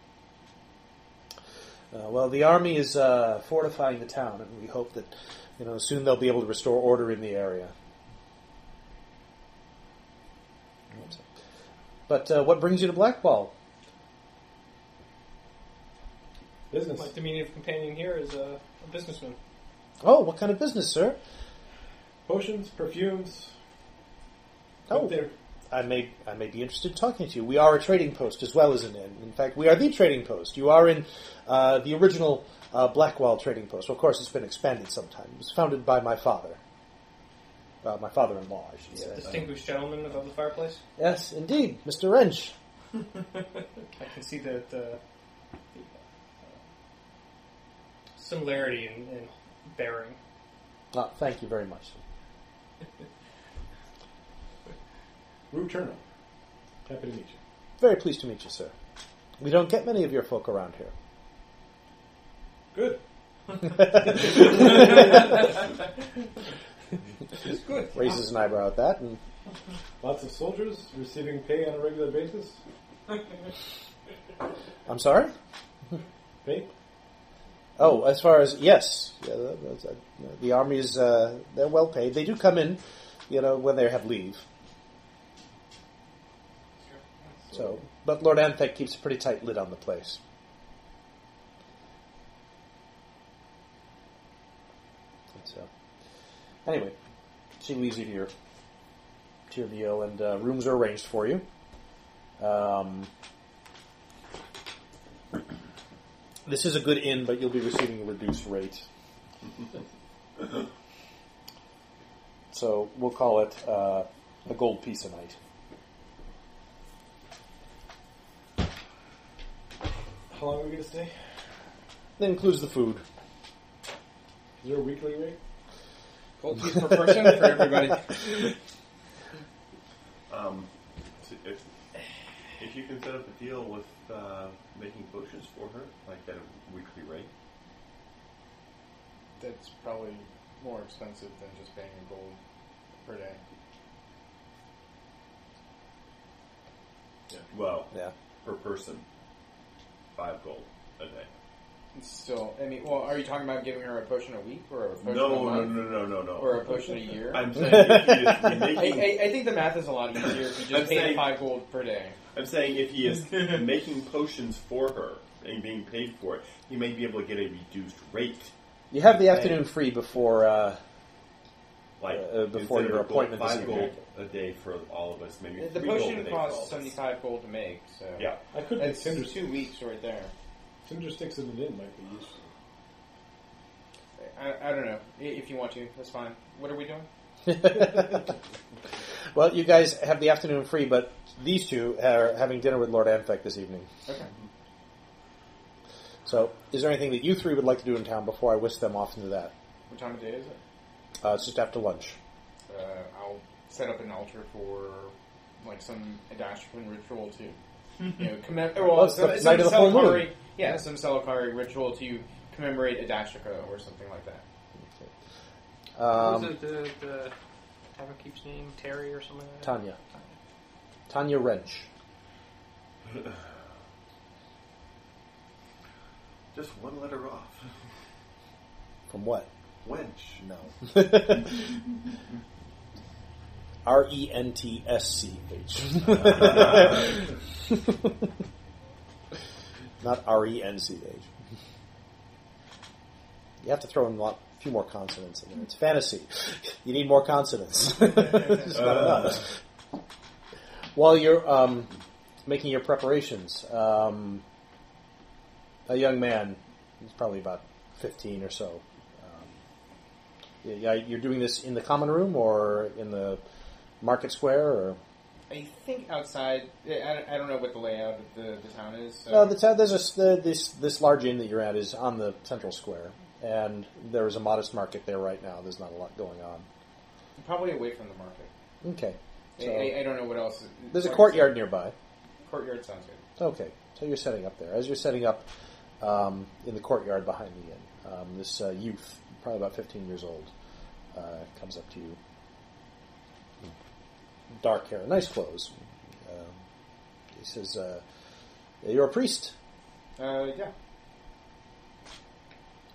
[SPEAKER 2] Uh, well, the army is uh, fortifying the town, and we hope that you know soon they'll be able to restore order in the area. But uh, what brings you to Blackball?
[SPEAKER 4] Business.
[SPEAKER 6] My diminutive companion here is uh, a businessman.
[SPEAKER 2] Oh, what kind of business, sir?
[SPEAKER 4] Potions, perfumes.
[SPEAKER 2] Oh,
[SPEAKER 4] Up there.
[SPEAKER 2] I may I may be interested in talking to you. We are a trading post as well as an inn. In fact, we are the trading post. You are in uh, the original uh, Blackwall trading post. Of course, it's been expanded sometime. It was founded by my father, uh, my father-in-law, I should say.
[SPEAKER 6] Distinguished gentleman above the fireplace.
[SPEAKER 2] Yes, indeed, Mister Wrench.
[SPEAKER 6] I can see that the, the uh, similarity in, in bearing.
[SPEAKER 2] Ah, thank you very much.
[SPEAKER 4] Rue Turner. Happy to meet you.
[SPEAKER 2] Very pleased to meet you, sir. We don't get many of your folk around here.
[SPEAKER 4] Good.
[SPEAKER 7] It's good.
[SPEAKER 2] Raises an eyebrow at that, and
[SPEAKER 4] Lots of soldiers receiving pay on a regular basis.
[SPEAKER 2] I'm sorry.
[SPEAKER 4] Pay?
[SPEAKER 2] Oh, as far as yes, yeah, that- that's, uh, the army is uh, they're well paid. They do come in, you know, when they have leave. So, but Lord Antec keeps a pretty tight lid on the place. And So, uh, anyway, she leaves you to your to your meal, and uh, rooms are arranged for you. Um, this is a good inn, but you'll be receiving a reduced rate. so we'll call it uh, a gold piece a night.
[SPEAKER 4] How long are we going to stay?
[SPEAKER 2] That includes the food.
[SPEAKER 4] Is there a weekly rate?
[SPEAKER 7] Gold piece per person for everybody.
[SPEAKER 1] Um, so if, if you can set up a deal with uh, making potions for her, like at a weekly rate,
[SPEAKER 9] That's probably more expensive than just paying a gold per day.
[SPEAKER 1] well,
[SPEAKER 2] Yeah.
[SPEAKER 1] per person, five gold a day.
[SPEAKER 3] It's still, I mean, well, are you talking about giving her a potion a week or a potion a
[SPEAKER 1] No, no,
[SPEAKER 3] month
[SPEAKER 1] no, no, no, no.
[SPEAKER 3] or a potion a year?
[SPEAKER 1] I'm saying if he is
[SPEAKER 3] I,
[SPEAKER 1] making
[SPEAKER 3] I, I think the math is a lot easier if you
[SPEAKER 1] I'm
[SPEAKER 3] just pay
[SPEAKER 1] saying-
[SPEAKER 3] the five gold per day.
[SPEAKER 1] I'm saying if he is making potions for her and being paid for it, he may be able to get a reduced rate.
[SPEAKER 2] You have the afternoon free before. Uh,
[SPEAKER 1] Like
[SPEAKER 2] Uh, uh, before
[SPEAKER 1] instead
[SPEAKER 2] your
[SPEAKER 1] of gold-
[SPEAKER 2] appointment this
[SPEAKER 1] five
[SPEAKER 2] evening.
[SPEAKER 1] gold a day for all of us. Maybe
[SPEAKER 3] The
[SPEAKER 1] three gold a
[SPEAKER 3] potion
[SPEAKER 1] day for all
[SPEAKER 3] costs
[SPEAKER 1] of us.
[SPEAKER 3] seventy-five gold to make, so
[SPEAKER 1] Yeah,
[SPEAKER 4] I could make
[SPEAKER 3] that's
[SPEAKER 4] tinder,
[SPEAKER 3] two weeks right there.
[SPEAKER 4] tinder sticks in the in might be useful.
[SPEAKER 3] I, I don't know I- if you want to. That's fine. What are we doing?
[SPEAKER 2] well, you guys have the afternoon free, but these two are having dinner with Lord Amfec this evening.
[SPEAKER 3] Okay.
[SPEAKER 2] So, is there anything that you three would like to do in town before I whisk them off into that?
[SPEAKER 3] What time of day is it?
[SPEAKER 2] Uh, it's just after lunch.
[SPEAKER 3] Uh, I'll set up an altar for like some Adashran ritual to, you know, commemorate.
[SPEAKER 2] Well,
[SPEAKER 3] Well,
[SPEAKER 2] it's
[SPEAKER 3] some,
[SPEAKER 2] the
[SPEAKER 3] some
[SPEAKER 2] night of the full moon.
[SPEAKER 3] Selachari- Yeah, some Selachari ritual to commemorate Adashika or something like that.
[SPEAKER 2] Um,
[SPEAKER 6] Wasn't the, the Tavern Keep's name Terry or something like that?
[SPEAKER 2] Tanya. Tanya Wrench.
[SPEAKER 1] just one letter off.
[SPEAKER 2] From what?
[SPEAKER 1] Wench.
[SPEAKER 2] No. R E N T S C H. Not R E N C H. You have to throw in a lot, few more consonants in there. It's fantasy. You need more consonants. It's not enough. While you're um, making your preparations, um, a young man, he's probably about 15 or so, um, yeah, you're doing this in the common room or in the market square or
[SPEAKER 3] I think outside. I- I, don't- I don't know what the layout of the, the town is. So.
[SPEAKER 2] no, the town, there's a s the, this this large inn that you're at is on the central square, and there is a modest market there right now. There's not a lot going on.
[SPEAKER 3] probably away from the market.
[SPEAKER 2] Okay,
[SPEAKER 3] I-
[SPEAKER 2] So-
[SPEAKER 3] I, I don't know what else. is-
[SPEAKER 2] there's a
[SPEAKER 3] like I
[SPEAKER 2] courtyard nearby.
[SPEAKER 3] said, courtyard sounds good.
[SPEAKER 2] Okay, so you're setting up there. As you're setting up um, in the courtyard behind the inn, um, this uh, youth, probably about 15 years old, uh, comes up to you. Dark hair, nice clothes. Um, he says, uh, "You're a priest.
[SPEAKER 3] Uh, yeah.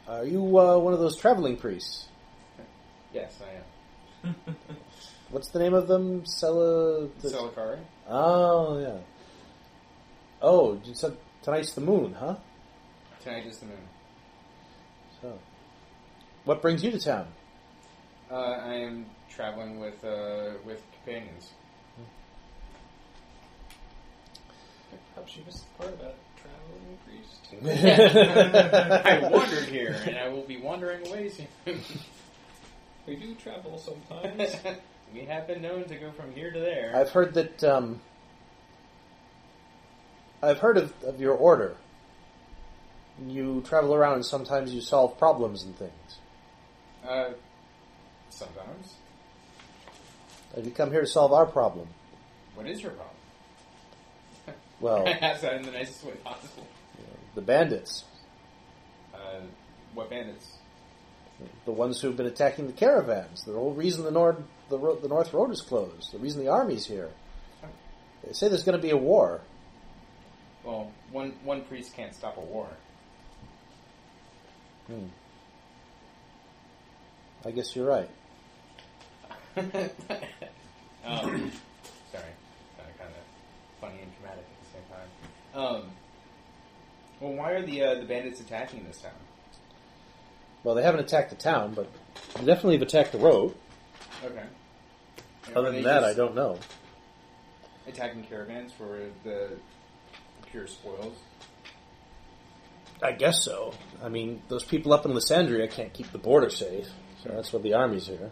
[SPEAKER 2] Are you uh, one of those traveling priests?
[SPEAKER 3] Yes, I
[SPEAKER 2] What's the name of them? Sela.
[SPEAKER 3] am. Selachari.
[SPEAKER 2] Oh yeah. Oh, you said tonight's the moon, huh?
[SPEAKER 3] Tonight is the moon.
[SPEAKER 2] So, what brings you to town?
[SPEAKER 3] Uh, I am traveling with uh, with companions.
[SPEAKER 10] Perhaps you missed the part about traveling priest.
[SPEAKER 3] I wandered here, and I will be wandering away soon.
[SPEAKER 10] We do travel sometimes.
[SPEAKER 3] we have been known to go from here to there.
[SPEAKER 2] I've heard that. Um, I've heard of, of your order. You travel around and sometimes you solve problems and things.
[SPEAKER 3] Uh, sometimes.
[SPEAKER 2] Have you come here to solve our problem?
[SPEAKER 3] What is your problem?
[SPEAKER 2] Well,
[SPEAKER 3] I asked that in the nicest way possible.
[SPEAKER 2] the bandits,
[SPEAKER 3] Uh, what bandits?
[SPEAKER 2] the ones who've been attacking the caravans, the whole reason the Nord, the, ro- the North Road is closed, the reason the army's here. They say there's going to be a war.
[SPEAKER 3] Well, one one priest can't stop a war.
[SPEAKER 2] Hmm. I guess you're right.
[SPEAKER 3] um, sorry, sounded kind of funny and dramatic at the same time. Um, well, why are the uh, the bandits attacking this town?
[SPEAKER 2] Well, they haven't attacked the town, but they definitely have attacked the road.
[SPEAKER 3] Okay.
[SPEAKER 2] Other than that, I don't know.
[SPEAKER 3] attacking caravans for the pure spoils.
[SPEAKER 2] I guess so. I mean, those people up in Lysandria can't keep the border safe, so that's why the army's here.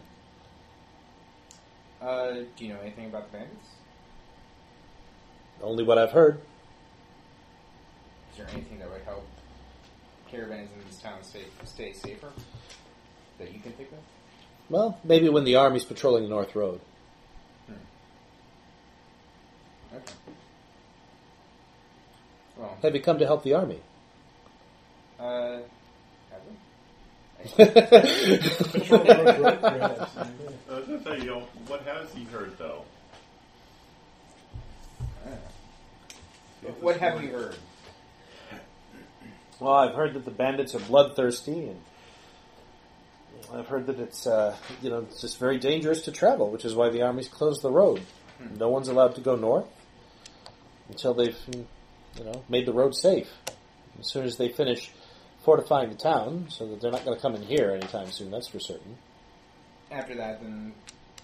[SPEAKER 3] Uh, do you know anything about the bandits?
[SPEAKER 2] Only what I've heard.
[SPEAKER 3] Is there anything that would help caravans in this town stay stay safer that you can think of?
[SPEAKER 2] Well, maybe when the army's patrolling the North Road.
[SPEAKER 3] Okay. Well,
[SPEAKER 2] Have you come to help the army?
[SPEAKER 3] uh, have we?
[SPEAKER 1] I was gonna say, you know, what has he heard though?
[SPEAKER 3] What have we heard?
[SPEAKER 2] Well, I've heard that the bandits are bloodthirsty, and I've heard that it's uh, you know it's just very dangerous to travel, which is why the armies closed the road. No one's allowed to go north until they've mm, you know made the road safe. As soon as they finish fortifying the town, so that they're not going to come in here anytime soon. That's for certain.
[SPEAKER 9] After that, then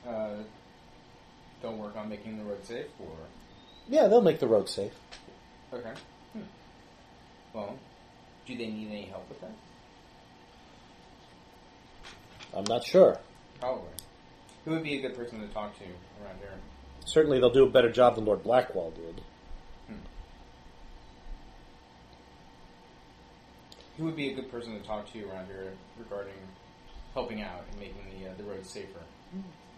[SPEAKER 9] uh, they'll work on making the road safe. Or
[SPEAKER 2] Yeah, they'll make the road safe.
[SPEAKER 9] okay.
[SPEAKER 3] Hmm.
[SPEAKER 9] Well, do they need any help with that?
[SPEAKER 2] I'm not sure.
[SPEAKER 9] Probably. Who would be a good person to talk to around here?
[SPEAKER 2] Certainly, they'll do a better job than Lord Blackwall did.
[SPEAKER 9] Who would be a good person to talk to around here regarding helping out and making the uh, the road safer?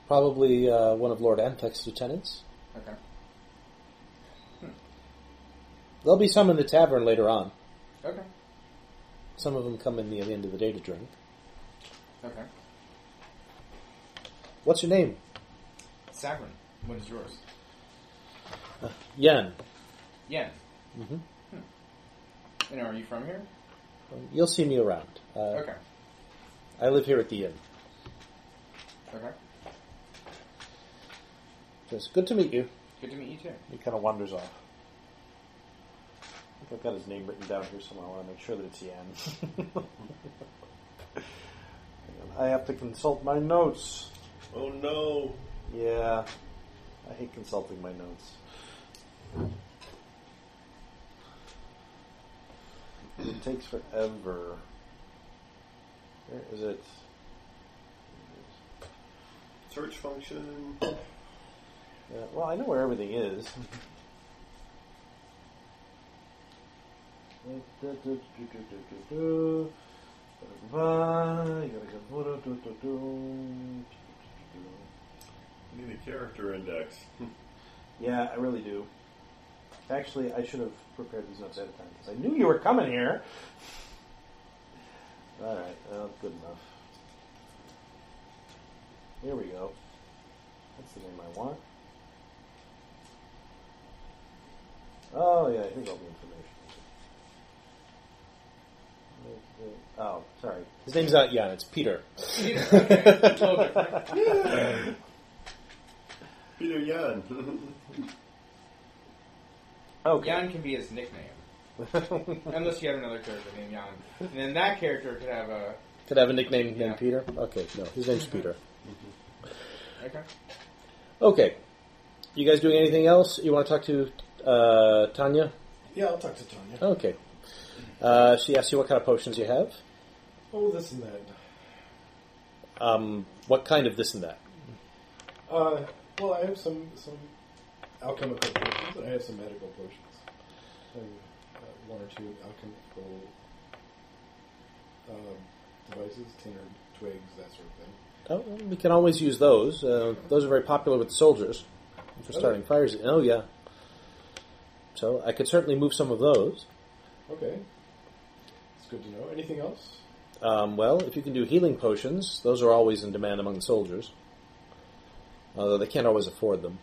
[SPEAKER 2] Probably uh, one of Lord Antek's lieutenants.
[SPEAKER 9] Okay.
[SPEAKER 2] There'll be some in the tavern later on.
[SPEAKER 9] Okay.
[SPEAKER 2] Some of them come in the, at the end of the day to drink.
[SPEAKER 9] Okay.
[SPEAKER 2] What's your name?
[SPEAKER 9] Saccharin, what is yours?
[SPEAKER 2] Yan.
[SPEAKER 9] Yen.
[SPEAKER 1] Mm-hmm.
[SPEAKER 2] Mhm.
[SPEAKER 9] Hmm. And are you from here?
[SPEAKER 2] You'll see me around. Uh,
[SPEAKER 9] Okay.
[SPEAKER 2] I live here at the inn.
[SPEAKER 9] Okay.
[SPEAKER 2] It's good to meet you.
[SPEAKER 9] Good to meet you too.
[SPEAKER 2] He kind of wanders off. I think I've got his name written down here somewhere. I want to make sure that it's Yan. Hang on. I have to consult my notes.
[SPEAKER 1] Oh no.
[SPEAKER 2] Yeah, I hate consulting my notes. It takes forever. Where is it?
[SPEAKER 1] Search function.
[SPEAKER 2] Yeah, well, I know where everything is.
[SPEAKER 1] Need a character index.
[SPEAKER 2] Yeah, I really do. Actually, I should have prepared these notes ahead of time because I knew you were coming here. All right, well, good enough. Here we go. That's the name I want. Oh yeah, here's all the information. Oh, sorry. His name's not Jan. It's Peter.
[SPEAKER 1] Peter Yan.
[SPEAKER 2] Okay.
[SPEAKER 9] Jan can be his nickname. Unless you have another character named Jan. And then that character could have a.
[SPEAKER 2] Could I have a nickname named
[SPEAKER 9] Yeah.
[SPEAKER 2] Peter? Okay, no, his name's Peter.
[SPEAKER 9] Okay.
[SPEAKER 2] Okay. You guys doing anything else? You want to talk to uh, Tanya?
[SPEAKER 4] Yeah, I'll talk to Tanya.
[SPEAKER 2] Okay. Uh, she asks you what kind of potions you have.
[SPEAKER 4] Oh, this and that.
[SPEAKER 2] Um, what kind of this and that?
[SPEAKER 4] Uh, well, I have some some alchemical potions. and I have some medical potions. I have, uh, one or two alchemical um, devices, tinder twigs, that sort of thing.
[SPEAKER 2] Oh, well, we can always use those. Uh, those are very popular with the soldiers for
[SPEAKER 4] Really?
[SPEAKER 2] starting fires. Oh, yeah. So I could certainly move some of those.
[SPEAKER 4] Okay, it's good to know. Anything else?
[SPEAKER 2] Um, well, if you can do healing potions, those are always in demand among the soldiers. Although they can't always afford them.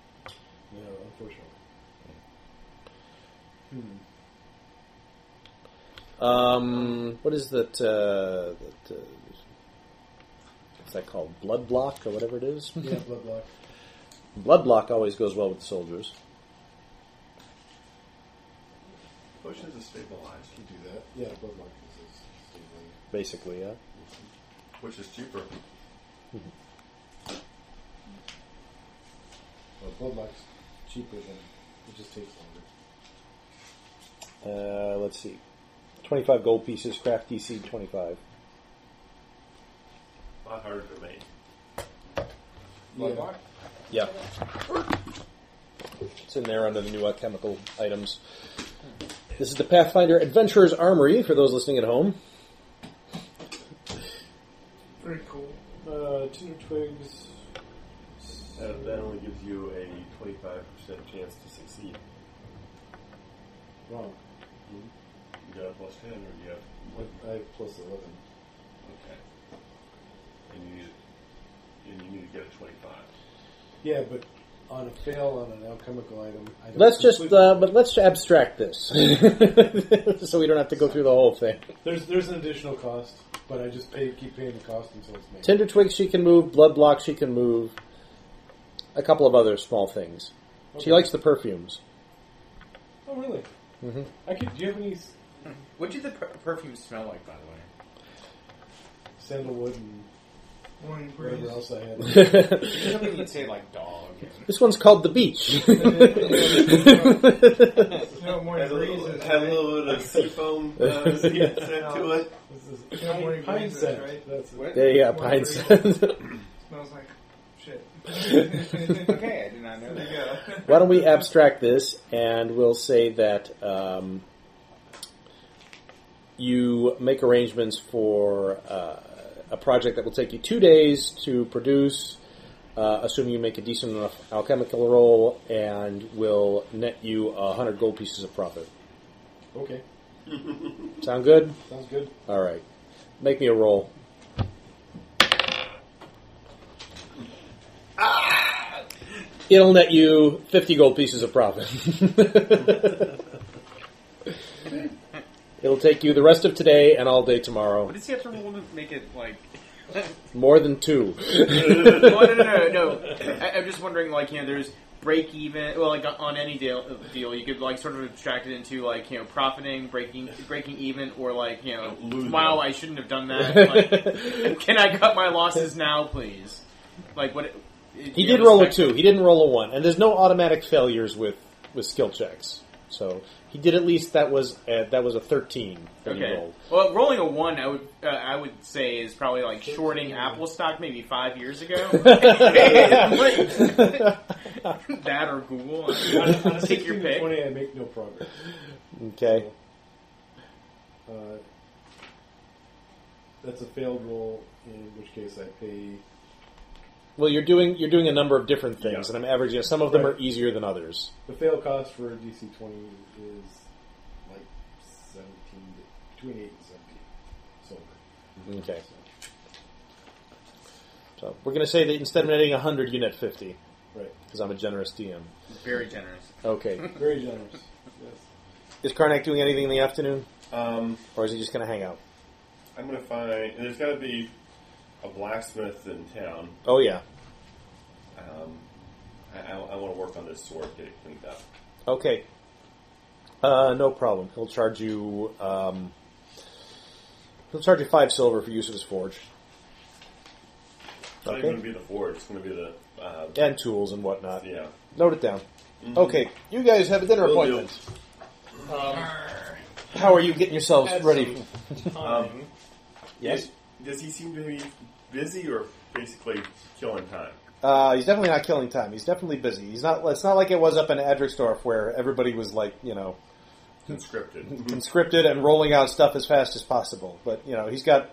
[SPEAKER 4] No, unfortunately.
[SPEAKER 2] Um, what is that? Uh, that uh, what's that called? Blood block or whatever it is.
[SPEAKER 4] Yeah, blood block.
[SPEAKER 2] Blood block always goes well with the soldiers.
[SPEAKER 1] Potions of stabilized,
[SPEAKER 4] Can do that. Yeah, blood block is, is stable.
[SPEAKER 2] Basically, yeah.
[SPEAKER 1] which is cheaper.
[SPEAKER 4] Well, blood block's cheaper than it just takes longer.
[SPEAKER 2] Uh, let's see, twenty-five gold pieces. Craft DC twenty-five.
[SPEAKER 1] A lot harder to make.
[SPEAKER 4] yeah.
[SPEAKER 9] block?
[SPEAKER 2] Yeah. It's in there under the new alchemical items. This is the Pathfinder Adventurer's Armory for those listening at home.
[SPEAKER 5] Very cool.
[SPEAKER 4] Uh, tinder twigs.
[SPEAKER 1] And Uh, that only gives you a 25% chance to succeed.
[SPEAKER 4] Wrong.
[SPEAKER 1] You got a plus 10 or you have.
[SPEAKER 4] I have plus eleven.
[SPEAKER 1] Okay. And you need, and you need to get a 25.
[SPEAKER 4] Yeah, but on a fail on an alchemical item. I don't
[SPEAKER 2] Let's just,
[SPEAKER 4] completely-
[SPEAKER 2] uh, but let's abstract this, so we don't have to go through the whole thing.
[SPEAKER 4] there's there's an additional cost, but I just pay keep paying the cost until it's made.
[SPEAKER 2] Tinder twig she can move. Blood block she can move. A couple of other small things. She likes the perfumes.
[SPEAKER 4] Oh really?
[SPEAKER 2] Mhm.
[SPEAKER 4] I could. Do you have any s-
[SPEAKER 9] What did the per- perfume smell like, by the way?
[SPEAKER 4] sandalwood and
[SPEAKER 3] One
[SPEAKER 4] whatever
[SPEAKER 3] breeze.
[SPEAKER 4] else I had?
[SPEAKER 2] this
[SPEAKER 9] Something you'd say like dog. and-
[SPEAKER 2] one's called the beach.
[SPEAKER 3] No more
[SPEAKER 1] Had a
[SPEAKER 3] breeze.
[SPEAKER 1] little, had a little bit of seafoam uh, scent to it.
[SPEAKER 4] This is
[SPEAKER 3] You know,
[SPEAKER 4] pine,
[SPEAKER 3] morning
[SPEAKER 4] pine
[SPEAKER 3] breezes,
[SPEAKER 4] scent.
[SPEAKER 3] right?
[SPEAKER 4] That's it.
[SPEAKER 9] What?
[SPEAKER 2] yeah, yeah, pine scent.
[SPEAKER 3] Smells like shit.
[SPEAKER 9] okay, I did not know
[SPEAKER 3] There you
[SPEAKER 9] that.
[SPEAKER 3] go.
[SPEAKER 2] Why don't we abstract this and we'll say that um, you make arrangements for uh, a project that will take you two days to produce, uh, assuming you make a decent enough alchemical roll, and will net you a hundred gold pieces of profit.
[SPEAKER 4] Okay,
[SPEAKER 2] Sound good?
[SPEAKER 4] sounds good.
[SPEAKER 2] All right. Make me a roll. Ah. It'll net you 50 gold pieces of profit. It'll take you the rest of today and all day tomorrow.
[SPEAKER 9] What does he have to roll to make it like?
[SPEAKER 2] More than two.
[SPEAKER 9] no, no, no, no. no. I, I'm just wondering, like, you know, there's break even. Well, like on any deal, deal, you could like sort of abstract it into like you know profiting, breaking, breaking even, or like you know,
[SPEAKER 1] Losing.
[SPEAKER 9] wow, I shouldn't have done that. Like, can I cut my losses now, please? Like what?
[SPEAKER 2] He did roll a two. He didn't roll a one, and there's no automatic failures with, with skill checks. So he did at least that was uh that was a thirteen that he
[SPEAKER 9] Okay.
[SPEAKER 2] rolled.
[SPEAKER 9] Well, rolling a one, I would uh, I would say is probably like shorting Apple stock maybe five years ago. that or Google.
[SPEAKER 4] On a- on a
[SPEAKER 9] Take your
[SPEAKER 4] 16 to
[SPEAKER 9] pick.
[SPEAKER 4] Twenty, I make no progress.
[SPEAKER 2] Okay.
[SPEAKER 4] Uh, that's a failed roll, in which case I pay.
[SPEAKER 2] Well, you're doing you're doing a number of different things,
[SPEAKER 1] Yeah.
[SPEAKER 2] and I'm averaging. Some of them
[SPEAKER 4] Right.
[SPEAKER 2] are easier than others.
[SPEAKER 4] The fail cost for DC twenty is like seventeen, to- between eight and seventeen silver.
[SPEAKER 2] Okay,
[SPEAKER 4] So,
[SPEAKER 2] so we're going to say that instead of netting 100, you net 50
[SPEAKER 4] right,
[SPEAKER 2] because I'm a generous DM.
[SPEAKER 9] Very generous.
[SPEAKER 2] Okay,
[SPEAKER 4] very generous. yes.
[SPEAKER 2] is Karnak doing anything in the afternoon,
[SPEAKER 1] Um,
[SPEAKER 2] or is he just going to hang out?
[SPEAKER 1] I'm gonna find. There's got to be a blacksmith in town.
[SPEAKER 2] Oh yeah,
[SPEAKER 1] Um, I, I, I want to work on this sword, get it cleaned up.
[SPEAKER 2] okay, uh, no problem. He'll charge you. Um, he'll charge you five silver for use of his forge
[SPEAKER 1] It's not
[SPEAKER 2] Okay.
[SPEAKER 1] even going to be the forge. It's going to be the uh,
[SPEAKER 2] and tools and whatnot.
[SPEAKER 1] yeah. Mm-hmm.
[SPEAKER 2] Note it down. Okay, you guys have a dinner
[SPEAKER 1] Will do.
[SPEAKER 2] appointment.
[SPEAKER 6] Um,
[SPEAKER 2] How are you getting yourselves
[SPEAKER 6] Add
[SPEAKER 2] ready?
[SPEAKER 6] some
[SPEAKER 1] Mm-hmm.
[SPEAKER 6] time.
[SPEAKER 2] Yes.
[SPEAKER 1] Um, Does he seem to be busy or basically killing time?
[SPEAKER 2] Uh, he's definitely not killing time. He's definitely busy. He's not. It's not like it was up in Edricksdorf where everybody was like, you know,
[SPEAKER 1] Conscripted.
[SPEAKER 2] conscripted and rolling out stuff as fast as possible. But you know, he's got,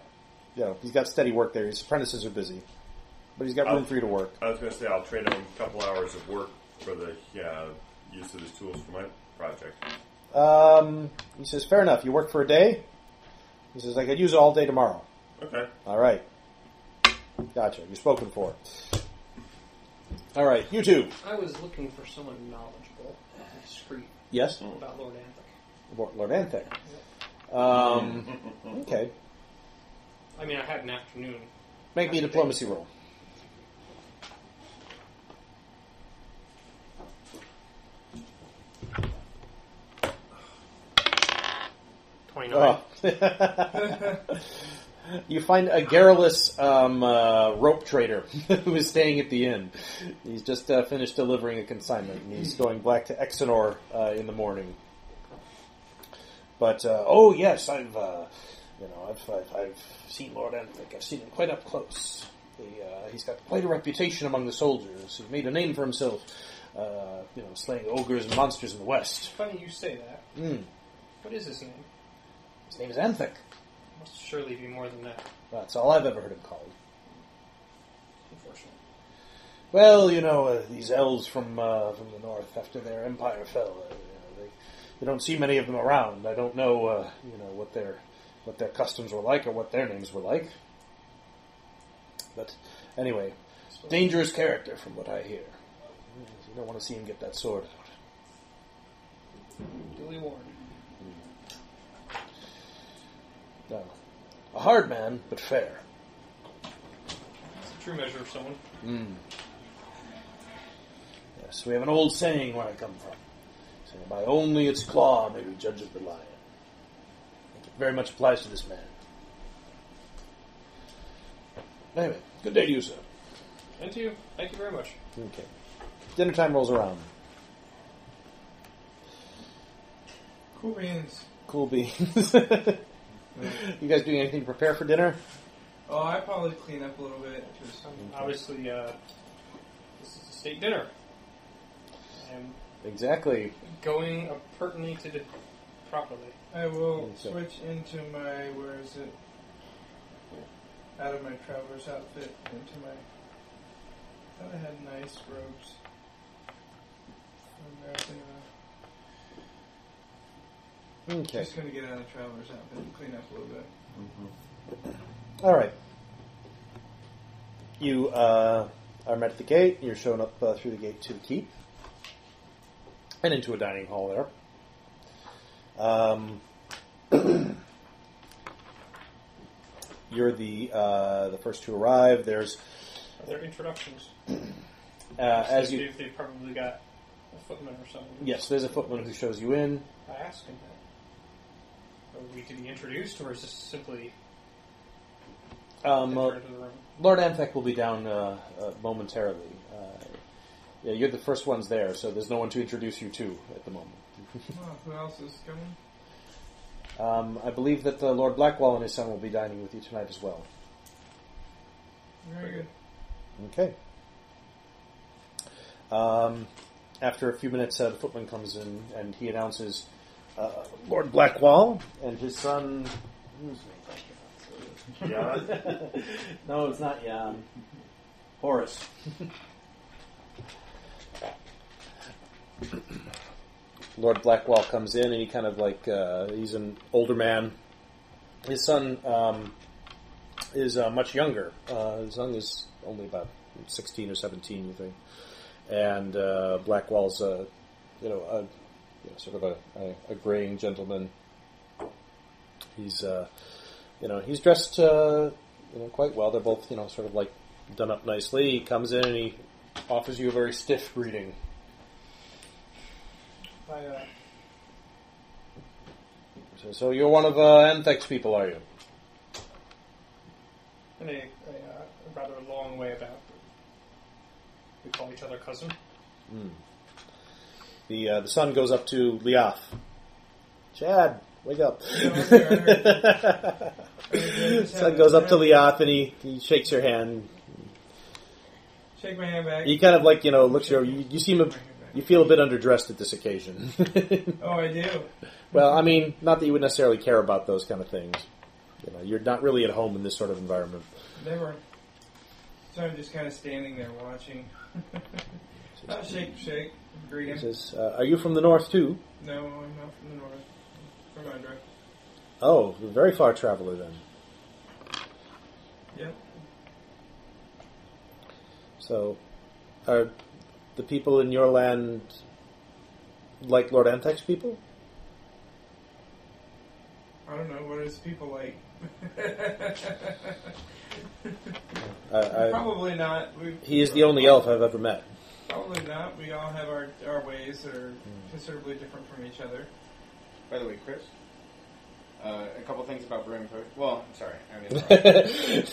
[SPEAKER 2] you know, he's got steady work there. His apprentices are busy, but he's got room
[SPEAKER 1] Oh.
[SPEAKER 2] for you to work.
[SPEAKER 1] I was going to say I'll trade him a couple hours of work for the uh, use of his tools for my project.
[SPEAKER 2] Um, he says, "Fair enough. You work for a day." He says, "I could use it all day tomorrow."
[SPEAKER 1] Okay.
[SPEAKER 2] All right. Gotcha. You're spoken for. All right. You too.
[SPEAKER 6] I was looking for someone knowledgeable and discreet
[SPEAKER 2] Yes.
[SPEAKER 6] about Lord Anthic.
[SPEAKER 2] Lord Lord Anthic. Um, okay.
[SPEAKER 6] I mean, I had an afternoon.
[SPEAKER 2] Make me a diplomacy roll.
[SPEAKER 6] Twenty-nine.
[SPEAKER 2] Oh. you find a garrulous um, uh, rope trader who is staying at the inn. He's just uh, finished delivering a consignment, and he's going back to Exenor uh, in the morning. But uh, oh yes, I've uh, you know I've, I've, I've seen Lord Anthic. I've seen him quite up close. He, uh, he's got quite a reputation among the soldiers. He's made a name for himself. Uh, you know, slaying ogres and monsters in the west.
[SPEAKER 6] Funny you say that.
[SPEAKER 2] Mm.
[SPEAKER 6] What is his name?
[SPEAKER 2] His name is Anthic.
[SPEAKER 6] Must surely be more than that.
[SPEAKER 2] That's all I've ever heard him called.
[SPEAKER 6] Unfortunately.
[SPEAKER 2] Well, you know, uh, these elves from uh, from the north after their empire fell, uh, you, know, they, you don't see many of them around. I don't know, uh, you know, what their what their customs were like or what their names were like. But anyway, dangerous character, from what I hear. You don't want to see him get that sword out.
[SPEAKER 9] Duly warned.
[SPEAKER 2] No. A hard man, but fair.
[SPEAKER 6] It's a true measure of someone.
[SPEAKER 2] Mm. Yes, we have an old saying where I come from. Saying, By only its claw may we judge it rely. It very much applies to this man. Anyway, good day to you, sir.
[SPEAKER 6] And to you, thank you very much.
[SPEAKER 2] Okay. Dinner time rolls around.
[SPEAKER 9] Cool beans.
[SPEAKER 2] Cool beans. you guys doing anything to prepare for dinner?
[SPEAKER 9] Oh, I probably clean up a little bit. Just,
[SPEAKER 6] Obviously, uh, this is a state dinner. I'm
[SPEAKER 2] Exactly.
[SPEAKER 6] going appurtenated properly.
[SPEAKER 9] I will
[SPEAKER 2] Okay.
[SPEAKER 9] switch into my where is it? Out of my traveler's outfit into my. I thought I had nice robes. I'm not gonna-
[SPEAKER 2] Okay.
[SPEAKER 9] Just gonna get out of traveler's outfit and clean up a little bit.
[SPEAKER 2] Mm-hmm. All right. You uh, are met at the gate. You're shown up uh, through the gate to the keep and into a dining hall there. Um, you're the uh, the first to arrive. There's
[SPEAKER 6] Are there introductions?
[SPEAKER 2] uh, as
[SPEAKER 6] They-
[SPEAKER 2] you
[SPEAKER 6] they've, they've probably got a footman or something.
[SPEAKER 2] yes, there's a footman who shows you in.
[SPEAKER 6] I asked him that. Are we to be introduced, or is this simply
[SPEAKER 2] Um,
[SPEAKER 6] enter into the room?
[SPEAKER 2] Lord Amthek will be down uh, uh, momentarily. Uh, yeah, you're the first ones there, so there's no one to introduce you to at the moment.
[SPEAKER 9] Oh, who else is coming?
[SPEAKER 2] Um, I believe that uh, Lord Blackwall and his son will be dining with you tonight as well.
[SPEAKER 9] Very good.
[SPEAKER 2] Okay. Um, after a few minutes, uh, the footman comes in and he announces uh, Lord Blackwall and his son. whose name I can't remember. no, it's not Jan. Horace. Lord Blackwall comes in and he kind of like uh, he's an older man. His son um, is uh, much younger. Uh, his son is only about sixteen or seventeen, you think. And uh, Blackwell's, uh, you know, a, you know, sort of a, a, a graying gentleman. He's, uh, you know, he's dressed, uh, you know, quite well. They're both, you know, sort of like done up nicely. He comes in and he offers you a very stiff greeting.
[SPEAKER 9] I, uh,
[SPEAKER 2] So, so you're one of uh, Anthek's people, are you?
[SPEAKER 6] In a, a, uh, a rather long way about. We call each other cousin.
[SPEAKER 2] The uh, the sun goes up to Liaf. Chad, wake up.
[SPEAKER 9] I'm sorry, I heard-
[SPEAKER 2] sun goes up to Liaf and he, he shakes your hand.
[SPEAKER 9] shake my hand back.
[SPEAKER 2] He kind of like you know looks your you, you seem a, you feel a bit underdressed at this occasion.
[SPEAKER 9] Oh, I do.
[SPEAKER 2] well, I mean, not that you would necessarily care about those kind of things. You know, you're not really at home in this sort of environment.
[SPEAKER 9] Never. So I'm just kind of standing there watching. I'll shake, shake, greet
[SPEAKER 2] He
[SPEAKER 9] him.
[SPEAKER 2] says, uh, "Are you from the north too?"
[SPEAKER 9] No, I'm not from the north. From Andra.
[SPEAKER 2] Oh, you're a very far traveler then.
[SPEAKER 9] Yep.
[SPEAKER 2] So, are the people in your land like Lord Antek's people?
[SPEAKER 9] I don't know what is people like.
[SPEAKER 2] I, I,
[SPEAKER 9] probably not. We
[SPEAKER 2] he is the only elf I've ever met.
[SPEAKER 9] probably not. We all have our our ways that are
[SPEAKER 6] Hmm.
[SPEAKER 9] considerably different from each other.
[SPEAKER 8] By the way, Chris, uh, a couple things about brewing potion. Well, I'm sorry. I mean,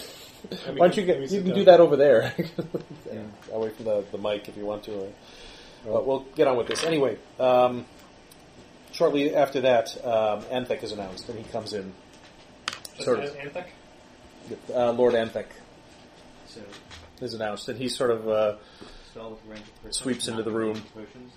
[SPEAKER 2] Why don't you
[SPEAKER 4] Let me
[SPEAKER 2] get? You
[SPEAKER 4] sit
[SPEAKER 2] can do
[SPEAKER 4] down.
[SPEAKER 2] that over there, And away from the, the mic if you want to. Or, but we'll get on with this anyway. Um, shortly after that, um, Anthek is announced, and he comes in.
[SPEAKER 6] Just
[SPEAKER 2] Sort of.
[SPEAKER 6] as Anthic.
[SPEAKER 2] Uh, Lord Anthek
[SPEAKER 8] so
[SPEAKER 2] is announced, and he sort of uh,
[SPEAKER 8] spell with range of person,
[SPEAKER 2] Sweeps into
[SPEAKER 8] not
[SPEAKER 2] the room.
[SPEAKER 8] Potions,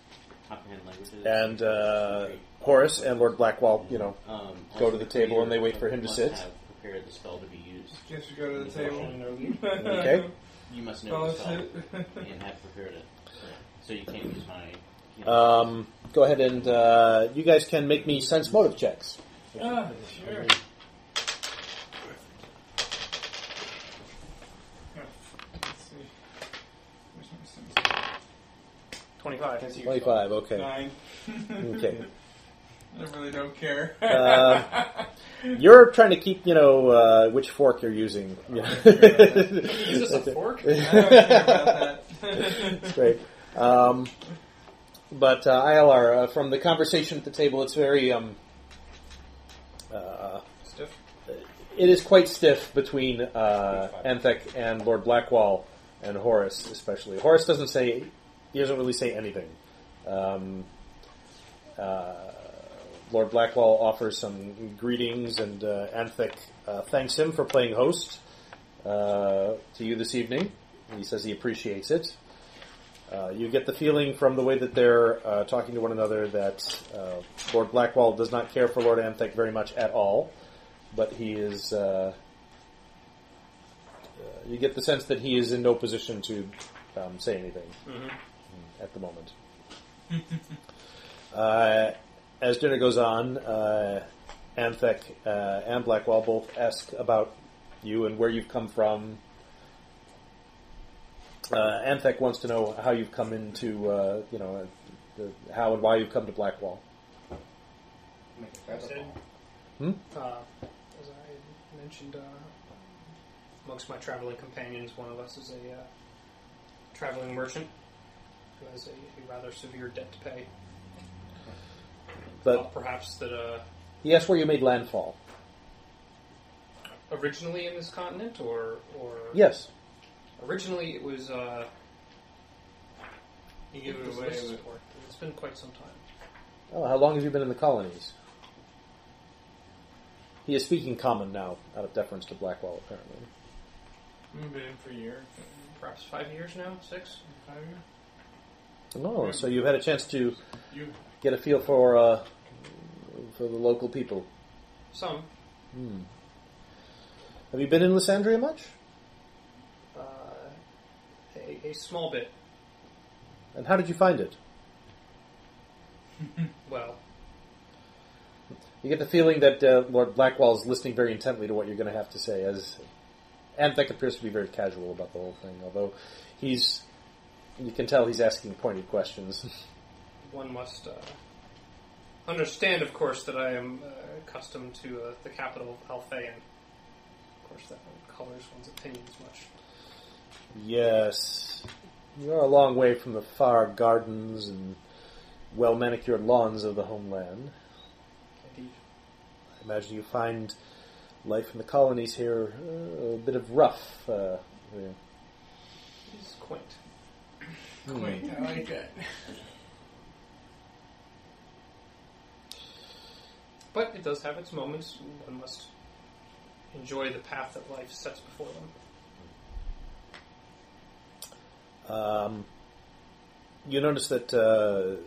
[SPEAKER 8] comprehend languages,
[SPEAKER 2] and uh, Horace and Lord Blackwall, you know,
[SPEAKER 8] um,
[SPEAKER 2] go
[SPEAKER 8] also
[SPEAKER 2] to the
[SPEAKER 8] the
[SPEAKER 2] table and they
[SPEAKER 8] creator
[SPEAKER 2] wait for him to
[SPEAKER 8] must
[SPEAKER 2] sit.
[SPEAKER 8] have Prepared the spell to be used.
[SPEAKER 9] Just to go to the table.
[SPEAKER 2] Okay.
[SPEAKER 8] You must
[SPEAKER 3] Oh,
[SPEAKER 8] know
[SPEAKER 9] Follow
[SPEAKER 8] the spell
[SPEAKER 9] suit.
[SPEAKER 8] and have prepared it, so you can't use my. You know,
[SPEAKER 2] Um, go ahead and uh, you guys can make me sense motive checks.
[SPEAKER 9] Ah, sure. Let's see. Where's my sense?
[SPEAKER 6] Twenty-five.
[SPEAKER 7] Because you-
[SPEAKER 2] 25, okay.
[SPEAKER 7] Nine.
[SPEAKER 2] Okay.
[SPEAKER 7] I really don't care.
[SPEAKER 2] Uh, you're trying to keep, you know, uh, which fork you're using. you know.
[SPEAKER 6] Is this a fork?
[SPEAKER 7] I don't care about that.
[SPEAKER 2] Great. Um, but uh, ILR, uh, from the conversation at the table, it's very. Um, uh,
[SPEAKER 7] Stiff.
[SPEAKER 2] it is quite stiff between uh, Anthek and Lord Blackwall and Horace, especially. Horace doesn't say. He doesn't really say anything. Um, uh, Lord Blackwall offers some greetings, and uh, Anthek uh, thanks him for playing host uh, to you this evening. He says he appreciates it. Uh, you get the feeling from the way that they're uh, talking to one another that uh, Lord Blackwall does not care for Lord Amthek very much at all, but he is. Uh, uh, you get the sense that he is in no position to um, say anything at the moment. uh, as dinner goes on, uh, Amthek uh, and Blackwall both ask about you and where you've come from, uh, Anthek wants to know how you've come into, uh, you know, uh, the, how and why you've come to Blackwall.
[SPEAKER 3] Make a feather
[SPEAKER 6] Said,
[SPEAKER 2] Hmm?
[SPEAKER 3] ball.
[SPEAKER 6] Uh, as I mentioned, uh, amongst my traveling companions, one of us is a uh, traveling merchant who has a, a rather severe debt to pay.
[SPEAKER 2] But
[SPEAKER 6] Thought perhaps that uh,
[SPEAKER 2] he asked where you made landfall.
[SPEAKER 6] originally in this continent, or or
[SPEAKER 2] Yes.
[SPEAKER 6] originally it was. Uh, you give
[SPEAKER 7] it
[SPEAKER 6] this
[SPEAKER 7] away,
[SPEAKER 6] list,
[SPEAKER 7] but-
[SPEAKER 6] or- It's been quite some time.
[SPEAKER 2] Oh, how long have you been in the colonies? He is speaking common now, out of deference to Blackwall, apparently.
[SPEAKER 7] I've been in for a year.
[SPEAKER 6] Perhaps five years now, six.
[SPEAKER 7] Five years?
[SPEAKER 2] Oh, so you've had a chance to
[SPEAKER 7] You
[SPEAKER 2] get a feel for uh, for the local people.
[SPEAKER 6] Some.
[SPEAKER 2] Hmm. Have you been in Lysandria much?
[SPEAKER 6] Uh, a, a small bit.
[SPEAKER 2] And how did you find it?
[SPEAKER 6] Well,
[SPEAKER 2] You get the feeling that uh, Lord Blackwall is listening very intently to what you're going to have to say, as Anthek appears to be very casual about the whole thing, although he's. You can tell he's asking pointed questions.
[SPEAKER 6] one must uh, understand, of course, that I am uh, accustomed to uh, the capital of Alphaean. Of course, that one colors one's opinions much.
[SPEAKER 2] yes. You're a long way from the far gardens and well manicured lawns of the homeland.
[SPEAKER 6] Indeed.
[SPEAKER 2] I imagine you find life in the colonies here uh, a bit of rough. Uh, yeah.
[SPEAKER 6] It is quaint.
[SPEAKER 2] Hmm.
[SPEAKER 7] quit. I like that.
[SPEAKER 6] But it does have its moments. and One must enjoy the path that life sets before them.
[SPEAKER 2] Um, you notice that uh,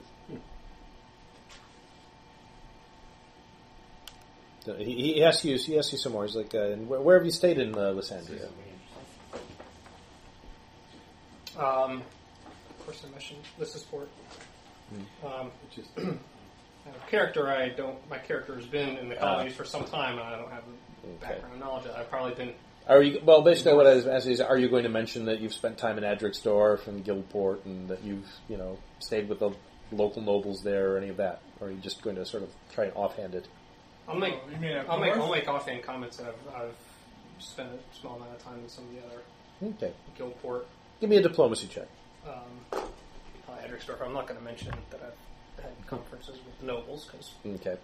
[SPEAKER 2] he, he asks you. He asks you some more. He's like, uh, and where, "Where have you stayed in uh, Lysandria?"
[SPEAKER 6] Um, of course, I mentioned this is port. Um,
[SPEAKER 4] Just
[SPEAKER 6] now, character, I don't. My character has been in the colonies for some time, and I don't have the
[SPEAKER 2] Okay.
[SPEAKER 6] background knowledge. I've probably been
[SPEAKER 2] Are you well? Basically, what I was asking is, are you going to mention that you've spent time in Adrixdorf and Guildport, and that you've you know stayed with the local nobles there, or any of that, or are you just going to sort of try and offhand it?
[SPEAKER 6] I'll make
[SPEAKER 7] Oh, you mean at
[SPEAKER 6] I'll make I'll
[SPEAKER 7] North?
[SPEAKER 6] make offhand comments that I've, I've spent a small amount of time in some of the other
[SPEAKER 2] Okay,
[SPEAKER 6] Guildport,
[SPEAKER 2] give me a diplomacy check.
[SPEAKER 6] um, uh, Edricksdorf. I'm not going to mention that I've had conferences with nobles because
[SPEAKER 2] Okay.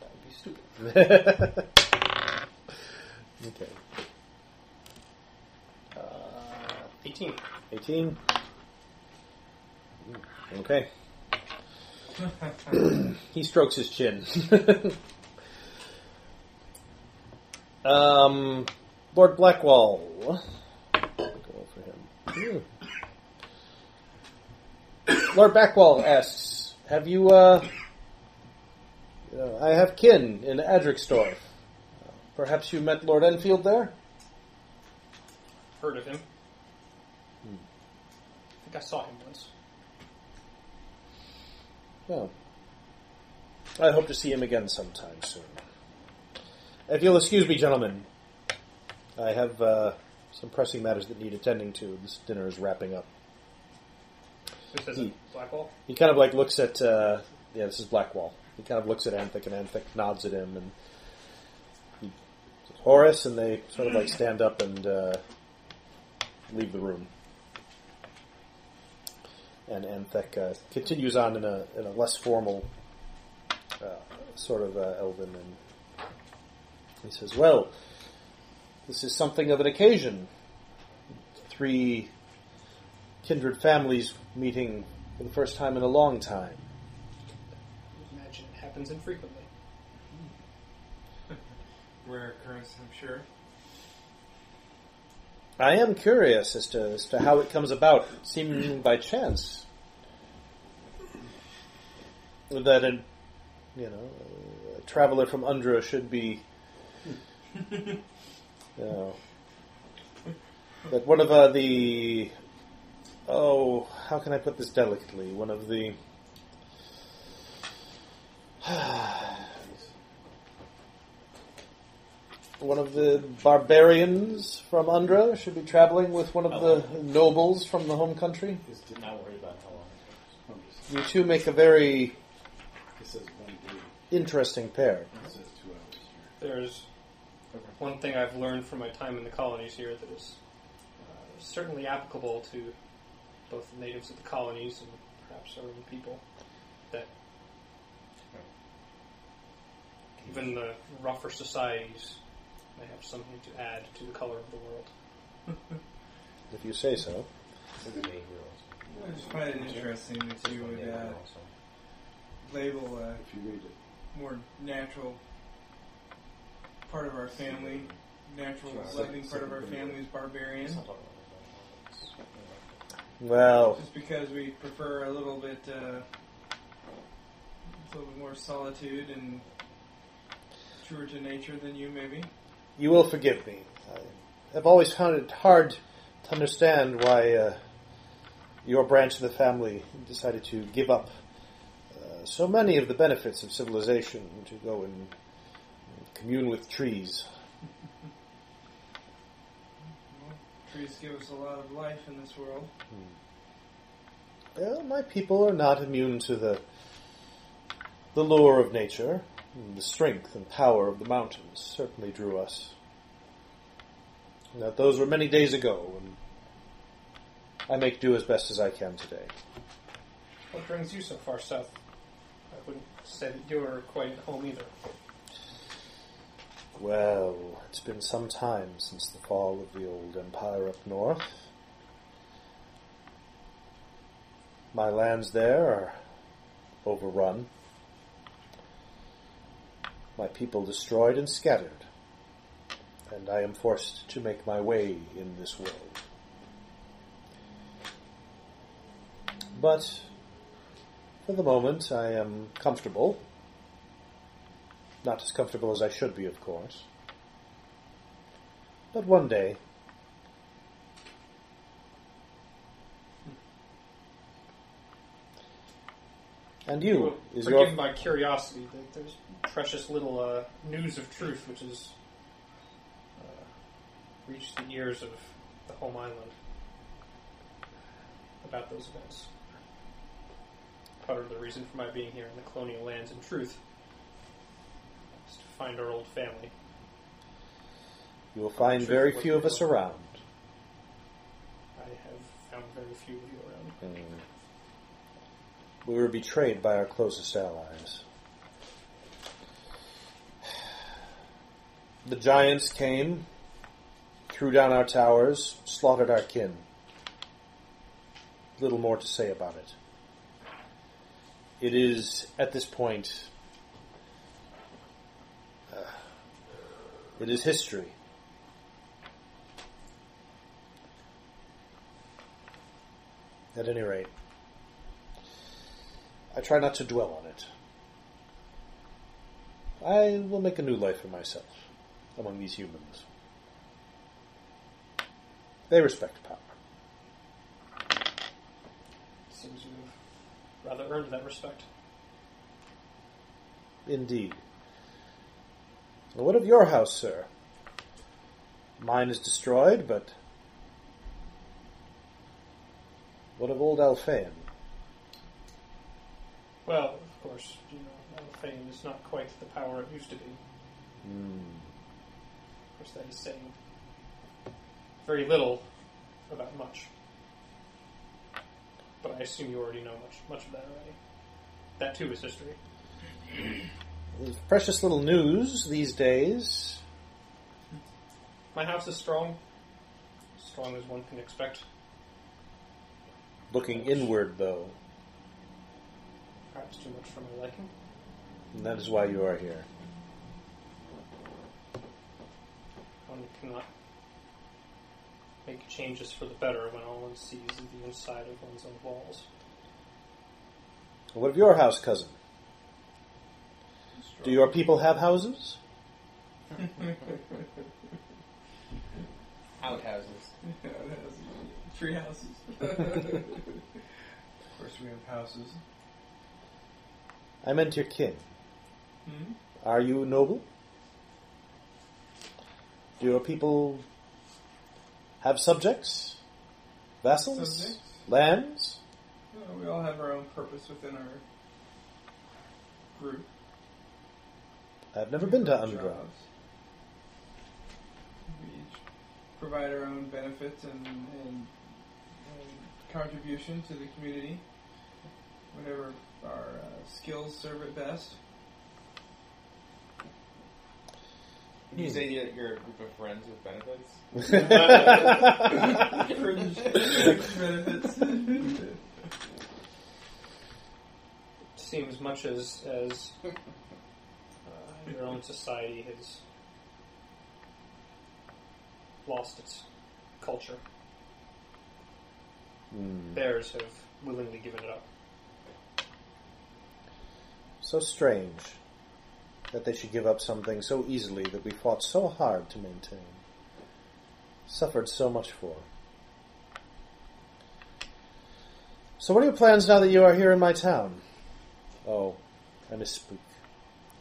[SPEAKER 6] that would be stupid.
[SPEAKER 2] okay.
[SPEAKER 6] Uh, 18.
[SPEAKER 2] 18. Okay. he strokes his chin. um, Lord Blackwall. Go for him. Hmm. Lord Blackwall asks, "Have you? Uh, uh, I have kin in Adrixdorf. Perhaps you met Lord Enfield there."
[SPEAKER 6] Heard of him. I think I saw him once.
[SPEAKER 2] Well, I hope to see him again sometime soon. If you'll excuse me, gentlemen, I have uh, some pressing matters that need attending to. This dinner is wrapping up.
[SPEAKER 9] Just as
[SPEAKER 2] Hmm.
[SPEAKER 9] a black hole.
[SPEAKER 2] He kind of like looks at uh, yeah, this is Blackwall. He kind of looks at Anthic, and Anthic nods at him, and he says, Horace, and they sort of like stand up and uh, leave the room. And Anthic uh, continues on in a in a less formal uh, sort of uh, Elven, and he says, "Well, this is something of an occasion. Three kindred families meeting for the first time in a long time.
[SPEAKER 9] Imagine it happens infrequently.
[SPEAKER 3] Rare occurrence, I'm sure.
[SPEAKER 2] I am curious as to, as to how it comes about, seemingly by chance, that a you know a traveler from Undra should be, you know, that one of uh, the oh how can I put this delicately one of the one of the barbarians from Undra should be traveling with one of the nobles from the home country.
[SPEAKER 4] Just did not worry about how long it takes. I'm just-
[SPEAKER 2] You two make a very
[SPEAKER 4] It says one day.
[SPEAKER 2] interesting pair.
[SPEAKER 4] It says two hours here.
[SPEAKER 9] There's one thing I've learned from my time in the colonies here that is uh, certainly applicable to both the natives of the colonies and perhaps our own people. That even the rougher societies may have something to add to the color of the world.
[SPEAKER 2] If you say so.
[SPEAKER 3] I just find it interesting that you would uh, label uh,
[SPEAKER 4] If you read it,
[SPEAKER 3] more natural part of our family, natural loving part of our family is barbarian.
[SPEAKER 2] Well,
[SPEAKER 3] Just because we prefer a little bit, uh, a little bit more solitude and truer to nature than you, maybe.
[SPEAKER 2] you will forgive me. I, I've always found it hard to understand why uh, your branch of the family decided to give up uh, so many of the benefits of civilization to go and commune with trees.
[SPEAKER 3] Trees give us a lot of life in this world.
[SPEAKER 2] Hmm. Well, my people are not immune to the the lure of nature. And the strength and power of the mountains certainly drew us. Now, those were many days ago, and I make do as best as I can today.
[SPEAKER 9] What brings you so far south? I wouldn't say that you're quite at home either.
[SPEAKER 2] Well, it's been some time since the fall of the old empire up north. My lands there are overrun. My people destroyed and scattered. And I am forced to make my way in this world. But for the moment, I am comfortable. Not as comfortable as I should be, of course. But one day. And you, is
[SPEAKER 9] We're
[SPEAKER 2] your
[SPEAKER 9] given by curiosity. that There's precious little uh, news of truth which has uh, reached the ears of the home island about those events. Part of the reason for my being here in the colonial lands, in truth, is to find our old family.
[SPEAKER 2] You will find
[SPEAKER 9] Sure,
[SPEAKER 2] very
[SPEAKER 9] what
[SPEAKER 2] few
[SPEAKER 9] you
[SPEAKER 2] of us
[SPEAKER 9] want.
[SPEAKER 2] around.
[SPEAKER 9] I have found very few of you around.
[SPEAKER 2] We were betrayed by our closest allies. The giants came, threw down our towers, slaughtered our kin. Little more to say about it. It is, at this point, uh, it is history. At any rate, I try not to dwell on it. I will make a new life for myself among these humans. They respect power.
[SPEAKER 9] Seems you have rather earned that respect.
[SPEAKER 2] Indeed. Now, What of your house, sir? Mine is destroyed, but. What of old Alphaeon?
[SPEAKER 9] Well, of course, you know, our fame is not quite the power it used to be. Of course, that is saying very little about much. But I assume you already know much, much of that already. That too is history.
[SPEAKER 2] There's precious little news these days.
[SPEAKER 9] My house is strong, strong as one can expect.
[SPEAKER 2] Looking inward, though,
[SPEAKER 9] Perhaps too much for my liking.
[SPEAKER 2] and that is why you are here.
[SPEAKER 9] One cannot make changes for the better when all one sees is the inside of one's own walls.
[SPEAKER 2] What of your house, cousin? Do your people have houses?
[SPEAKER 11] Outhouses.
[SPEAKER 7] Yeah, it has tree houses.
[SPEAKER 11] Of course, we have houses.
[SPEAKER 2] I meant your kin.
[SPEAKER 7] Hmm?
[SPEAKER 2] Are you noble? Do your people have subjects? Vassals?
[SPEAKER 7] Subjects?
[SPEAKER 2] Lands?
[SPEAKER 7] Uh, we all have our own purpose within our group.
[SPEAKER 2] I've never been to
[SPEAKER 7] Jobs.
[SPEAKER 2] Underground.
[SPEAKER 7] We each provide our own benefits and, and, and contribution to the community. Whatever our uh, skills serve it best.
[SPEAKER 11] You say you're, you're a group of friends with benefits?
[SPEAKER 7] Fringe benefits.
[SPEAKER 9] seems much as as uh, your own society has lost its culture.
[SPEAKER 2] Hmm.
[SPEAKER 9] Theirs have willingly given it up.
[SPEAKER 2] So strange that they should give up something so easily that we fought so hard to maintain, suffered so much for. So, what are your plans now that you are here in my town? Oh, I misspoke.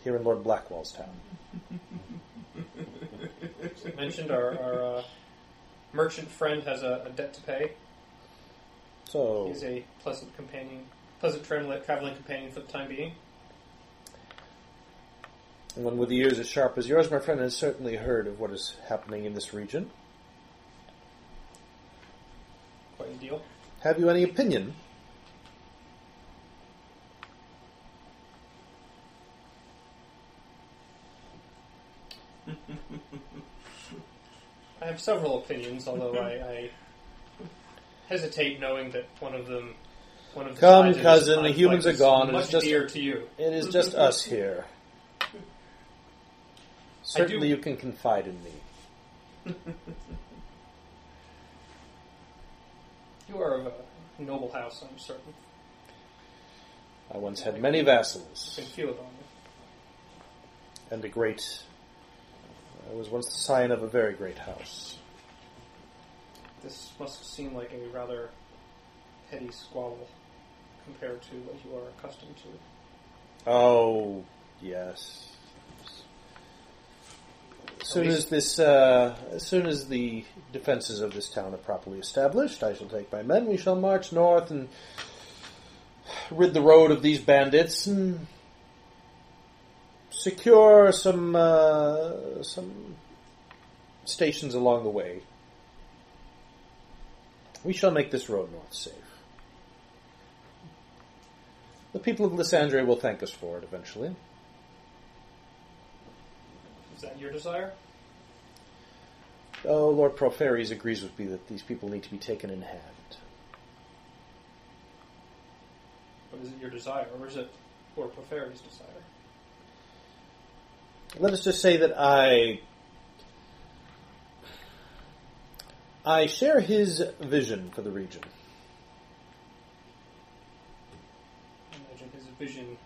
[SPEAKER 2] Here in Lord Blackwell's town.
[SPEAKER 9] As I mentioned, our, our uh, merchant friend has a, a debt to pay.
[SPEAKER 2] So,
[SPEAKER 9] He's a pleasant companion, pleasant traveling, traveling companion for the time being.
[SPEAKER 2] one with ears as sharp as yours, my friend, has certainly heard of what is happening in this region.
[SPEAKER 9] Quite a deal.
[SPEAKER 2] Have you any opinion?
[SPEAKER 9] I have several opinions, although I, I hesitate, knowing that one of them, one of the
[SPEAKER 2] Come,
[SPEAKER 9] sides of this
[SPEAKER 2] cousin, the
[SPEAKER 9] conflict
[SPEAKER 2] humans are
[SPEAKER 9] is
[SPEAKER 2] gone, and
[SPEAKER 9] Much
[SPEAKER 2] it's just-
[SPEAKER 9] dear to you.
[SPEAKER 2] It is just us here. Certainly,
[SPEAKER 9] do-
[SPEAKER 2] you can confide in me.
[SPEAKER 9] You are of a noble house, I'm certain.
[SPEAKER 2] I once had many vassals
[SPEAKER 9] I can feel it on you.
[SPEAKER 2] and a great. I was once the scion of a very great house.
[SPEAKER 9] This must seem like a rather petty squabble compared to what you are accustomed to.
[SPEAKER 2] Oh, yes. As soon
[SPEAKER 9] least-
[SPEAKER 2] as this, uh, as soon as the defenses of this town are properly established, I shall take my men. We shall march north and rid the road of these bandits and secure some uh, some stations along the way. We shall make this road north safe. The people of Lysandre will thank us for it eventually.
[SPEAKER 9] Is that your desire?
[SPEAKER 2] Oh, Lord Proferes agrees with me that these people need to be taken in hand.
[SPEAKER 9] Or is it your desire? Or is it Lord Clefairy's desire?
[SPEAKER 2] Let us just say that I. I share his vision for the region.
[SPEAKER 9] I imagine his vision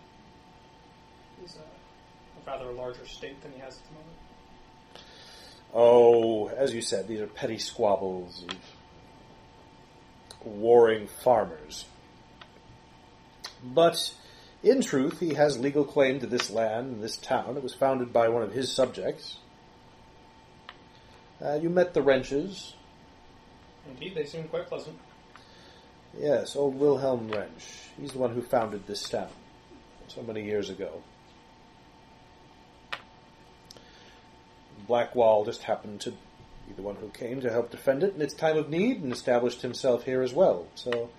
[SPEAKER 9] is a, a rather larger state than he has at the moment.
[SPEAKER 2] Oh, as you said, these are petty squabbles of warring farmers. But in truth, he has legal claim to this land and this town. It was founded by one of his subjects. Uh, you met the wrenches.
[SPEAKER 9] Indeed, they seem quite pleasant.
[SPEAKER 2] Yes, old Wilhelm Wrench. He's the one who founded this town. so many years ago. Blackwall just happened to be the one who came to help defend it in its time of need and established himself here as well. So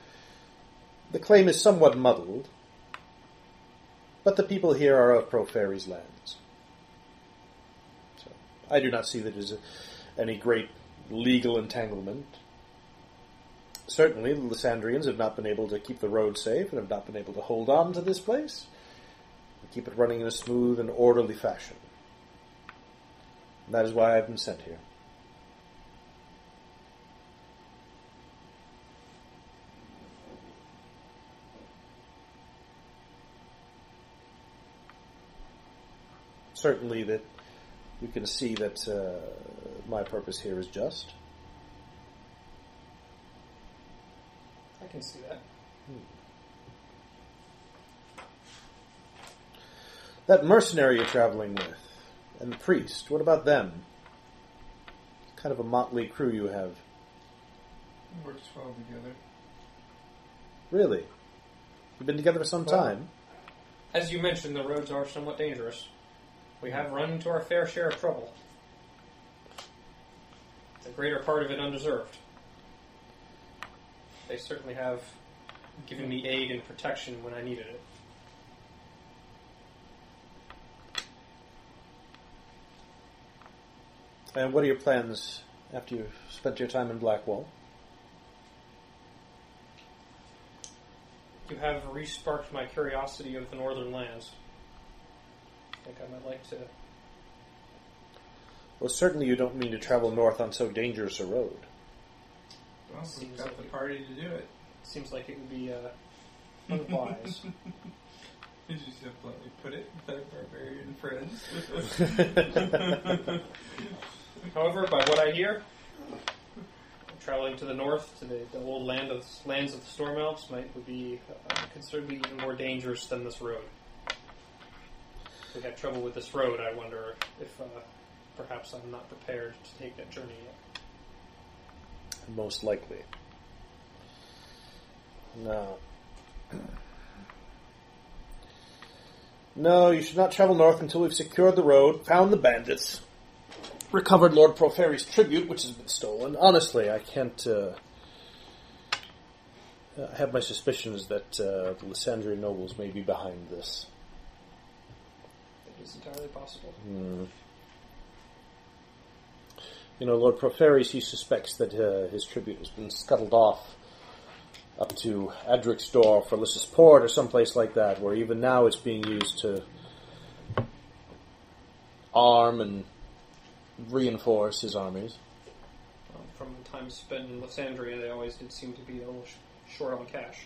[SPEAKER 2] the claim is somewhat muddled, but the people here are of Proferri's lands. So I do not see that as a, any great legal entanglement. Certainly, the Lysandrians have not been able to keep the road safe and have not been able to hold on to this place and keep it running in a smooth and orderly fashion. And that is why I've been sent here. Certainly, that you can see that uh, my purpose here is just.
[SPEAKER 3] I can see that.
[SPEAKER 2] That mercenary you're traveling with, and the priest, what about them? Kind of a motley crew you have.
[SPEAKER 7] It works well together.
[SPEAKER 2] Really? You've been together for some
[SPEAKER 9] Well-
[SPEAKER 2] time.
[SPEAKER 9] As you mentioned, the roads are somewhat dangerous. We have run into our fair share of trouble. The greater part of it undeserved. They certainly have given me aid and protection when I needed it.
[SPEAKER 2] And what are your plans after you've spent your time in Blackwall?
[SPEAKER 9] You have re-sparked my curiosity of the northern lands. I think I might like to.
[SPEAKER 2] Well, certainly you don't mean to travel north on so dangerous a road.
[SPEAKER 7] Well, we've got the party to do it.
[SPEAKER 9] Seems like it would be uh, unwise.
[SPEAKER 7] As you so bluntly put it, with our barbarian friends.
[SPEAKER 9] However, by what I hear, traveling to the north to the, the old land of lands of the Storm Elves might would be uh, considerably even more dangerous than this road. If we had trouble with this road. I wonder if uh, perhaps I'm not prepared to take that journey yet.
[SPEAKER 2] Most likely. No. No, you should not travel north until we've secured the road, found the bandits, recovered Lord Proferri's tribute, which has been stolen. Honestly, I can't. Uh, I have my suspicions that uh, the Lysandrian nobles may be behind this.
[SPEAKER 9] That is entirely possible.
[SPEAKER 2] You know, Lord Proferes, he suspects that uh, his tribute has been scuttled off up to Adrixdorf or Lyssus Port or someplace like that, where even now it's being used to arm and reinforce his armies.
[SPEAKER 9] Um, from the time spent in Lysandria, they always did seem to be a little sh- short on cash.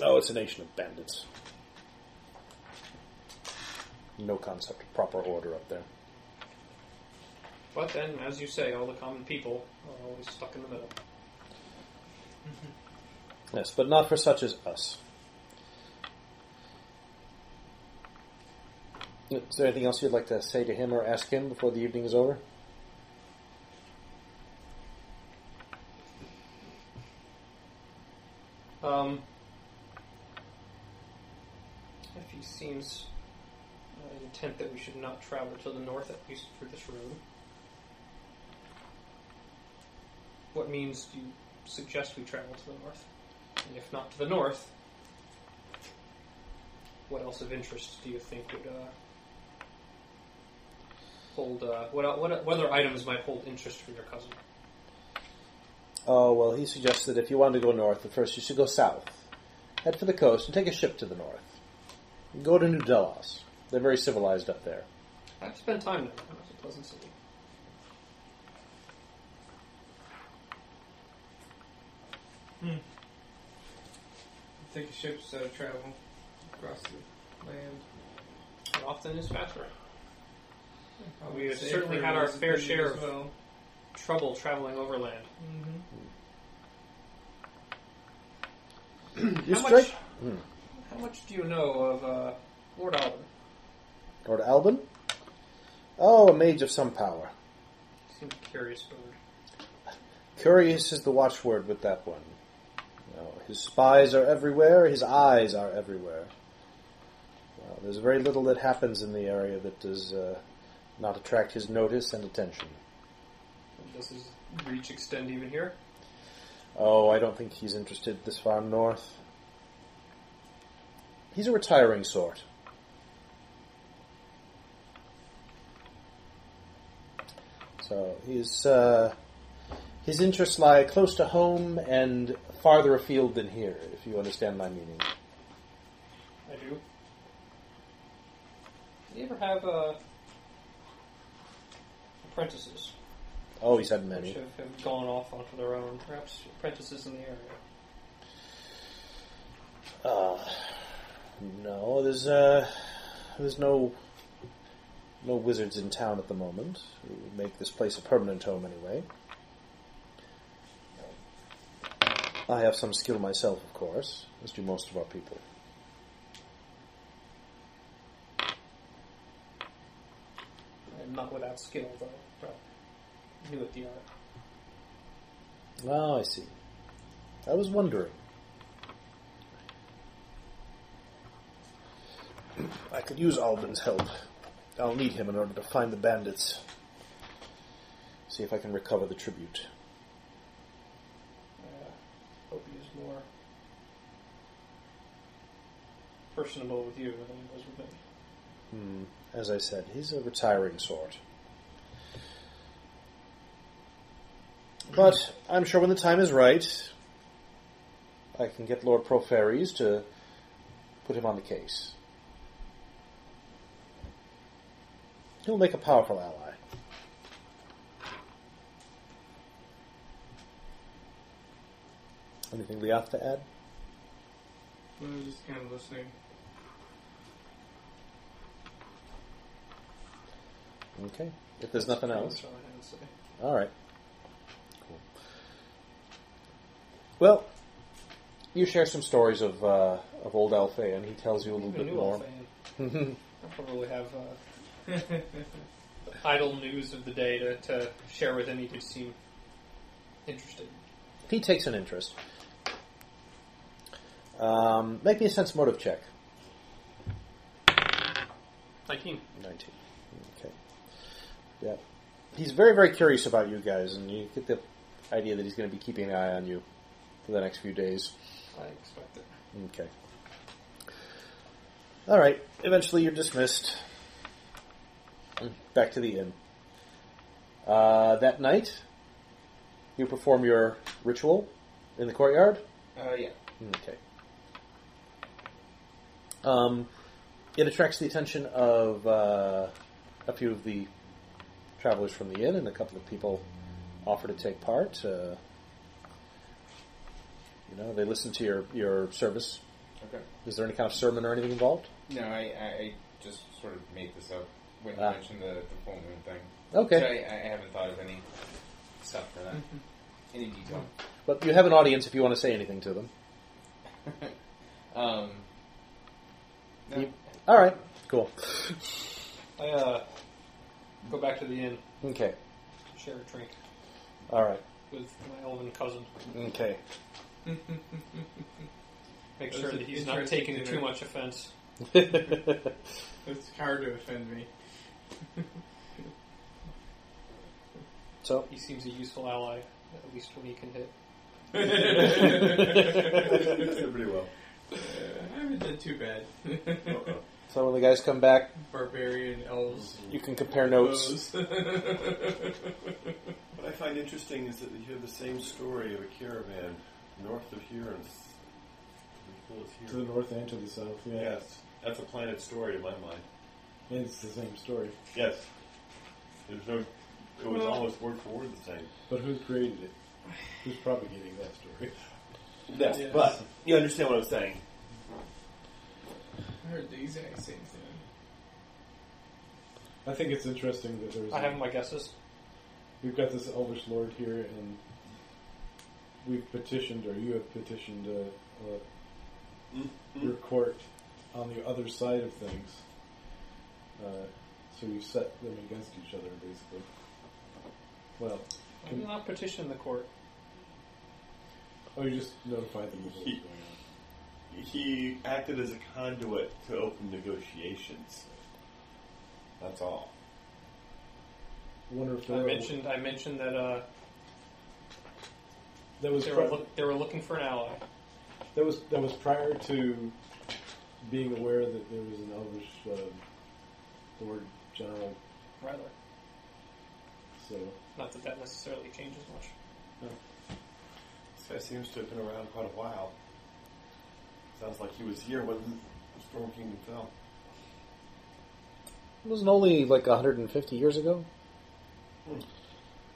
[SPEAKER 2] Oh, it's a nation of bandits. No concept of proper order up there.
[SPEAKER 9] But then, as you say, all the common people are always stuck in the middle.
[SPEAKER 2] Yes, but not for such as us. Is there anything else you'd like to say to him or ask him before the evening is over?
[SPEAKER 9] Um, if he seems uh, intent that we should not travel to the north, at least for this road, what means do you suggest we travel to the north? And if not to the north, what else of interest do you think would uh, hold? Uh, what, el- what what other items might hold interest for your cousin?
[SPEAKER 2] Oh, well, he suggests that if you want to go north, at first you should go south. Head for the coast and take a ship to the north. Go to New Delos. They're very civilized up there.
[SPEAKER 9] I've spent time there. It's a pleasant city.
[SPEAKER 7] Take a ship's uh, travel across the land.
[SPEAKER 9] It often is faster.
[SPEAKER 7] I
[SPEAKER 9] We
[SPEAKER 7] would
[SPEAKER 9] have
[SPEAKER 7] say
[SPEAKER 9] certainly
[SPEAKER 7] for
[SPEAKER 9] had our
[SPEAKER 7] those
[SPEAKER 9] fair
[SPEAKER 7] things
[SPEAKER 9] share
[SPEAKER 7] as
[SPEAKER 9] of-
[SPEAKER 7] well.
[SPEAKER 9] Trouble traveling overland.
[SPEAKER 2] You
[SPEAKER 9] how,
[SPEAKER 2] strike
[SPEAKER 9] much, how much do you know of uh, Lord Alvin?
[SPEAKER 2] Lord Alban? Oh, a mage of some power.
[SPEAKER 9] Seems a curious bird.
[SPEAKER 2] Curious is the watchword with that one. No, his spies are everywhere. His eyes are everywhere. Well, there's very little that happens in the area that does uh, not attract his notice and attention.
[SPEAKER 9] Does his reach extend even here?
[SPEAKER 2] Oh, I don't think he's interested this far north. He's a retiring sort. So his uh, his interests lie close to home and farther afield than here, if you understand my meaning.
[SPEAKER 9] I do.
[SPEAKER 3] Do you ever have uh,
[SPEAKER 9] Apprentices,
[SPEAKER 2] Oh, he's had many.
[SPEAKER 9] which have, have gone off onto their own, perhaps apprentices in the area.
[SPEAKER 2] Uh, no, there's uh, there's no no wizards in town at the moment. It would make this place a permanent home anyway. I have some skill myself, of course, as do most of our people.
[SPEAKER 9] And not without skill, though. But new at the art.
[SPEAKER 2] Ah, I see. I was wondering. I could use Alban's help. I'll need him in order to find the bandits. See if I can recover the tribute.
[SPEAKER 9] Hope he is more personable with you than he was with me.
[SPEAKER 2] Hmm. As I said, he's a retiring sort. But I'm sure when the time is right, I can get Lord Proferes to put him on the case. He'll make a powerful ally. Anything Leoth to add?
[SPEAKER 7] I'm just kind of listening.
[SPEAKER 2] Okay. If there's nothing else.
[SPEAKER 9] That's what I had to say.
[SPEAKER 2] All right. Cool. Well, you share some stories of uh, of old Alfea, and he tells you a little
[SPEAKER 9] Even
[SPEAKER 2] bit
[SPEAKER 9] new
[SPEAKER 2] more.
[SPEAKER 9] Alfheim. I probably have uh, idle news of the day to, to share with any who seem interested.
[SPEAKER 2] he takes an interest. Um, make me a sense motive check.
[SPEAKER 9] 19.
[SPEAKER 2] 19. Okay. Yeah. He's very, very curious about you guys, and you get the idea that he's going to be keeping an eye on you for the next few days.
[SPEAKER 9] I expect it.
[SPEAKER 2] Okay. All right. Eventually, you're dismissed. Back to the inn. Uh, that night, you perform your ritual in the courtyard.
[SPEAKER 3] uh, yeah.
[SPEAKER 2] Okay. Um, it attracts the attention of uh, a few of the travelers from the inn, and a couple of people offer to take part. Uh, you know, they listen to your, your service.
[SPEAKER 8] Okay.
[SPEAKER 2] Is there any kind of sermon or anything involved?
[SPEAKER 8] No, I, I, I just sort of made this up when you
[SPEAKER 2] Ah.
[SPEAKER 8] mentioned the, the full moon thing. So
[SPEAKER 2] Okay.
[SPEAKER 8] I, I haven't thought of any stuff for that. any detail.
[SPEAKER 2] But you have an audience if you want to say anything to them.
[SPEAKER 8] Um, no.
[SPEAKER 2] You- All right. Cool.
[SPEAKER 9] I uh, go back to the inn,
[SPEAKER 2] Okay.
[SPEAKER 9] share a drink
[SPEAKER 2] All right.
[SPEAKER 9] with my elven cousin,
[SPEAKER 2] Okay.
[SPEAKER 9] make
[SPEAKER 7] That's
[SPEAKER 9] sure
[SPEAKER 7] an
[SPEAKER 9] that he's not
[SPEAKER 7] interesting
[SPEAKER 9] taking
[SPEAKER 7] dinner.
[SPEAKER 9] too much offense.
[SPEAKER 7] It's hard to offend me.
[SPEAKER 2] so,
[SPEAKER 9] He seems a useful ally, at least when he can hit.
[SPEAKER 1] pretty well.
[SPEAKER 7] Uh, I haven't done too bad.
[SPEAKER 2] so when the guys come back,
[SPEAKER 7] Barbarian elves.
[SPEAKER 2] you can compare notes.
[SPEAKER 1] What I find interesting is that you have the same story of a caravan north of here and s- as beautiful as
[SPEAKER 4] To the
[SPEAKER 1] here.
[SPEAKER 4] north and to the south, yeah.
[SPEAKER 1] Yes, that's a planet story in my mind.
[SPEAKER 4] And it's the same story.
[SPEAKER 1] Yes, there's no. It was almost word for word the same.
[SPEAKER 4] But who created it? Who's propagating that story?
[SPEAKER 1] Yes, but you understand what I'm saying.
[SPEAKER 7] I heard the exact same thing.
[SPEAKER 4] I think it's interesting that there's.
[SPEAKER 9] I have my guesses.
[SPEAKER 4] We've got this Elvish Lord here, and we've petitioned, or you have petitioned, uh, uh,
[SPEAKER 9] Mm-hmm.
[SPEAKER 4] your court on the other side of things. Uh, so you set them against each other, basically. Well,
[SPEAKER 9] I did not petition the court.
[SPEAKER 4] Oh, you just notified them of what's going
[SPEAKER 1] He acted as a conduit to open negotiations. That's all.
[SPEAKER 4] on. Wonder if
[SPEAKER 9] I
[SPEAKER 4] they're-
[SPEAKER 9] mentioned I mentioned that uh,
[SPEAKER 4] that was
[SPEAKER 9] they
[SPEAKER 4] pri-
[SPEAKER 9] were look, they were looking for an ally.
[SPEAKER 4] that was that was prior to being aware that there was an Elvish uh, Lord General.
[SPEAKER 9] Rather,
[SPEAKER 4] So
[SPEAKER 9] not that that necessarily changes much.
[SPEAKER 1] This guy seems to have been around quite a while. Sounds like he was here when the Storm Kingdom fell.
[SPEAKER 2] It wasn't only like 150 years ago.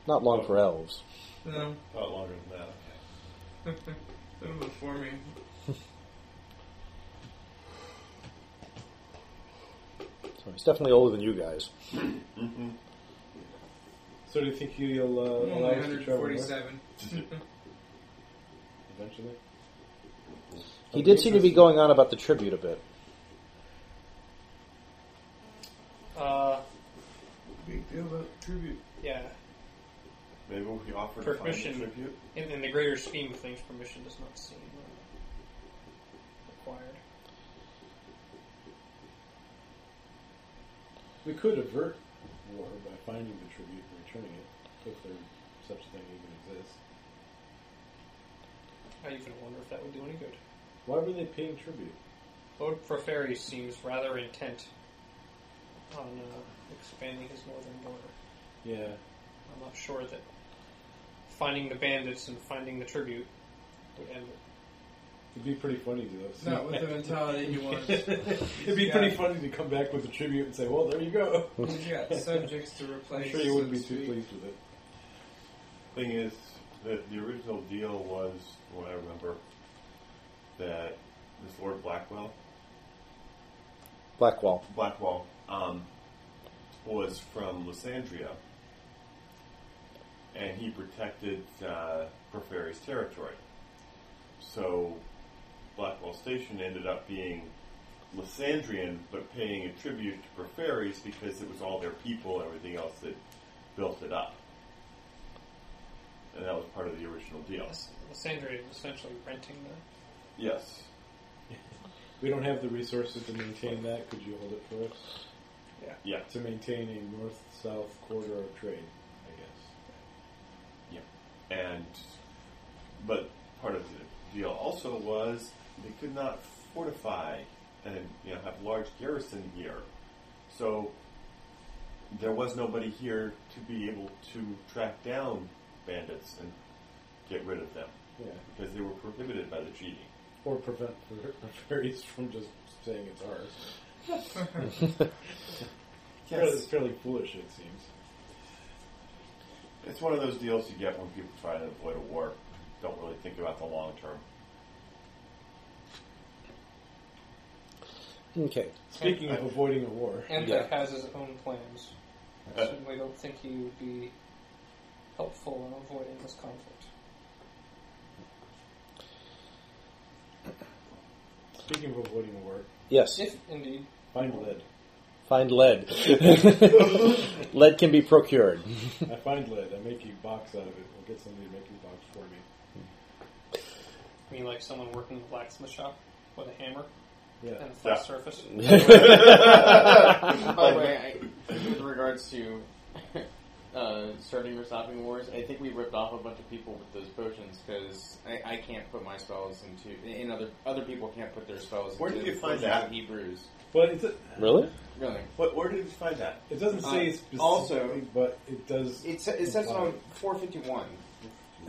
[SPEAKER 2] Not long for elves.
[SPEAKER 7] No.
[SPEAKER 1] Not longer than that. Okay.
[SPEAKER 7] It'll look for me.
[SPEAKER 2] So he's definitely older than you guys.
[SPEAKER 4] so do you think he'll uh,
[SPEAKER 7] I'm
[SPEAKER 4] allow
[SPEAKER 7] only
[SPEAKER 4] us to travel west
[SPEAKER 7] 147.
[SPEAKER 4] eventually?
[SPEAKER 2] He did seem to be going on about the tribute a bit.
[SPEAKER 9] Uh,
[SPEAKER 7] Big deal about tribute.
[SPEAKER 9] yeah,
[SPEAKER 1] Maybe we offer to find a
[SPEAKER 9] Permission.
[SPEAKER 1] tribute.
[SPEAKER 9] in, in the greater scheme of things, permission does not seem uh, required.
[SPEAKER 4] We could avert war by finding the tribute and returning it, if there such a thing even exists.
[SPEAKER 9] I even wonder if that would do any good.
[SPEAKER 4] Why were they paying tribute?
[SPEAKER 9] Lord Proferes seems rather intent on uh, expanding his northern border.
[SPEAKER 4] Yeah,
[SPEAKER 9] I'm not sure that finding the bandits and finding the tribute would end it.
[SPEAKER 4] it'd be pretty funny to us.
[SPEAKER 7] Not with the mentality he wants.
[SPEAKER 4] it'd be pretty funny to come back with a tribute and say, "Well, there you go."
[SPEAKER 7] He's got subjects to replace.
[SPEAKER 4] I'm sure you
[SPEAKER 7] so
[SPEAKER 4] wouldn't
[SPEAKER 7] to
[SPEAKER 4] be too
[SPEAKER 7] speak.
[SPEAKER 4] pleased with it.
[SPEAKER 1] Thing is, that the original deal was, from what I remember, that this Lord Blackwell,
[SPEAKER 2] Blackwall.
[SPEAKER 1] Blackwell, um, was from Lysandria, and he protected uh, Porphyry's territory. So Blackwell Station ended up being Lysandrian, but paying a tribute to Porphyry's because it was all their people and everything else that built it up. And that was part of the original deal.
[SPEAKER 9] Lys- Lysandria is essentially renting the.
[SPEAKER 1] Yes.
[SPEAKER 4] We don't have the resources to maintain that. Could you hold it for us
[SPEAKER 1] Yeah.
[SPEAKER 4] to maintain a north-south corridor of trade? I guess.
[SPEAKER 1] And but part of the deal also was they could not fortify and you know have large garrison here, so there was nobody here to be able to track down bandits and get rid of them
[SPEAKER 4] Yeah,
[SPEAKER 1] because they were prohibited by the treaty.
[SPEAKER 4] or prevent the fairies from just saying it's ours. It's fairly foolish, it seems.
[SPEAKER 1] it's one of those deals you get when people try to avoid a war. Don't really think about the long term.
[SPEAKER 2] Okay.
[SPEAKER 4] Speaking of avoiding a war,
[SPEAKER 9] And
[SPEAKER 2] Yeah.
[SPEAKER 9] has his own plans. I
[SPEAKER 1] Uh.
[SPEAKER 9] certainly don't think he would be helpful in avoiding this conflict.
[SPEAKER 4] speaking of avoiding a war,
[SPEAKER 2] Yes.
[SPEAKER 9] If indeed.
[SPEAKER 4] find lead.
[SPEAKER 2] Find lead. lead can be procured.
[SPEAKER 4] I find lead. I make you box out of it. I'll get somebody to make you box for me.
[SPEAKER 9] I mean, like someone working in a blacksmith shop with a hammer
[SPEAKER 4] Yeah.
[SPEAKER 9] and a flat
[SPEAKER 1] Yeah.
[SPEAKER 9] surface.
[SPEAKER 3] By the way, I, with regards to uh, starting or stopping wars, I think we ripped off a bunch of people with those potions because I, I can't put my spells into, and other other people can't put their spells.
[SPEAKER 1] Where
[SPEAKER 3] into
[SPEAKER 1] did you find
[SPEAKER 3] potions
[SPEAKER 1] that?
[SPEAKER 3] in Hebrews,
[SPEAKER 4] But it's a,
[SPEAKER 2] Really?
[SPEAKER 3] really.
[SPEAKER 1] What? Where did you find that?
[SPEAKER 4] it doesn't say
[SPEAKER 3] Uh,
[SPEAKER 4] specifically,
[SPEAKER 3] also-
[SPEAKER 4] but it does.
[SPEAKER 3] It, sa- it says on four fifty one.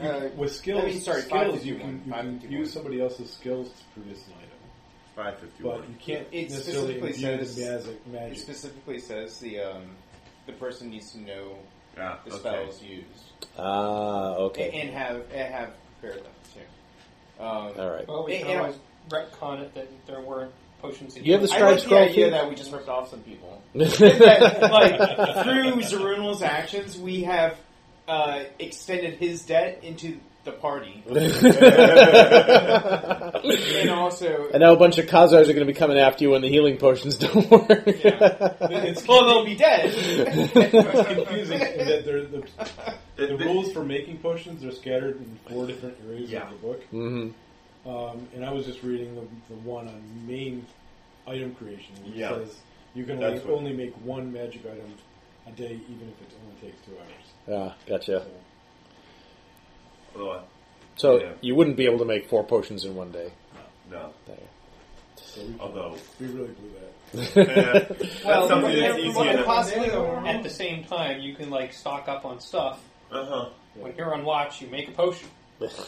[SPEAKER 3] Uh,
[SPEAKER 4] with skills,
[SPEAKER 3] I mean, sorry,
[SPEAKER 4] skills you
[SPEAKER 3] 551,
[SPEAKER 4] can, you can
[SPEAKER 3] 551.
[SPEAKER 4] use somebody else's skills to produce an item,
[SPEAKER 1] Five fifty
[SPEAKER 4] but you can't
[SPEAKER 3] It
[SPEAKER 4] necessarily
[SPEAKER 3] specifically
[SPEAKER 4] imbue them
[SPEAKER 3] says-
[SPEAKER 4] as a
[SPEAKER 3] it
[SPEAKER 4] magic.
[SPEAKER 3] specifically says the um, the person needs to know
[SPEAKER 1] Yeah.
[SPEAKER 3] the spells used
[SPEAKER 2] Ah,
[SPEAKER 3] and,
[SPEAKER 2] okay.
[SPEAKER 3] and have and have prepared them too. Um,
[SPEAKER 2] All right.
[SPEAKER 9] Well, we
[SPEAKER 3] And-
[SPEAKER 9] can
[SPEAKER 3] and I-
[SPEAKER 9] always retcon it that there weren't potions. that
[SPEAKER 2] You have the
[SPEAKER 3] I
[SPEAKER 2] scribe
[SPEAKER 3] like the
[SPEAKER 2] scroll
[SPEAKER 3] idea
[SPEAKER 2] too?
[SPEAKER 3] that we just ripped off some people. That, like through Zarunal's actions, we have uh, extended his debt into the party. and also,
[SPEAKER 2] And now a bunch of Khazars are going to be coming after you when the healing potions don't work.
[SPEAKER 3] it's, well, they'll be dead.
[SPEAKER 4] It's confusing in that they're the, the rules for making potions are scattered in four different areas
[SPEAKER 1] Yeah.
[SPEAKER 4] of the book.
[SPEAKER 2] hmm
[SPEAKER 4] Um, and I was just reading the, the one on main item creation, which
[SPEAKER 1] Yeah.
[SPEAKER 4] says you can
[SPEAKER 1] That's
[SPEAKER 4] only,
[SPEAKER 1] what-
[SPEAKER 4] only make one magic item a day, even if it only takes two hours.
[SPEAKER 2] Yeah, Ah, gotcha.
[SPEAKER 4] So,
[SPEAKER 1] Although, I-
[SPEAKER 2] So
[SPEAKER 1] Yeah.
[SPEAKER 2] you wouldn't be able to make four potions in one day.
[SPEAKER 1] no.
[SPEAKER 4] so we,
[SPEAKER 1] Although,
[SPEAKER 4] we really blew that.
[SPEAKER 1] that's
[SPEAKER 9] Well,
[SPEAKER 1] something that's
[SPEAKER 9] yeah,
[SPEAKER 1] easy
[SPEAKER 9] what
[SPEAKER 1] enough.
[SPEAKER 9] possibly at the same time you can like stock up on stuff.
[SPEAKER 1] Uh huh.
[SPEAKER 9] When you're on watch, you make a potion.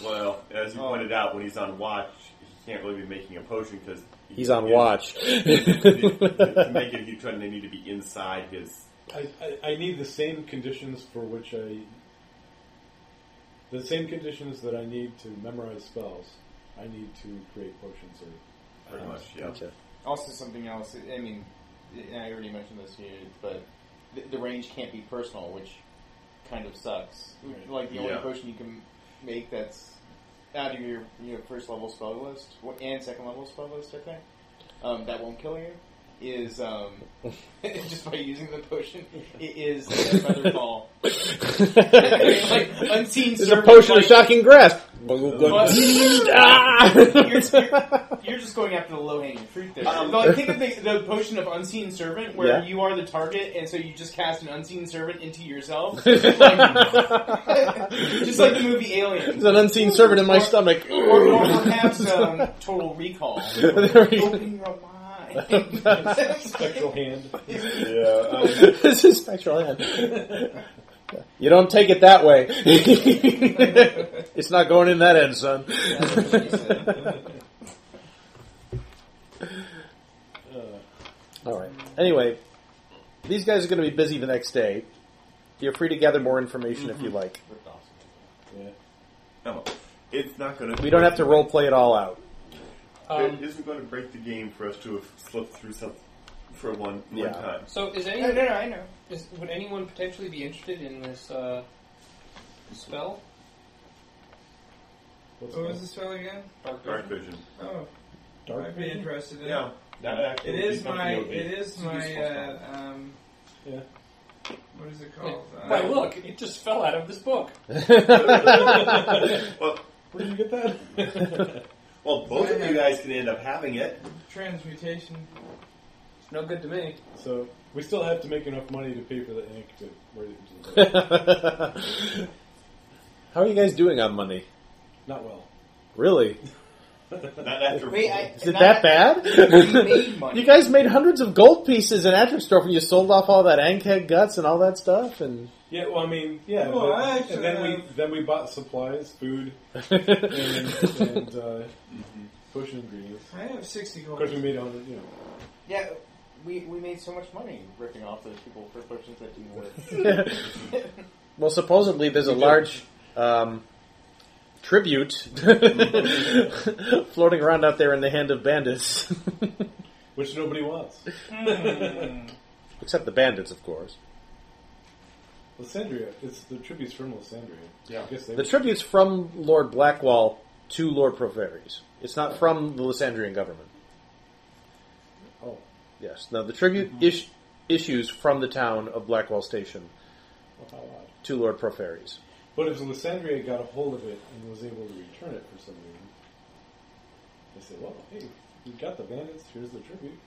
[SPEAKER 1] Well, as you pointed out, when he's on watch, he can't really be making a potion because
[SPEAKER 2] He's on watch.
[SPEAKER 1] to make it, he trying. They need to be inside his.
[SPEAKER 4] I, I, I need the same conditions for which I. The same conditions that I need to memorize spells, I need to create potions or.
[SPEAKER 1] Pretty much, yeah.
[SPEAKER 2] Gotcha.
[SPEAKER 3] also something else. I mean, I already mentioned this to you, but the, the range can't be personal, which kind of sucks. Like the only
[SPEAKER 1] Yeah.
[SPEAKER 3] potion you can make that's out of your you know, first level spell list wha- and second level spell list, I think, um, that won't kill you. Is um, just by using the potion, it is a feather fall. like unseen.
[SPEAKER 2] There's a potion of shocking grasp. Ah!
[SPEAKER 3] you're, you're, you're just going after the low hanging fruit there.
[SPEAKER 1] Um,
[SPEAKER 3] Though I think of the, the potion of unseen servant, where
[SPEAKER 2] Yeah.
[SPEAKER 3] you are the target, and so you just cast an unseen servant into yourself, just like the movie Alien,
[SPEAKER 2] There's an unseen servant in my stomach.
[SPEAKER 3] or, or perhaps um, Total Recall.
[SPEAKER 2] There you go.
[SPEAKER 3] Open your mind.
[SPEAKER 4] Spectral hand.
[SPEAKER 1] Yeah. um,
[SPEAKER 2] this is spectral hand. You don't take it that way. it's not going in that end, son. All right. Anyway, these guys are going to be busy the next day. You're free to gather more information if you like.
[SPEAKER 4] Yeah.
[SPEAKER 1] no, it's not going to.
[SPEAKER 2] We don't have um, to role play it all out.
[SPEAKER 9] Um,
[SPEAKER 1] It isn't going to break the game for us to have slipped through something for one
[SPEAKER 2] Yeah.
[SPEAKER 1] one time.
[SPEAKER 9] So is
[SPEAKER 6] No,
[SPEAKER 9] anyone
[SPEAKER 6] no, no, I know.
[SPEAKER 9] is, would anyone potentially be interested in this uh, spell?
[SPEAKER 4] What's
[SPEAKER 7] What was
[SPEAKER 4] that?
[SPEAKER 7] the spell again?
[SPEAKER 9] Dark
[SPEAKER 1] Dark
[SPEAKER 9] vision?
[SPEAKER 1] vision.
[SPEAKER 7] Oh,
[SPEAKER 4] Dark
[SPEAKER 7] I'd be interested in. it.
[SPEAKER 1] Yeah. That actually
[SPEAKER 7] It
[SPEAKER 1] would be
[SPEAKER 7] is
[SPEAKER 1] something
[SPEAKER 7] my.
[SPEAKER 1] that would be-
[SPEAKER 7] It is my.
[SPEAKER 1] useful
[SPEAKER 7] Uh, um,
[SPEAKER 4] Yeah.
[SPEAKER 7] What is it called?
[SPEAKER 9] Why look, it just fell out of this book.
[SPEAKER 1] Well,
[SPEAKER 4] Where did you get that?
[SPEAKER 1] well, both of you guys can end up having it.
[SPEAKER 7] Uh, Transmutation.
[SPEAKER 9] No good to me.
[SPEAKER 4] So we still have to make enough money to pay for the ink to write it into the book.
[SPEAKER 2] How are you guys doing on Monday?
[SPEAKER 4] Not well.
[SPEAKER 2] Really?
[SPEAKER 1] Not after.
[SPEAKER 6] Wait, I,
[SPEAKER 2] Is it that
[SPEAKER 3] We
[SPEAKER 2] bad?
[SPEAKER 3] made money.
[SPEAKER 2] you guys made hundreds of gold pieces in Atropstorf and you sold off all that Ankhead guts and all that stuff and
[SPEAKER 4] Yeah, well, I mean, yeah.
[SPEAKER 7] Well,
[SPEAKER 4] but-
[SPEAKER 7] I actually uh,
[SPEAKER 4] and then we
[SPEAKER 7] have-
[SPEAKER 4] then we bought supplies, food, and, and uh, potion ingredients.
[SPEAKER 7] I have sixty
[SPEAKER 4] Of
[SPEAKER 7] gold.
[SPEAKER 4] course, we made a hundred. You know,
[SPEAKER 3] Yeah, we, we made so much money ripping off those people for potions that didn't work.
[SPEAKER 2] Well, supposedly there's a large um, tribute floating around out there in the hand of bandits.
[SPEAKER 4] which nobody wants.
[SPEAKER 2] Except the bandits, of course.
[SPEAKER 4] Lysandria. It's the tributes from Lysandria. Yeah, I guess they.
[SPEAKER 2] The tribute's from Lord Blackwall to Lord Proveres. It's not from the Lysandrian government.
[SPEAKER 4] oh,
[SPEAKER 2] Yes. No, the tribute is- issues from the town of Blackwall Station
[SPEAKER 4] well, how odd.
[SPEAKER 2] to Lord Proveres.
[SPEAKER 4] But if Lysandria got a hold of it and was able to return it for some reason, they said, "Well, hey, you got the bandits. Here's the tribute.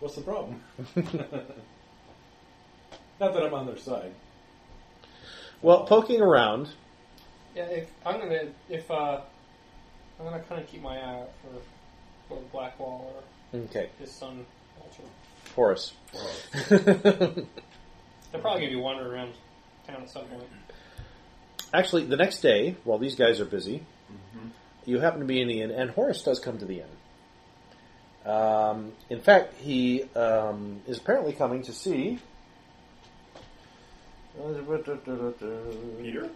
[SPEAKER 4] What's the problem?" Not that I'm on their side.
[SPEAKER 2] Well, poking around,
[SPEAKER 9] Yeah, if I'm gonna if uh, I'm gonna kind of keep my eye out for Lord Blackwall or
[SPEAKER 2] okay,
[SPEAKER 9] his son Walter.
[SPEAKER 2] Horace.
[SPEAKER 9] They're probably gonna be wandering around town at some point.
[SPEAKER 2] Actually, the next day, while these guys are busy, you happen to be in the inn, and Horace does come to the inn. Um, in fact, he um, is apparently coming to see.
[SPEAKER 1] Peter.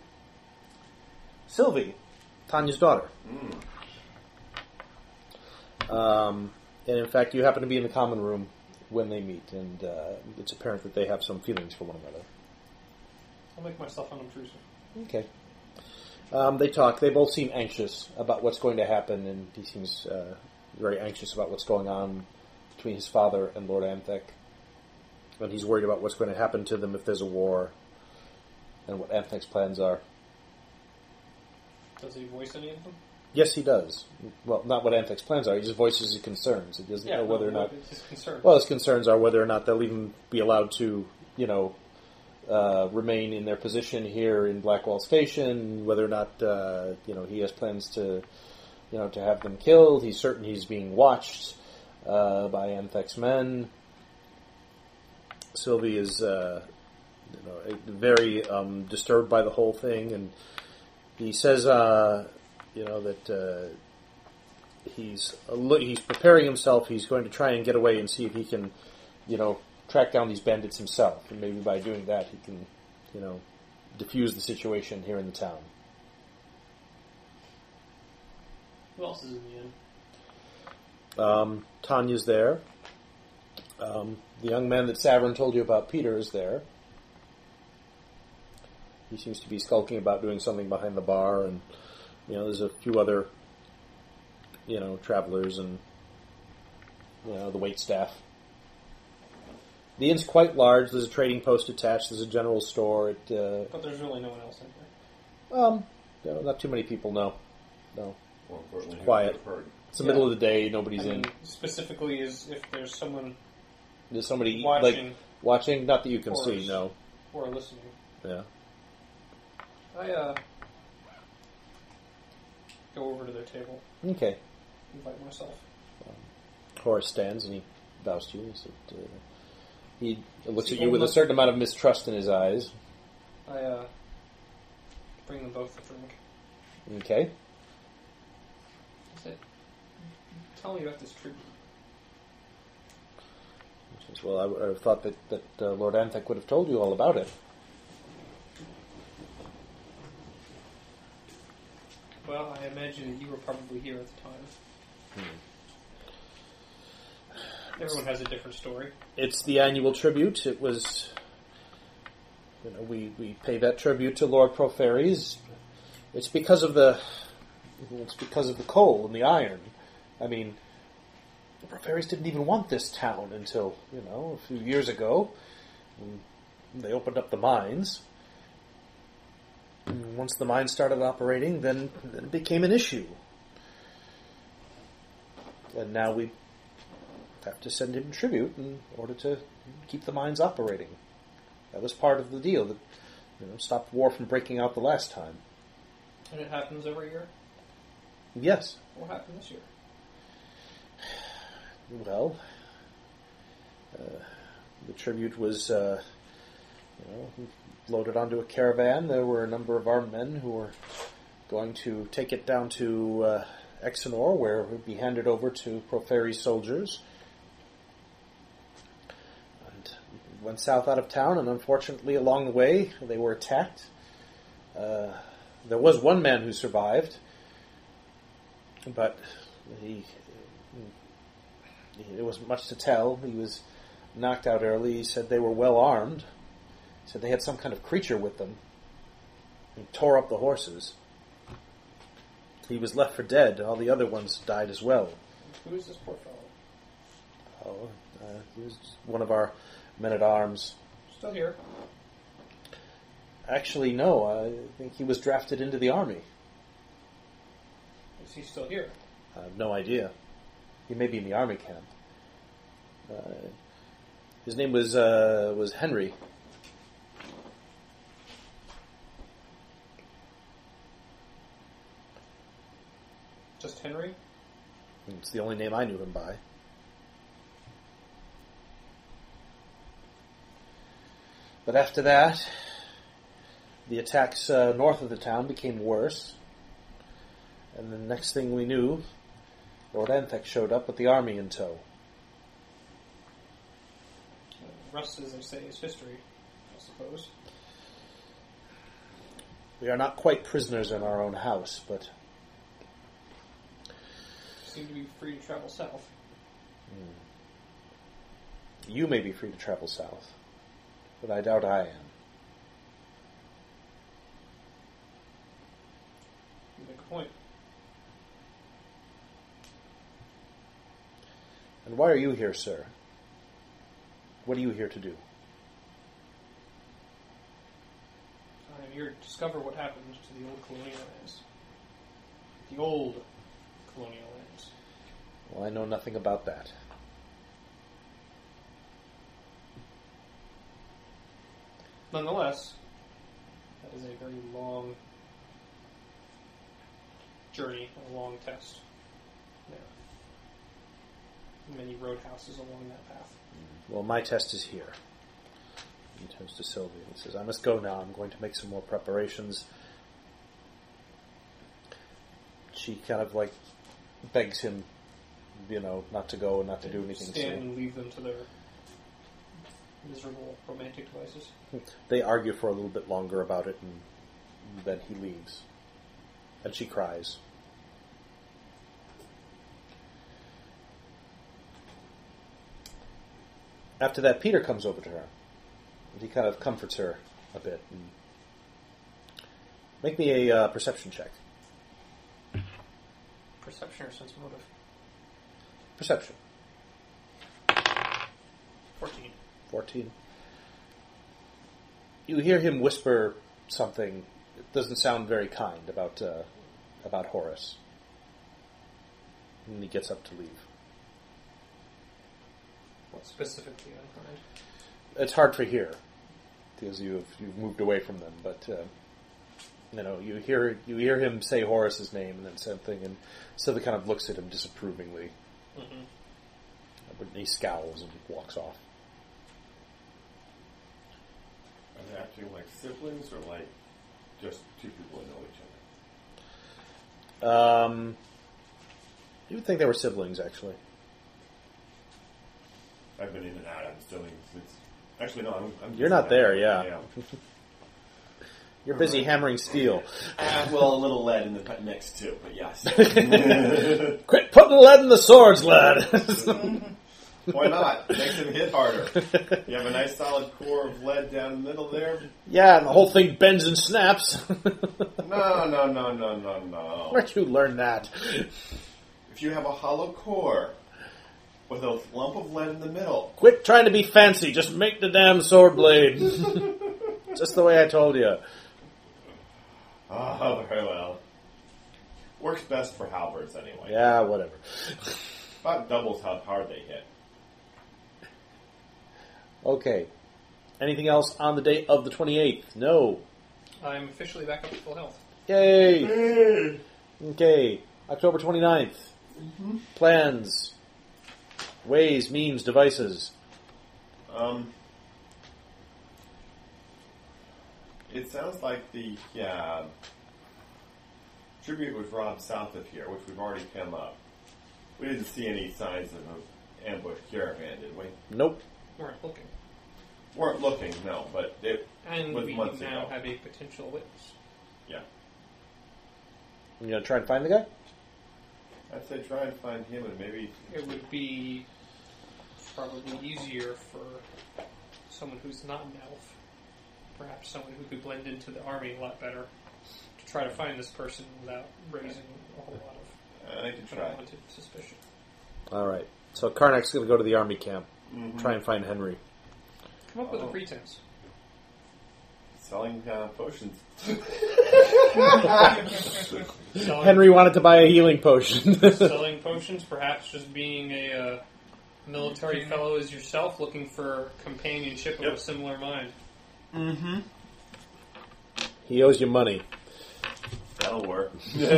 [SPEAKER 2] Sylvie, Tanya's daughter. Um, and in fact, you happen to be in the common room when they meet, and uh, it's apparent that they have some feelings for one another.
[SPEAKER 9] I'll make myself unobtrusive.
[SPEAKER 2] Okay. Um, they talk. They both seem anxious about what's going to happen, and he seems uh, very anxious about what's going on between his father and Lord Amthek. And he's worried about what's going to happen to them if there's a war, and what Amthek's plans are.
[SPEAKER 6] Does he voice any of them?
[SPEAKER 2] Yes, he does. Well, not what Amthek's plans are. He just voices his concerns. He doesn't know whether or
[SPEAKER 6] no,
[SPEAKER 2] not.
[SPEAKER 6] It's his concern.
[SPEAKER 2] Well, his concerns are whether or not they'll even be allowed to, you know, uh, remain in their position here in Blackwall Station. Whether or not, uh, you know, he has plans to, you know, to have them killed. He's certain he's being watched uh, by Amthek's men. Sylvie is, uh, you know, eh, very um, disturbed by the whole thing, and he says, uh, you know, that. Uh, he's a li- he's preparing himself. He's going to try and get away and see if he can, you know, track down these bandits himself. And maybe by doing that, he can, you know, diffuse the situation here in the town.
[SPEAKER 6] Who else is in the inn?
[SPEAKER 2] Um, Tanya's there. Um, the young man that Savern told you about, Peter, is there. He seems to be skulking about doing something behind the bar, and you know, there's a few other, you know, travelers and you know the wait staff. The inn's quite large. There's a trading post attached. There's a general store. It uh,
[SPEAKER 6] But there's really no one else in here.
[SPEAKER 2] um, you know, not too many people. No, no.
[SPEAKER 1] More importantly,
[SPEAKER 2] Quiet.
[SPEAKER 1] who's hurt?
[SPEAKER 2] It's the middle of the day. Nobody's
[SPEAKER 6] I
[SPEAKER 2] in.
[SPEAKER 6] mean, specifically, is if there's someone
[SPEAKER 2] There's somebody
[SPEAKER 6] watching
[SPEAKER 2] like watching. Not that you can
[SPEAKER 6] Or
[SPEAKER 2] see.
[SPEAKER 6] is-
[SPEAKER 2] No.
[SPEAKER 6] or listening.
[SPEAKER 2] Yeah.
[SPEAKER 6] I uh, go over to their table,
[SPEAKER 2] Okay.
[SPEAKER 6] invite myself.
[SPEAKER 2] Horace stands and he bows to you. And he, said, uh, he looks
[SPEAKER 6] Is
[SPEAKER 2] at
[SPEAKER 6] he
[SPEAKER 2] you with a
[SPEAKER 6] almost-
[SPEAKER 2] certain amount of mistrust in his eyes.
[SPEAKER 6] I uh, bring them both a drink.
[SPEAKER 2] Okay.
[SPEAKER 6] I said, "Tell me about this tree."
[SPEAKER 2] He says, well, I, would- I would have thought that, that uh, Lord Antec would have told you all about it.
[SPEAKER 6] Well, I imagine that you were probably here at the time. Everyone has a different story.
[SPEAKER 2] It's the annual tribute. It was, you know, we, we pay that tribute to Lord Proferes. It's because of the, it's because of the coal and the iron. I mean, the Proferes didn't even want this town until, you know, a few years ago. And they opened up the mines. And once the mines started operating, then, then it became an issue. And now we have to send him tribute in order to keep the mines operating. That was part of the deal that you know, stopped war from breaking out the last time.
[SPEAKER 6] And it happens every year.
[SPEAKER 2] Yes.
[SPEAKER 6] What happened this year?
[SPEAKER 2] Well, uh, the tribute was, uh, you know, loaded onto a caravan. There were a number of armed men who were going to take it down to uh, Exenor, where it would be handed over to Proferi's soldiers. And went south out of town, and unfortunately, along the way, they were attacked. Uh, there was one man who survived, but he there wasn't much to tell. He was knocked out early. He said they were well armed. He said they had some kind of creature with them. He tore up the horses. He was left for dead. All the other ones died as well.
[SPEAKER 6] Who is this poor fellow?
[SPEAKER 2] Oh, uh, he was one of our men at arms.
[SPEAKER 6] Still here.
[SPEAKER 2] Actually, no. I think he was drafted into the army.
[SPEAKER 6] Is he still here?
[SPEAKER 2] I have no idea. He may be in the army camp. Uh, his name was uh, was Henry.
[SPEAKER 6] Just Henry?
[SPEAKER 2] It's the only name I knew him by. But after that, the attacks uh, north of the town became worse. And the next thing we knew, Lord Anthek showed up with the army in tow.
[SPEAKER 6] Uh, Rust, as they say, is history, I suppose.
[SPEAKER 2] We are not quite prisoners in our own house, but
[SPEAKER 6] Seem to be free to travel south.
[SPEAKER 2] you may be free to travel south. But I doubt I am.
[SPEAKER 9] point.
[SPEAKER 2] And why are you here, sir? What are you here to do?
[SPEAKER 9] I am here to discover what happened to the old colonial lands. The old colonial lands.
[SPEAKER 2] Well, I know nothing about that.
[SPEAKER 9] Nonetheless, that is a very long journey, and a long test. There. Many roadhouses along that path.
[SPEAKER 2] Well, my test is here. He turns to Sylvia and says, I must go now. I'm going to make some more preparations. She kind of like begs him, you know, not to go and not to do anything.
[SPEAKER 9] Stand
[SPEAKER 2] soon.
[SPEAKER 9] and leave them to their miserable romantic devices.
[SPEAKER 2] They argue for a little bit longer about it, and then he leaves. And she cries. After that, Peter comes over to her. And he kind of comforts her a bit. And Make me a uh, perception check.
[SPEAKER 9] Perception or sense motive.
[SPEAKER 2] Perception.
[SPEAKER 9] 14.
[SPEAKER 2] 14. You hear him whisper something that doesn't sound very kind about uh, about Horace. And he gets up to leave.
[SPEAKER 9] What specifically unkind?
[SPEAKER 2] It's hard to hear because you've you've moved away from them, but uh, you know you hear you hear him say Horace's name and then something, and Sylvia kind of looks at him disapprovingly,
[SPEAKER 9] Mm-hmm.
[SPEAKER 2] but he scowls and walks off.
[SPEAKER 1] Are they acting like siblings or like just two people that know each other?
[SPEAKER 2] Um, you would think they were siblings, actually.
[SPEAKER 1] I've been in and out. I'm still in. It's, actually, no, I'm. I'm
[SPEAKER 2] You're not there, yeah.
[SPEAKER 1] Yeah.
[SPEAKER 2] You're busy hammering steel.
[SPEAKER 1] Ah, well, a little lead in the cut next too, but yes.
[SPEAKER 2] Quit putting lead in the swords, lad.
[SPEAKER 1] Why not? Makes him hit harder. You have a nice solid core of lead down the middle there.
[SPEAKER 2] yeah, and the whole thing bends and snaps.
[SPEAKER 1] No, no, no, no, no, no.
[SPEAKER 2] Where'd you learn that?
[SPEAKER 1] If you have a hollow core with a lump of lead in the middle,
[SPEAKER 2] Quit trying to be fancy. Just make the damn sword blade. Just the way I told you.
[SPEAKER 1] oh, very well. Works best for halberds anyway.
[SPEAKER 2] Yeah, whatever.
[SPEAKER 1] About doubles how hard they hit.
[SPEAKER 2] Okay. Anything else on the day of the 28th? No.
[SPEAKER 9] I'm officially back up to full health.
[SPEAKER 2] Yay! Okay. October 29th. Plans. Ways, means, devices.
[SPEAKER 1] Um, it sounds like the uh, tribute was robbed south of here, which we've already come up. We didn't see any signs of an ambush caravan, did we?
[SPEAKER 2] Nope.
[SPEAKER 9] Weren't looking.
[SPEAKER 1] Weren't looking, no, but it,
[SPEAKER 9] And
[SPEAKER 1] Was
[SPEAKER 9] we
[SPEAKER 1] months
[SPEAKER 9] now
[SPEAKER 1] ago.
[SPEAKER 9] have a potential witness.
[SPEAKER 1] yeah.
[SPEAKER 2] You gonna try and find the guy?
[SPEAKER 1] I'd say try and find him and maybe
[SPEAKER 9] It would be probably easier for someone who's not an elf, perhaps someone who could blend into the army a lot better, to try to find this person without raising a whole lot of
[SPEAKER 1] uh, I could try.
[SPEAKER 9] unwanted suspicion.
[SPEAKER 2] All right. So Karnak's going to go to the army camp,
[SPEAKER 1] Mhm.
[SPEAKER 2] try and find Henry.
[SPEAKER 9] Come up with a
[SPEAKER 1] Oh.
[SPEAKER 9] pretense.
[SPEAKER 1] Selling uh, potions.
[SPEAKER 9] Selling,
[SPEAKER 2] Henry wanted to buy a healing potion.
[SPEAKER 9] selling potions, perhaps just being a uh, military fellow as yourself, looking for companionship of
[SPEAKER 1] Yep.
[SPEAKER 9] a similar mind.
[SPEAKER 2] he owes you money.
[SPEAKER 1] That'll work.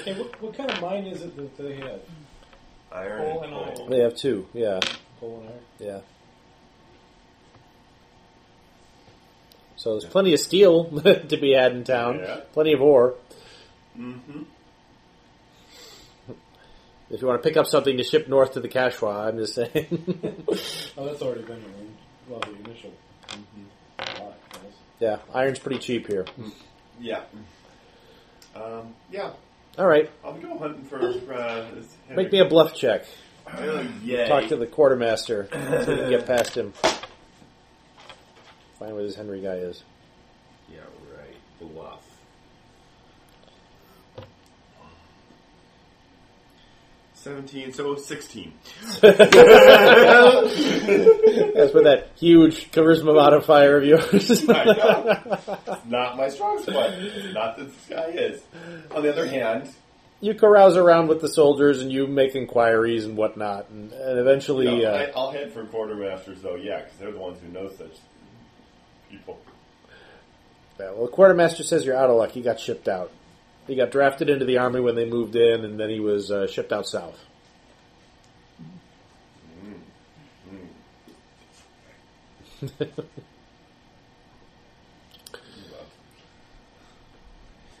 [SPEAKER 4] Okay, what, what kind of mine is it that they have?
[SPEAKER 1] Iron
[SPEAKER 9] Coal
[SPEAKER 1] and
[SPEAKER 9] and
[SPEAKER 1] coal.
[SPEAKER 2] They have two. Yeah,
[SPEAKER 4] Coal and iron.
[SPEAKER 2] yeah. So there's plenty of steel to be had in town.
[SPEAKER 1] Yeah.
[SPEAKER 2] Plenty of ore.
[SPEAKER 1] Mm-hmm.
[SPEAKER 2] If you want to pick up something to ship north to the Kashwa, I'm just saying.
[SPEAKER 4] Oh, that's already been removed. Well, the initial. Lot, that was-
[SPEAKER 2] yeah, iron's pretty cheap here.
[SPEAKER 1] Mm. Yeah. Um, yeah.
[SPEAKER 2] All right,
[SPEAKER 1] I'll go hunting for. Uh, this
[SPEAKER 2] make me a bluff check.
[SPEAKER 1] Oh, yay.
[SPEAKER 2] Talk to the quartermaster so we can get past him. Find where this Henry guy is.
[SPEAKER 1] Yeah, right. Bluff. 17, so 16.
[SPEAKER 2] That's with that huge charisma modifier of yours.
[SPEAKER 1] I know. Not my strong spot. Not that this guy is. On the other hand,
[SPEAKER 2] you carouse around with the soldiers and you make inquiries and whatnot, and, and eventually,
[SPEAKER 1] no,
[SPEAKER 2] uh,
[SPEAKER 1] I, I'll head for quartermasters, though, yeah, because they're the ones who know such people.
[SPEAKER 2] yeah, well, the quartermaster says you're out of luck. He got shipped out. He got drafted into the army when they moved in, and then he was uh, shipped out south.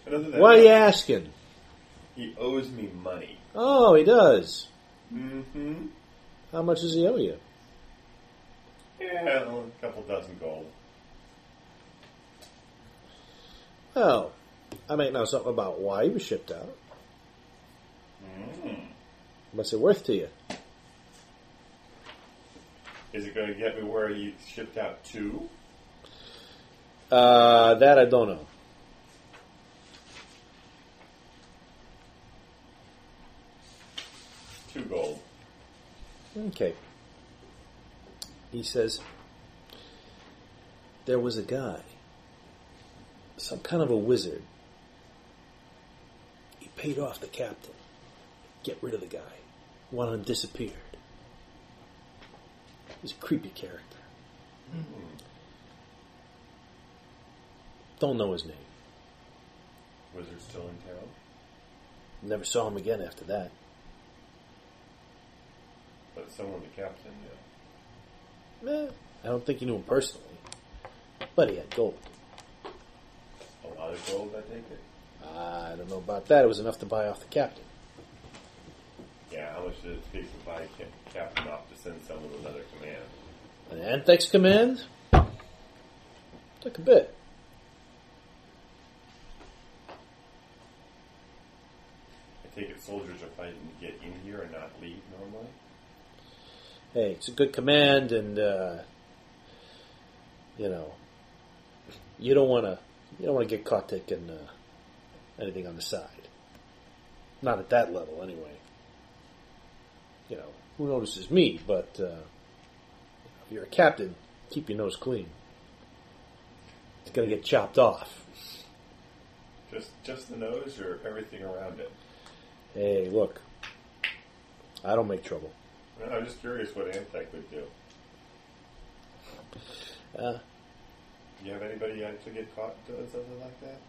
[SPEAKER 1] And other than
[SPEAKER 2] Why
[SPEAKER 1] that,
[SPEAKER 2] are you asking?
[SPEAKER 1] He owes me money.
[SPEAKER 2] Oh, he does.
[SPEAKER 1] Mm-hmm.
[SPEAKER 2] How much does he owe you?
[SPEAKER 1] Yeah, well, a couple dozen gold.
[SPEAKER 2] Well, I might know something about why he was shipped out.
[SPEAKER 1] Mm.
[SPEAKER 2] What's it worth to you?
[SPEAKER 1] Is it going to get me where he shipped out to?
[SPEAKER 2] Uh, that I don't know.
[SPEAKER 1] Two gold.
[SPEAKER 2] Okay. He says, There was a guy, some kind of a wizard. He paid off the captain, get rid of the guy, wanted him disappeared. He's a creepy character. Don't know his name.
[SPEAKER 1] Wizard still in town?
[SPEAKER 2] Never saw him again after that.
[SPEAKER 1] But someone, the captain, yeah.
[SPEAKER 2] Eh, I don't think he knew him personally, but he had gold.
[SPEAKER 1] A lot of gold, I take it?
[SPEAKER 2] I don't know about that. It was enough to buy off the captain.
[SPEAKER 1] Yeah, how much did it take to buy ca- captain off to send someone with another command?
[SPEAKER 2] An Anthex command? Took a bit.
[SPEAKER 1] I take it soldiers are fighting to get in here and not leave normally?
[SPEAKER 2] Hey, it's a good command, and uh, you know, you don't want to you don't want to get caught taking uh, anything on the side. Not at that level, anyway. You know, who notices me? But uh, if you're a captain, keep your nose clean. It's gonna get chopped off.
[SPEAKER 1] Just just the nose or everything around it?
[SPEAKER 2] Hey, look, I don't make trouble.
[SPEAKER 1] Well, I'm just curious what Antec would do.
[SPEAKER 2] Uh,
[SPEAKER 1] Do you have anybody yet to get caught doing something like that?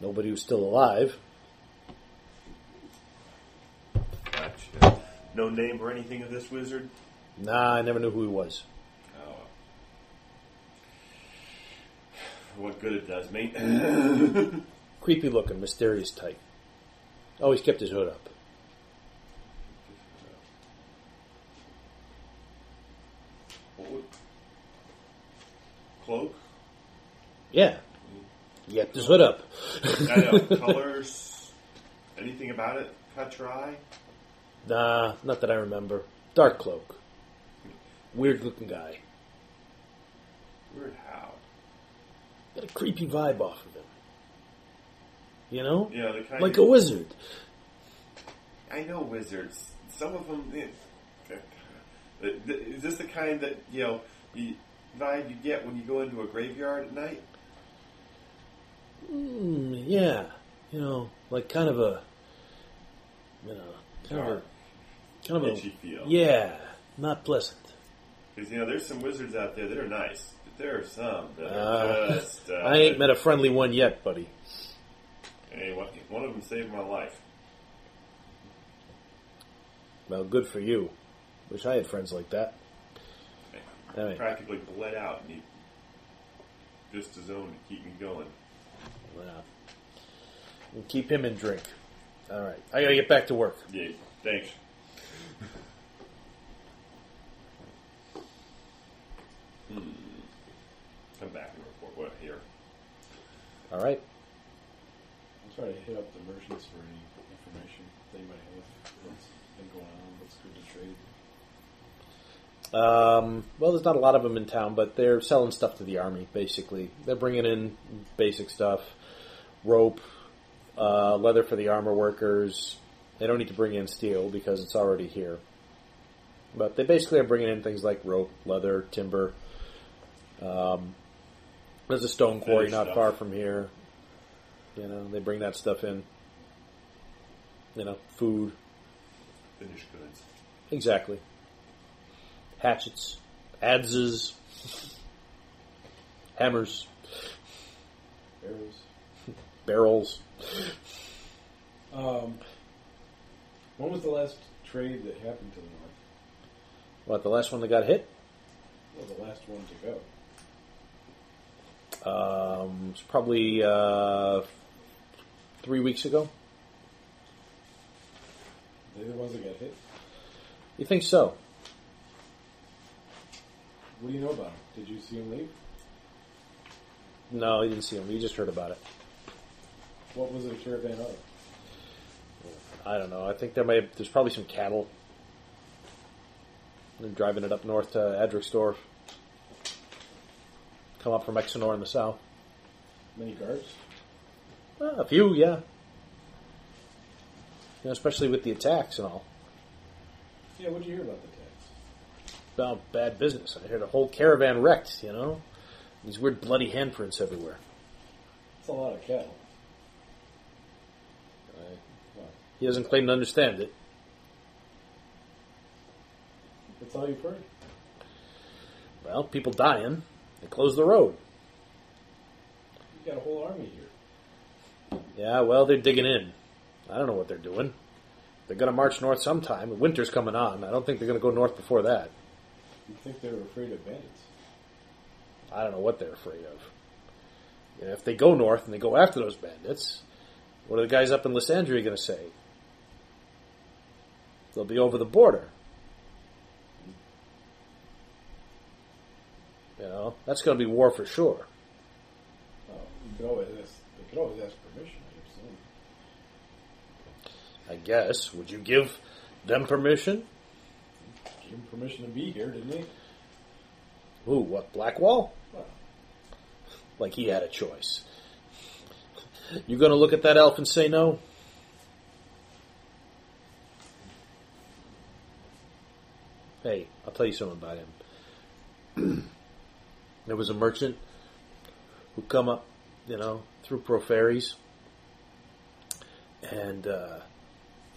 [SPEAKER 2] nobody who's still alive.
[SPEAKER 1] Gotcha. No name or anything of this wizard?
[SPEAKER 2] Nah, I never knew who he was.
[SPEAKER 1] Oh. What good it does me. That's
[SPEAKER 2] Creepy looking, mysterious type. Always kept his hood up.
[SPEAKER 1] What would- Cloak?
[SPEAKER 2] Yeah. He kept his hood up.
[SPEAKER 1] I know. Colors? Anything about it? Catch your eye?
[SPEAKER 2] Nah, not that I remember. Dark cloak. Weird looking guy.
[SPEAKER 1] Weird how?
[SPEAKER 2] Got a creepy vibe off of him. You know?
[SPEAKER 1] Yeah, the kind
[SPEAKER 2] Like a
[SPEAKER 1] of,
[SPEAKER 2] wizard.
[SPEAKER 1] I know wizards. Some of them. eh, okay. Th- th- Is this the kind that, you know, you, vibe you get when you go into a graveyard at night?
[SPEAKER 2] Mm, yeah. You know, like kind of a. You know, kind of
[SPEAKER 1] Dark.
[SPEAKER 2] a. Kind of
[SPEAKER 1] Itchy
[SPEAKER 2] a.
[SPEAKER 1] feel.
[SPEAKER 2] Yeah. Not pleasant.
[SPEAKER 1] Because you know, there's some wizards out there that are nice, but there are some that are
[SPEAKER 2] Uh,
[SPEAKER 1] just. Uh,
[SPEAKER 2] I ain't met a friendly one yet, buddy.
[SPEAKER 1] Hey, one, one of them saved my life.
[SPEAKER 2] Well, good for you. Wish I had friends like that. All right.
[SPEAKER 1] Practically bled out, and he just his own to keep me going.
[SPEAKER 2] Wow. We'll keep him in drink. All right. I gotta get back to work.
[SPEAKER 1] Yeah, thanks. Hmm. Come back and report what I hear.
[SPEAKER 2] All right.
[SPEAKER 4] I'm trying to hit up the merchants for any information they might have. What's been going on? What's good to trade?
[SPEAKER 2] Um, well, there's not a lot of them in town, but they're selling stuff to the army. Basically, they're bringing in basic stuff: rope, uh, leather for the armor workers, They don't need to bring in steel because it's already here. But they basically are bringing in things like rope, leather, timber. Um, there's a stone quarry
[SPEAKER 1] Finished
[SPEAKER 2] not
[SPEAKER 1] stuff.
[SPEAKER 2] far from here. You know, they bring that stuff in. You know, food.
[SPEAKER 1] Finished goods.
[SPEAKER 2] Exactly. Hatchets, adzes, hammers,
[SPEAKER 8] Arrows.
[SPEAKER 2] barrels.
[SPEAKER 4] Um, when was the last trade that happened to the north?
[SPEAKER 2] What, the last one that got hit?
[SPEAKER 4] Well, the last one to go.
[SPEAKER 2] Um, it's probably uh, three weeks ago.
[SPEAKER 4] They the ones that got hit.
[SPEAKER 2] You think so?
[SPEAKER 4] What do you know about them? Did you see them leave?
[SPEAKER 2] No, you didn't see him. You just heard about it.
[SPEAKER 4] What was the caravan of?
[SPEAKER 2] I don't know. I think there may there's probably some cattle. They're driving it up north to Adric's store. Come up from Exenor in the south.
[SPEAKER 4] Many guards?
[SPEAKER 2] Ah, a few, yeah. You know, especially with the attacks and all.
[SPEAKER 4] Yeah, what did you hear about the tax?
[SPEAKER 2] Well, bad business. I heard a whole caravan wrecked. You know, these weird bloody handprints everywhere.
[SPEAKER 4] It's a lot of cattle. I, well,
[SPEAKER 2] He doesn't claim to understand it.
[SPEAKER 4] that's all you've heard?
[SPEAKER 2] Well, people dying. They close the road.
[SPEAKER 4] You've got a whole army here.
[SPEAKER 2] Yeah, well, they're digging in. I don't know what they're doing. They're going to march north sometime. Winter's coming on. I don't think they're going to go north before that.
[SPEAKER 4] You'd think they were afraid of bandits.
[SPEAKER 2] I don't know what they're afraid of. And if they go north and they go after those bandits, what are the guys up in Lysandria going to say? They'll be over the border. You know, that's going to be war for sure.
[SPEAKER 4] Oh, you could always ask, they could always ask permission, I assume.
[SPEAKER 2] I guess. Would you give them permission?
[SPEAKER 4] Gave them eh? permission to be here, didn't they?
[SPEAKER 2] Who? What? Blackwall?
[SPEAKER 4] Well,
[SPEAKER 2] Like he had a choice. You going to look at that elf and say no? Hey, I'll tell you something about him. there was a merchant who come up, you know, through Proferries, and uh,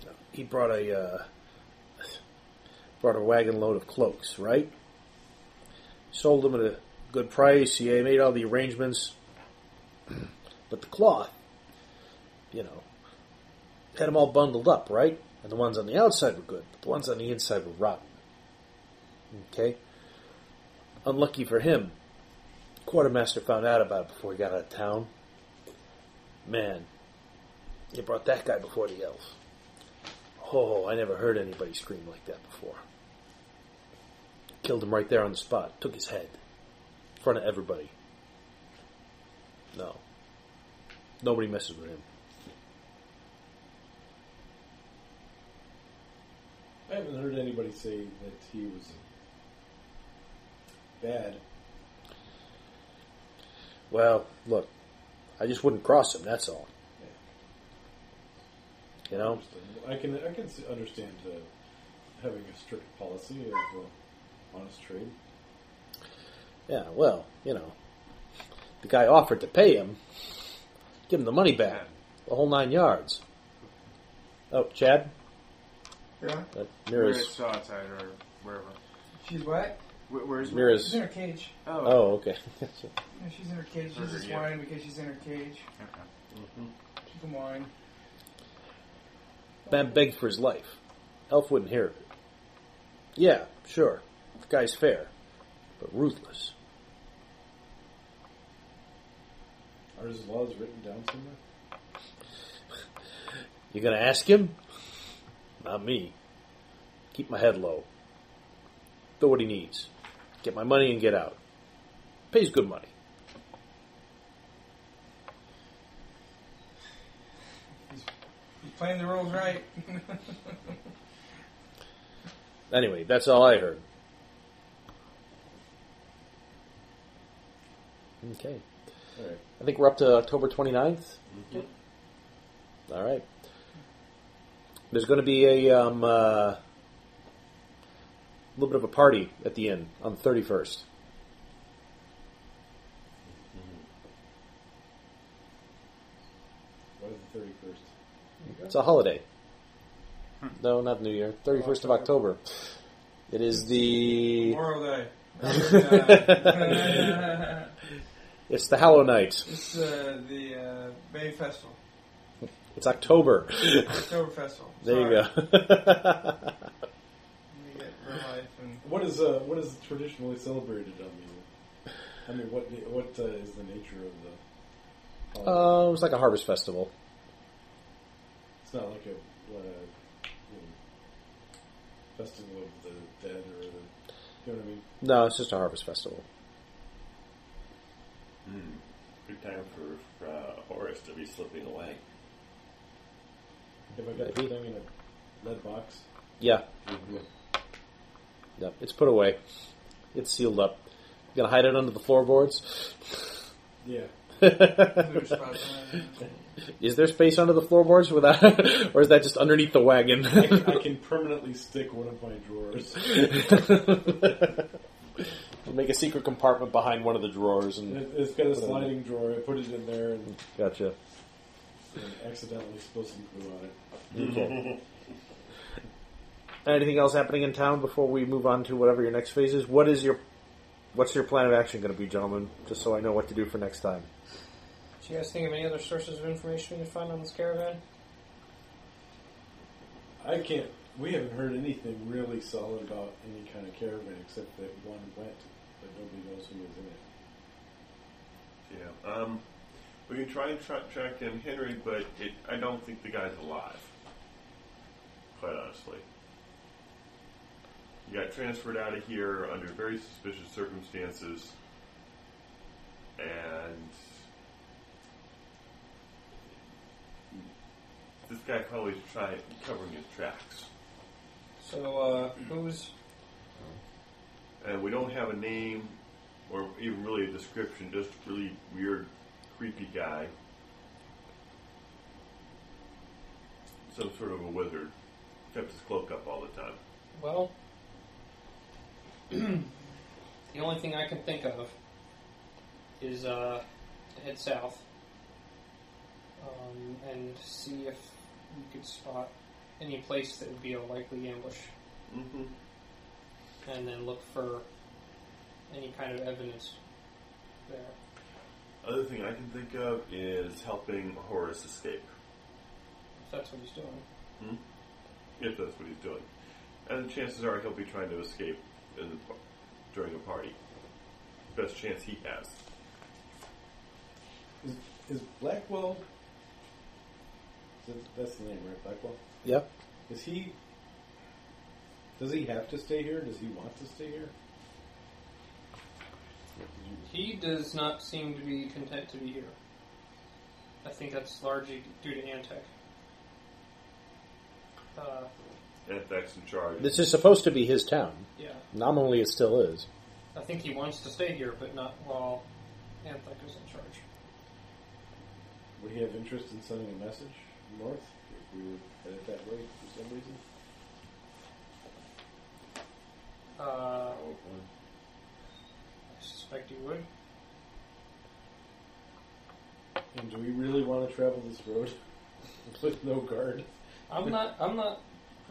[SPEAKER 2] you know, he brought a uh, brought a wagon load of cloaks, right? sold them at a good price. He made all the arrangements, but the cloth, you know, had them all bundled up, right? And the ones on the outside were good, but the ones on the inside were rotten. Okay. Unlucky for him, quartermaster found out about it before he got out of town. Man, you brought that guy before the elf. Oh, I never heard anybody scream like that before killed him right there on the spot. Took his head in front of everybody. No, nobody messes with him.
[SPEAKER 4] I haven't heard anybody say that he was bad.
[SPEAKER 2] Well, look, I just wouldn't cross him. That's all. You know,
[SPEAKER 4] I can I can s- understand uh, having a strict policy of uh, honest trade.
[SPEAKER 2] yeah. Well, you know, the guy offered to pay him, give him the money back, the whole nine yards. Oh, Chad, Uh,
[SPEAKER 3] Yeah.
[SPEAKER 2] that
[SPEAKER 8] Where's
[SPEAKER 2] mirrors.
[SPEAKER 8] still outside or wherever?
[SPEAKER 3] She's what?
[SPEAKER 8] Where, where's
[SPEAKER 3] She's
[SPEAKER 2] Mirrors.
[SPEAKER 3] in her cage.
[SPEAKER 8] Oh,
[SPEAKER 2] Oh, okay.
[SPEAKER 3] Yeah, she's in her cage. She's
[SPEAKER 8] Burger,
[SPEAKER 3] just
[SPEAKER 8] yeah.
[SPEAKER 3] whining because she's in her cage.
[SPEAKER 8] okay.
[SPEAKER 3] She can whine.
[SPEAKER 2] Man begged for his life. Elf wouldn't hear of it. Yeah, sure. The guy's fair, but ruthless.
[SPEAKER 4] Are his laws written down somewhere?
[SPEAKER 2] You gonna ask him? Not me. Keep my head low. Do what he needs. Get my money and get out. Pays good money.
[SPEAKER 3] He's playing the rules right.
[SPEAKER 2] Anyway, that's all I heard. Okay.
[SPEAKER 4] All right.
[SPEAKER 2] I think we're up to October 29th. ninth. All right. There's going to be a um, uh, little bit of a party at the inn on the 31st.
[SPEAKER 4] What is the 31st?
[SPEAKER 2] It's a holiday. No, not New Year. 31st of October. It is the.
[SPEAKER 7] Memorial Day.
[SPEAKER 2] it's the Hallow Night.
[SPEAKER 7] It's uh, the uh, Bay Festival,
[SPEAKER 2] It's October.
[SPEAKER 7] October Festival.
[SPEAKER 2] there you
[SPEAKER 7] Sorry.
[SPEAKER 2] go.
[SPEAKER 7] Let me get real life and
[SPEAKER 4] What is uh, what is traditionally celebrated on the? I mean, what what uh, is the nature of the? holiday?
[SPEAKER 2] uh, it was like a harvest festival.
[SPEAKER 4] it's not like a uh, you know, festival of the dead or the. You know what I mean?
[SPEAKER 2] No, it's just a harvest festival.
[SPEAKER 12] Hmm. Good time for uh, Horus to be slipping away.
[SPEAKER 4] Have I got the thing in a lead box?
[SPEAKER 2] Yeah. Yep, it's put away. It's sealed up. You gonna hide it under the floorboards?
[SPEAKER 4] Yeah.
[SPEAKER 7] blue spots on it.
[SPEAKER 2] Is there space under the floorboards without, or is that just underneath the wagon?
[SPEAKER 4] I, I can permanently stick one of my drawers.
[SPEAKER 2] Make a secret compartment behind one of the drawers
[SPEAKER 4] And
[SPEAKER 2] and
[SPEAKER 4] it- It's got a sliding drawer. I put it in there and,
[SPEAKER 2] gotcha.
[SPEAKER 4] and accidentally spilled some glue on it.
[SPEAKER 2] Okay. Anything else happening in town before we move on to whatever your next phase is? What is your what's your plan of action going to be, gentlemen? Just so I know what to do for next time.
[SPEAKER 6] Do you guys think of any other sources of information we can find on this caravan?
[SPEAKER 4] I can't. We haven't heard anything really solid about any kind of caravan except that one went, but nobody knows who was in it.
[SPEAKER 1] Yeah. Um, we can try and tra- track down Henry, but it, I don't think the guy's alive. Quite honestly. He got transferred out of here under very suspicious circumstances, and this guy probably tried covering his tracks.
[SPEAKER 6] So, uh, who's
[SPEAKER 1] and we don't have a name or even really a description, just really weird, creepy guy. Some sort of a wizard. Kept his cloak up all the time.
[SPEAKER 6] well? the only thing I can think of is uh, to head south um, and see if we could spot any place that would be a likely ambush,
[SPEAKER 1] Mm-hmm.
[SPEAKER 6] and then look for any kind of evidence there.
[SPEAKER 1] Other thing I can think of is helping Horace escape,
[SPEAKER 6] If that's what he's doing.
[SPEAKER 1] if that's what he's doing. And the chances are he'll be trying to escape in the, par- during a party. Best chance he has.
[SPEAKER 4] Is Blackwell? Is that- That's the name, right? Blackwell.
[SPEAKER 2] Yep.
[SPEAKER 4] Is he? Does he have to stay here? Does he want to stay here?
[SPEAKER 6] He does not seem to be content to be here. I think that's largely due to Antec. Uh,
[SPEAKER 1] Anthrax in charge.
[SPEAKER 2] This is supposed to be his town.
[SPEAKER 6] yeah,
[SPEAKER 2] Nominally, it still is.
[SPEAKER 6] I think he wants to stay here, but not while Antec is in charge.
[SPEAKER 4] Would he have interest in sending a message north if we were headed that way for some reason?
[SPEAKER 6] Uh, I suspect he would.
[SPEAKER 4] And do we really want to travel this road with no guard?
[SPEAKER 6] I'm not. I'm not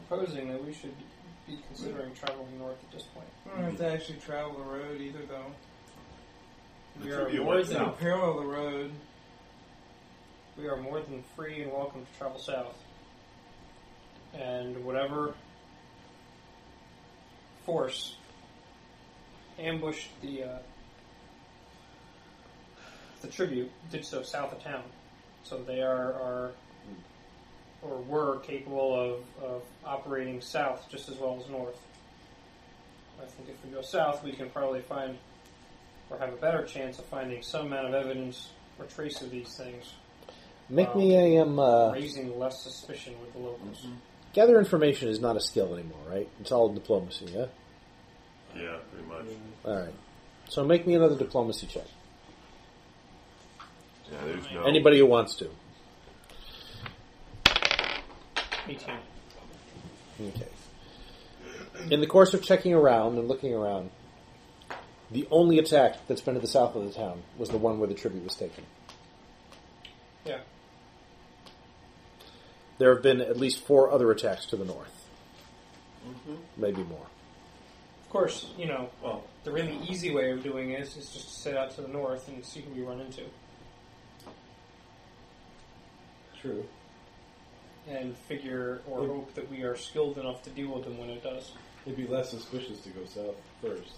[SPEAKER 6] proposing that we should be considering traveling north at this point.
[SPEAKER 7] We don't have to actually travel the road either, though.
[SPEAKER 1] It
[SPEAKER 6] We
[SPEAKER 1] should
[SPEAKER 6] are
[SPEAKER 1] be a
[SPEAKER 6] more
[SPEAKER 1] wet
[SPEAKER 7] We can
[SPEAKER 6] than
[SPEAKER 1] south.
[SPEAKER 7] parallel the road.
[SPEAKER 6] we are more than free and welcome to travel south. And whatever force ambushed the uh, the tribute did so south of town, so they are are or were capable of, of operating south just as well as north. I think if we go south, we can probably find or have a better chance of finding some amount of evidence or trace of these things
[SPEAKER 2] Make me a um, uh,
[SPEAKER 6] raising less suspicion with the locals.
[SPEAKER 2] gather information is not a skill anymore, right? It's all diplomacy. Yeah.
[SPEAKER 1] Yeah, pretty much.
[SPEAKER 2] All right. So make me another diplomacy check.
[SPEAKER 1] Yeah, there's no.
[SPEAKER 2] Anybody who wants to.
[SPEAKER 6] 18.
[SPEAKER 2] Okay. In the course of checking around and looking around, the only attack that's been to the south of the town was the one where the tribute was taken.
[SPEAKER 9] Yeah.
[SPEAKER 2] There have been at least four other attacks to the north, maybe more.
[SPEAKER 9] Of course, you know, well, the really easy way of doing it is is just to set out to the north and see who we run into
[SPEAKER 4] True.
[SPEAKER 9] and figure or
[SPEAKER 4] Yeah.
[SPEAKER 9] hope that we are skilled enough to deal with them when it does.
[SPEAKER 4] It'd be less suspicious to go south first.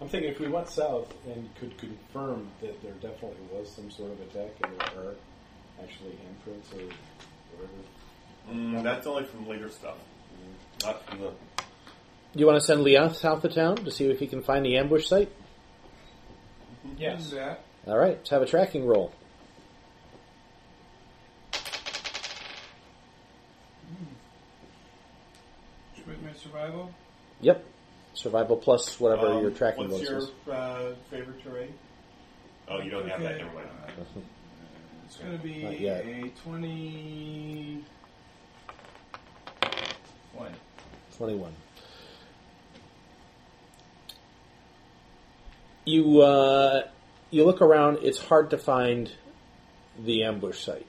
[SPEAKER 4] I'm thinking if we went south and could confirm that there definitely was some sort of attack and there are actually handprints or whatever.
[SPEAKER 1] Mm, that's only from later stuff. Not from the.
[SPEAKER 2] You want to send Leon south of town to see if he can find the ambush site?
[SPEAKER 9] Yes.
[SPEAKER 7] That.
[SPEAKER 2] All right, let's have a tracking roll.
[SPEAKER 7] With my survival,
[SPEAKER 2] Yep. Survival plus whatever
[SPEAKER 1] Um,
[SPEAKER 2] your tracking
[SPEAKER 1] What's
[SPEAKER 2] bonus
[SPEAKER 1] your
[SPEAKER 2] is.
[SPEAKER 1] uh, favorite terrain? Oh, you don't have that. Never mind.
[SPEAKER 7] Uh, it's going to be
[SPEAKER 2] Not yet.
[SPEAKER 7] a 21.
[SPEAKER 2] 21. You, uh, you look around, it's hard to find the ambush site.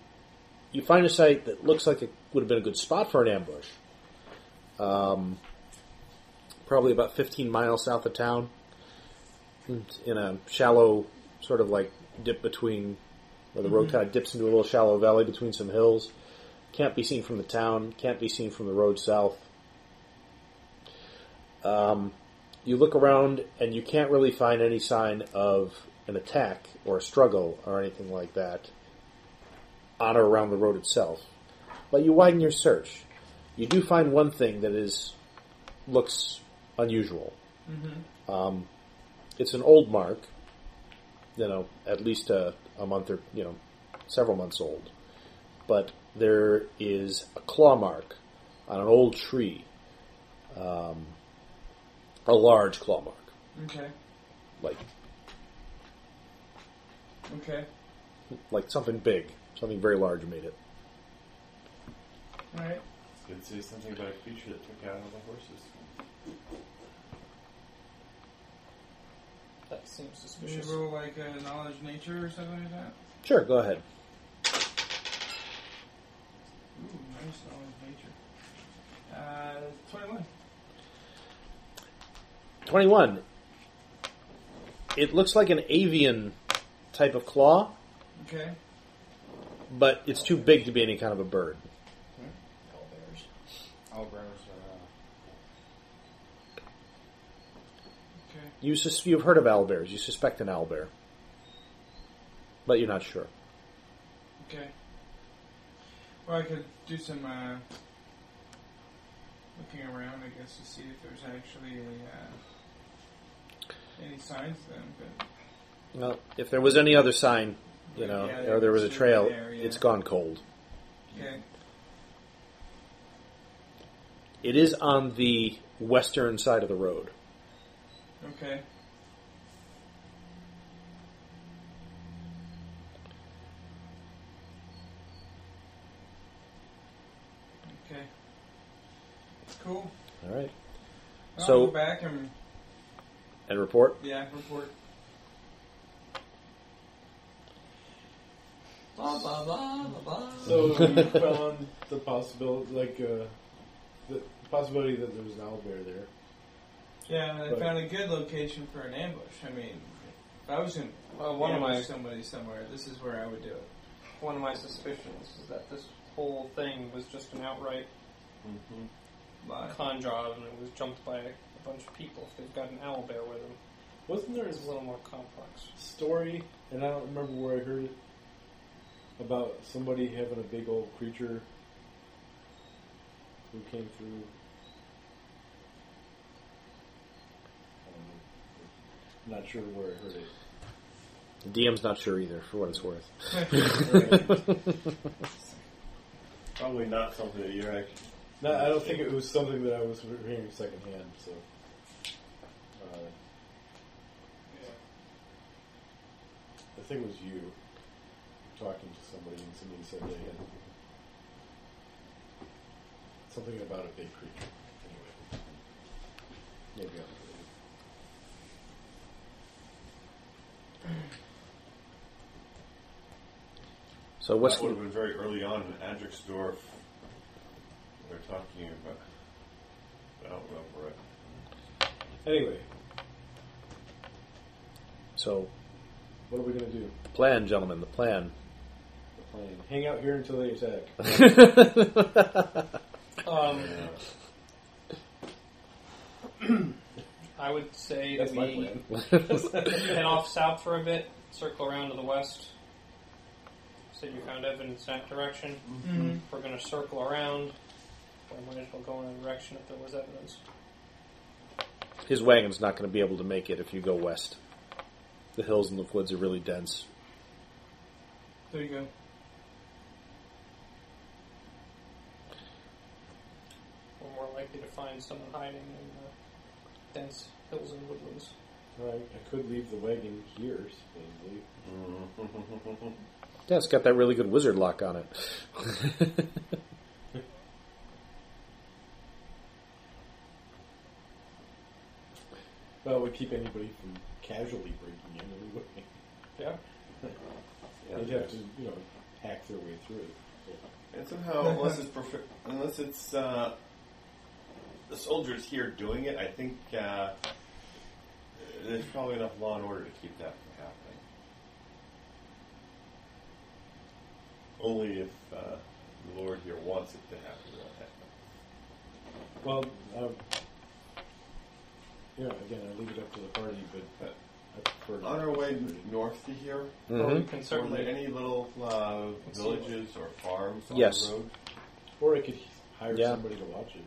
[SPEAKER 2] You find a site that looks like it would have been a good spot for an ambush. Um, probably about 15 miles south of town, It's in a shallow, sort of like dip between, where the road kind of dips into a little shallow valley between some hills. Can't be seen from the town, can't be seen from the road south. Um, you look around and you can't really find any sign of an attack or a struggle or anything like that on or around the road itself. But you widen your search. You do find one thing that is looks unusual. Um, it's an old mark, you know, at least a, a month or you know, several months old. But there is a claw mark on an old tree um, a large claw mark,
[SPEAKER 7] Okay.
[SPEAKER 2] like
[SPEAKER 7] Okay.
[SPEAKER 2] like something big, something very large made it.
[SPEAKER 7] Alright.
[SPEAKER 1] Did say something about a creature that took out all the horses.
[SPEAKER 9] That seems
[SPEAKER 7] Should we
[SPEAKER 9] suspicious.
[SPEAKER 7] roll like uh, knowledge nature or something like that?
[SPEAKER 2] Sure, go ahead.
[SPEAKER 7] Ooh, nice knowledge nature. Uh, 21.
[SPEAKER 2] Twenty-one. It looks like an avian type of claw,
[SPEAKER 7] Okay.
[SPEAKER 2] but it's too big to be any kind of a bird.
[SPEAKER 3] Owlbears. Owlbears
[SPEAKER 7] uh,
[SPEAKER 3] are.
[SPEAKER 7] Okay.
[SPEAKER 2] You sus- you've heard of owlbears. You suspect an owlbear, but you're not sure.
[SPEAKER 7] Okay. Well, I could do some uh, looking around, I guess, to see if there's actually uh, any signs of them. But
[SPEAKER 2] Well, if there was any other sign, you know,
[SPEAKER 7] Yeah,
[SPEAKER 2] or there was a
[SPEAKER 7] it's
[SPEAKER 2] trail,
[SPEAKER 7] there, yeah.
[SPEAKER 2] it's gone cold.
[SPEAKER 7] okay,
[SPEAKER 2] It is on the western side of the road.
[SPEAKER 7] okay, okay. Cool.
[SPEAKER 2] All right,
[SPEAKER 7] I'll
[SPEAKER 2] So-
[SPEAKER 7] go back and
[SPEAKER 2] and report.
[SPEAKER 7] yeah, report. Blah blah blah blah blah.
[SPEAKER 4] So we found the possibility, like uh, the possibility that there was an owlbear there.
[SPEAKER 7] Yeah, and I
[SPEAKER 4] But-
[SPEAKER 7] found a good location for an ambush. I mean, if I was in
[SPEAKER 3] Well, one of my
[SPEAKER 7] ambush somebody somewhere, this is where I would do it.
[SPEAKER 9] One of my suspicions is that this whole thing was just an outright
[SPEAKER 4] Mm-hmm.
[SPEAKER 7] Lie.
[SPEAKER 9] con job and it was jumped by a bunch of people. If they've got an owl bear with them,
[SPEAKER 4] Wasn't there
[SPEAKER 9] it's a little more complex.
[SPEAKER 4] a story, and I don't remember where I heard it, about somebody having a big old creature who came through? I'm Um, not sure where I heard it.
[SPEAKER 2] DM's not sure either, for what it's worth.
[SPEAKER 1] Probably not something that you're actually.
[SPEAKER 4] No, I don't think it was something that I was hearing secondhand. So, uh, I think it was you talking to somebody, and somebody said they had Something about a big creature. Anyway. Maybe I'm.
[SPEAKER 2] So what's
[SPEAKER 1] that would have been very early on in Adrixdorf. They're talking about. I don't remember it.
[SPEAKER 4] Anyway,
[SPEAKER 2] so
[SPEAKER 4] what are we going to do?
[SPEAKER 2] plan, gentlemen? The plan.
[SPEAKER 4] The plan. Hang out here until they attack.
[SPEAKER 9] Um, I would say
[SPEAKER 4] That's
[SPEAKER 9] that
[SPEAKER 4] my
[SPEAKER 9] we
[SPEAKER 4] plan.
[SPEAKER 9] head off south for a bit, circle around to the west. Said you found evidence that direction.
[SPEAKER 13] Mhm.
[SPEAKER 9] We're going to circle around. We might as well go in a direction if there was evidence.
[SPEAKER 2] His wagon's not going to be able to make it if you go west. The hills and the woods are really dense.
[SPEAKER 7] There you go.
[SPEAKER 9] We're more likely to find someone hiding in the dense hills and woodlands.
[SPEAKER 4] All right, I could leave the wagon here, supposedly.
[SPEAKER 2] Yeah, it's got that really good wizard lock on it.
[SPEAKER 4] Well, it would keep anybody from casually breaking in anyway.
[SPEAKER 9] Yeah.
[SPEAKER 4] They'd have to, you know, hack their way through. it.
[SPEAKER 1] And somehow, unless it's prof- unless it's uh, the soldiers here doing it, I think uh, there's probably enough law and order to keep that from happening. Only if uh, the Lord here wants it to happen. it will happen.
[SPEAKER 4] Well, um, yeah, again, I leave it up to the party, but I prefer
[SPEAKER 1] On
[SPEAKER 4] not.
[SPEAKER 1] our way north to here,
[SPEAKER 9] Or we
[SPEAKER 4] Mm-hmm.
[SPEAKER 2] Mhm.
[SPEAKER 9] can
[SPEAKER 1] certainly
[SPEAKER 9] certainly
[SPEAKER 1] any little uh, villages or farms on
[SPEAKER 2] Yes.
[SPEAKER 1] the road.
[SPEAKER 4] Or I could hire
[SPEAKER 2] Yeah.
[SPEAKER 4] somebody to watch it.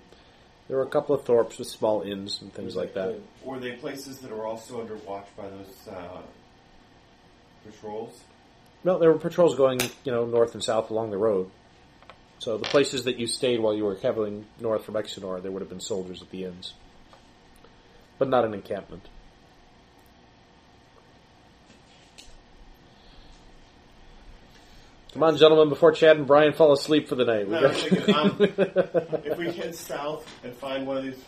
[SPEAKER 2] There are a couple of thorps with small inns and things like that.
[SPEAKER 1] Were they places that are also under watch by those uh, patrols?
[SPEAKER 2] No, there were patrols going, you know, north and south along the road. So the places that you stayed while you were traveling north from Exenor, there would have been soldiers at the inns, but not an encampment. Come on, gentlemen! Before Chad and Brian fall asleep for the night, we
[SPEAKER 1] No,
[SPEAKER 2] got-
[SPEAKER 1] I'm thinking, um, if we head south and find one of these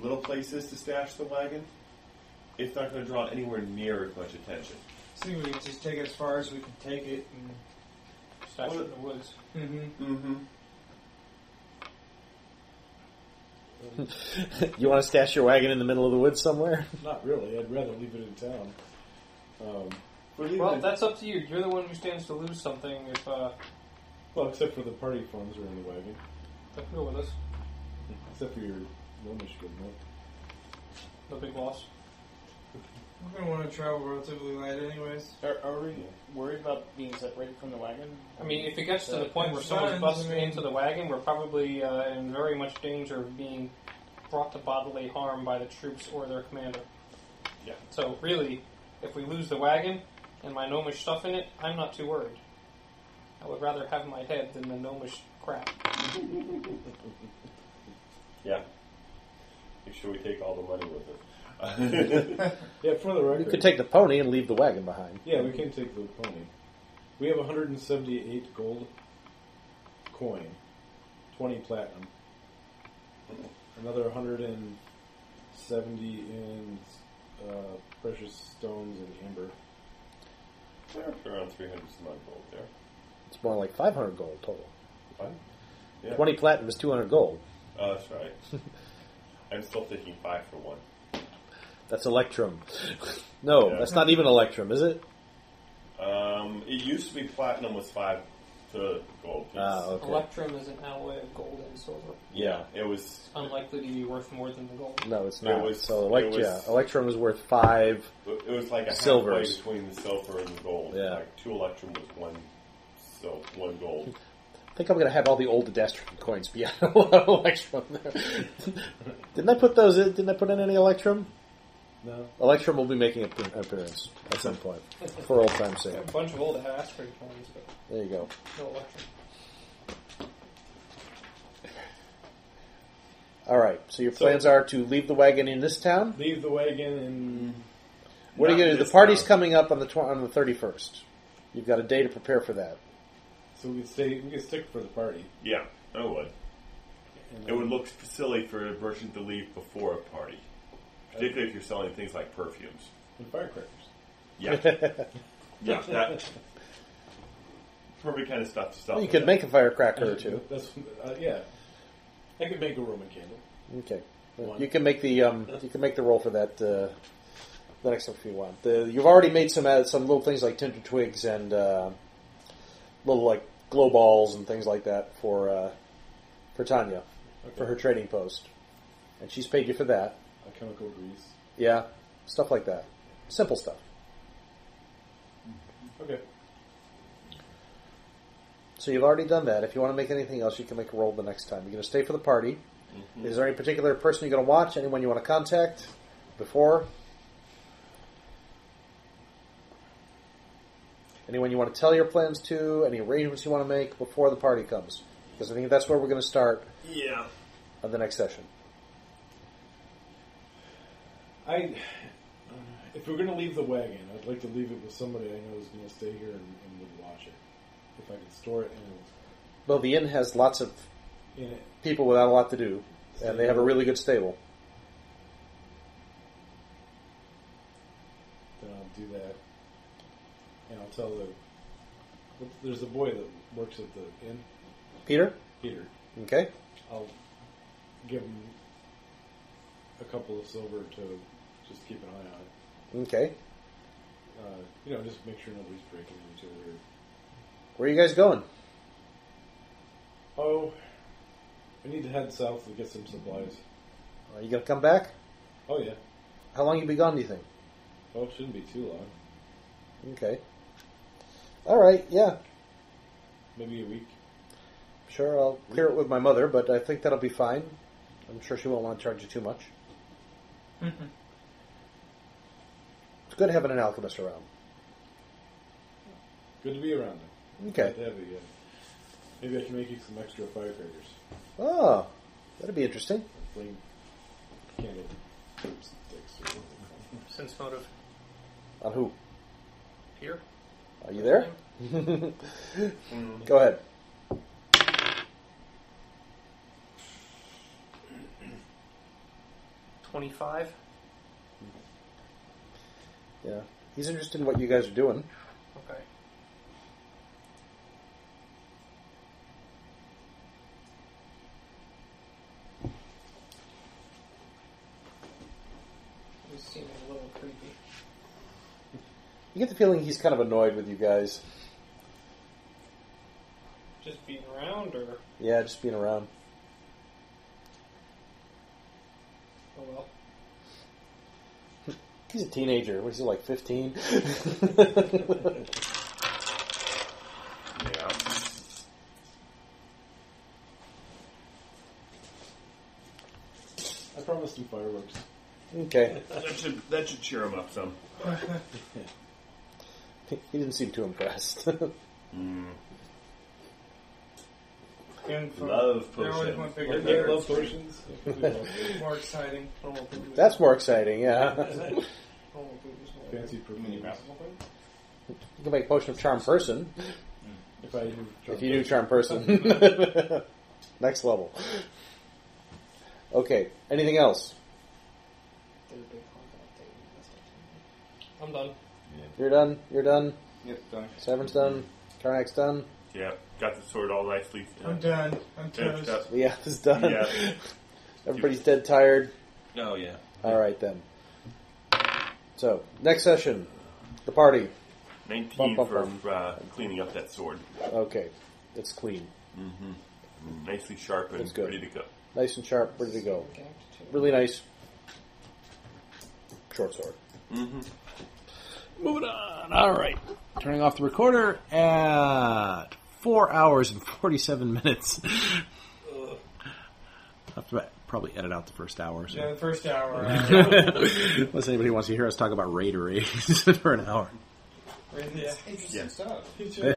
[SPEAKER 1] little places to stash the wagon, it's not going to draw anywhere near as much attention.
[SPEAKER 7] See, we can just take it as far as we can take it, and
[SPEAKER 9] stash it in the woods.
[SPEAKER 1] Mm-hmm.
[SPEAKER 2] you want to stash your wagon in the middle of the woods somewhere.
[SPEAKER 4] Not really. I'd rather leave it in town. Um,
[SPEAKER 9] Well, that's up to you. You're the one who stands to lose something if uh,
[SPEAKER 4] well, except for the party forms are in the wagon.
[SPEAKER 9] they're cool with us.
[SPEAKER 4] Except for your gnomish good milk.
[SPEAKER 9] No big loss.
[SPEAKER 7] we're gonna want to travel relatively light, anyways.
[SPEAKER 14] Are, are we worried about being separated from the wagon?
[SPEAKER 9] I mean, if it gets to the point where someone's
[SPEAKER 7] Concerns,
[SPEAKER 9] busted
[SPEAKER 7] I mean-
[SPEAKER 9] into the wagon, we're probably uh, in very much danger of being brought to bodily harm by the troops or their commander.
[SPEAKER 1] Yeah.
[SPEAKER 9] So really, if we lose the wagon and my gnomish stuff in it, I'm not too worried. I would rather have my head than the gnomish crap.
[SPEAKER 1] Yeah. Make sure we take all the money with it.
[SPEAKER 4] Yeah, for the record.
[SPEAKER 2] You could take the pony and leave the wagon behind.
[SPEAKER 4] Yeah, we can take the pony. We have 178 gold coin, 20 platinum, another 170 in uh, precious stones and amber.
[SPEAKER 1] We're up to around 300 some odd gold there.
[SPEAKER 2] It's more like 500 gold total.
[SPEAKER 1] What? Yeah.
[SPEAKER 2] 20 platinum is 200 gold.
[SPEAKER 1] Oh, that's right. I'm still thinking five for one.
[SPEAKER 2] That's Electrum. no,
[SPEAKER 1] Yeah.
[SPEAKER 2] that's not even Electrum, is it?
[SPEAKER 1] Um, it used to be platinum was five to gold. piece.
[SPEAKER 2] Ah, okay.
[SPEAKER 9] Electrum is an alloy of gold and silver.
[SPEAKER 1] yeah, it was.
[SPEAKER 9] Unlikely to be worth more than the gold.
[SPEAKER 2] No, it's
[SPEAKER 1] It
[SPEAKER 2] not.
[SPEAKER 1] was-
[SPEAKER 2] so elect-
[SPEAKER 1] it was-
[SPEAKER 2] yeah, Electrum is worth five.
[SPEAKER 1] It was like a halfway
[SPEAKER 2] Silvers.
[SPEAKER 1] between the silver and the gold.
[SPEAKER 2] Yeah.
[SPEAKER 1] Like two electrum was one, so one gold.
[SPEAKER 2] I think I'm going to have all the old Adastrum coins be out of Electrum there. didn't I put those in? Didn't I put in any Electrum?
[SPEAKER 4] No?
[SPEAKER 2] Electrum will be making an appearance at some point. For old time's sake.
[SPEAKER 9] A bunch of old Astrid coins, but
[SPEAKER 2] There you go.
[SPEAKER 9] no Electrum.
[SPEAKER 2] All right, so your plans are to leave the wagon in this town?
[SPEAKER 4] Leave the wagon and.
[SPEAKER 2] What are
[SPEAKER 1] Not
[SPEAKER 2] you going to do?
[SPEAKER 1] this
[SPEAKER 2] The party's
[SPEAKER 1] town.
[SPEAKER 2] coming up on the, tw- on the 31st. You've got a day to prepare for that.
[SPEAKER 4] So we can stay. We can stick for the party.
[SPEAKER 1] Yeah, I would. It would look silly for a merchant to leave before a party, particularly if you're selling things like perfumes.
[SPEAKER 4] And firecrackers.
[SPEAKER 1] Yeah, yeah, that perfect kind of stuff to sell.
[SPEAKER 2] Well, you could make a firecracker or two.
[SPEAKER 4] That's uh, yeah. I could make a Roman candle.
[SPEAKER 2] Okay.
[SPEAKER 4] One.
[SPEAKER 2] You can make the um, you can make the roll for that uh, the next one if you want. The, you've already made some uh, some little things like tinder twigs and uh, little like glow balls and things like that for uh, for Tanya for her trading post, and she's paid you for that.
[SPEAKER 4] A chemical grease.
[SPEAKER 2] Yeah, stuff like that, simple stuff.
[SPEAKER 4] Okay.
[SPEAKER 2] So you've already done that. If you want to make anything else, you can make a roll the next time. You're going to stay for the party. Is there any particular person you're going to watch? Anyone you want to contact before? Anyone you want to tell your plans to? Any arrangements you want to make before the party comes? Because I think that's where we're going to start
[SPEAKER 1] Yeah.
[SPEAKER 2] on the next session.
[SPEAKER 4] I, if we're gonna leave the wagon, I'd like to leave it with somebody I know is gonna stay here and, and would watch it. If I could store it
[SPEAKER 2] Well, the inn has lots of
[SPEAKER 4] in, in it,
[SPEAKER 2] people without a lot to do, and they have a really good stable.
[SPEAKER 4] then I'll do that. And I'll tell the. There's a boy that works at the inn,
[SPEAKER 2] Peter?
[SPEAKER 4] Peter.
[SPEAKER 2] Okay.
[SPEAKER 4] I'll give him a couple of silver to just keep an eye on it.
[SPEAKER 2] Okay.
[SPEAKER 4] Uh, you know, just make sure nobody's breaking into it or
[SPEAKER 2] Where are you guys going?
[SPEAKER 4] Oh, I need to head south to get some supplies.
[SPEAKER 2] Are you going to come back?
[SPEAKER 4] Oh yeah.
[SPEAKER 2] How long you be gone, do you think?
[SPEAKER 4] Oh, it shouldn't be too long.
[SPEAKER 2] Okay. All right, yeah.
[SPEAKER 4] Maybe a week.
[SPEAKER 2] Sure, I'll clear it with my mother, but I think that'll be fine. I'm sure she won't want to charge you too much. It's good having an alchemist around.
[SPEAKER 4] Good to be around him.
[SPEAKER 2] Okay.
[SPEAKER 4] That'd be good. Maybe I can make you some extra firecrackers.
[SPEAKER 2] Oh, that'd be interesting.
[SPEAKER 4] Flame candle sticks or something.
[SPEAKER 6] Sense motive
[SPEAKER 2] On who?
[SPEAKER 6] here.
[SPEAKER 2] Are you there? Go ahead.
[SPEAKER 6] Twenty-five.
[SPEAKER 2] Yeah. He's interested in what you guys are doing.
[SPEAKER 6] Okay.
[SPEAKER 3] This seems a little creepy.
[SPEAKER 2] You get the feeling he's kind of annoyed with you guys.
[SPEAKER 6] Just being around, or
[SPEAKER 2] Yeah, just being around.
[SPEAKER 3] Oh well.
[SPEAKER 2] He's a teenager. What is he, like 15?
[SPEAKER 1] Yeah.
[SPEAKER 4] I promised him fireworks.
[SPEAKER 2] okay.
[SPEAKER 1] That should that should cheer him up some.
[SPEAKER 2] He didn't seem too impressed.
[SPEAKER 7] Info.
[SPEAKER 1] Love
[SPEAKER 7] They always
[SPEAKER 1] potion.
[SPEAKER 7] want bigger
[SPEAKER 4] Like, yeah, love
[SPEAKER 7] better.
[SPEAKER 4] potions.
[SPEAKER 7] More exciting. I don't want to do it.
[SPEAKER 2] That's more exciting, yeah.
[SPEAKER 7] I don't want to do this more.
[SPEAKER 4] Fancy
[SPEAKER 9] Mini
[SPEAKER 4] perfume.
[SPEAKER 9] basketball player?
[SPEAKER 2] You can make potion of charm person
[SPEAKER 4] If I knew
[SPEAKER 2] if you do charm person. Next level. Okay. Anything else?
[SPEAKER 3] They're a big combat thing. That's what
[SPEAKER 6] I'm done.
[SPEAKER 2] You're done. You're done.
[SPEAKER 9] Yep, done.
[SPEAKER 2] Severn's done. Karnak's done.
[SPEAKER 1] Yeah, got the sword all nicely. uh,
[SPEAKER 7] I'm done. I'm
[SPEAKER 1] finished
[SPEAKER 7] toast.
[SPEAKER 1] up.
[SPEAKER 2] The app is done.
[SPEAKER 1] Yeah.
[SPEAKER 2] Everybody's dead tired.
[SPEAKER 1] Oh yeah.
[SPEAKER 2] All right then. So next session, the party.
[SPEAKER 1] Nineteen
[SPEAKER 2] Bum,
[SPEAKER 1] for
[SPEAKER 2] bum,
[SPEAKER 1] uh, cleaning up that sword.
[SPEAKER 2] Okay, it's clean,
[SPEAKER 1] Nicely sharp
[SPEAKER 2] That's
[SPEAKER 1] and
[SPEAKER 2] good.
[SPEAKER 1] ready to go.
[SPEAKER 2] nice and sharp, ready to go.
[SPEAKER 3] I'm gagged to.
[SPEAKER 2] Really nice short sword.
[SPEAKER 15] Moving on. All right. Turning off the recorder at four hours and 47 minutes. Have to probably edit out the first hour. So.
[SPEAKER 7] Yeah, the first hour. Uh,
[SPEAKER 15] Unless anybody wants to hear us talk about Raider for an hour.
[SPEAKER 7] yeah.
[SPEAKER 3] Interesting stuff.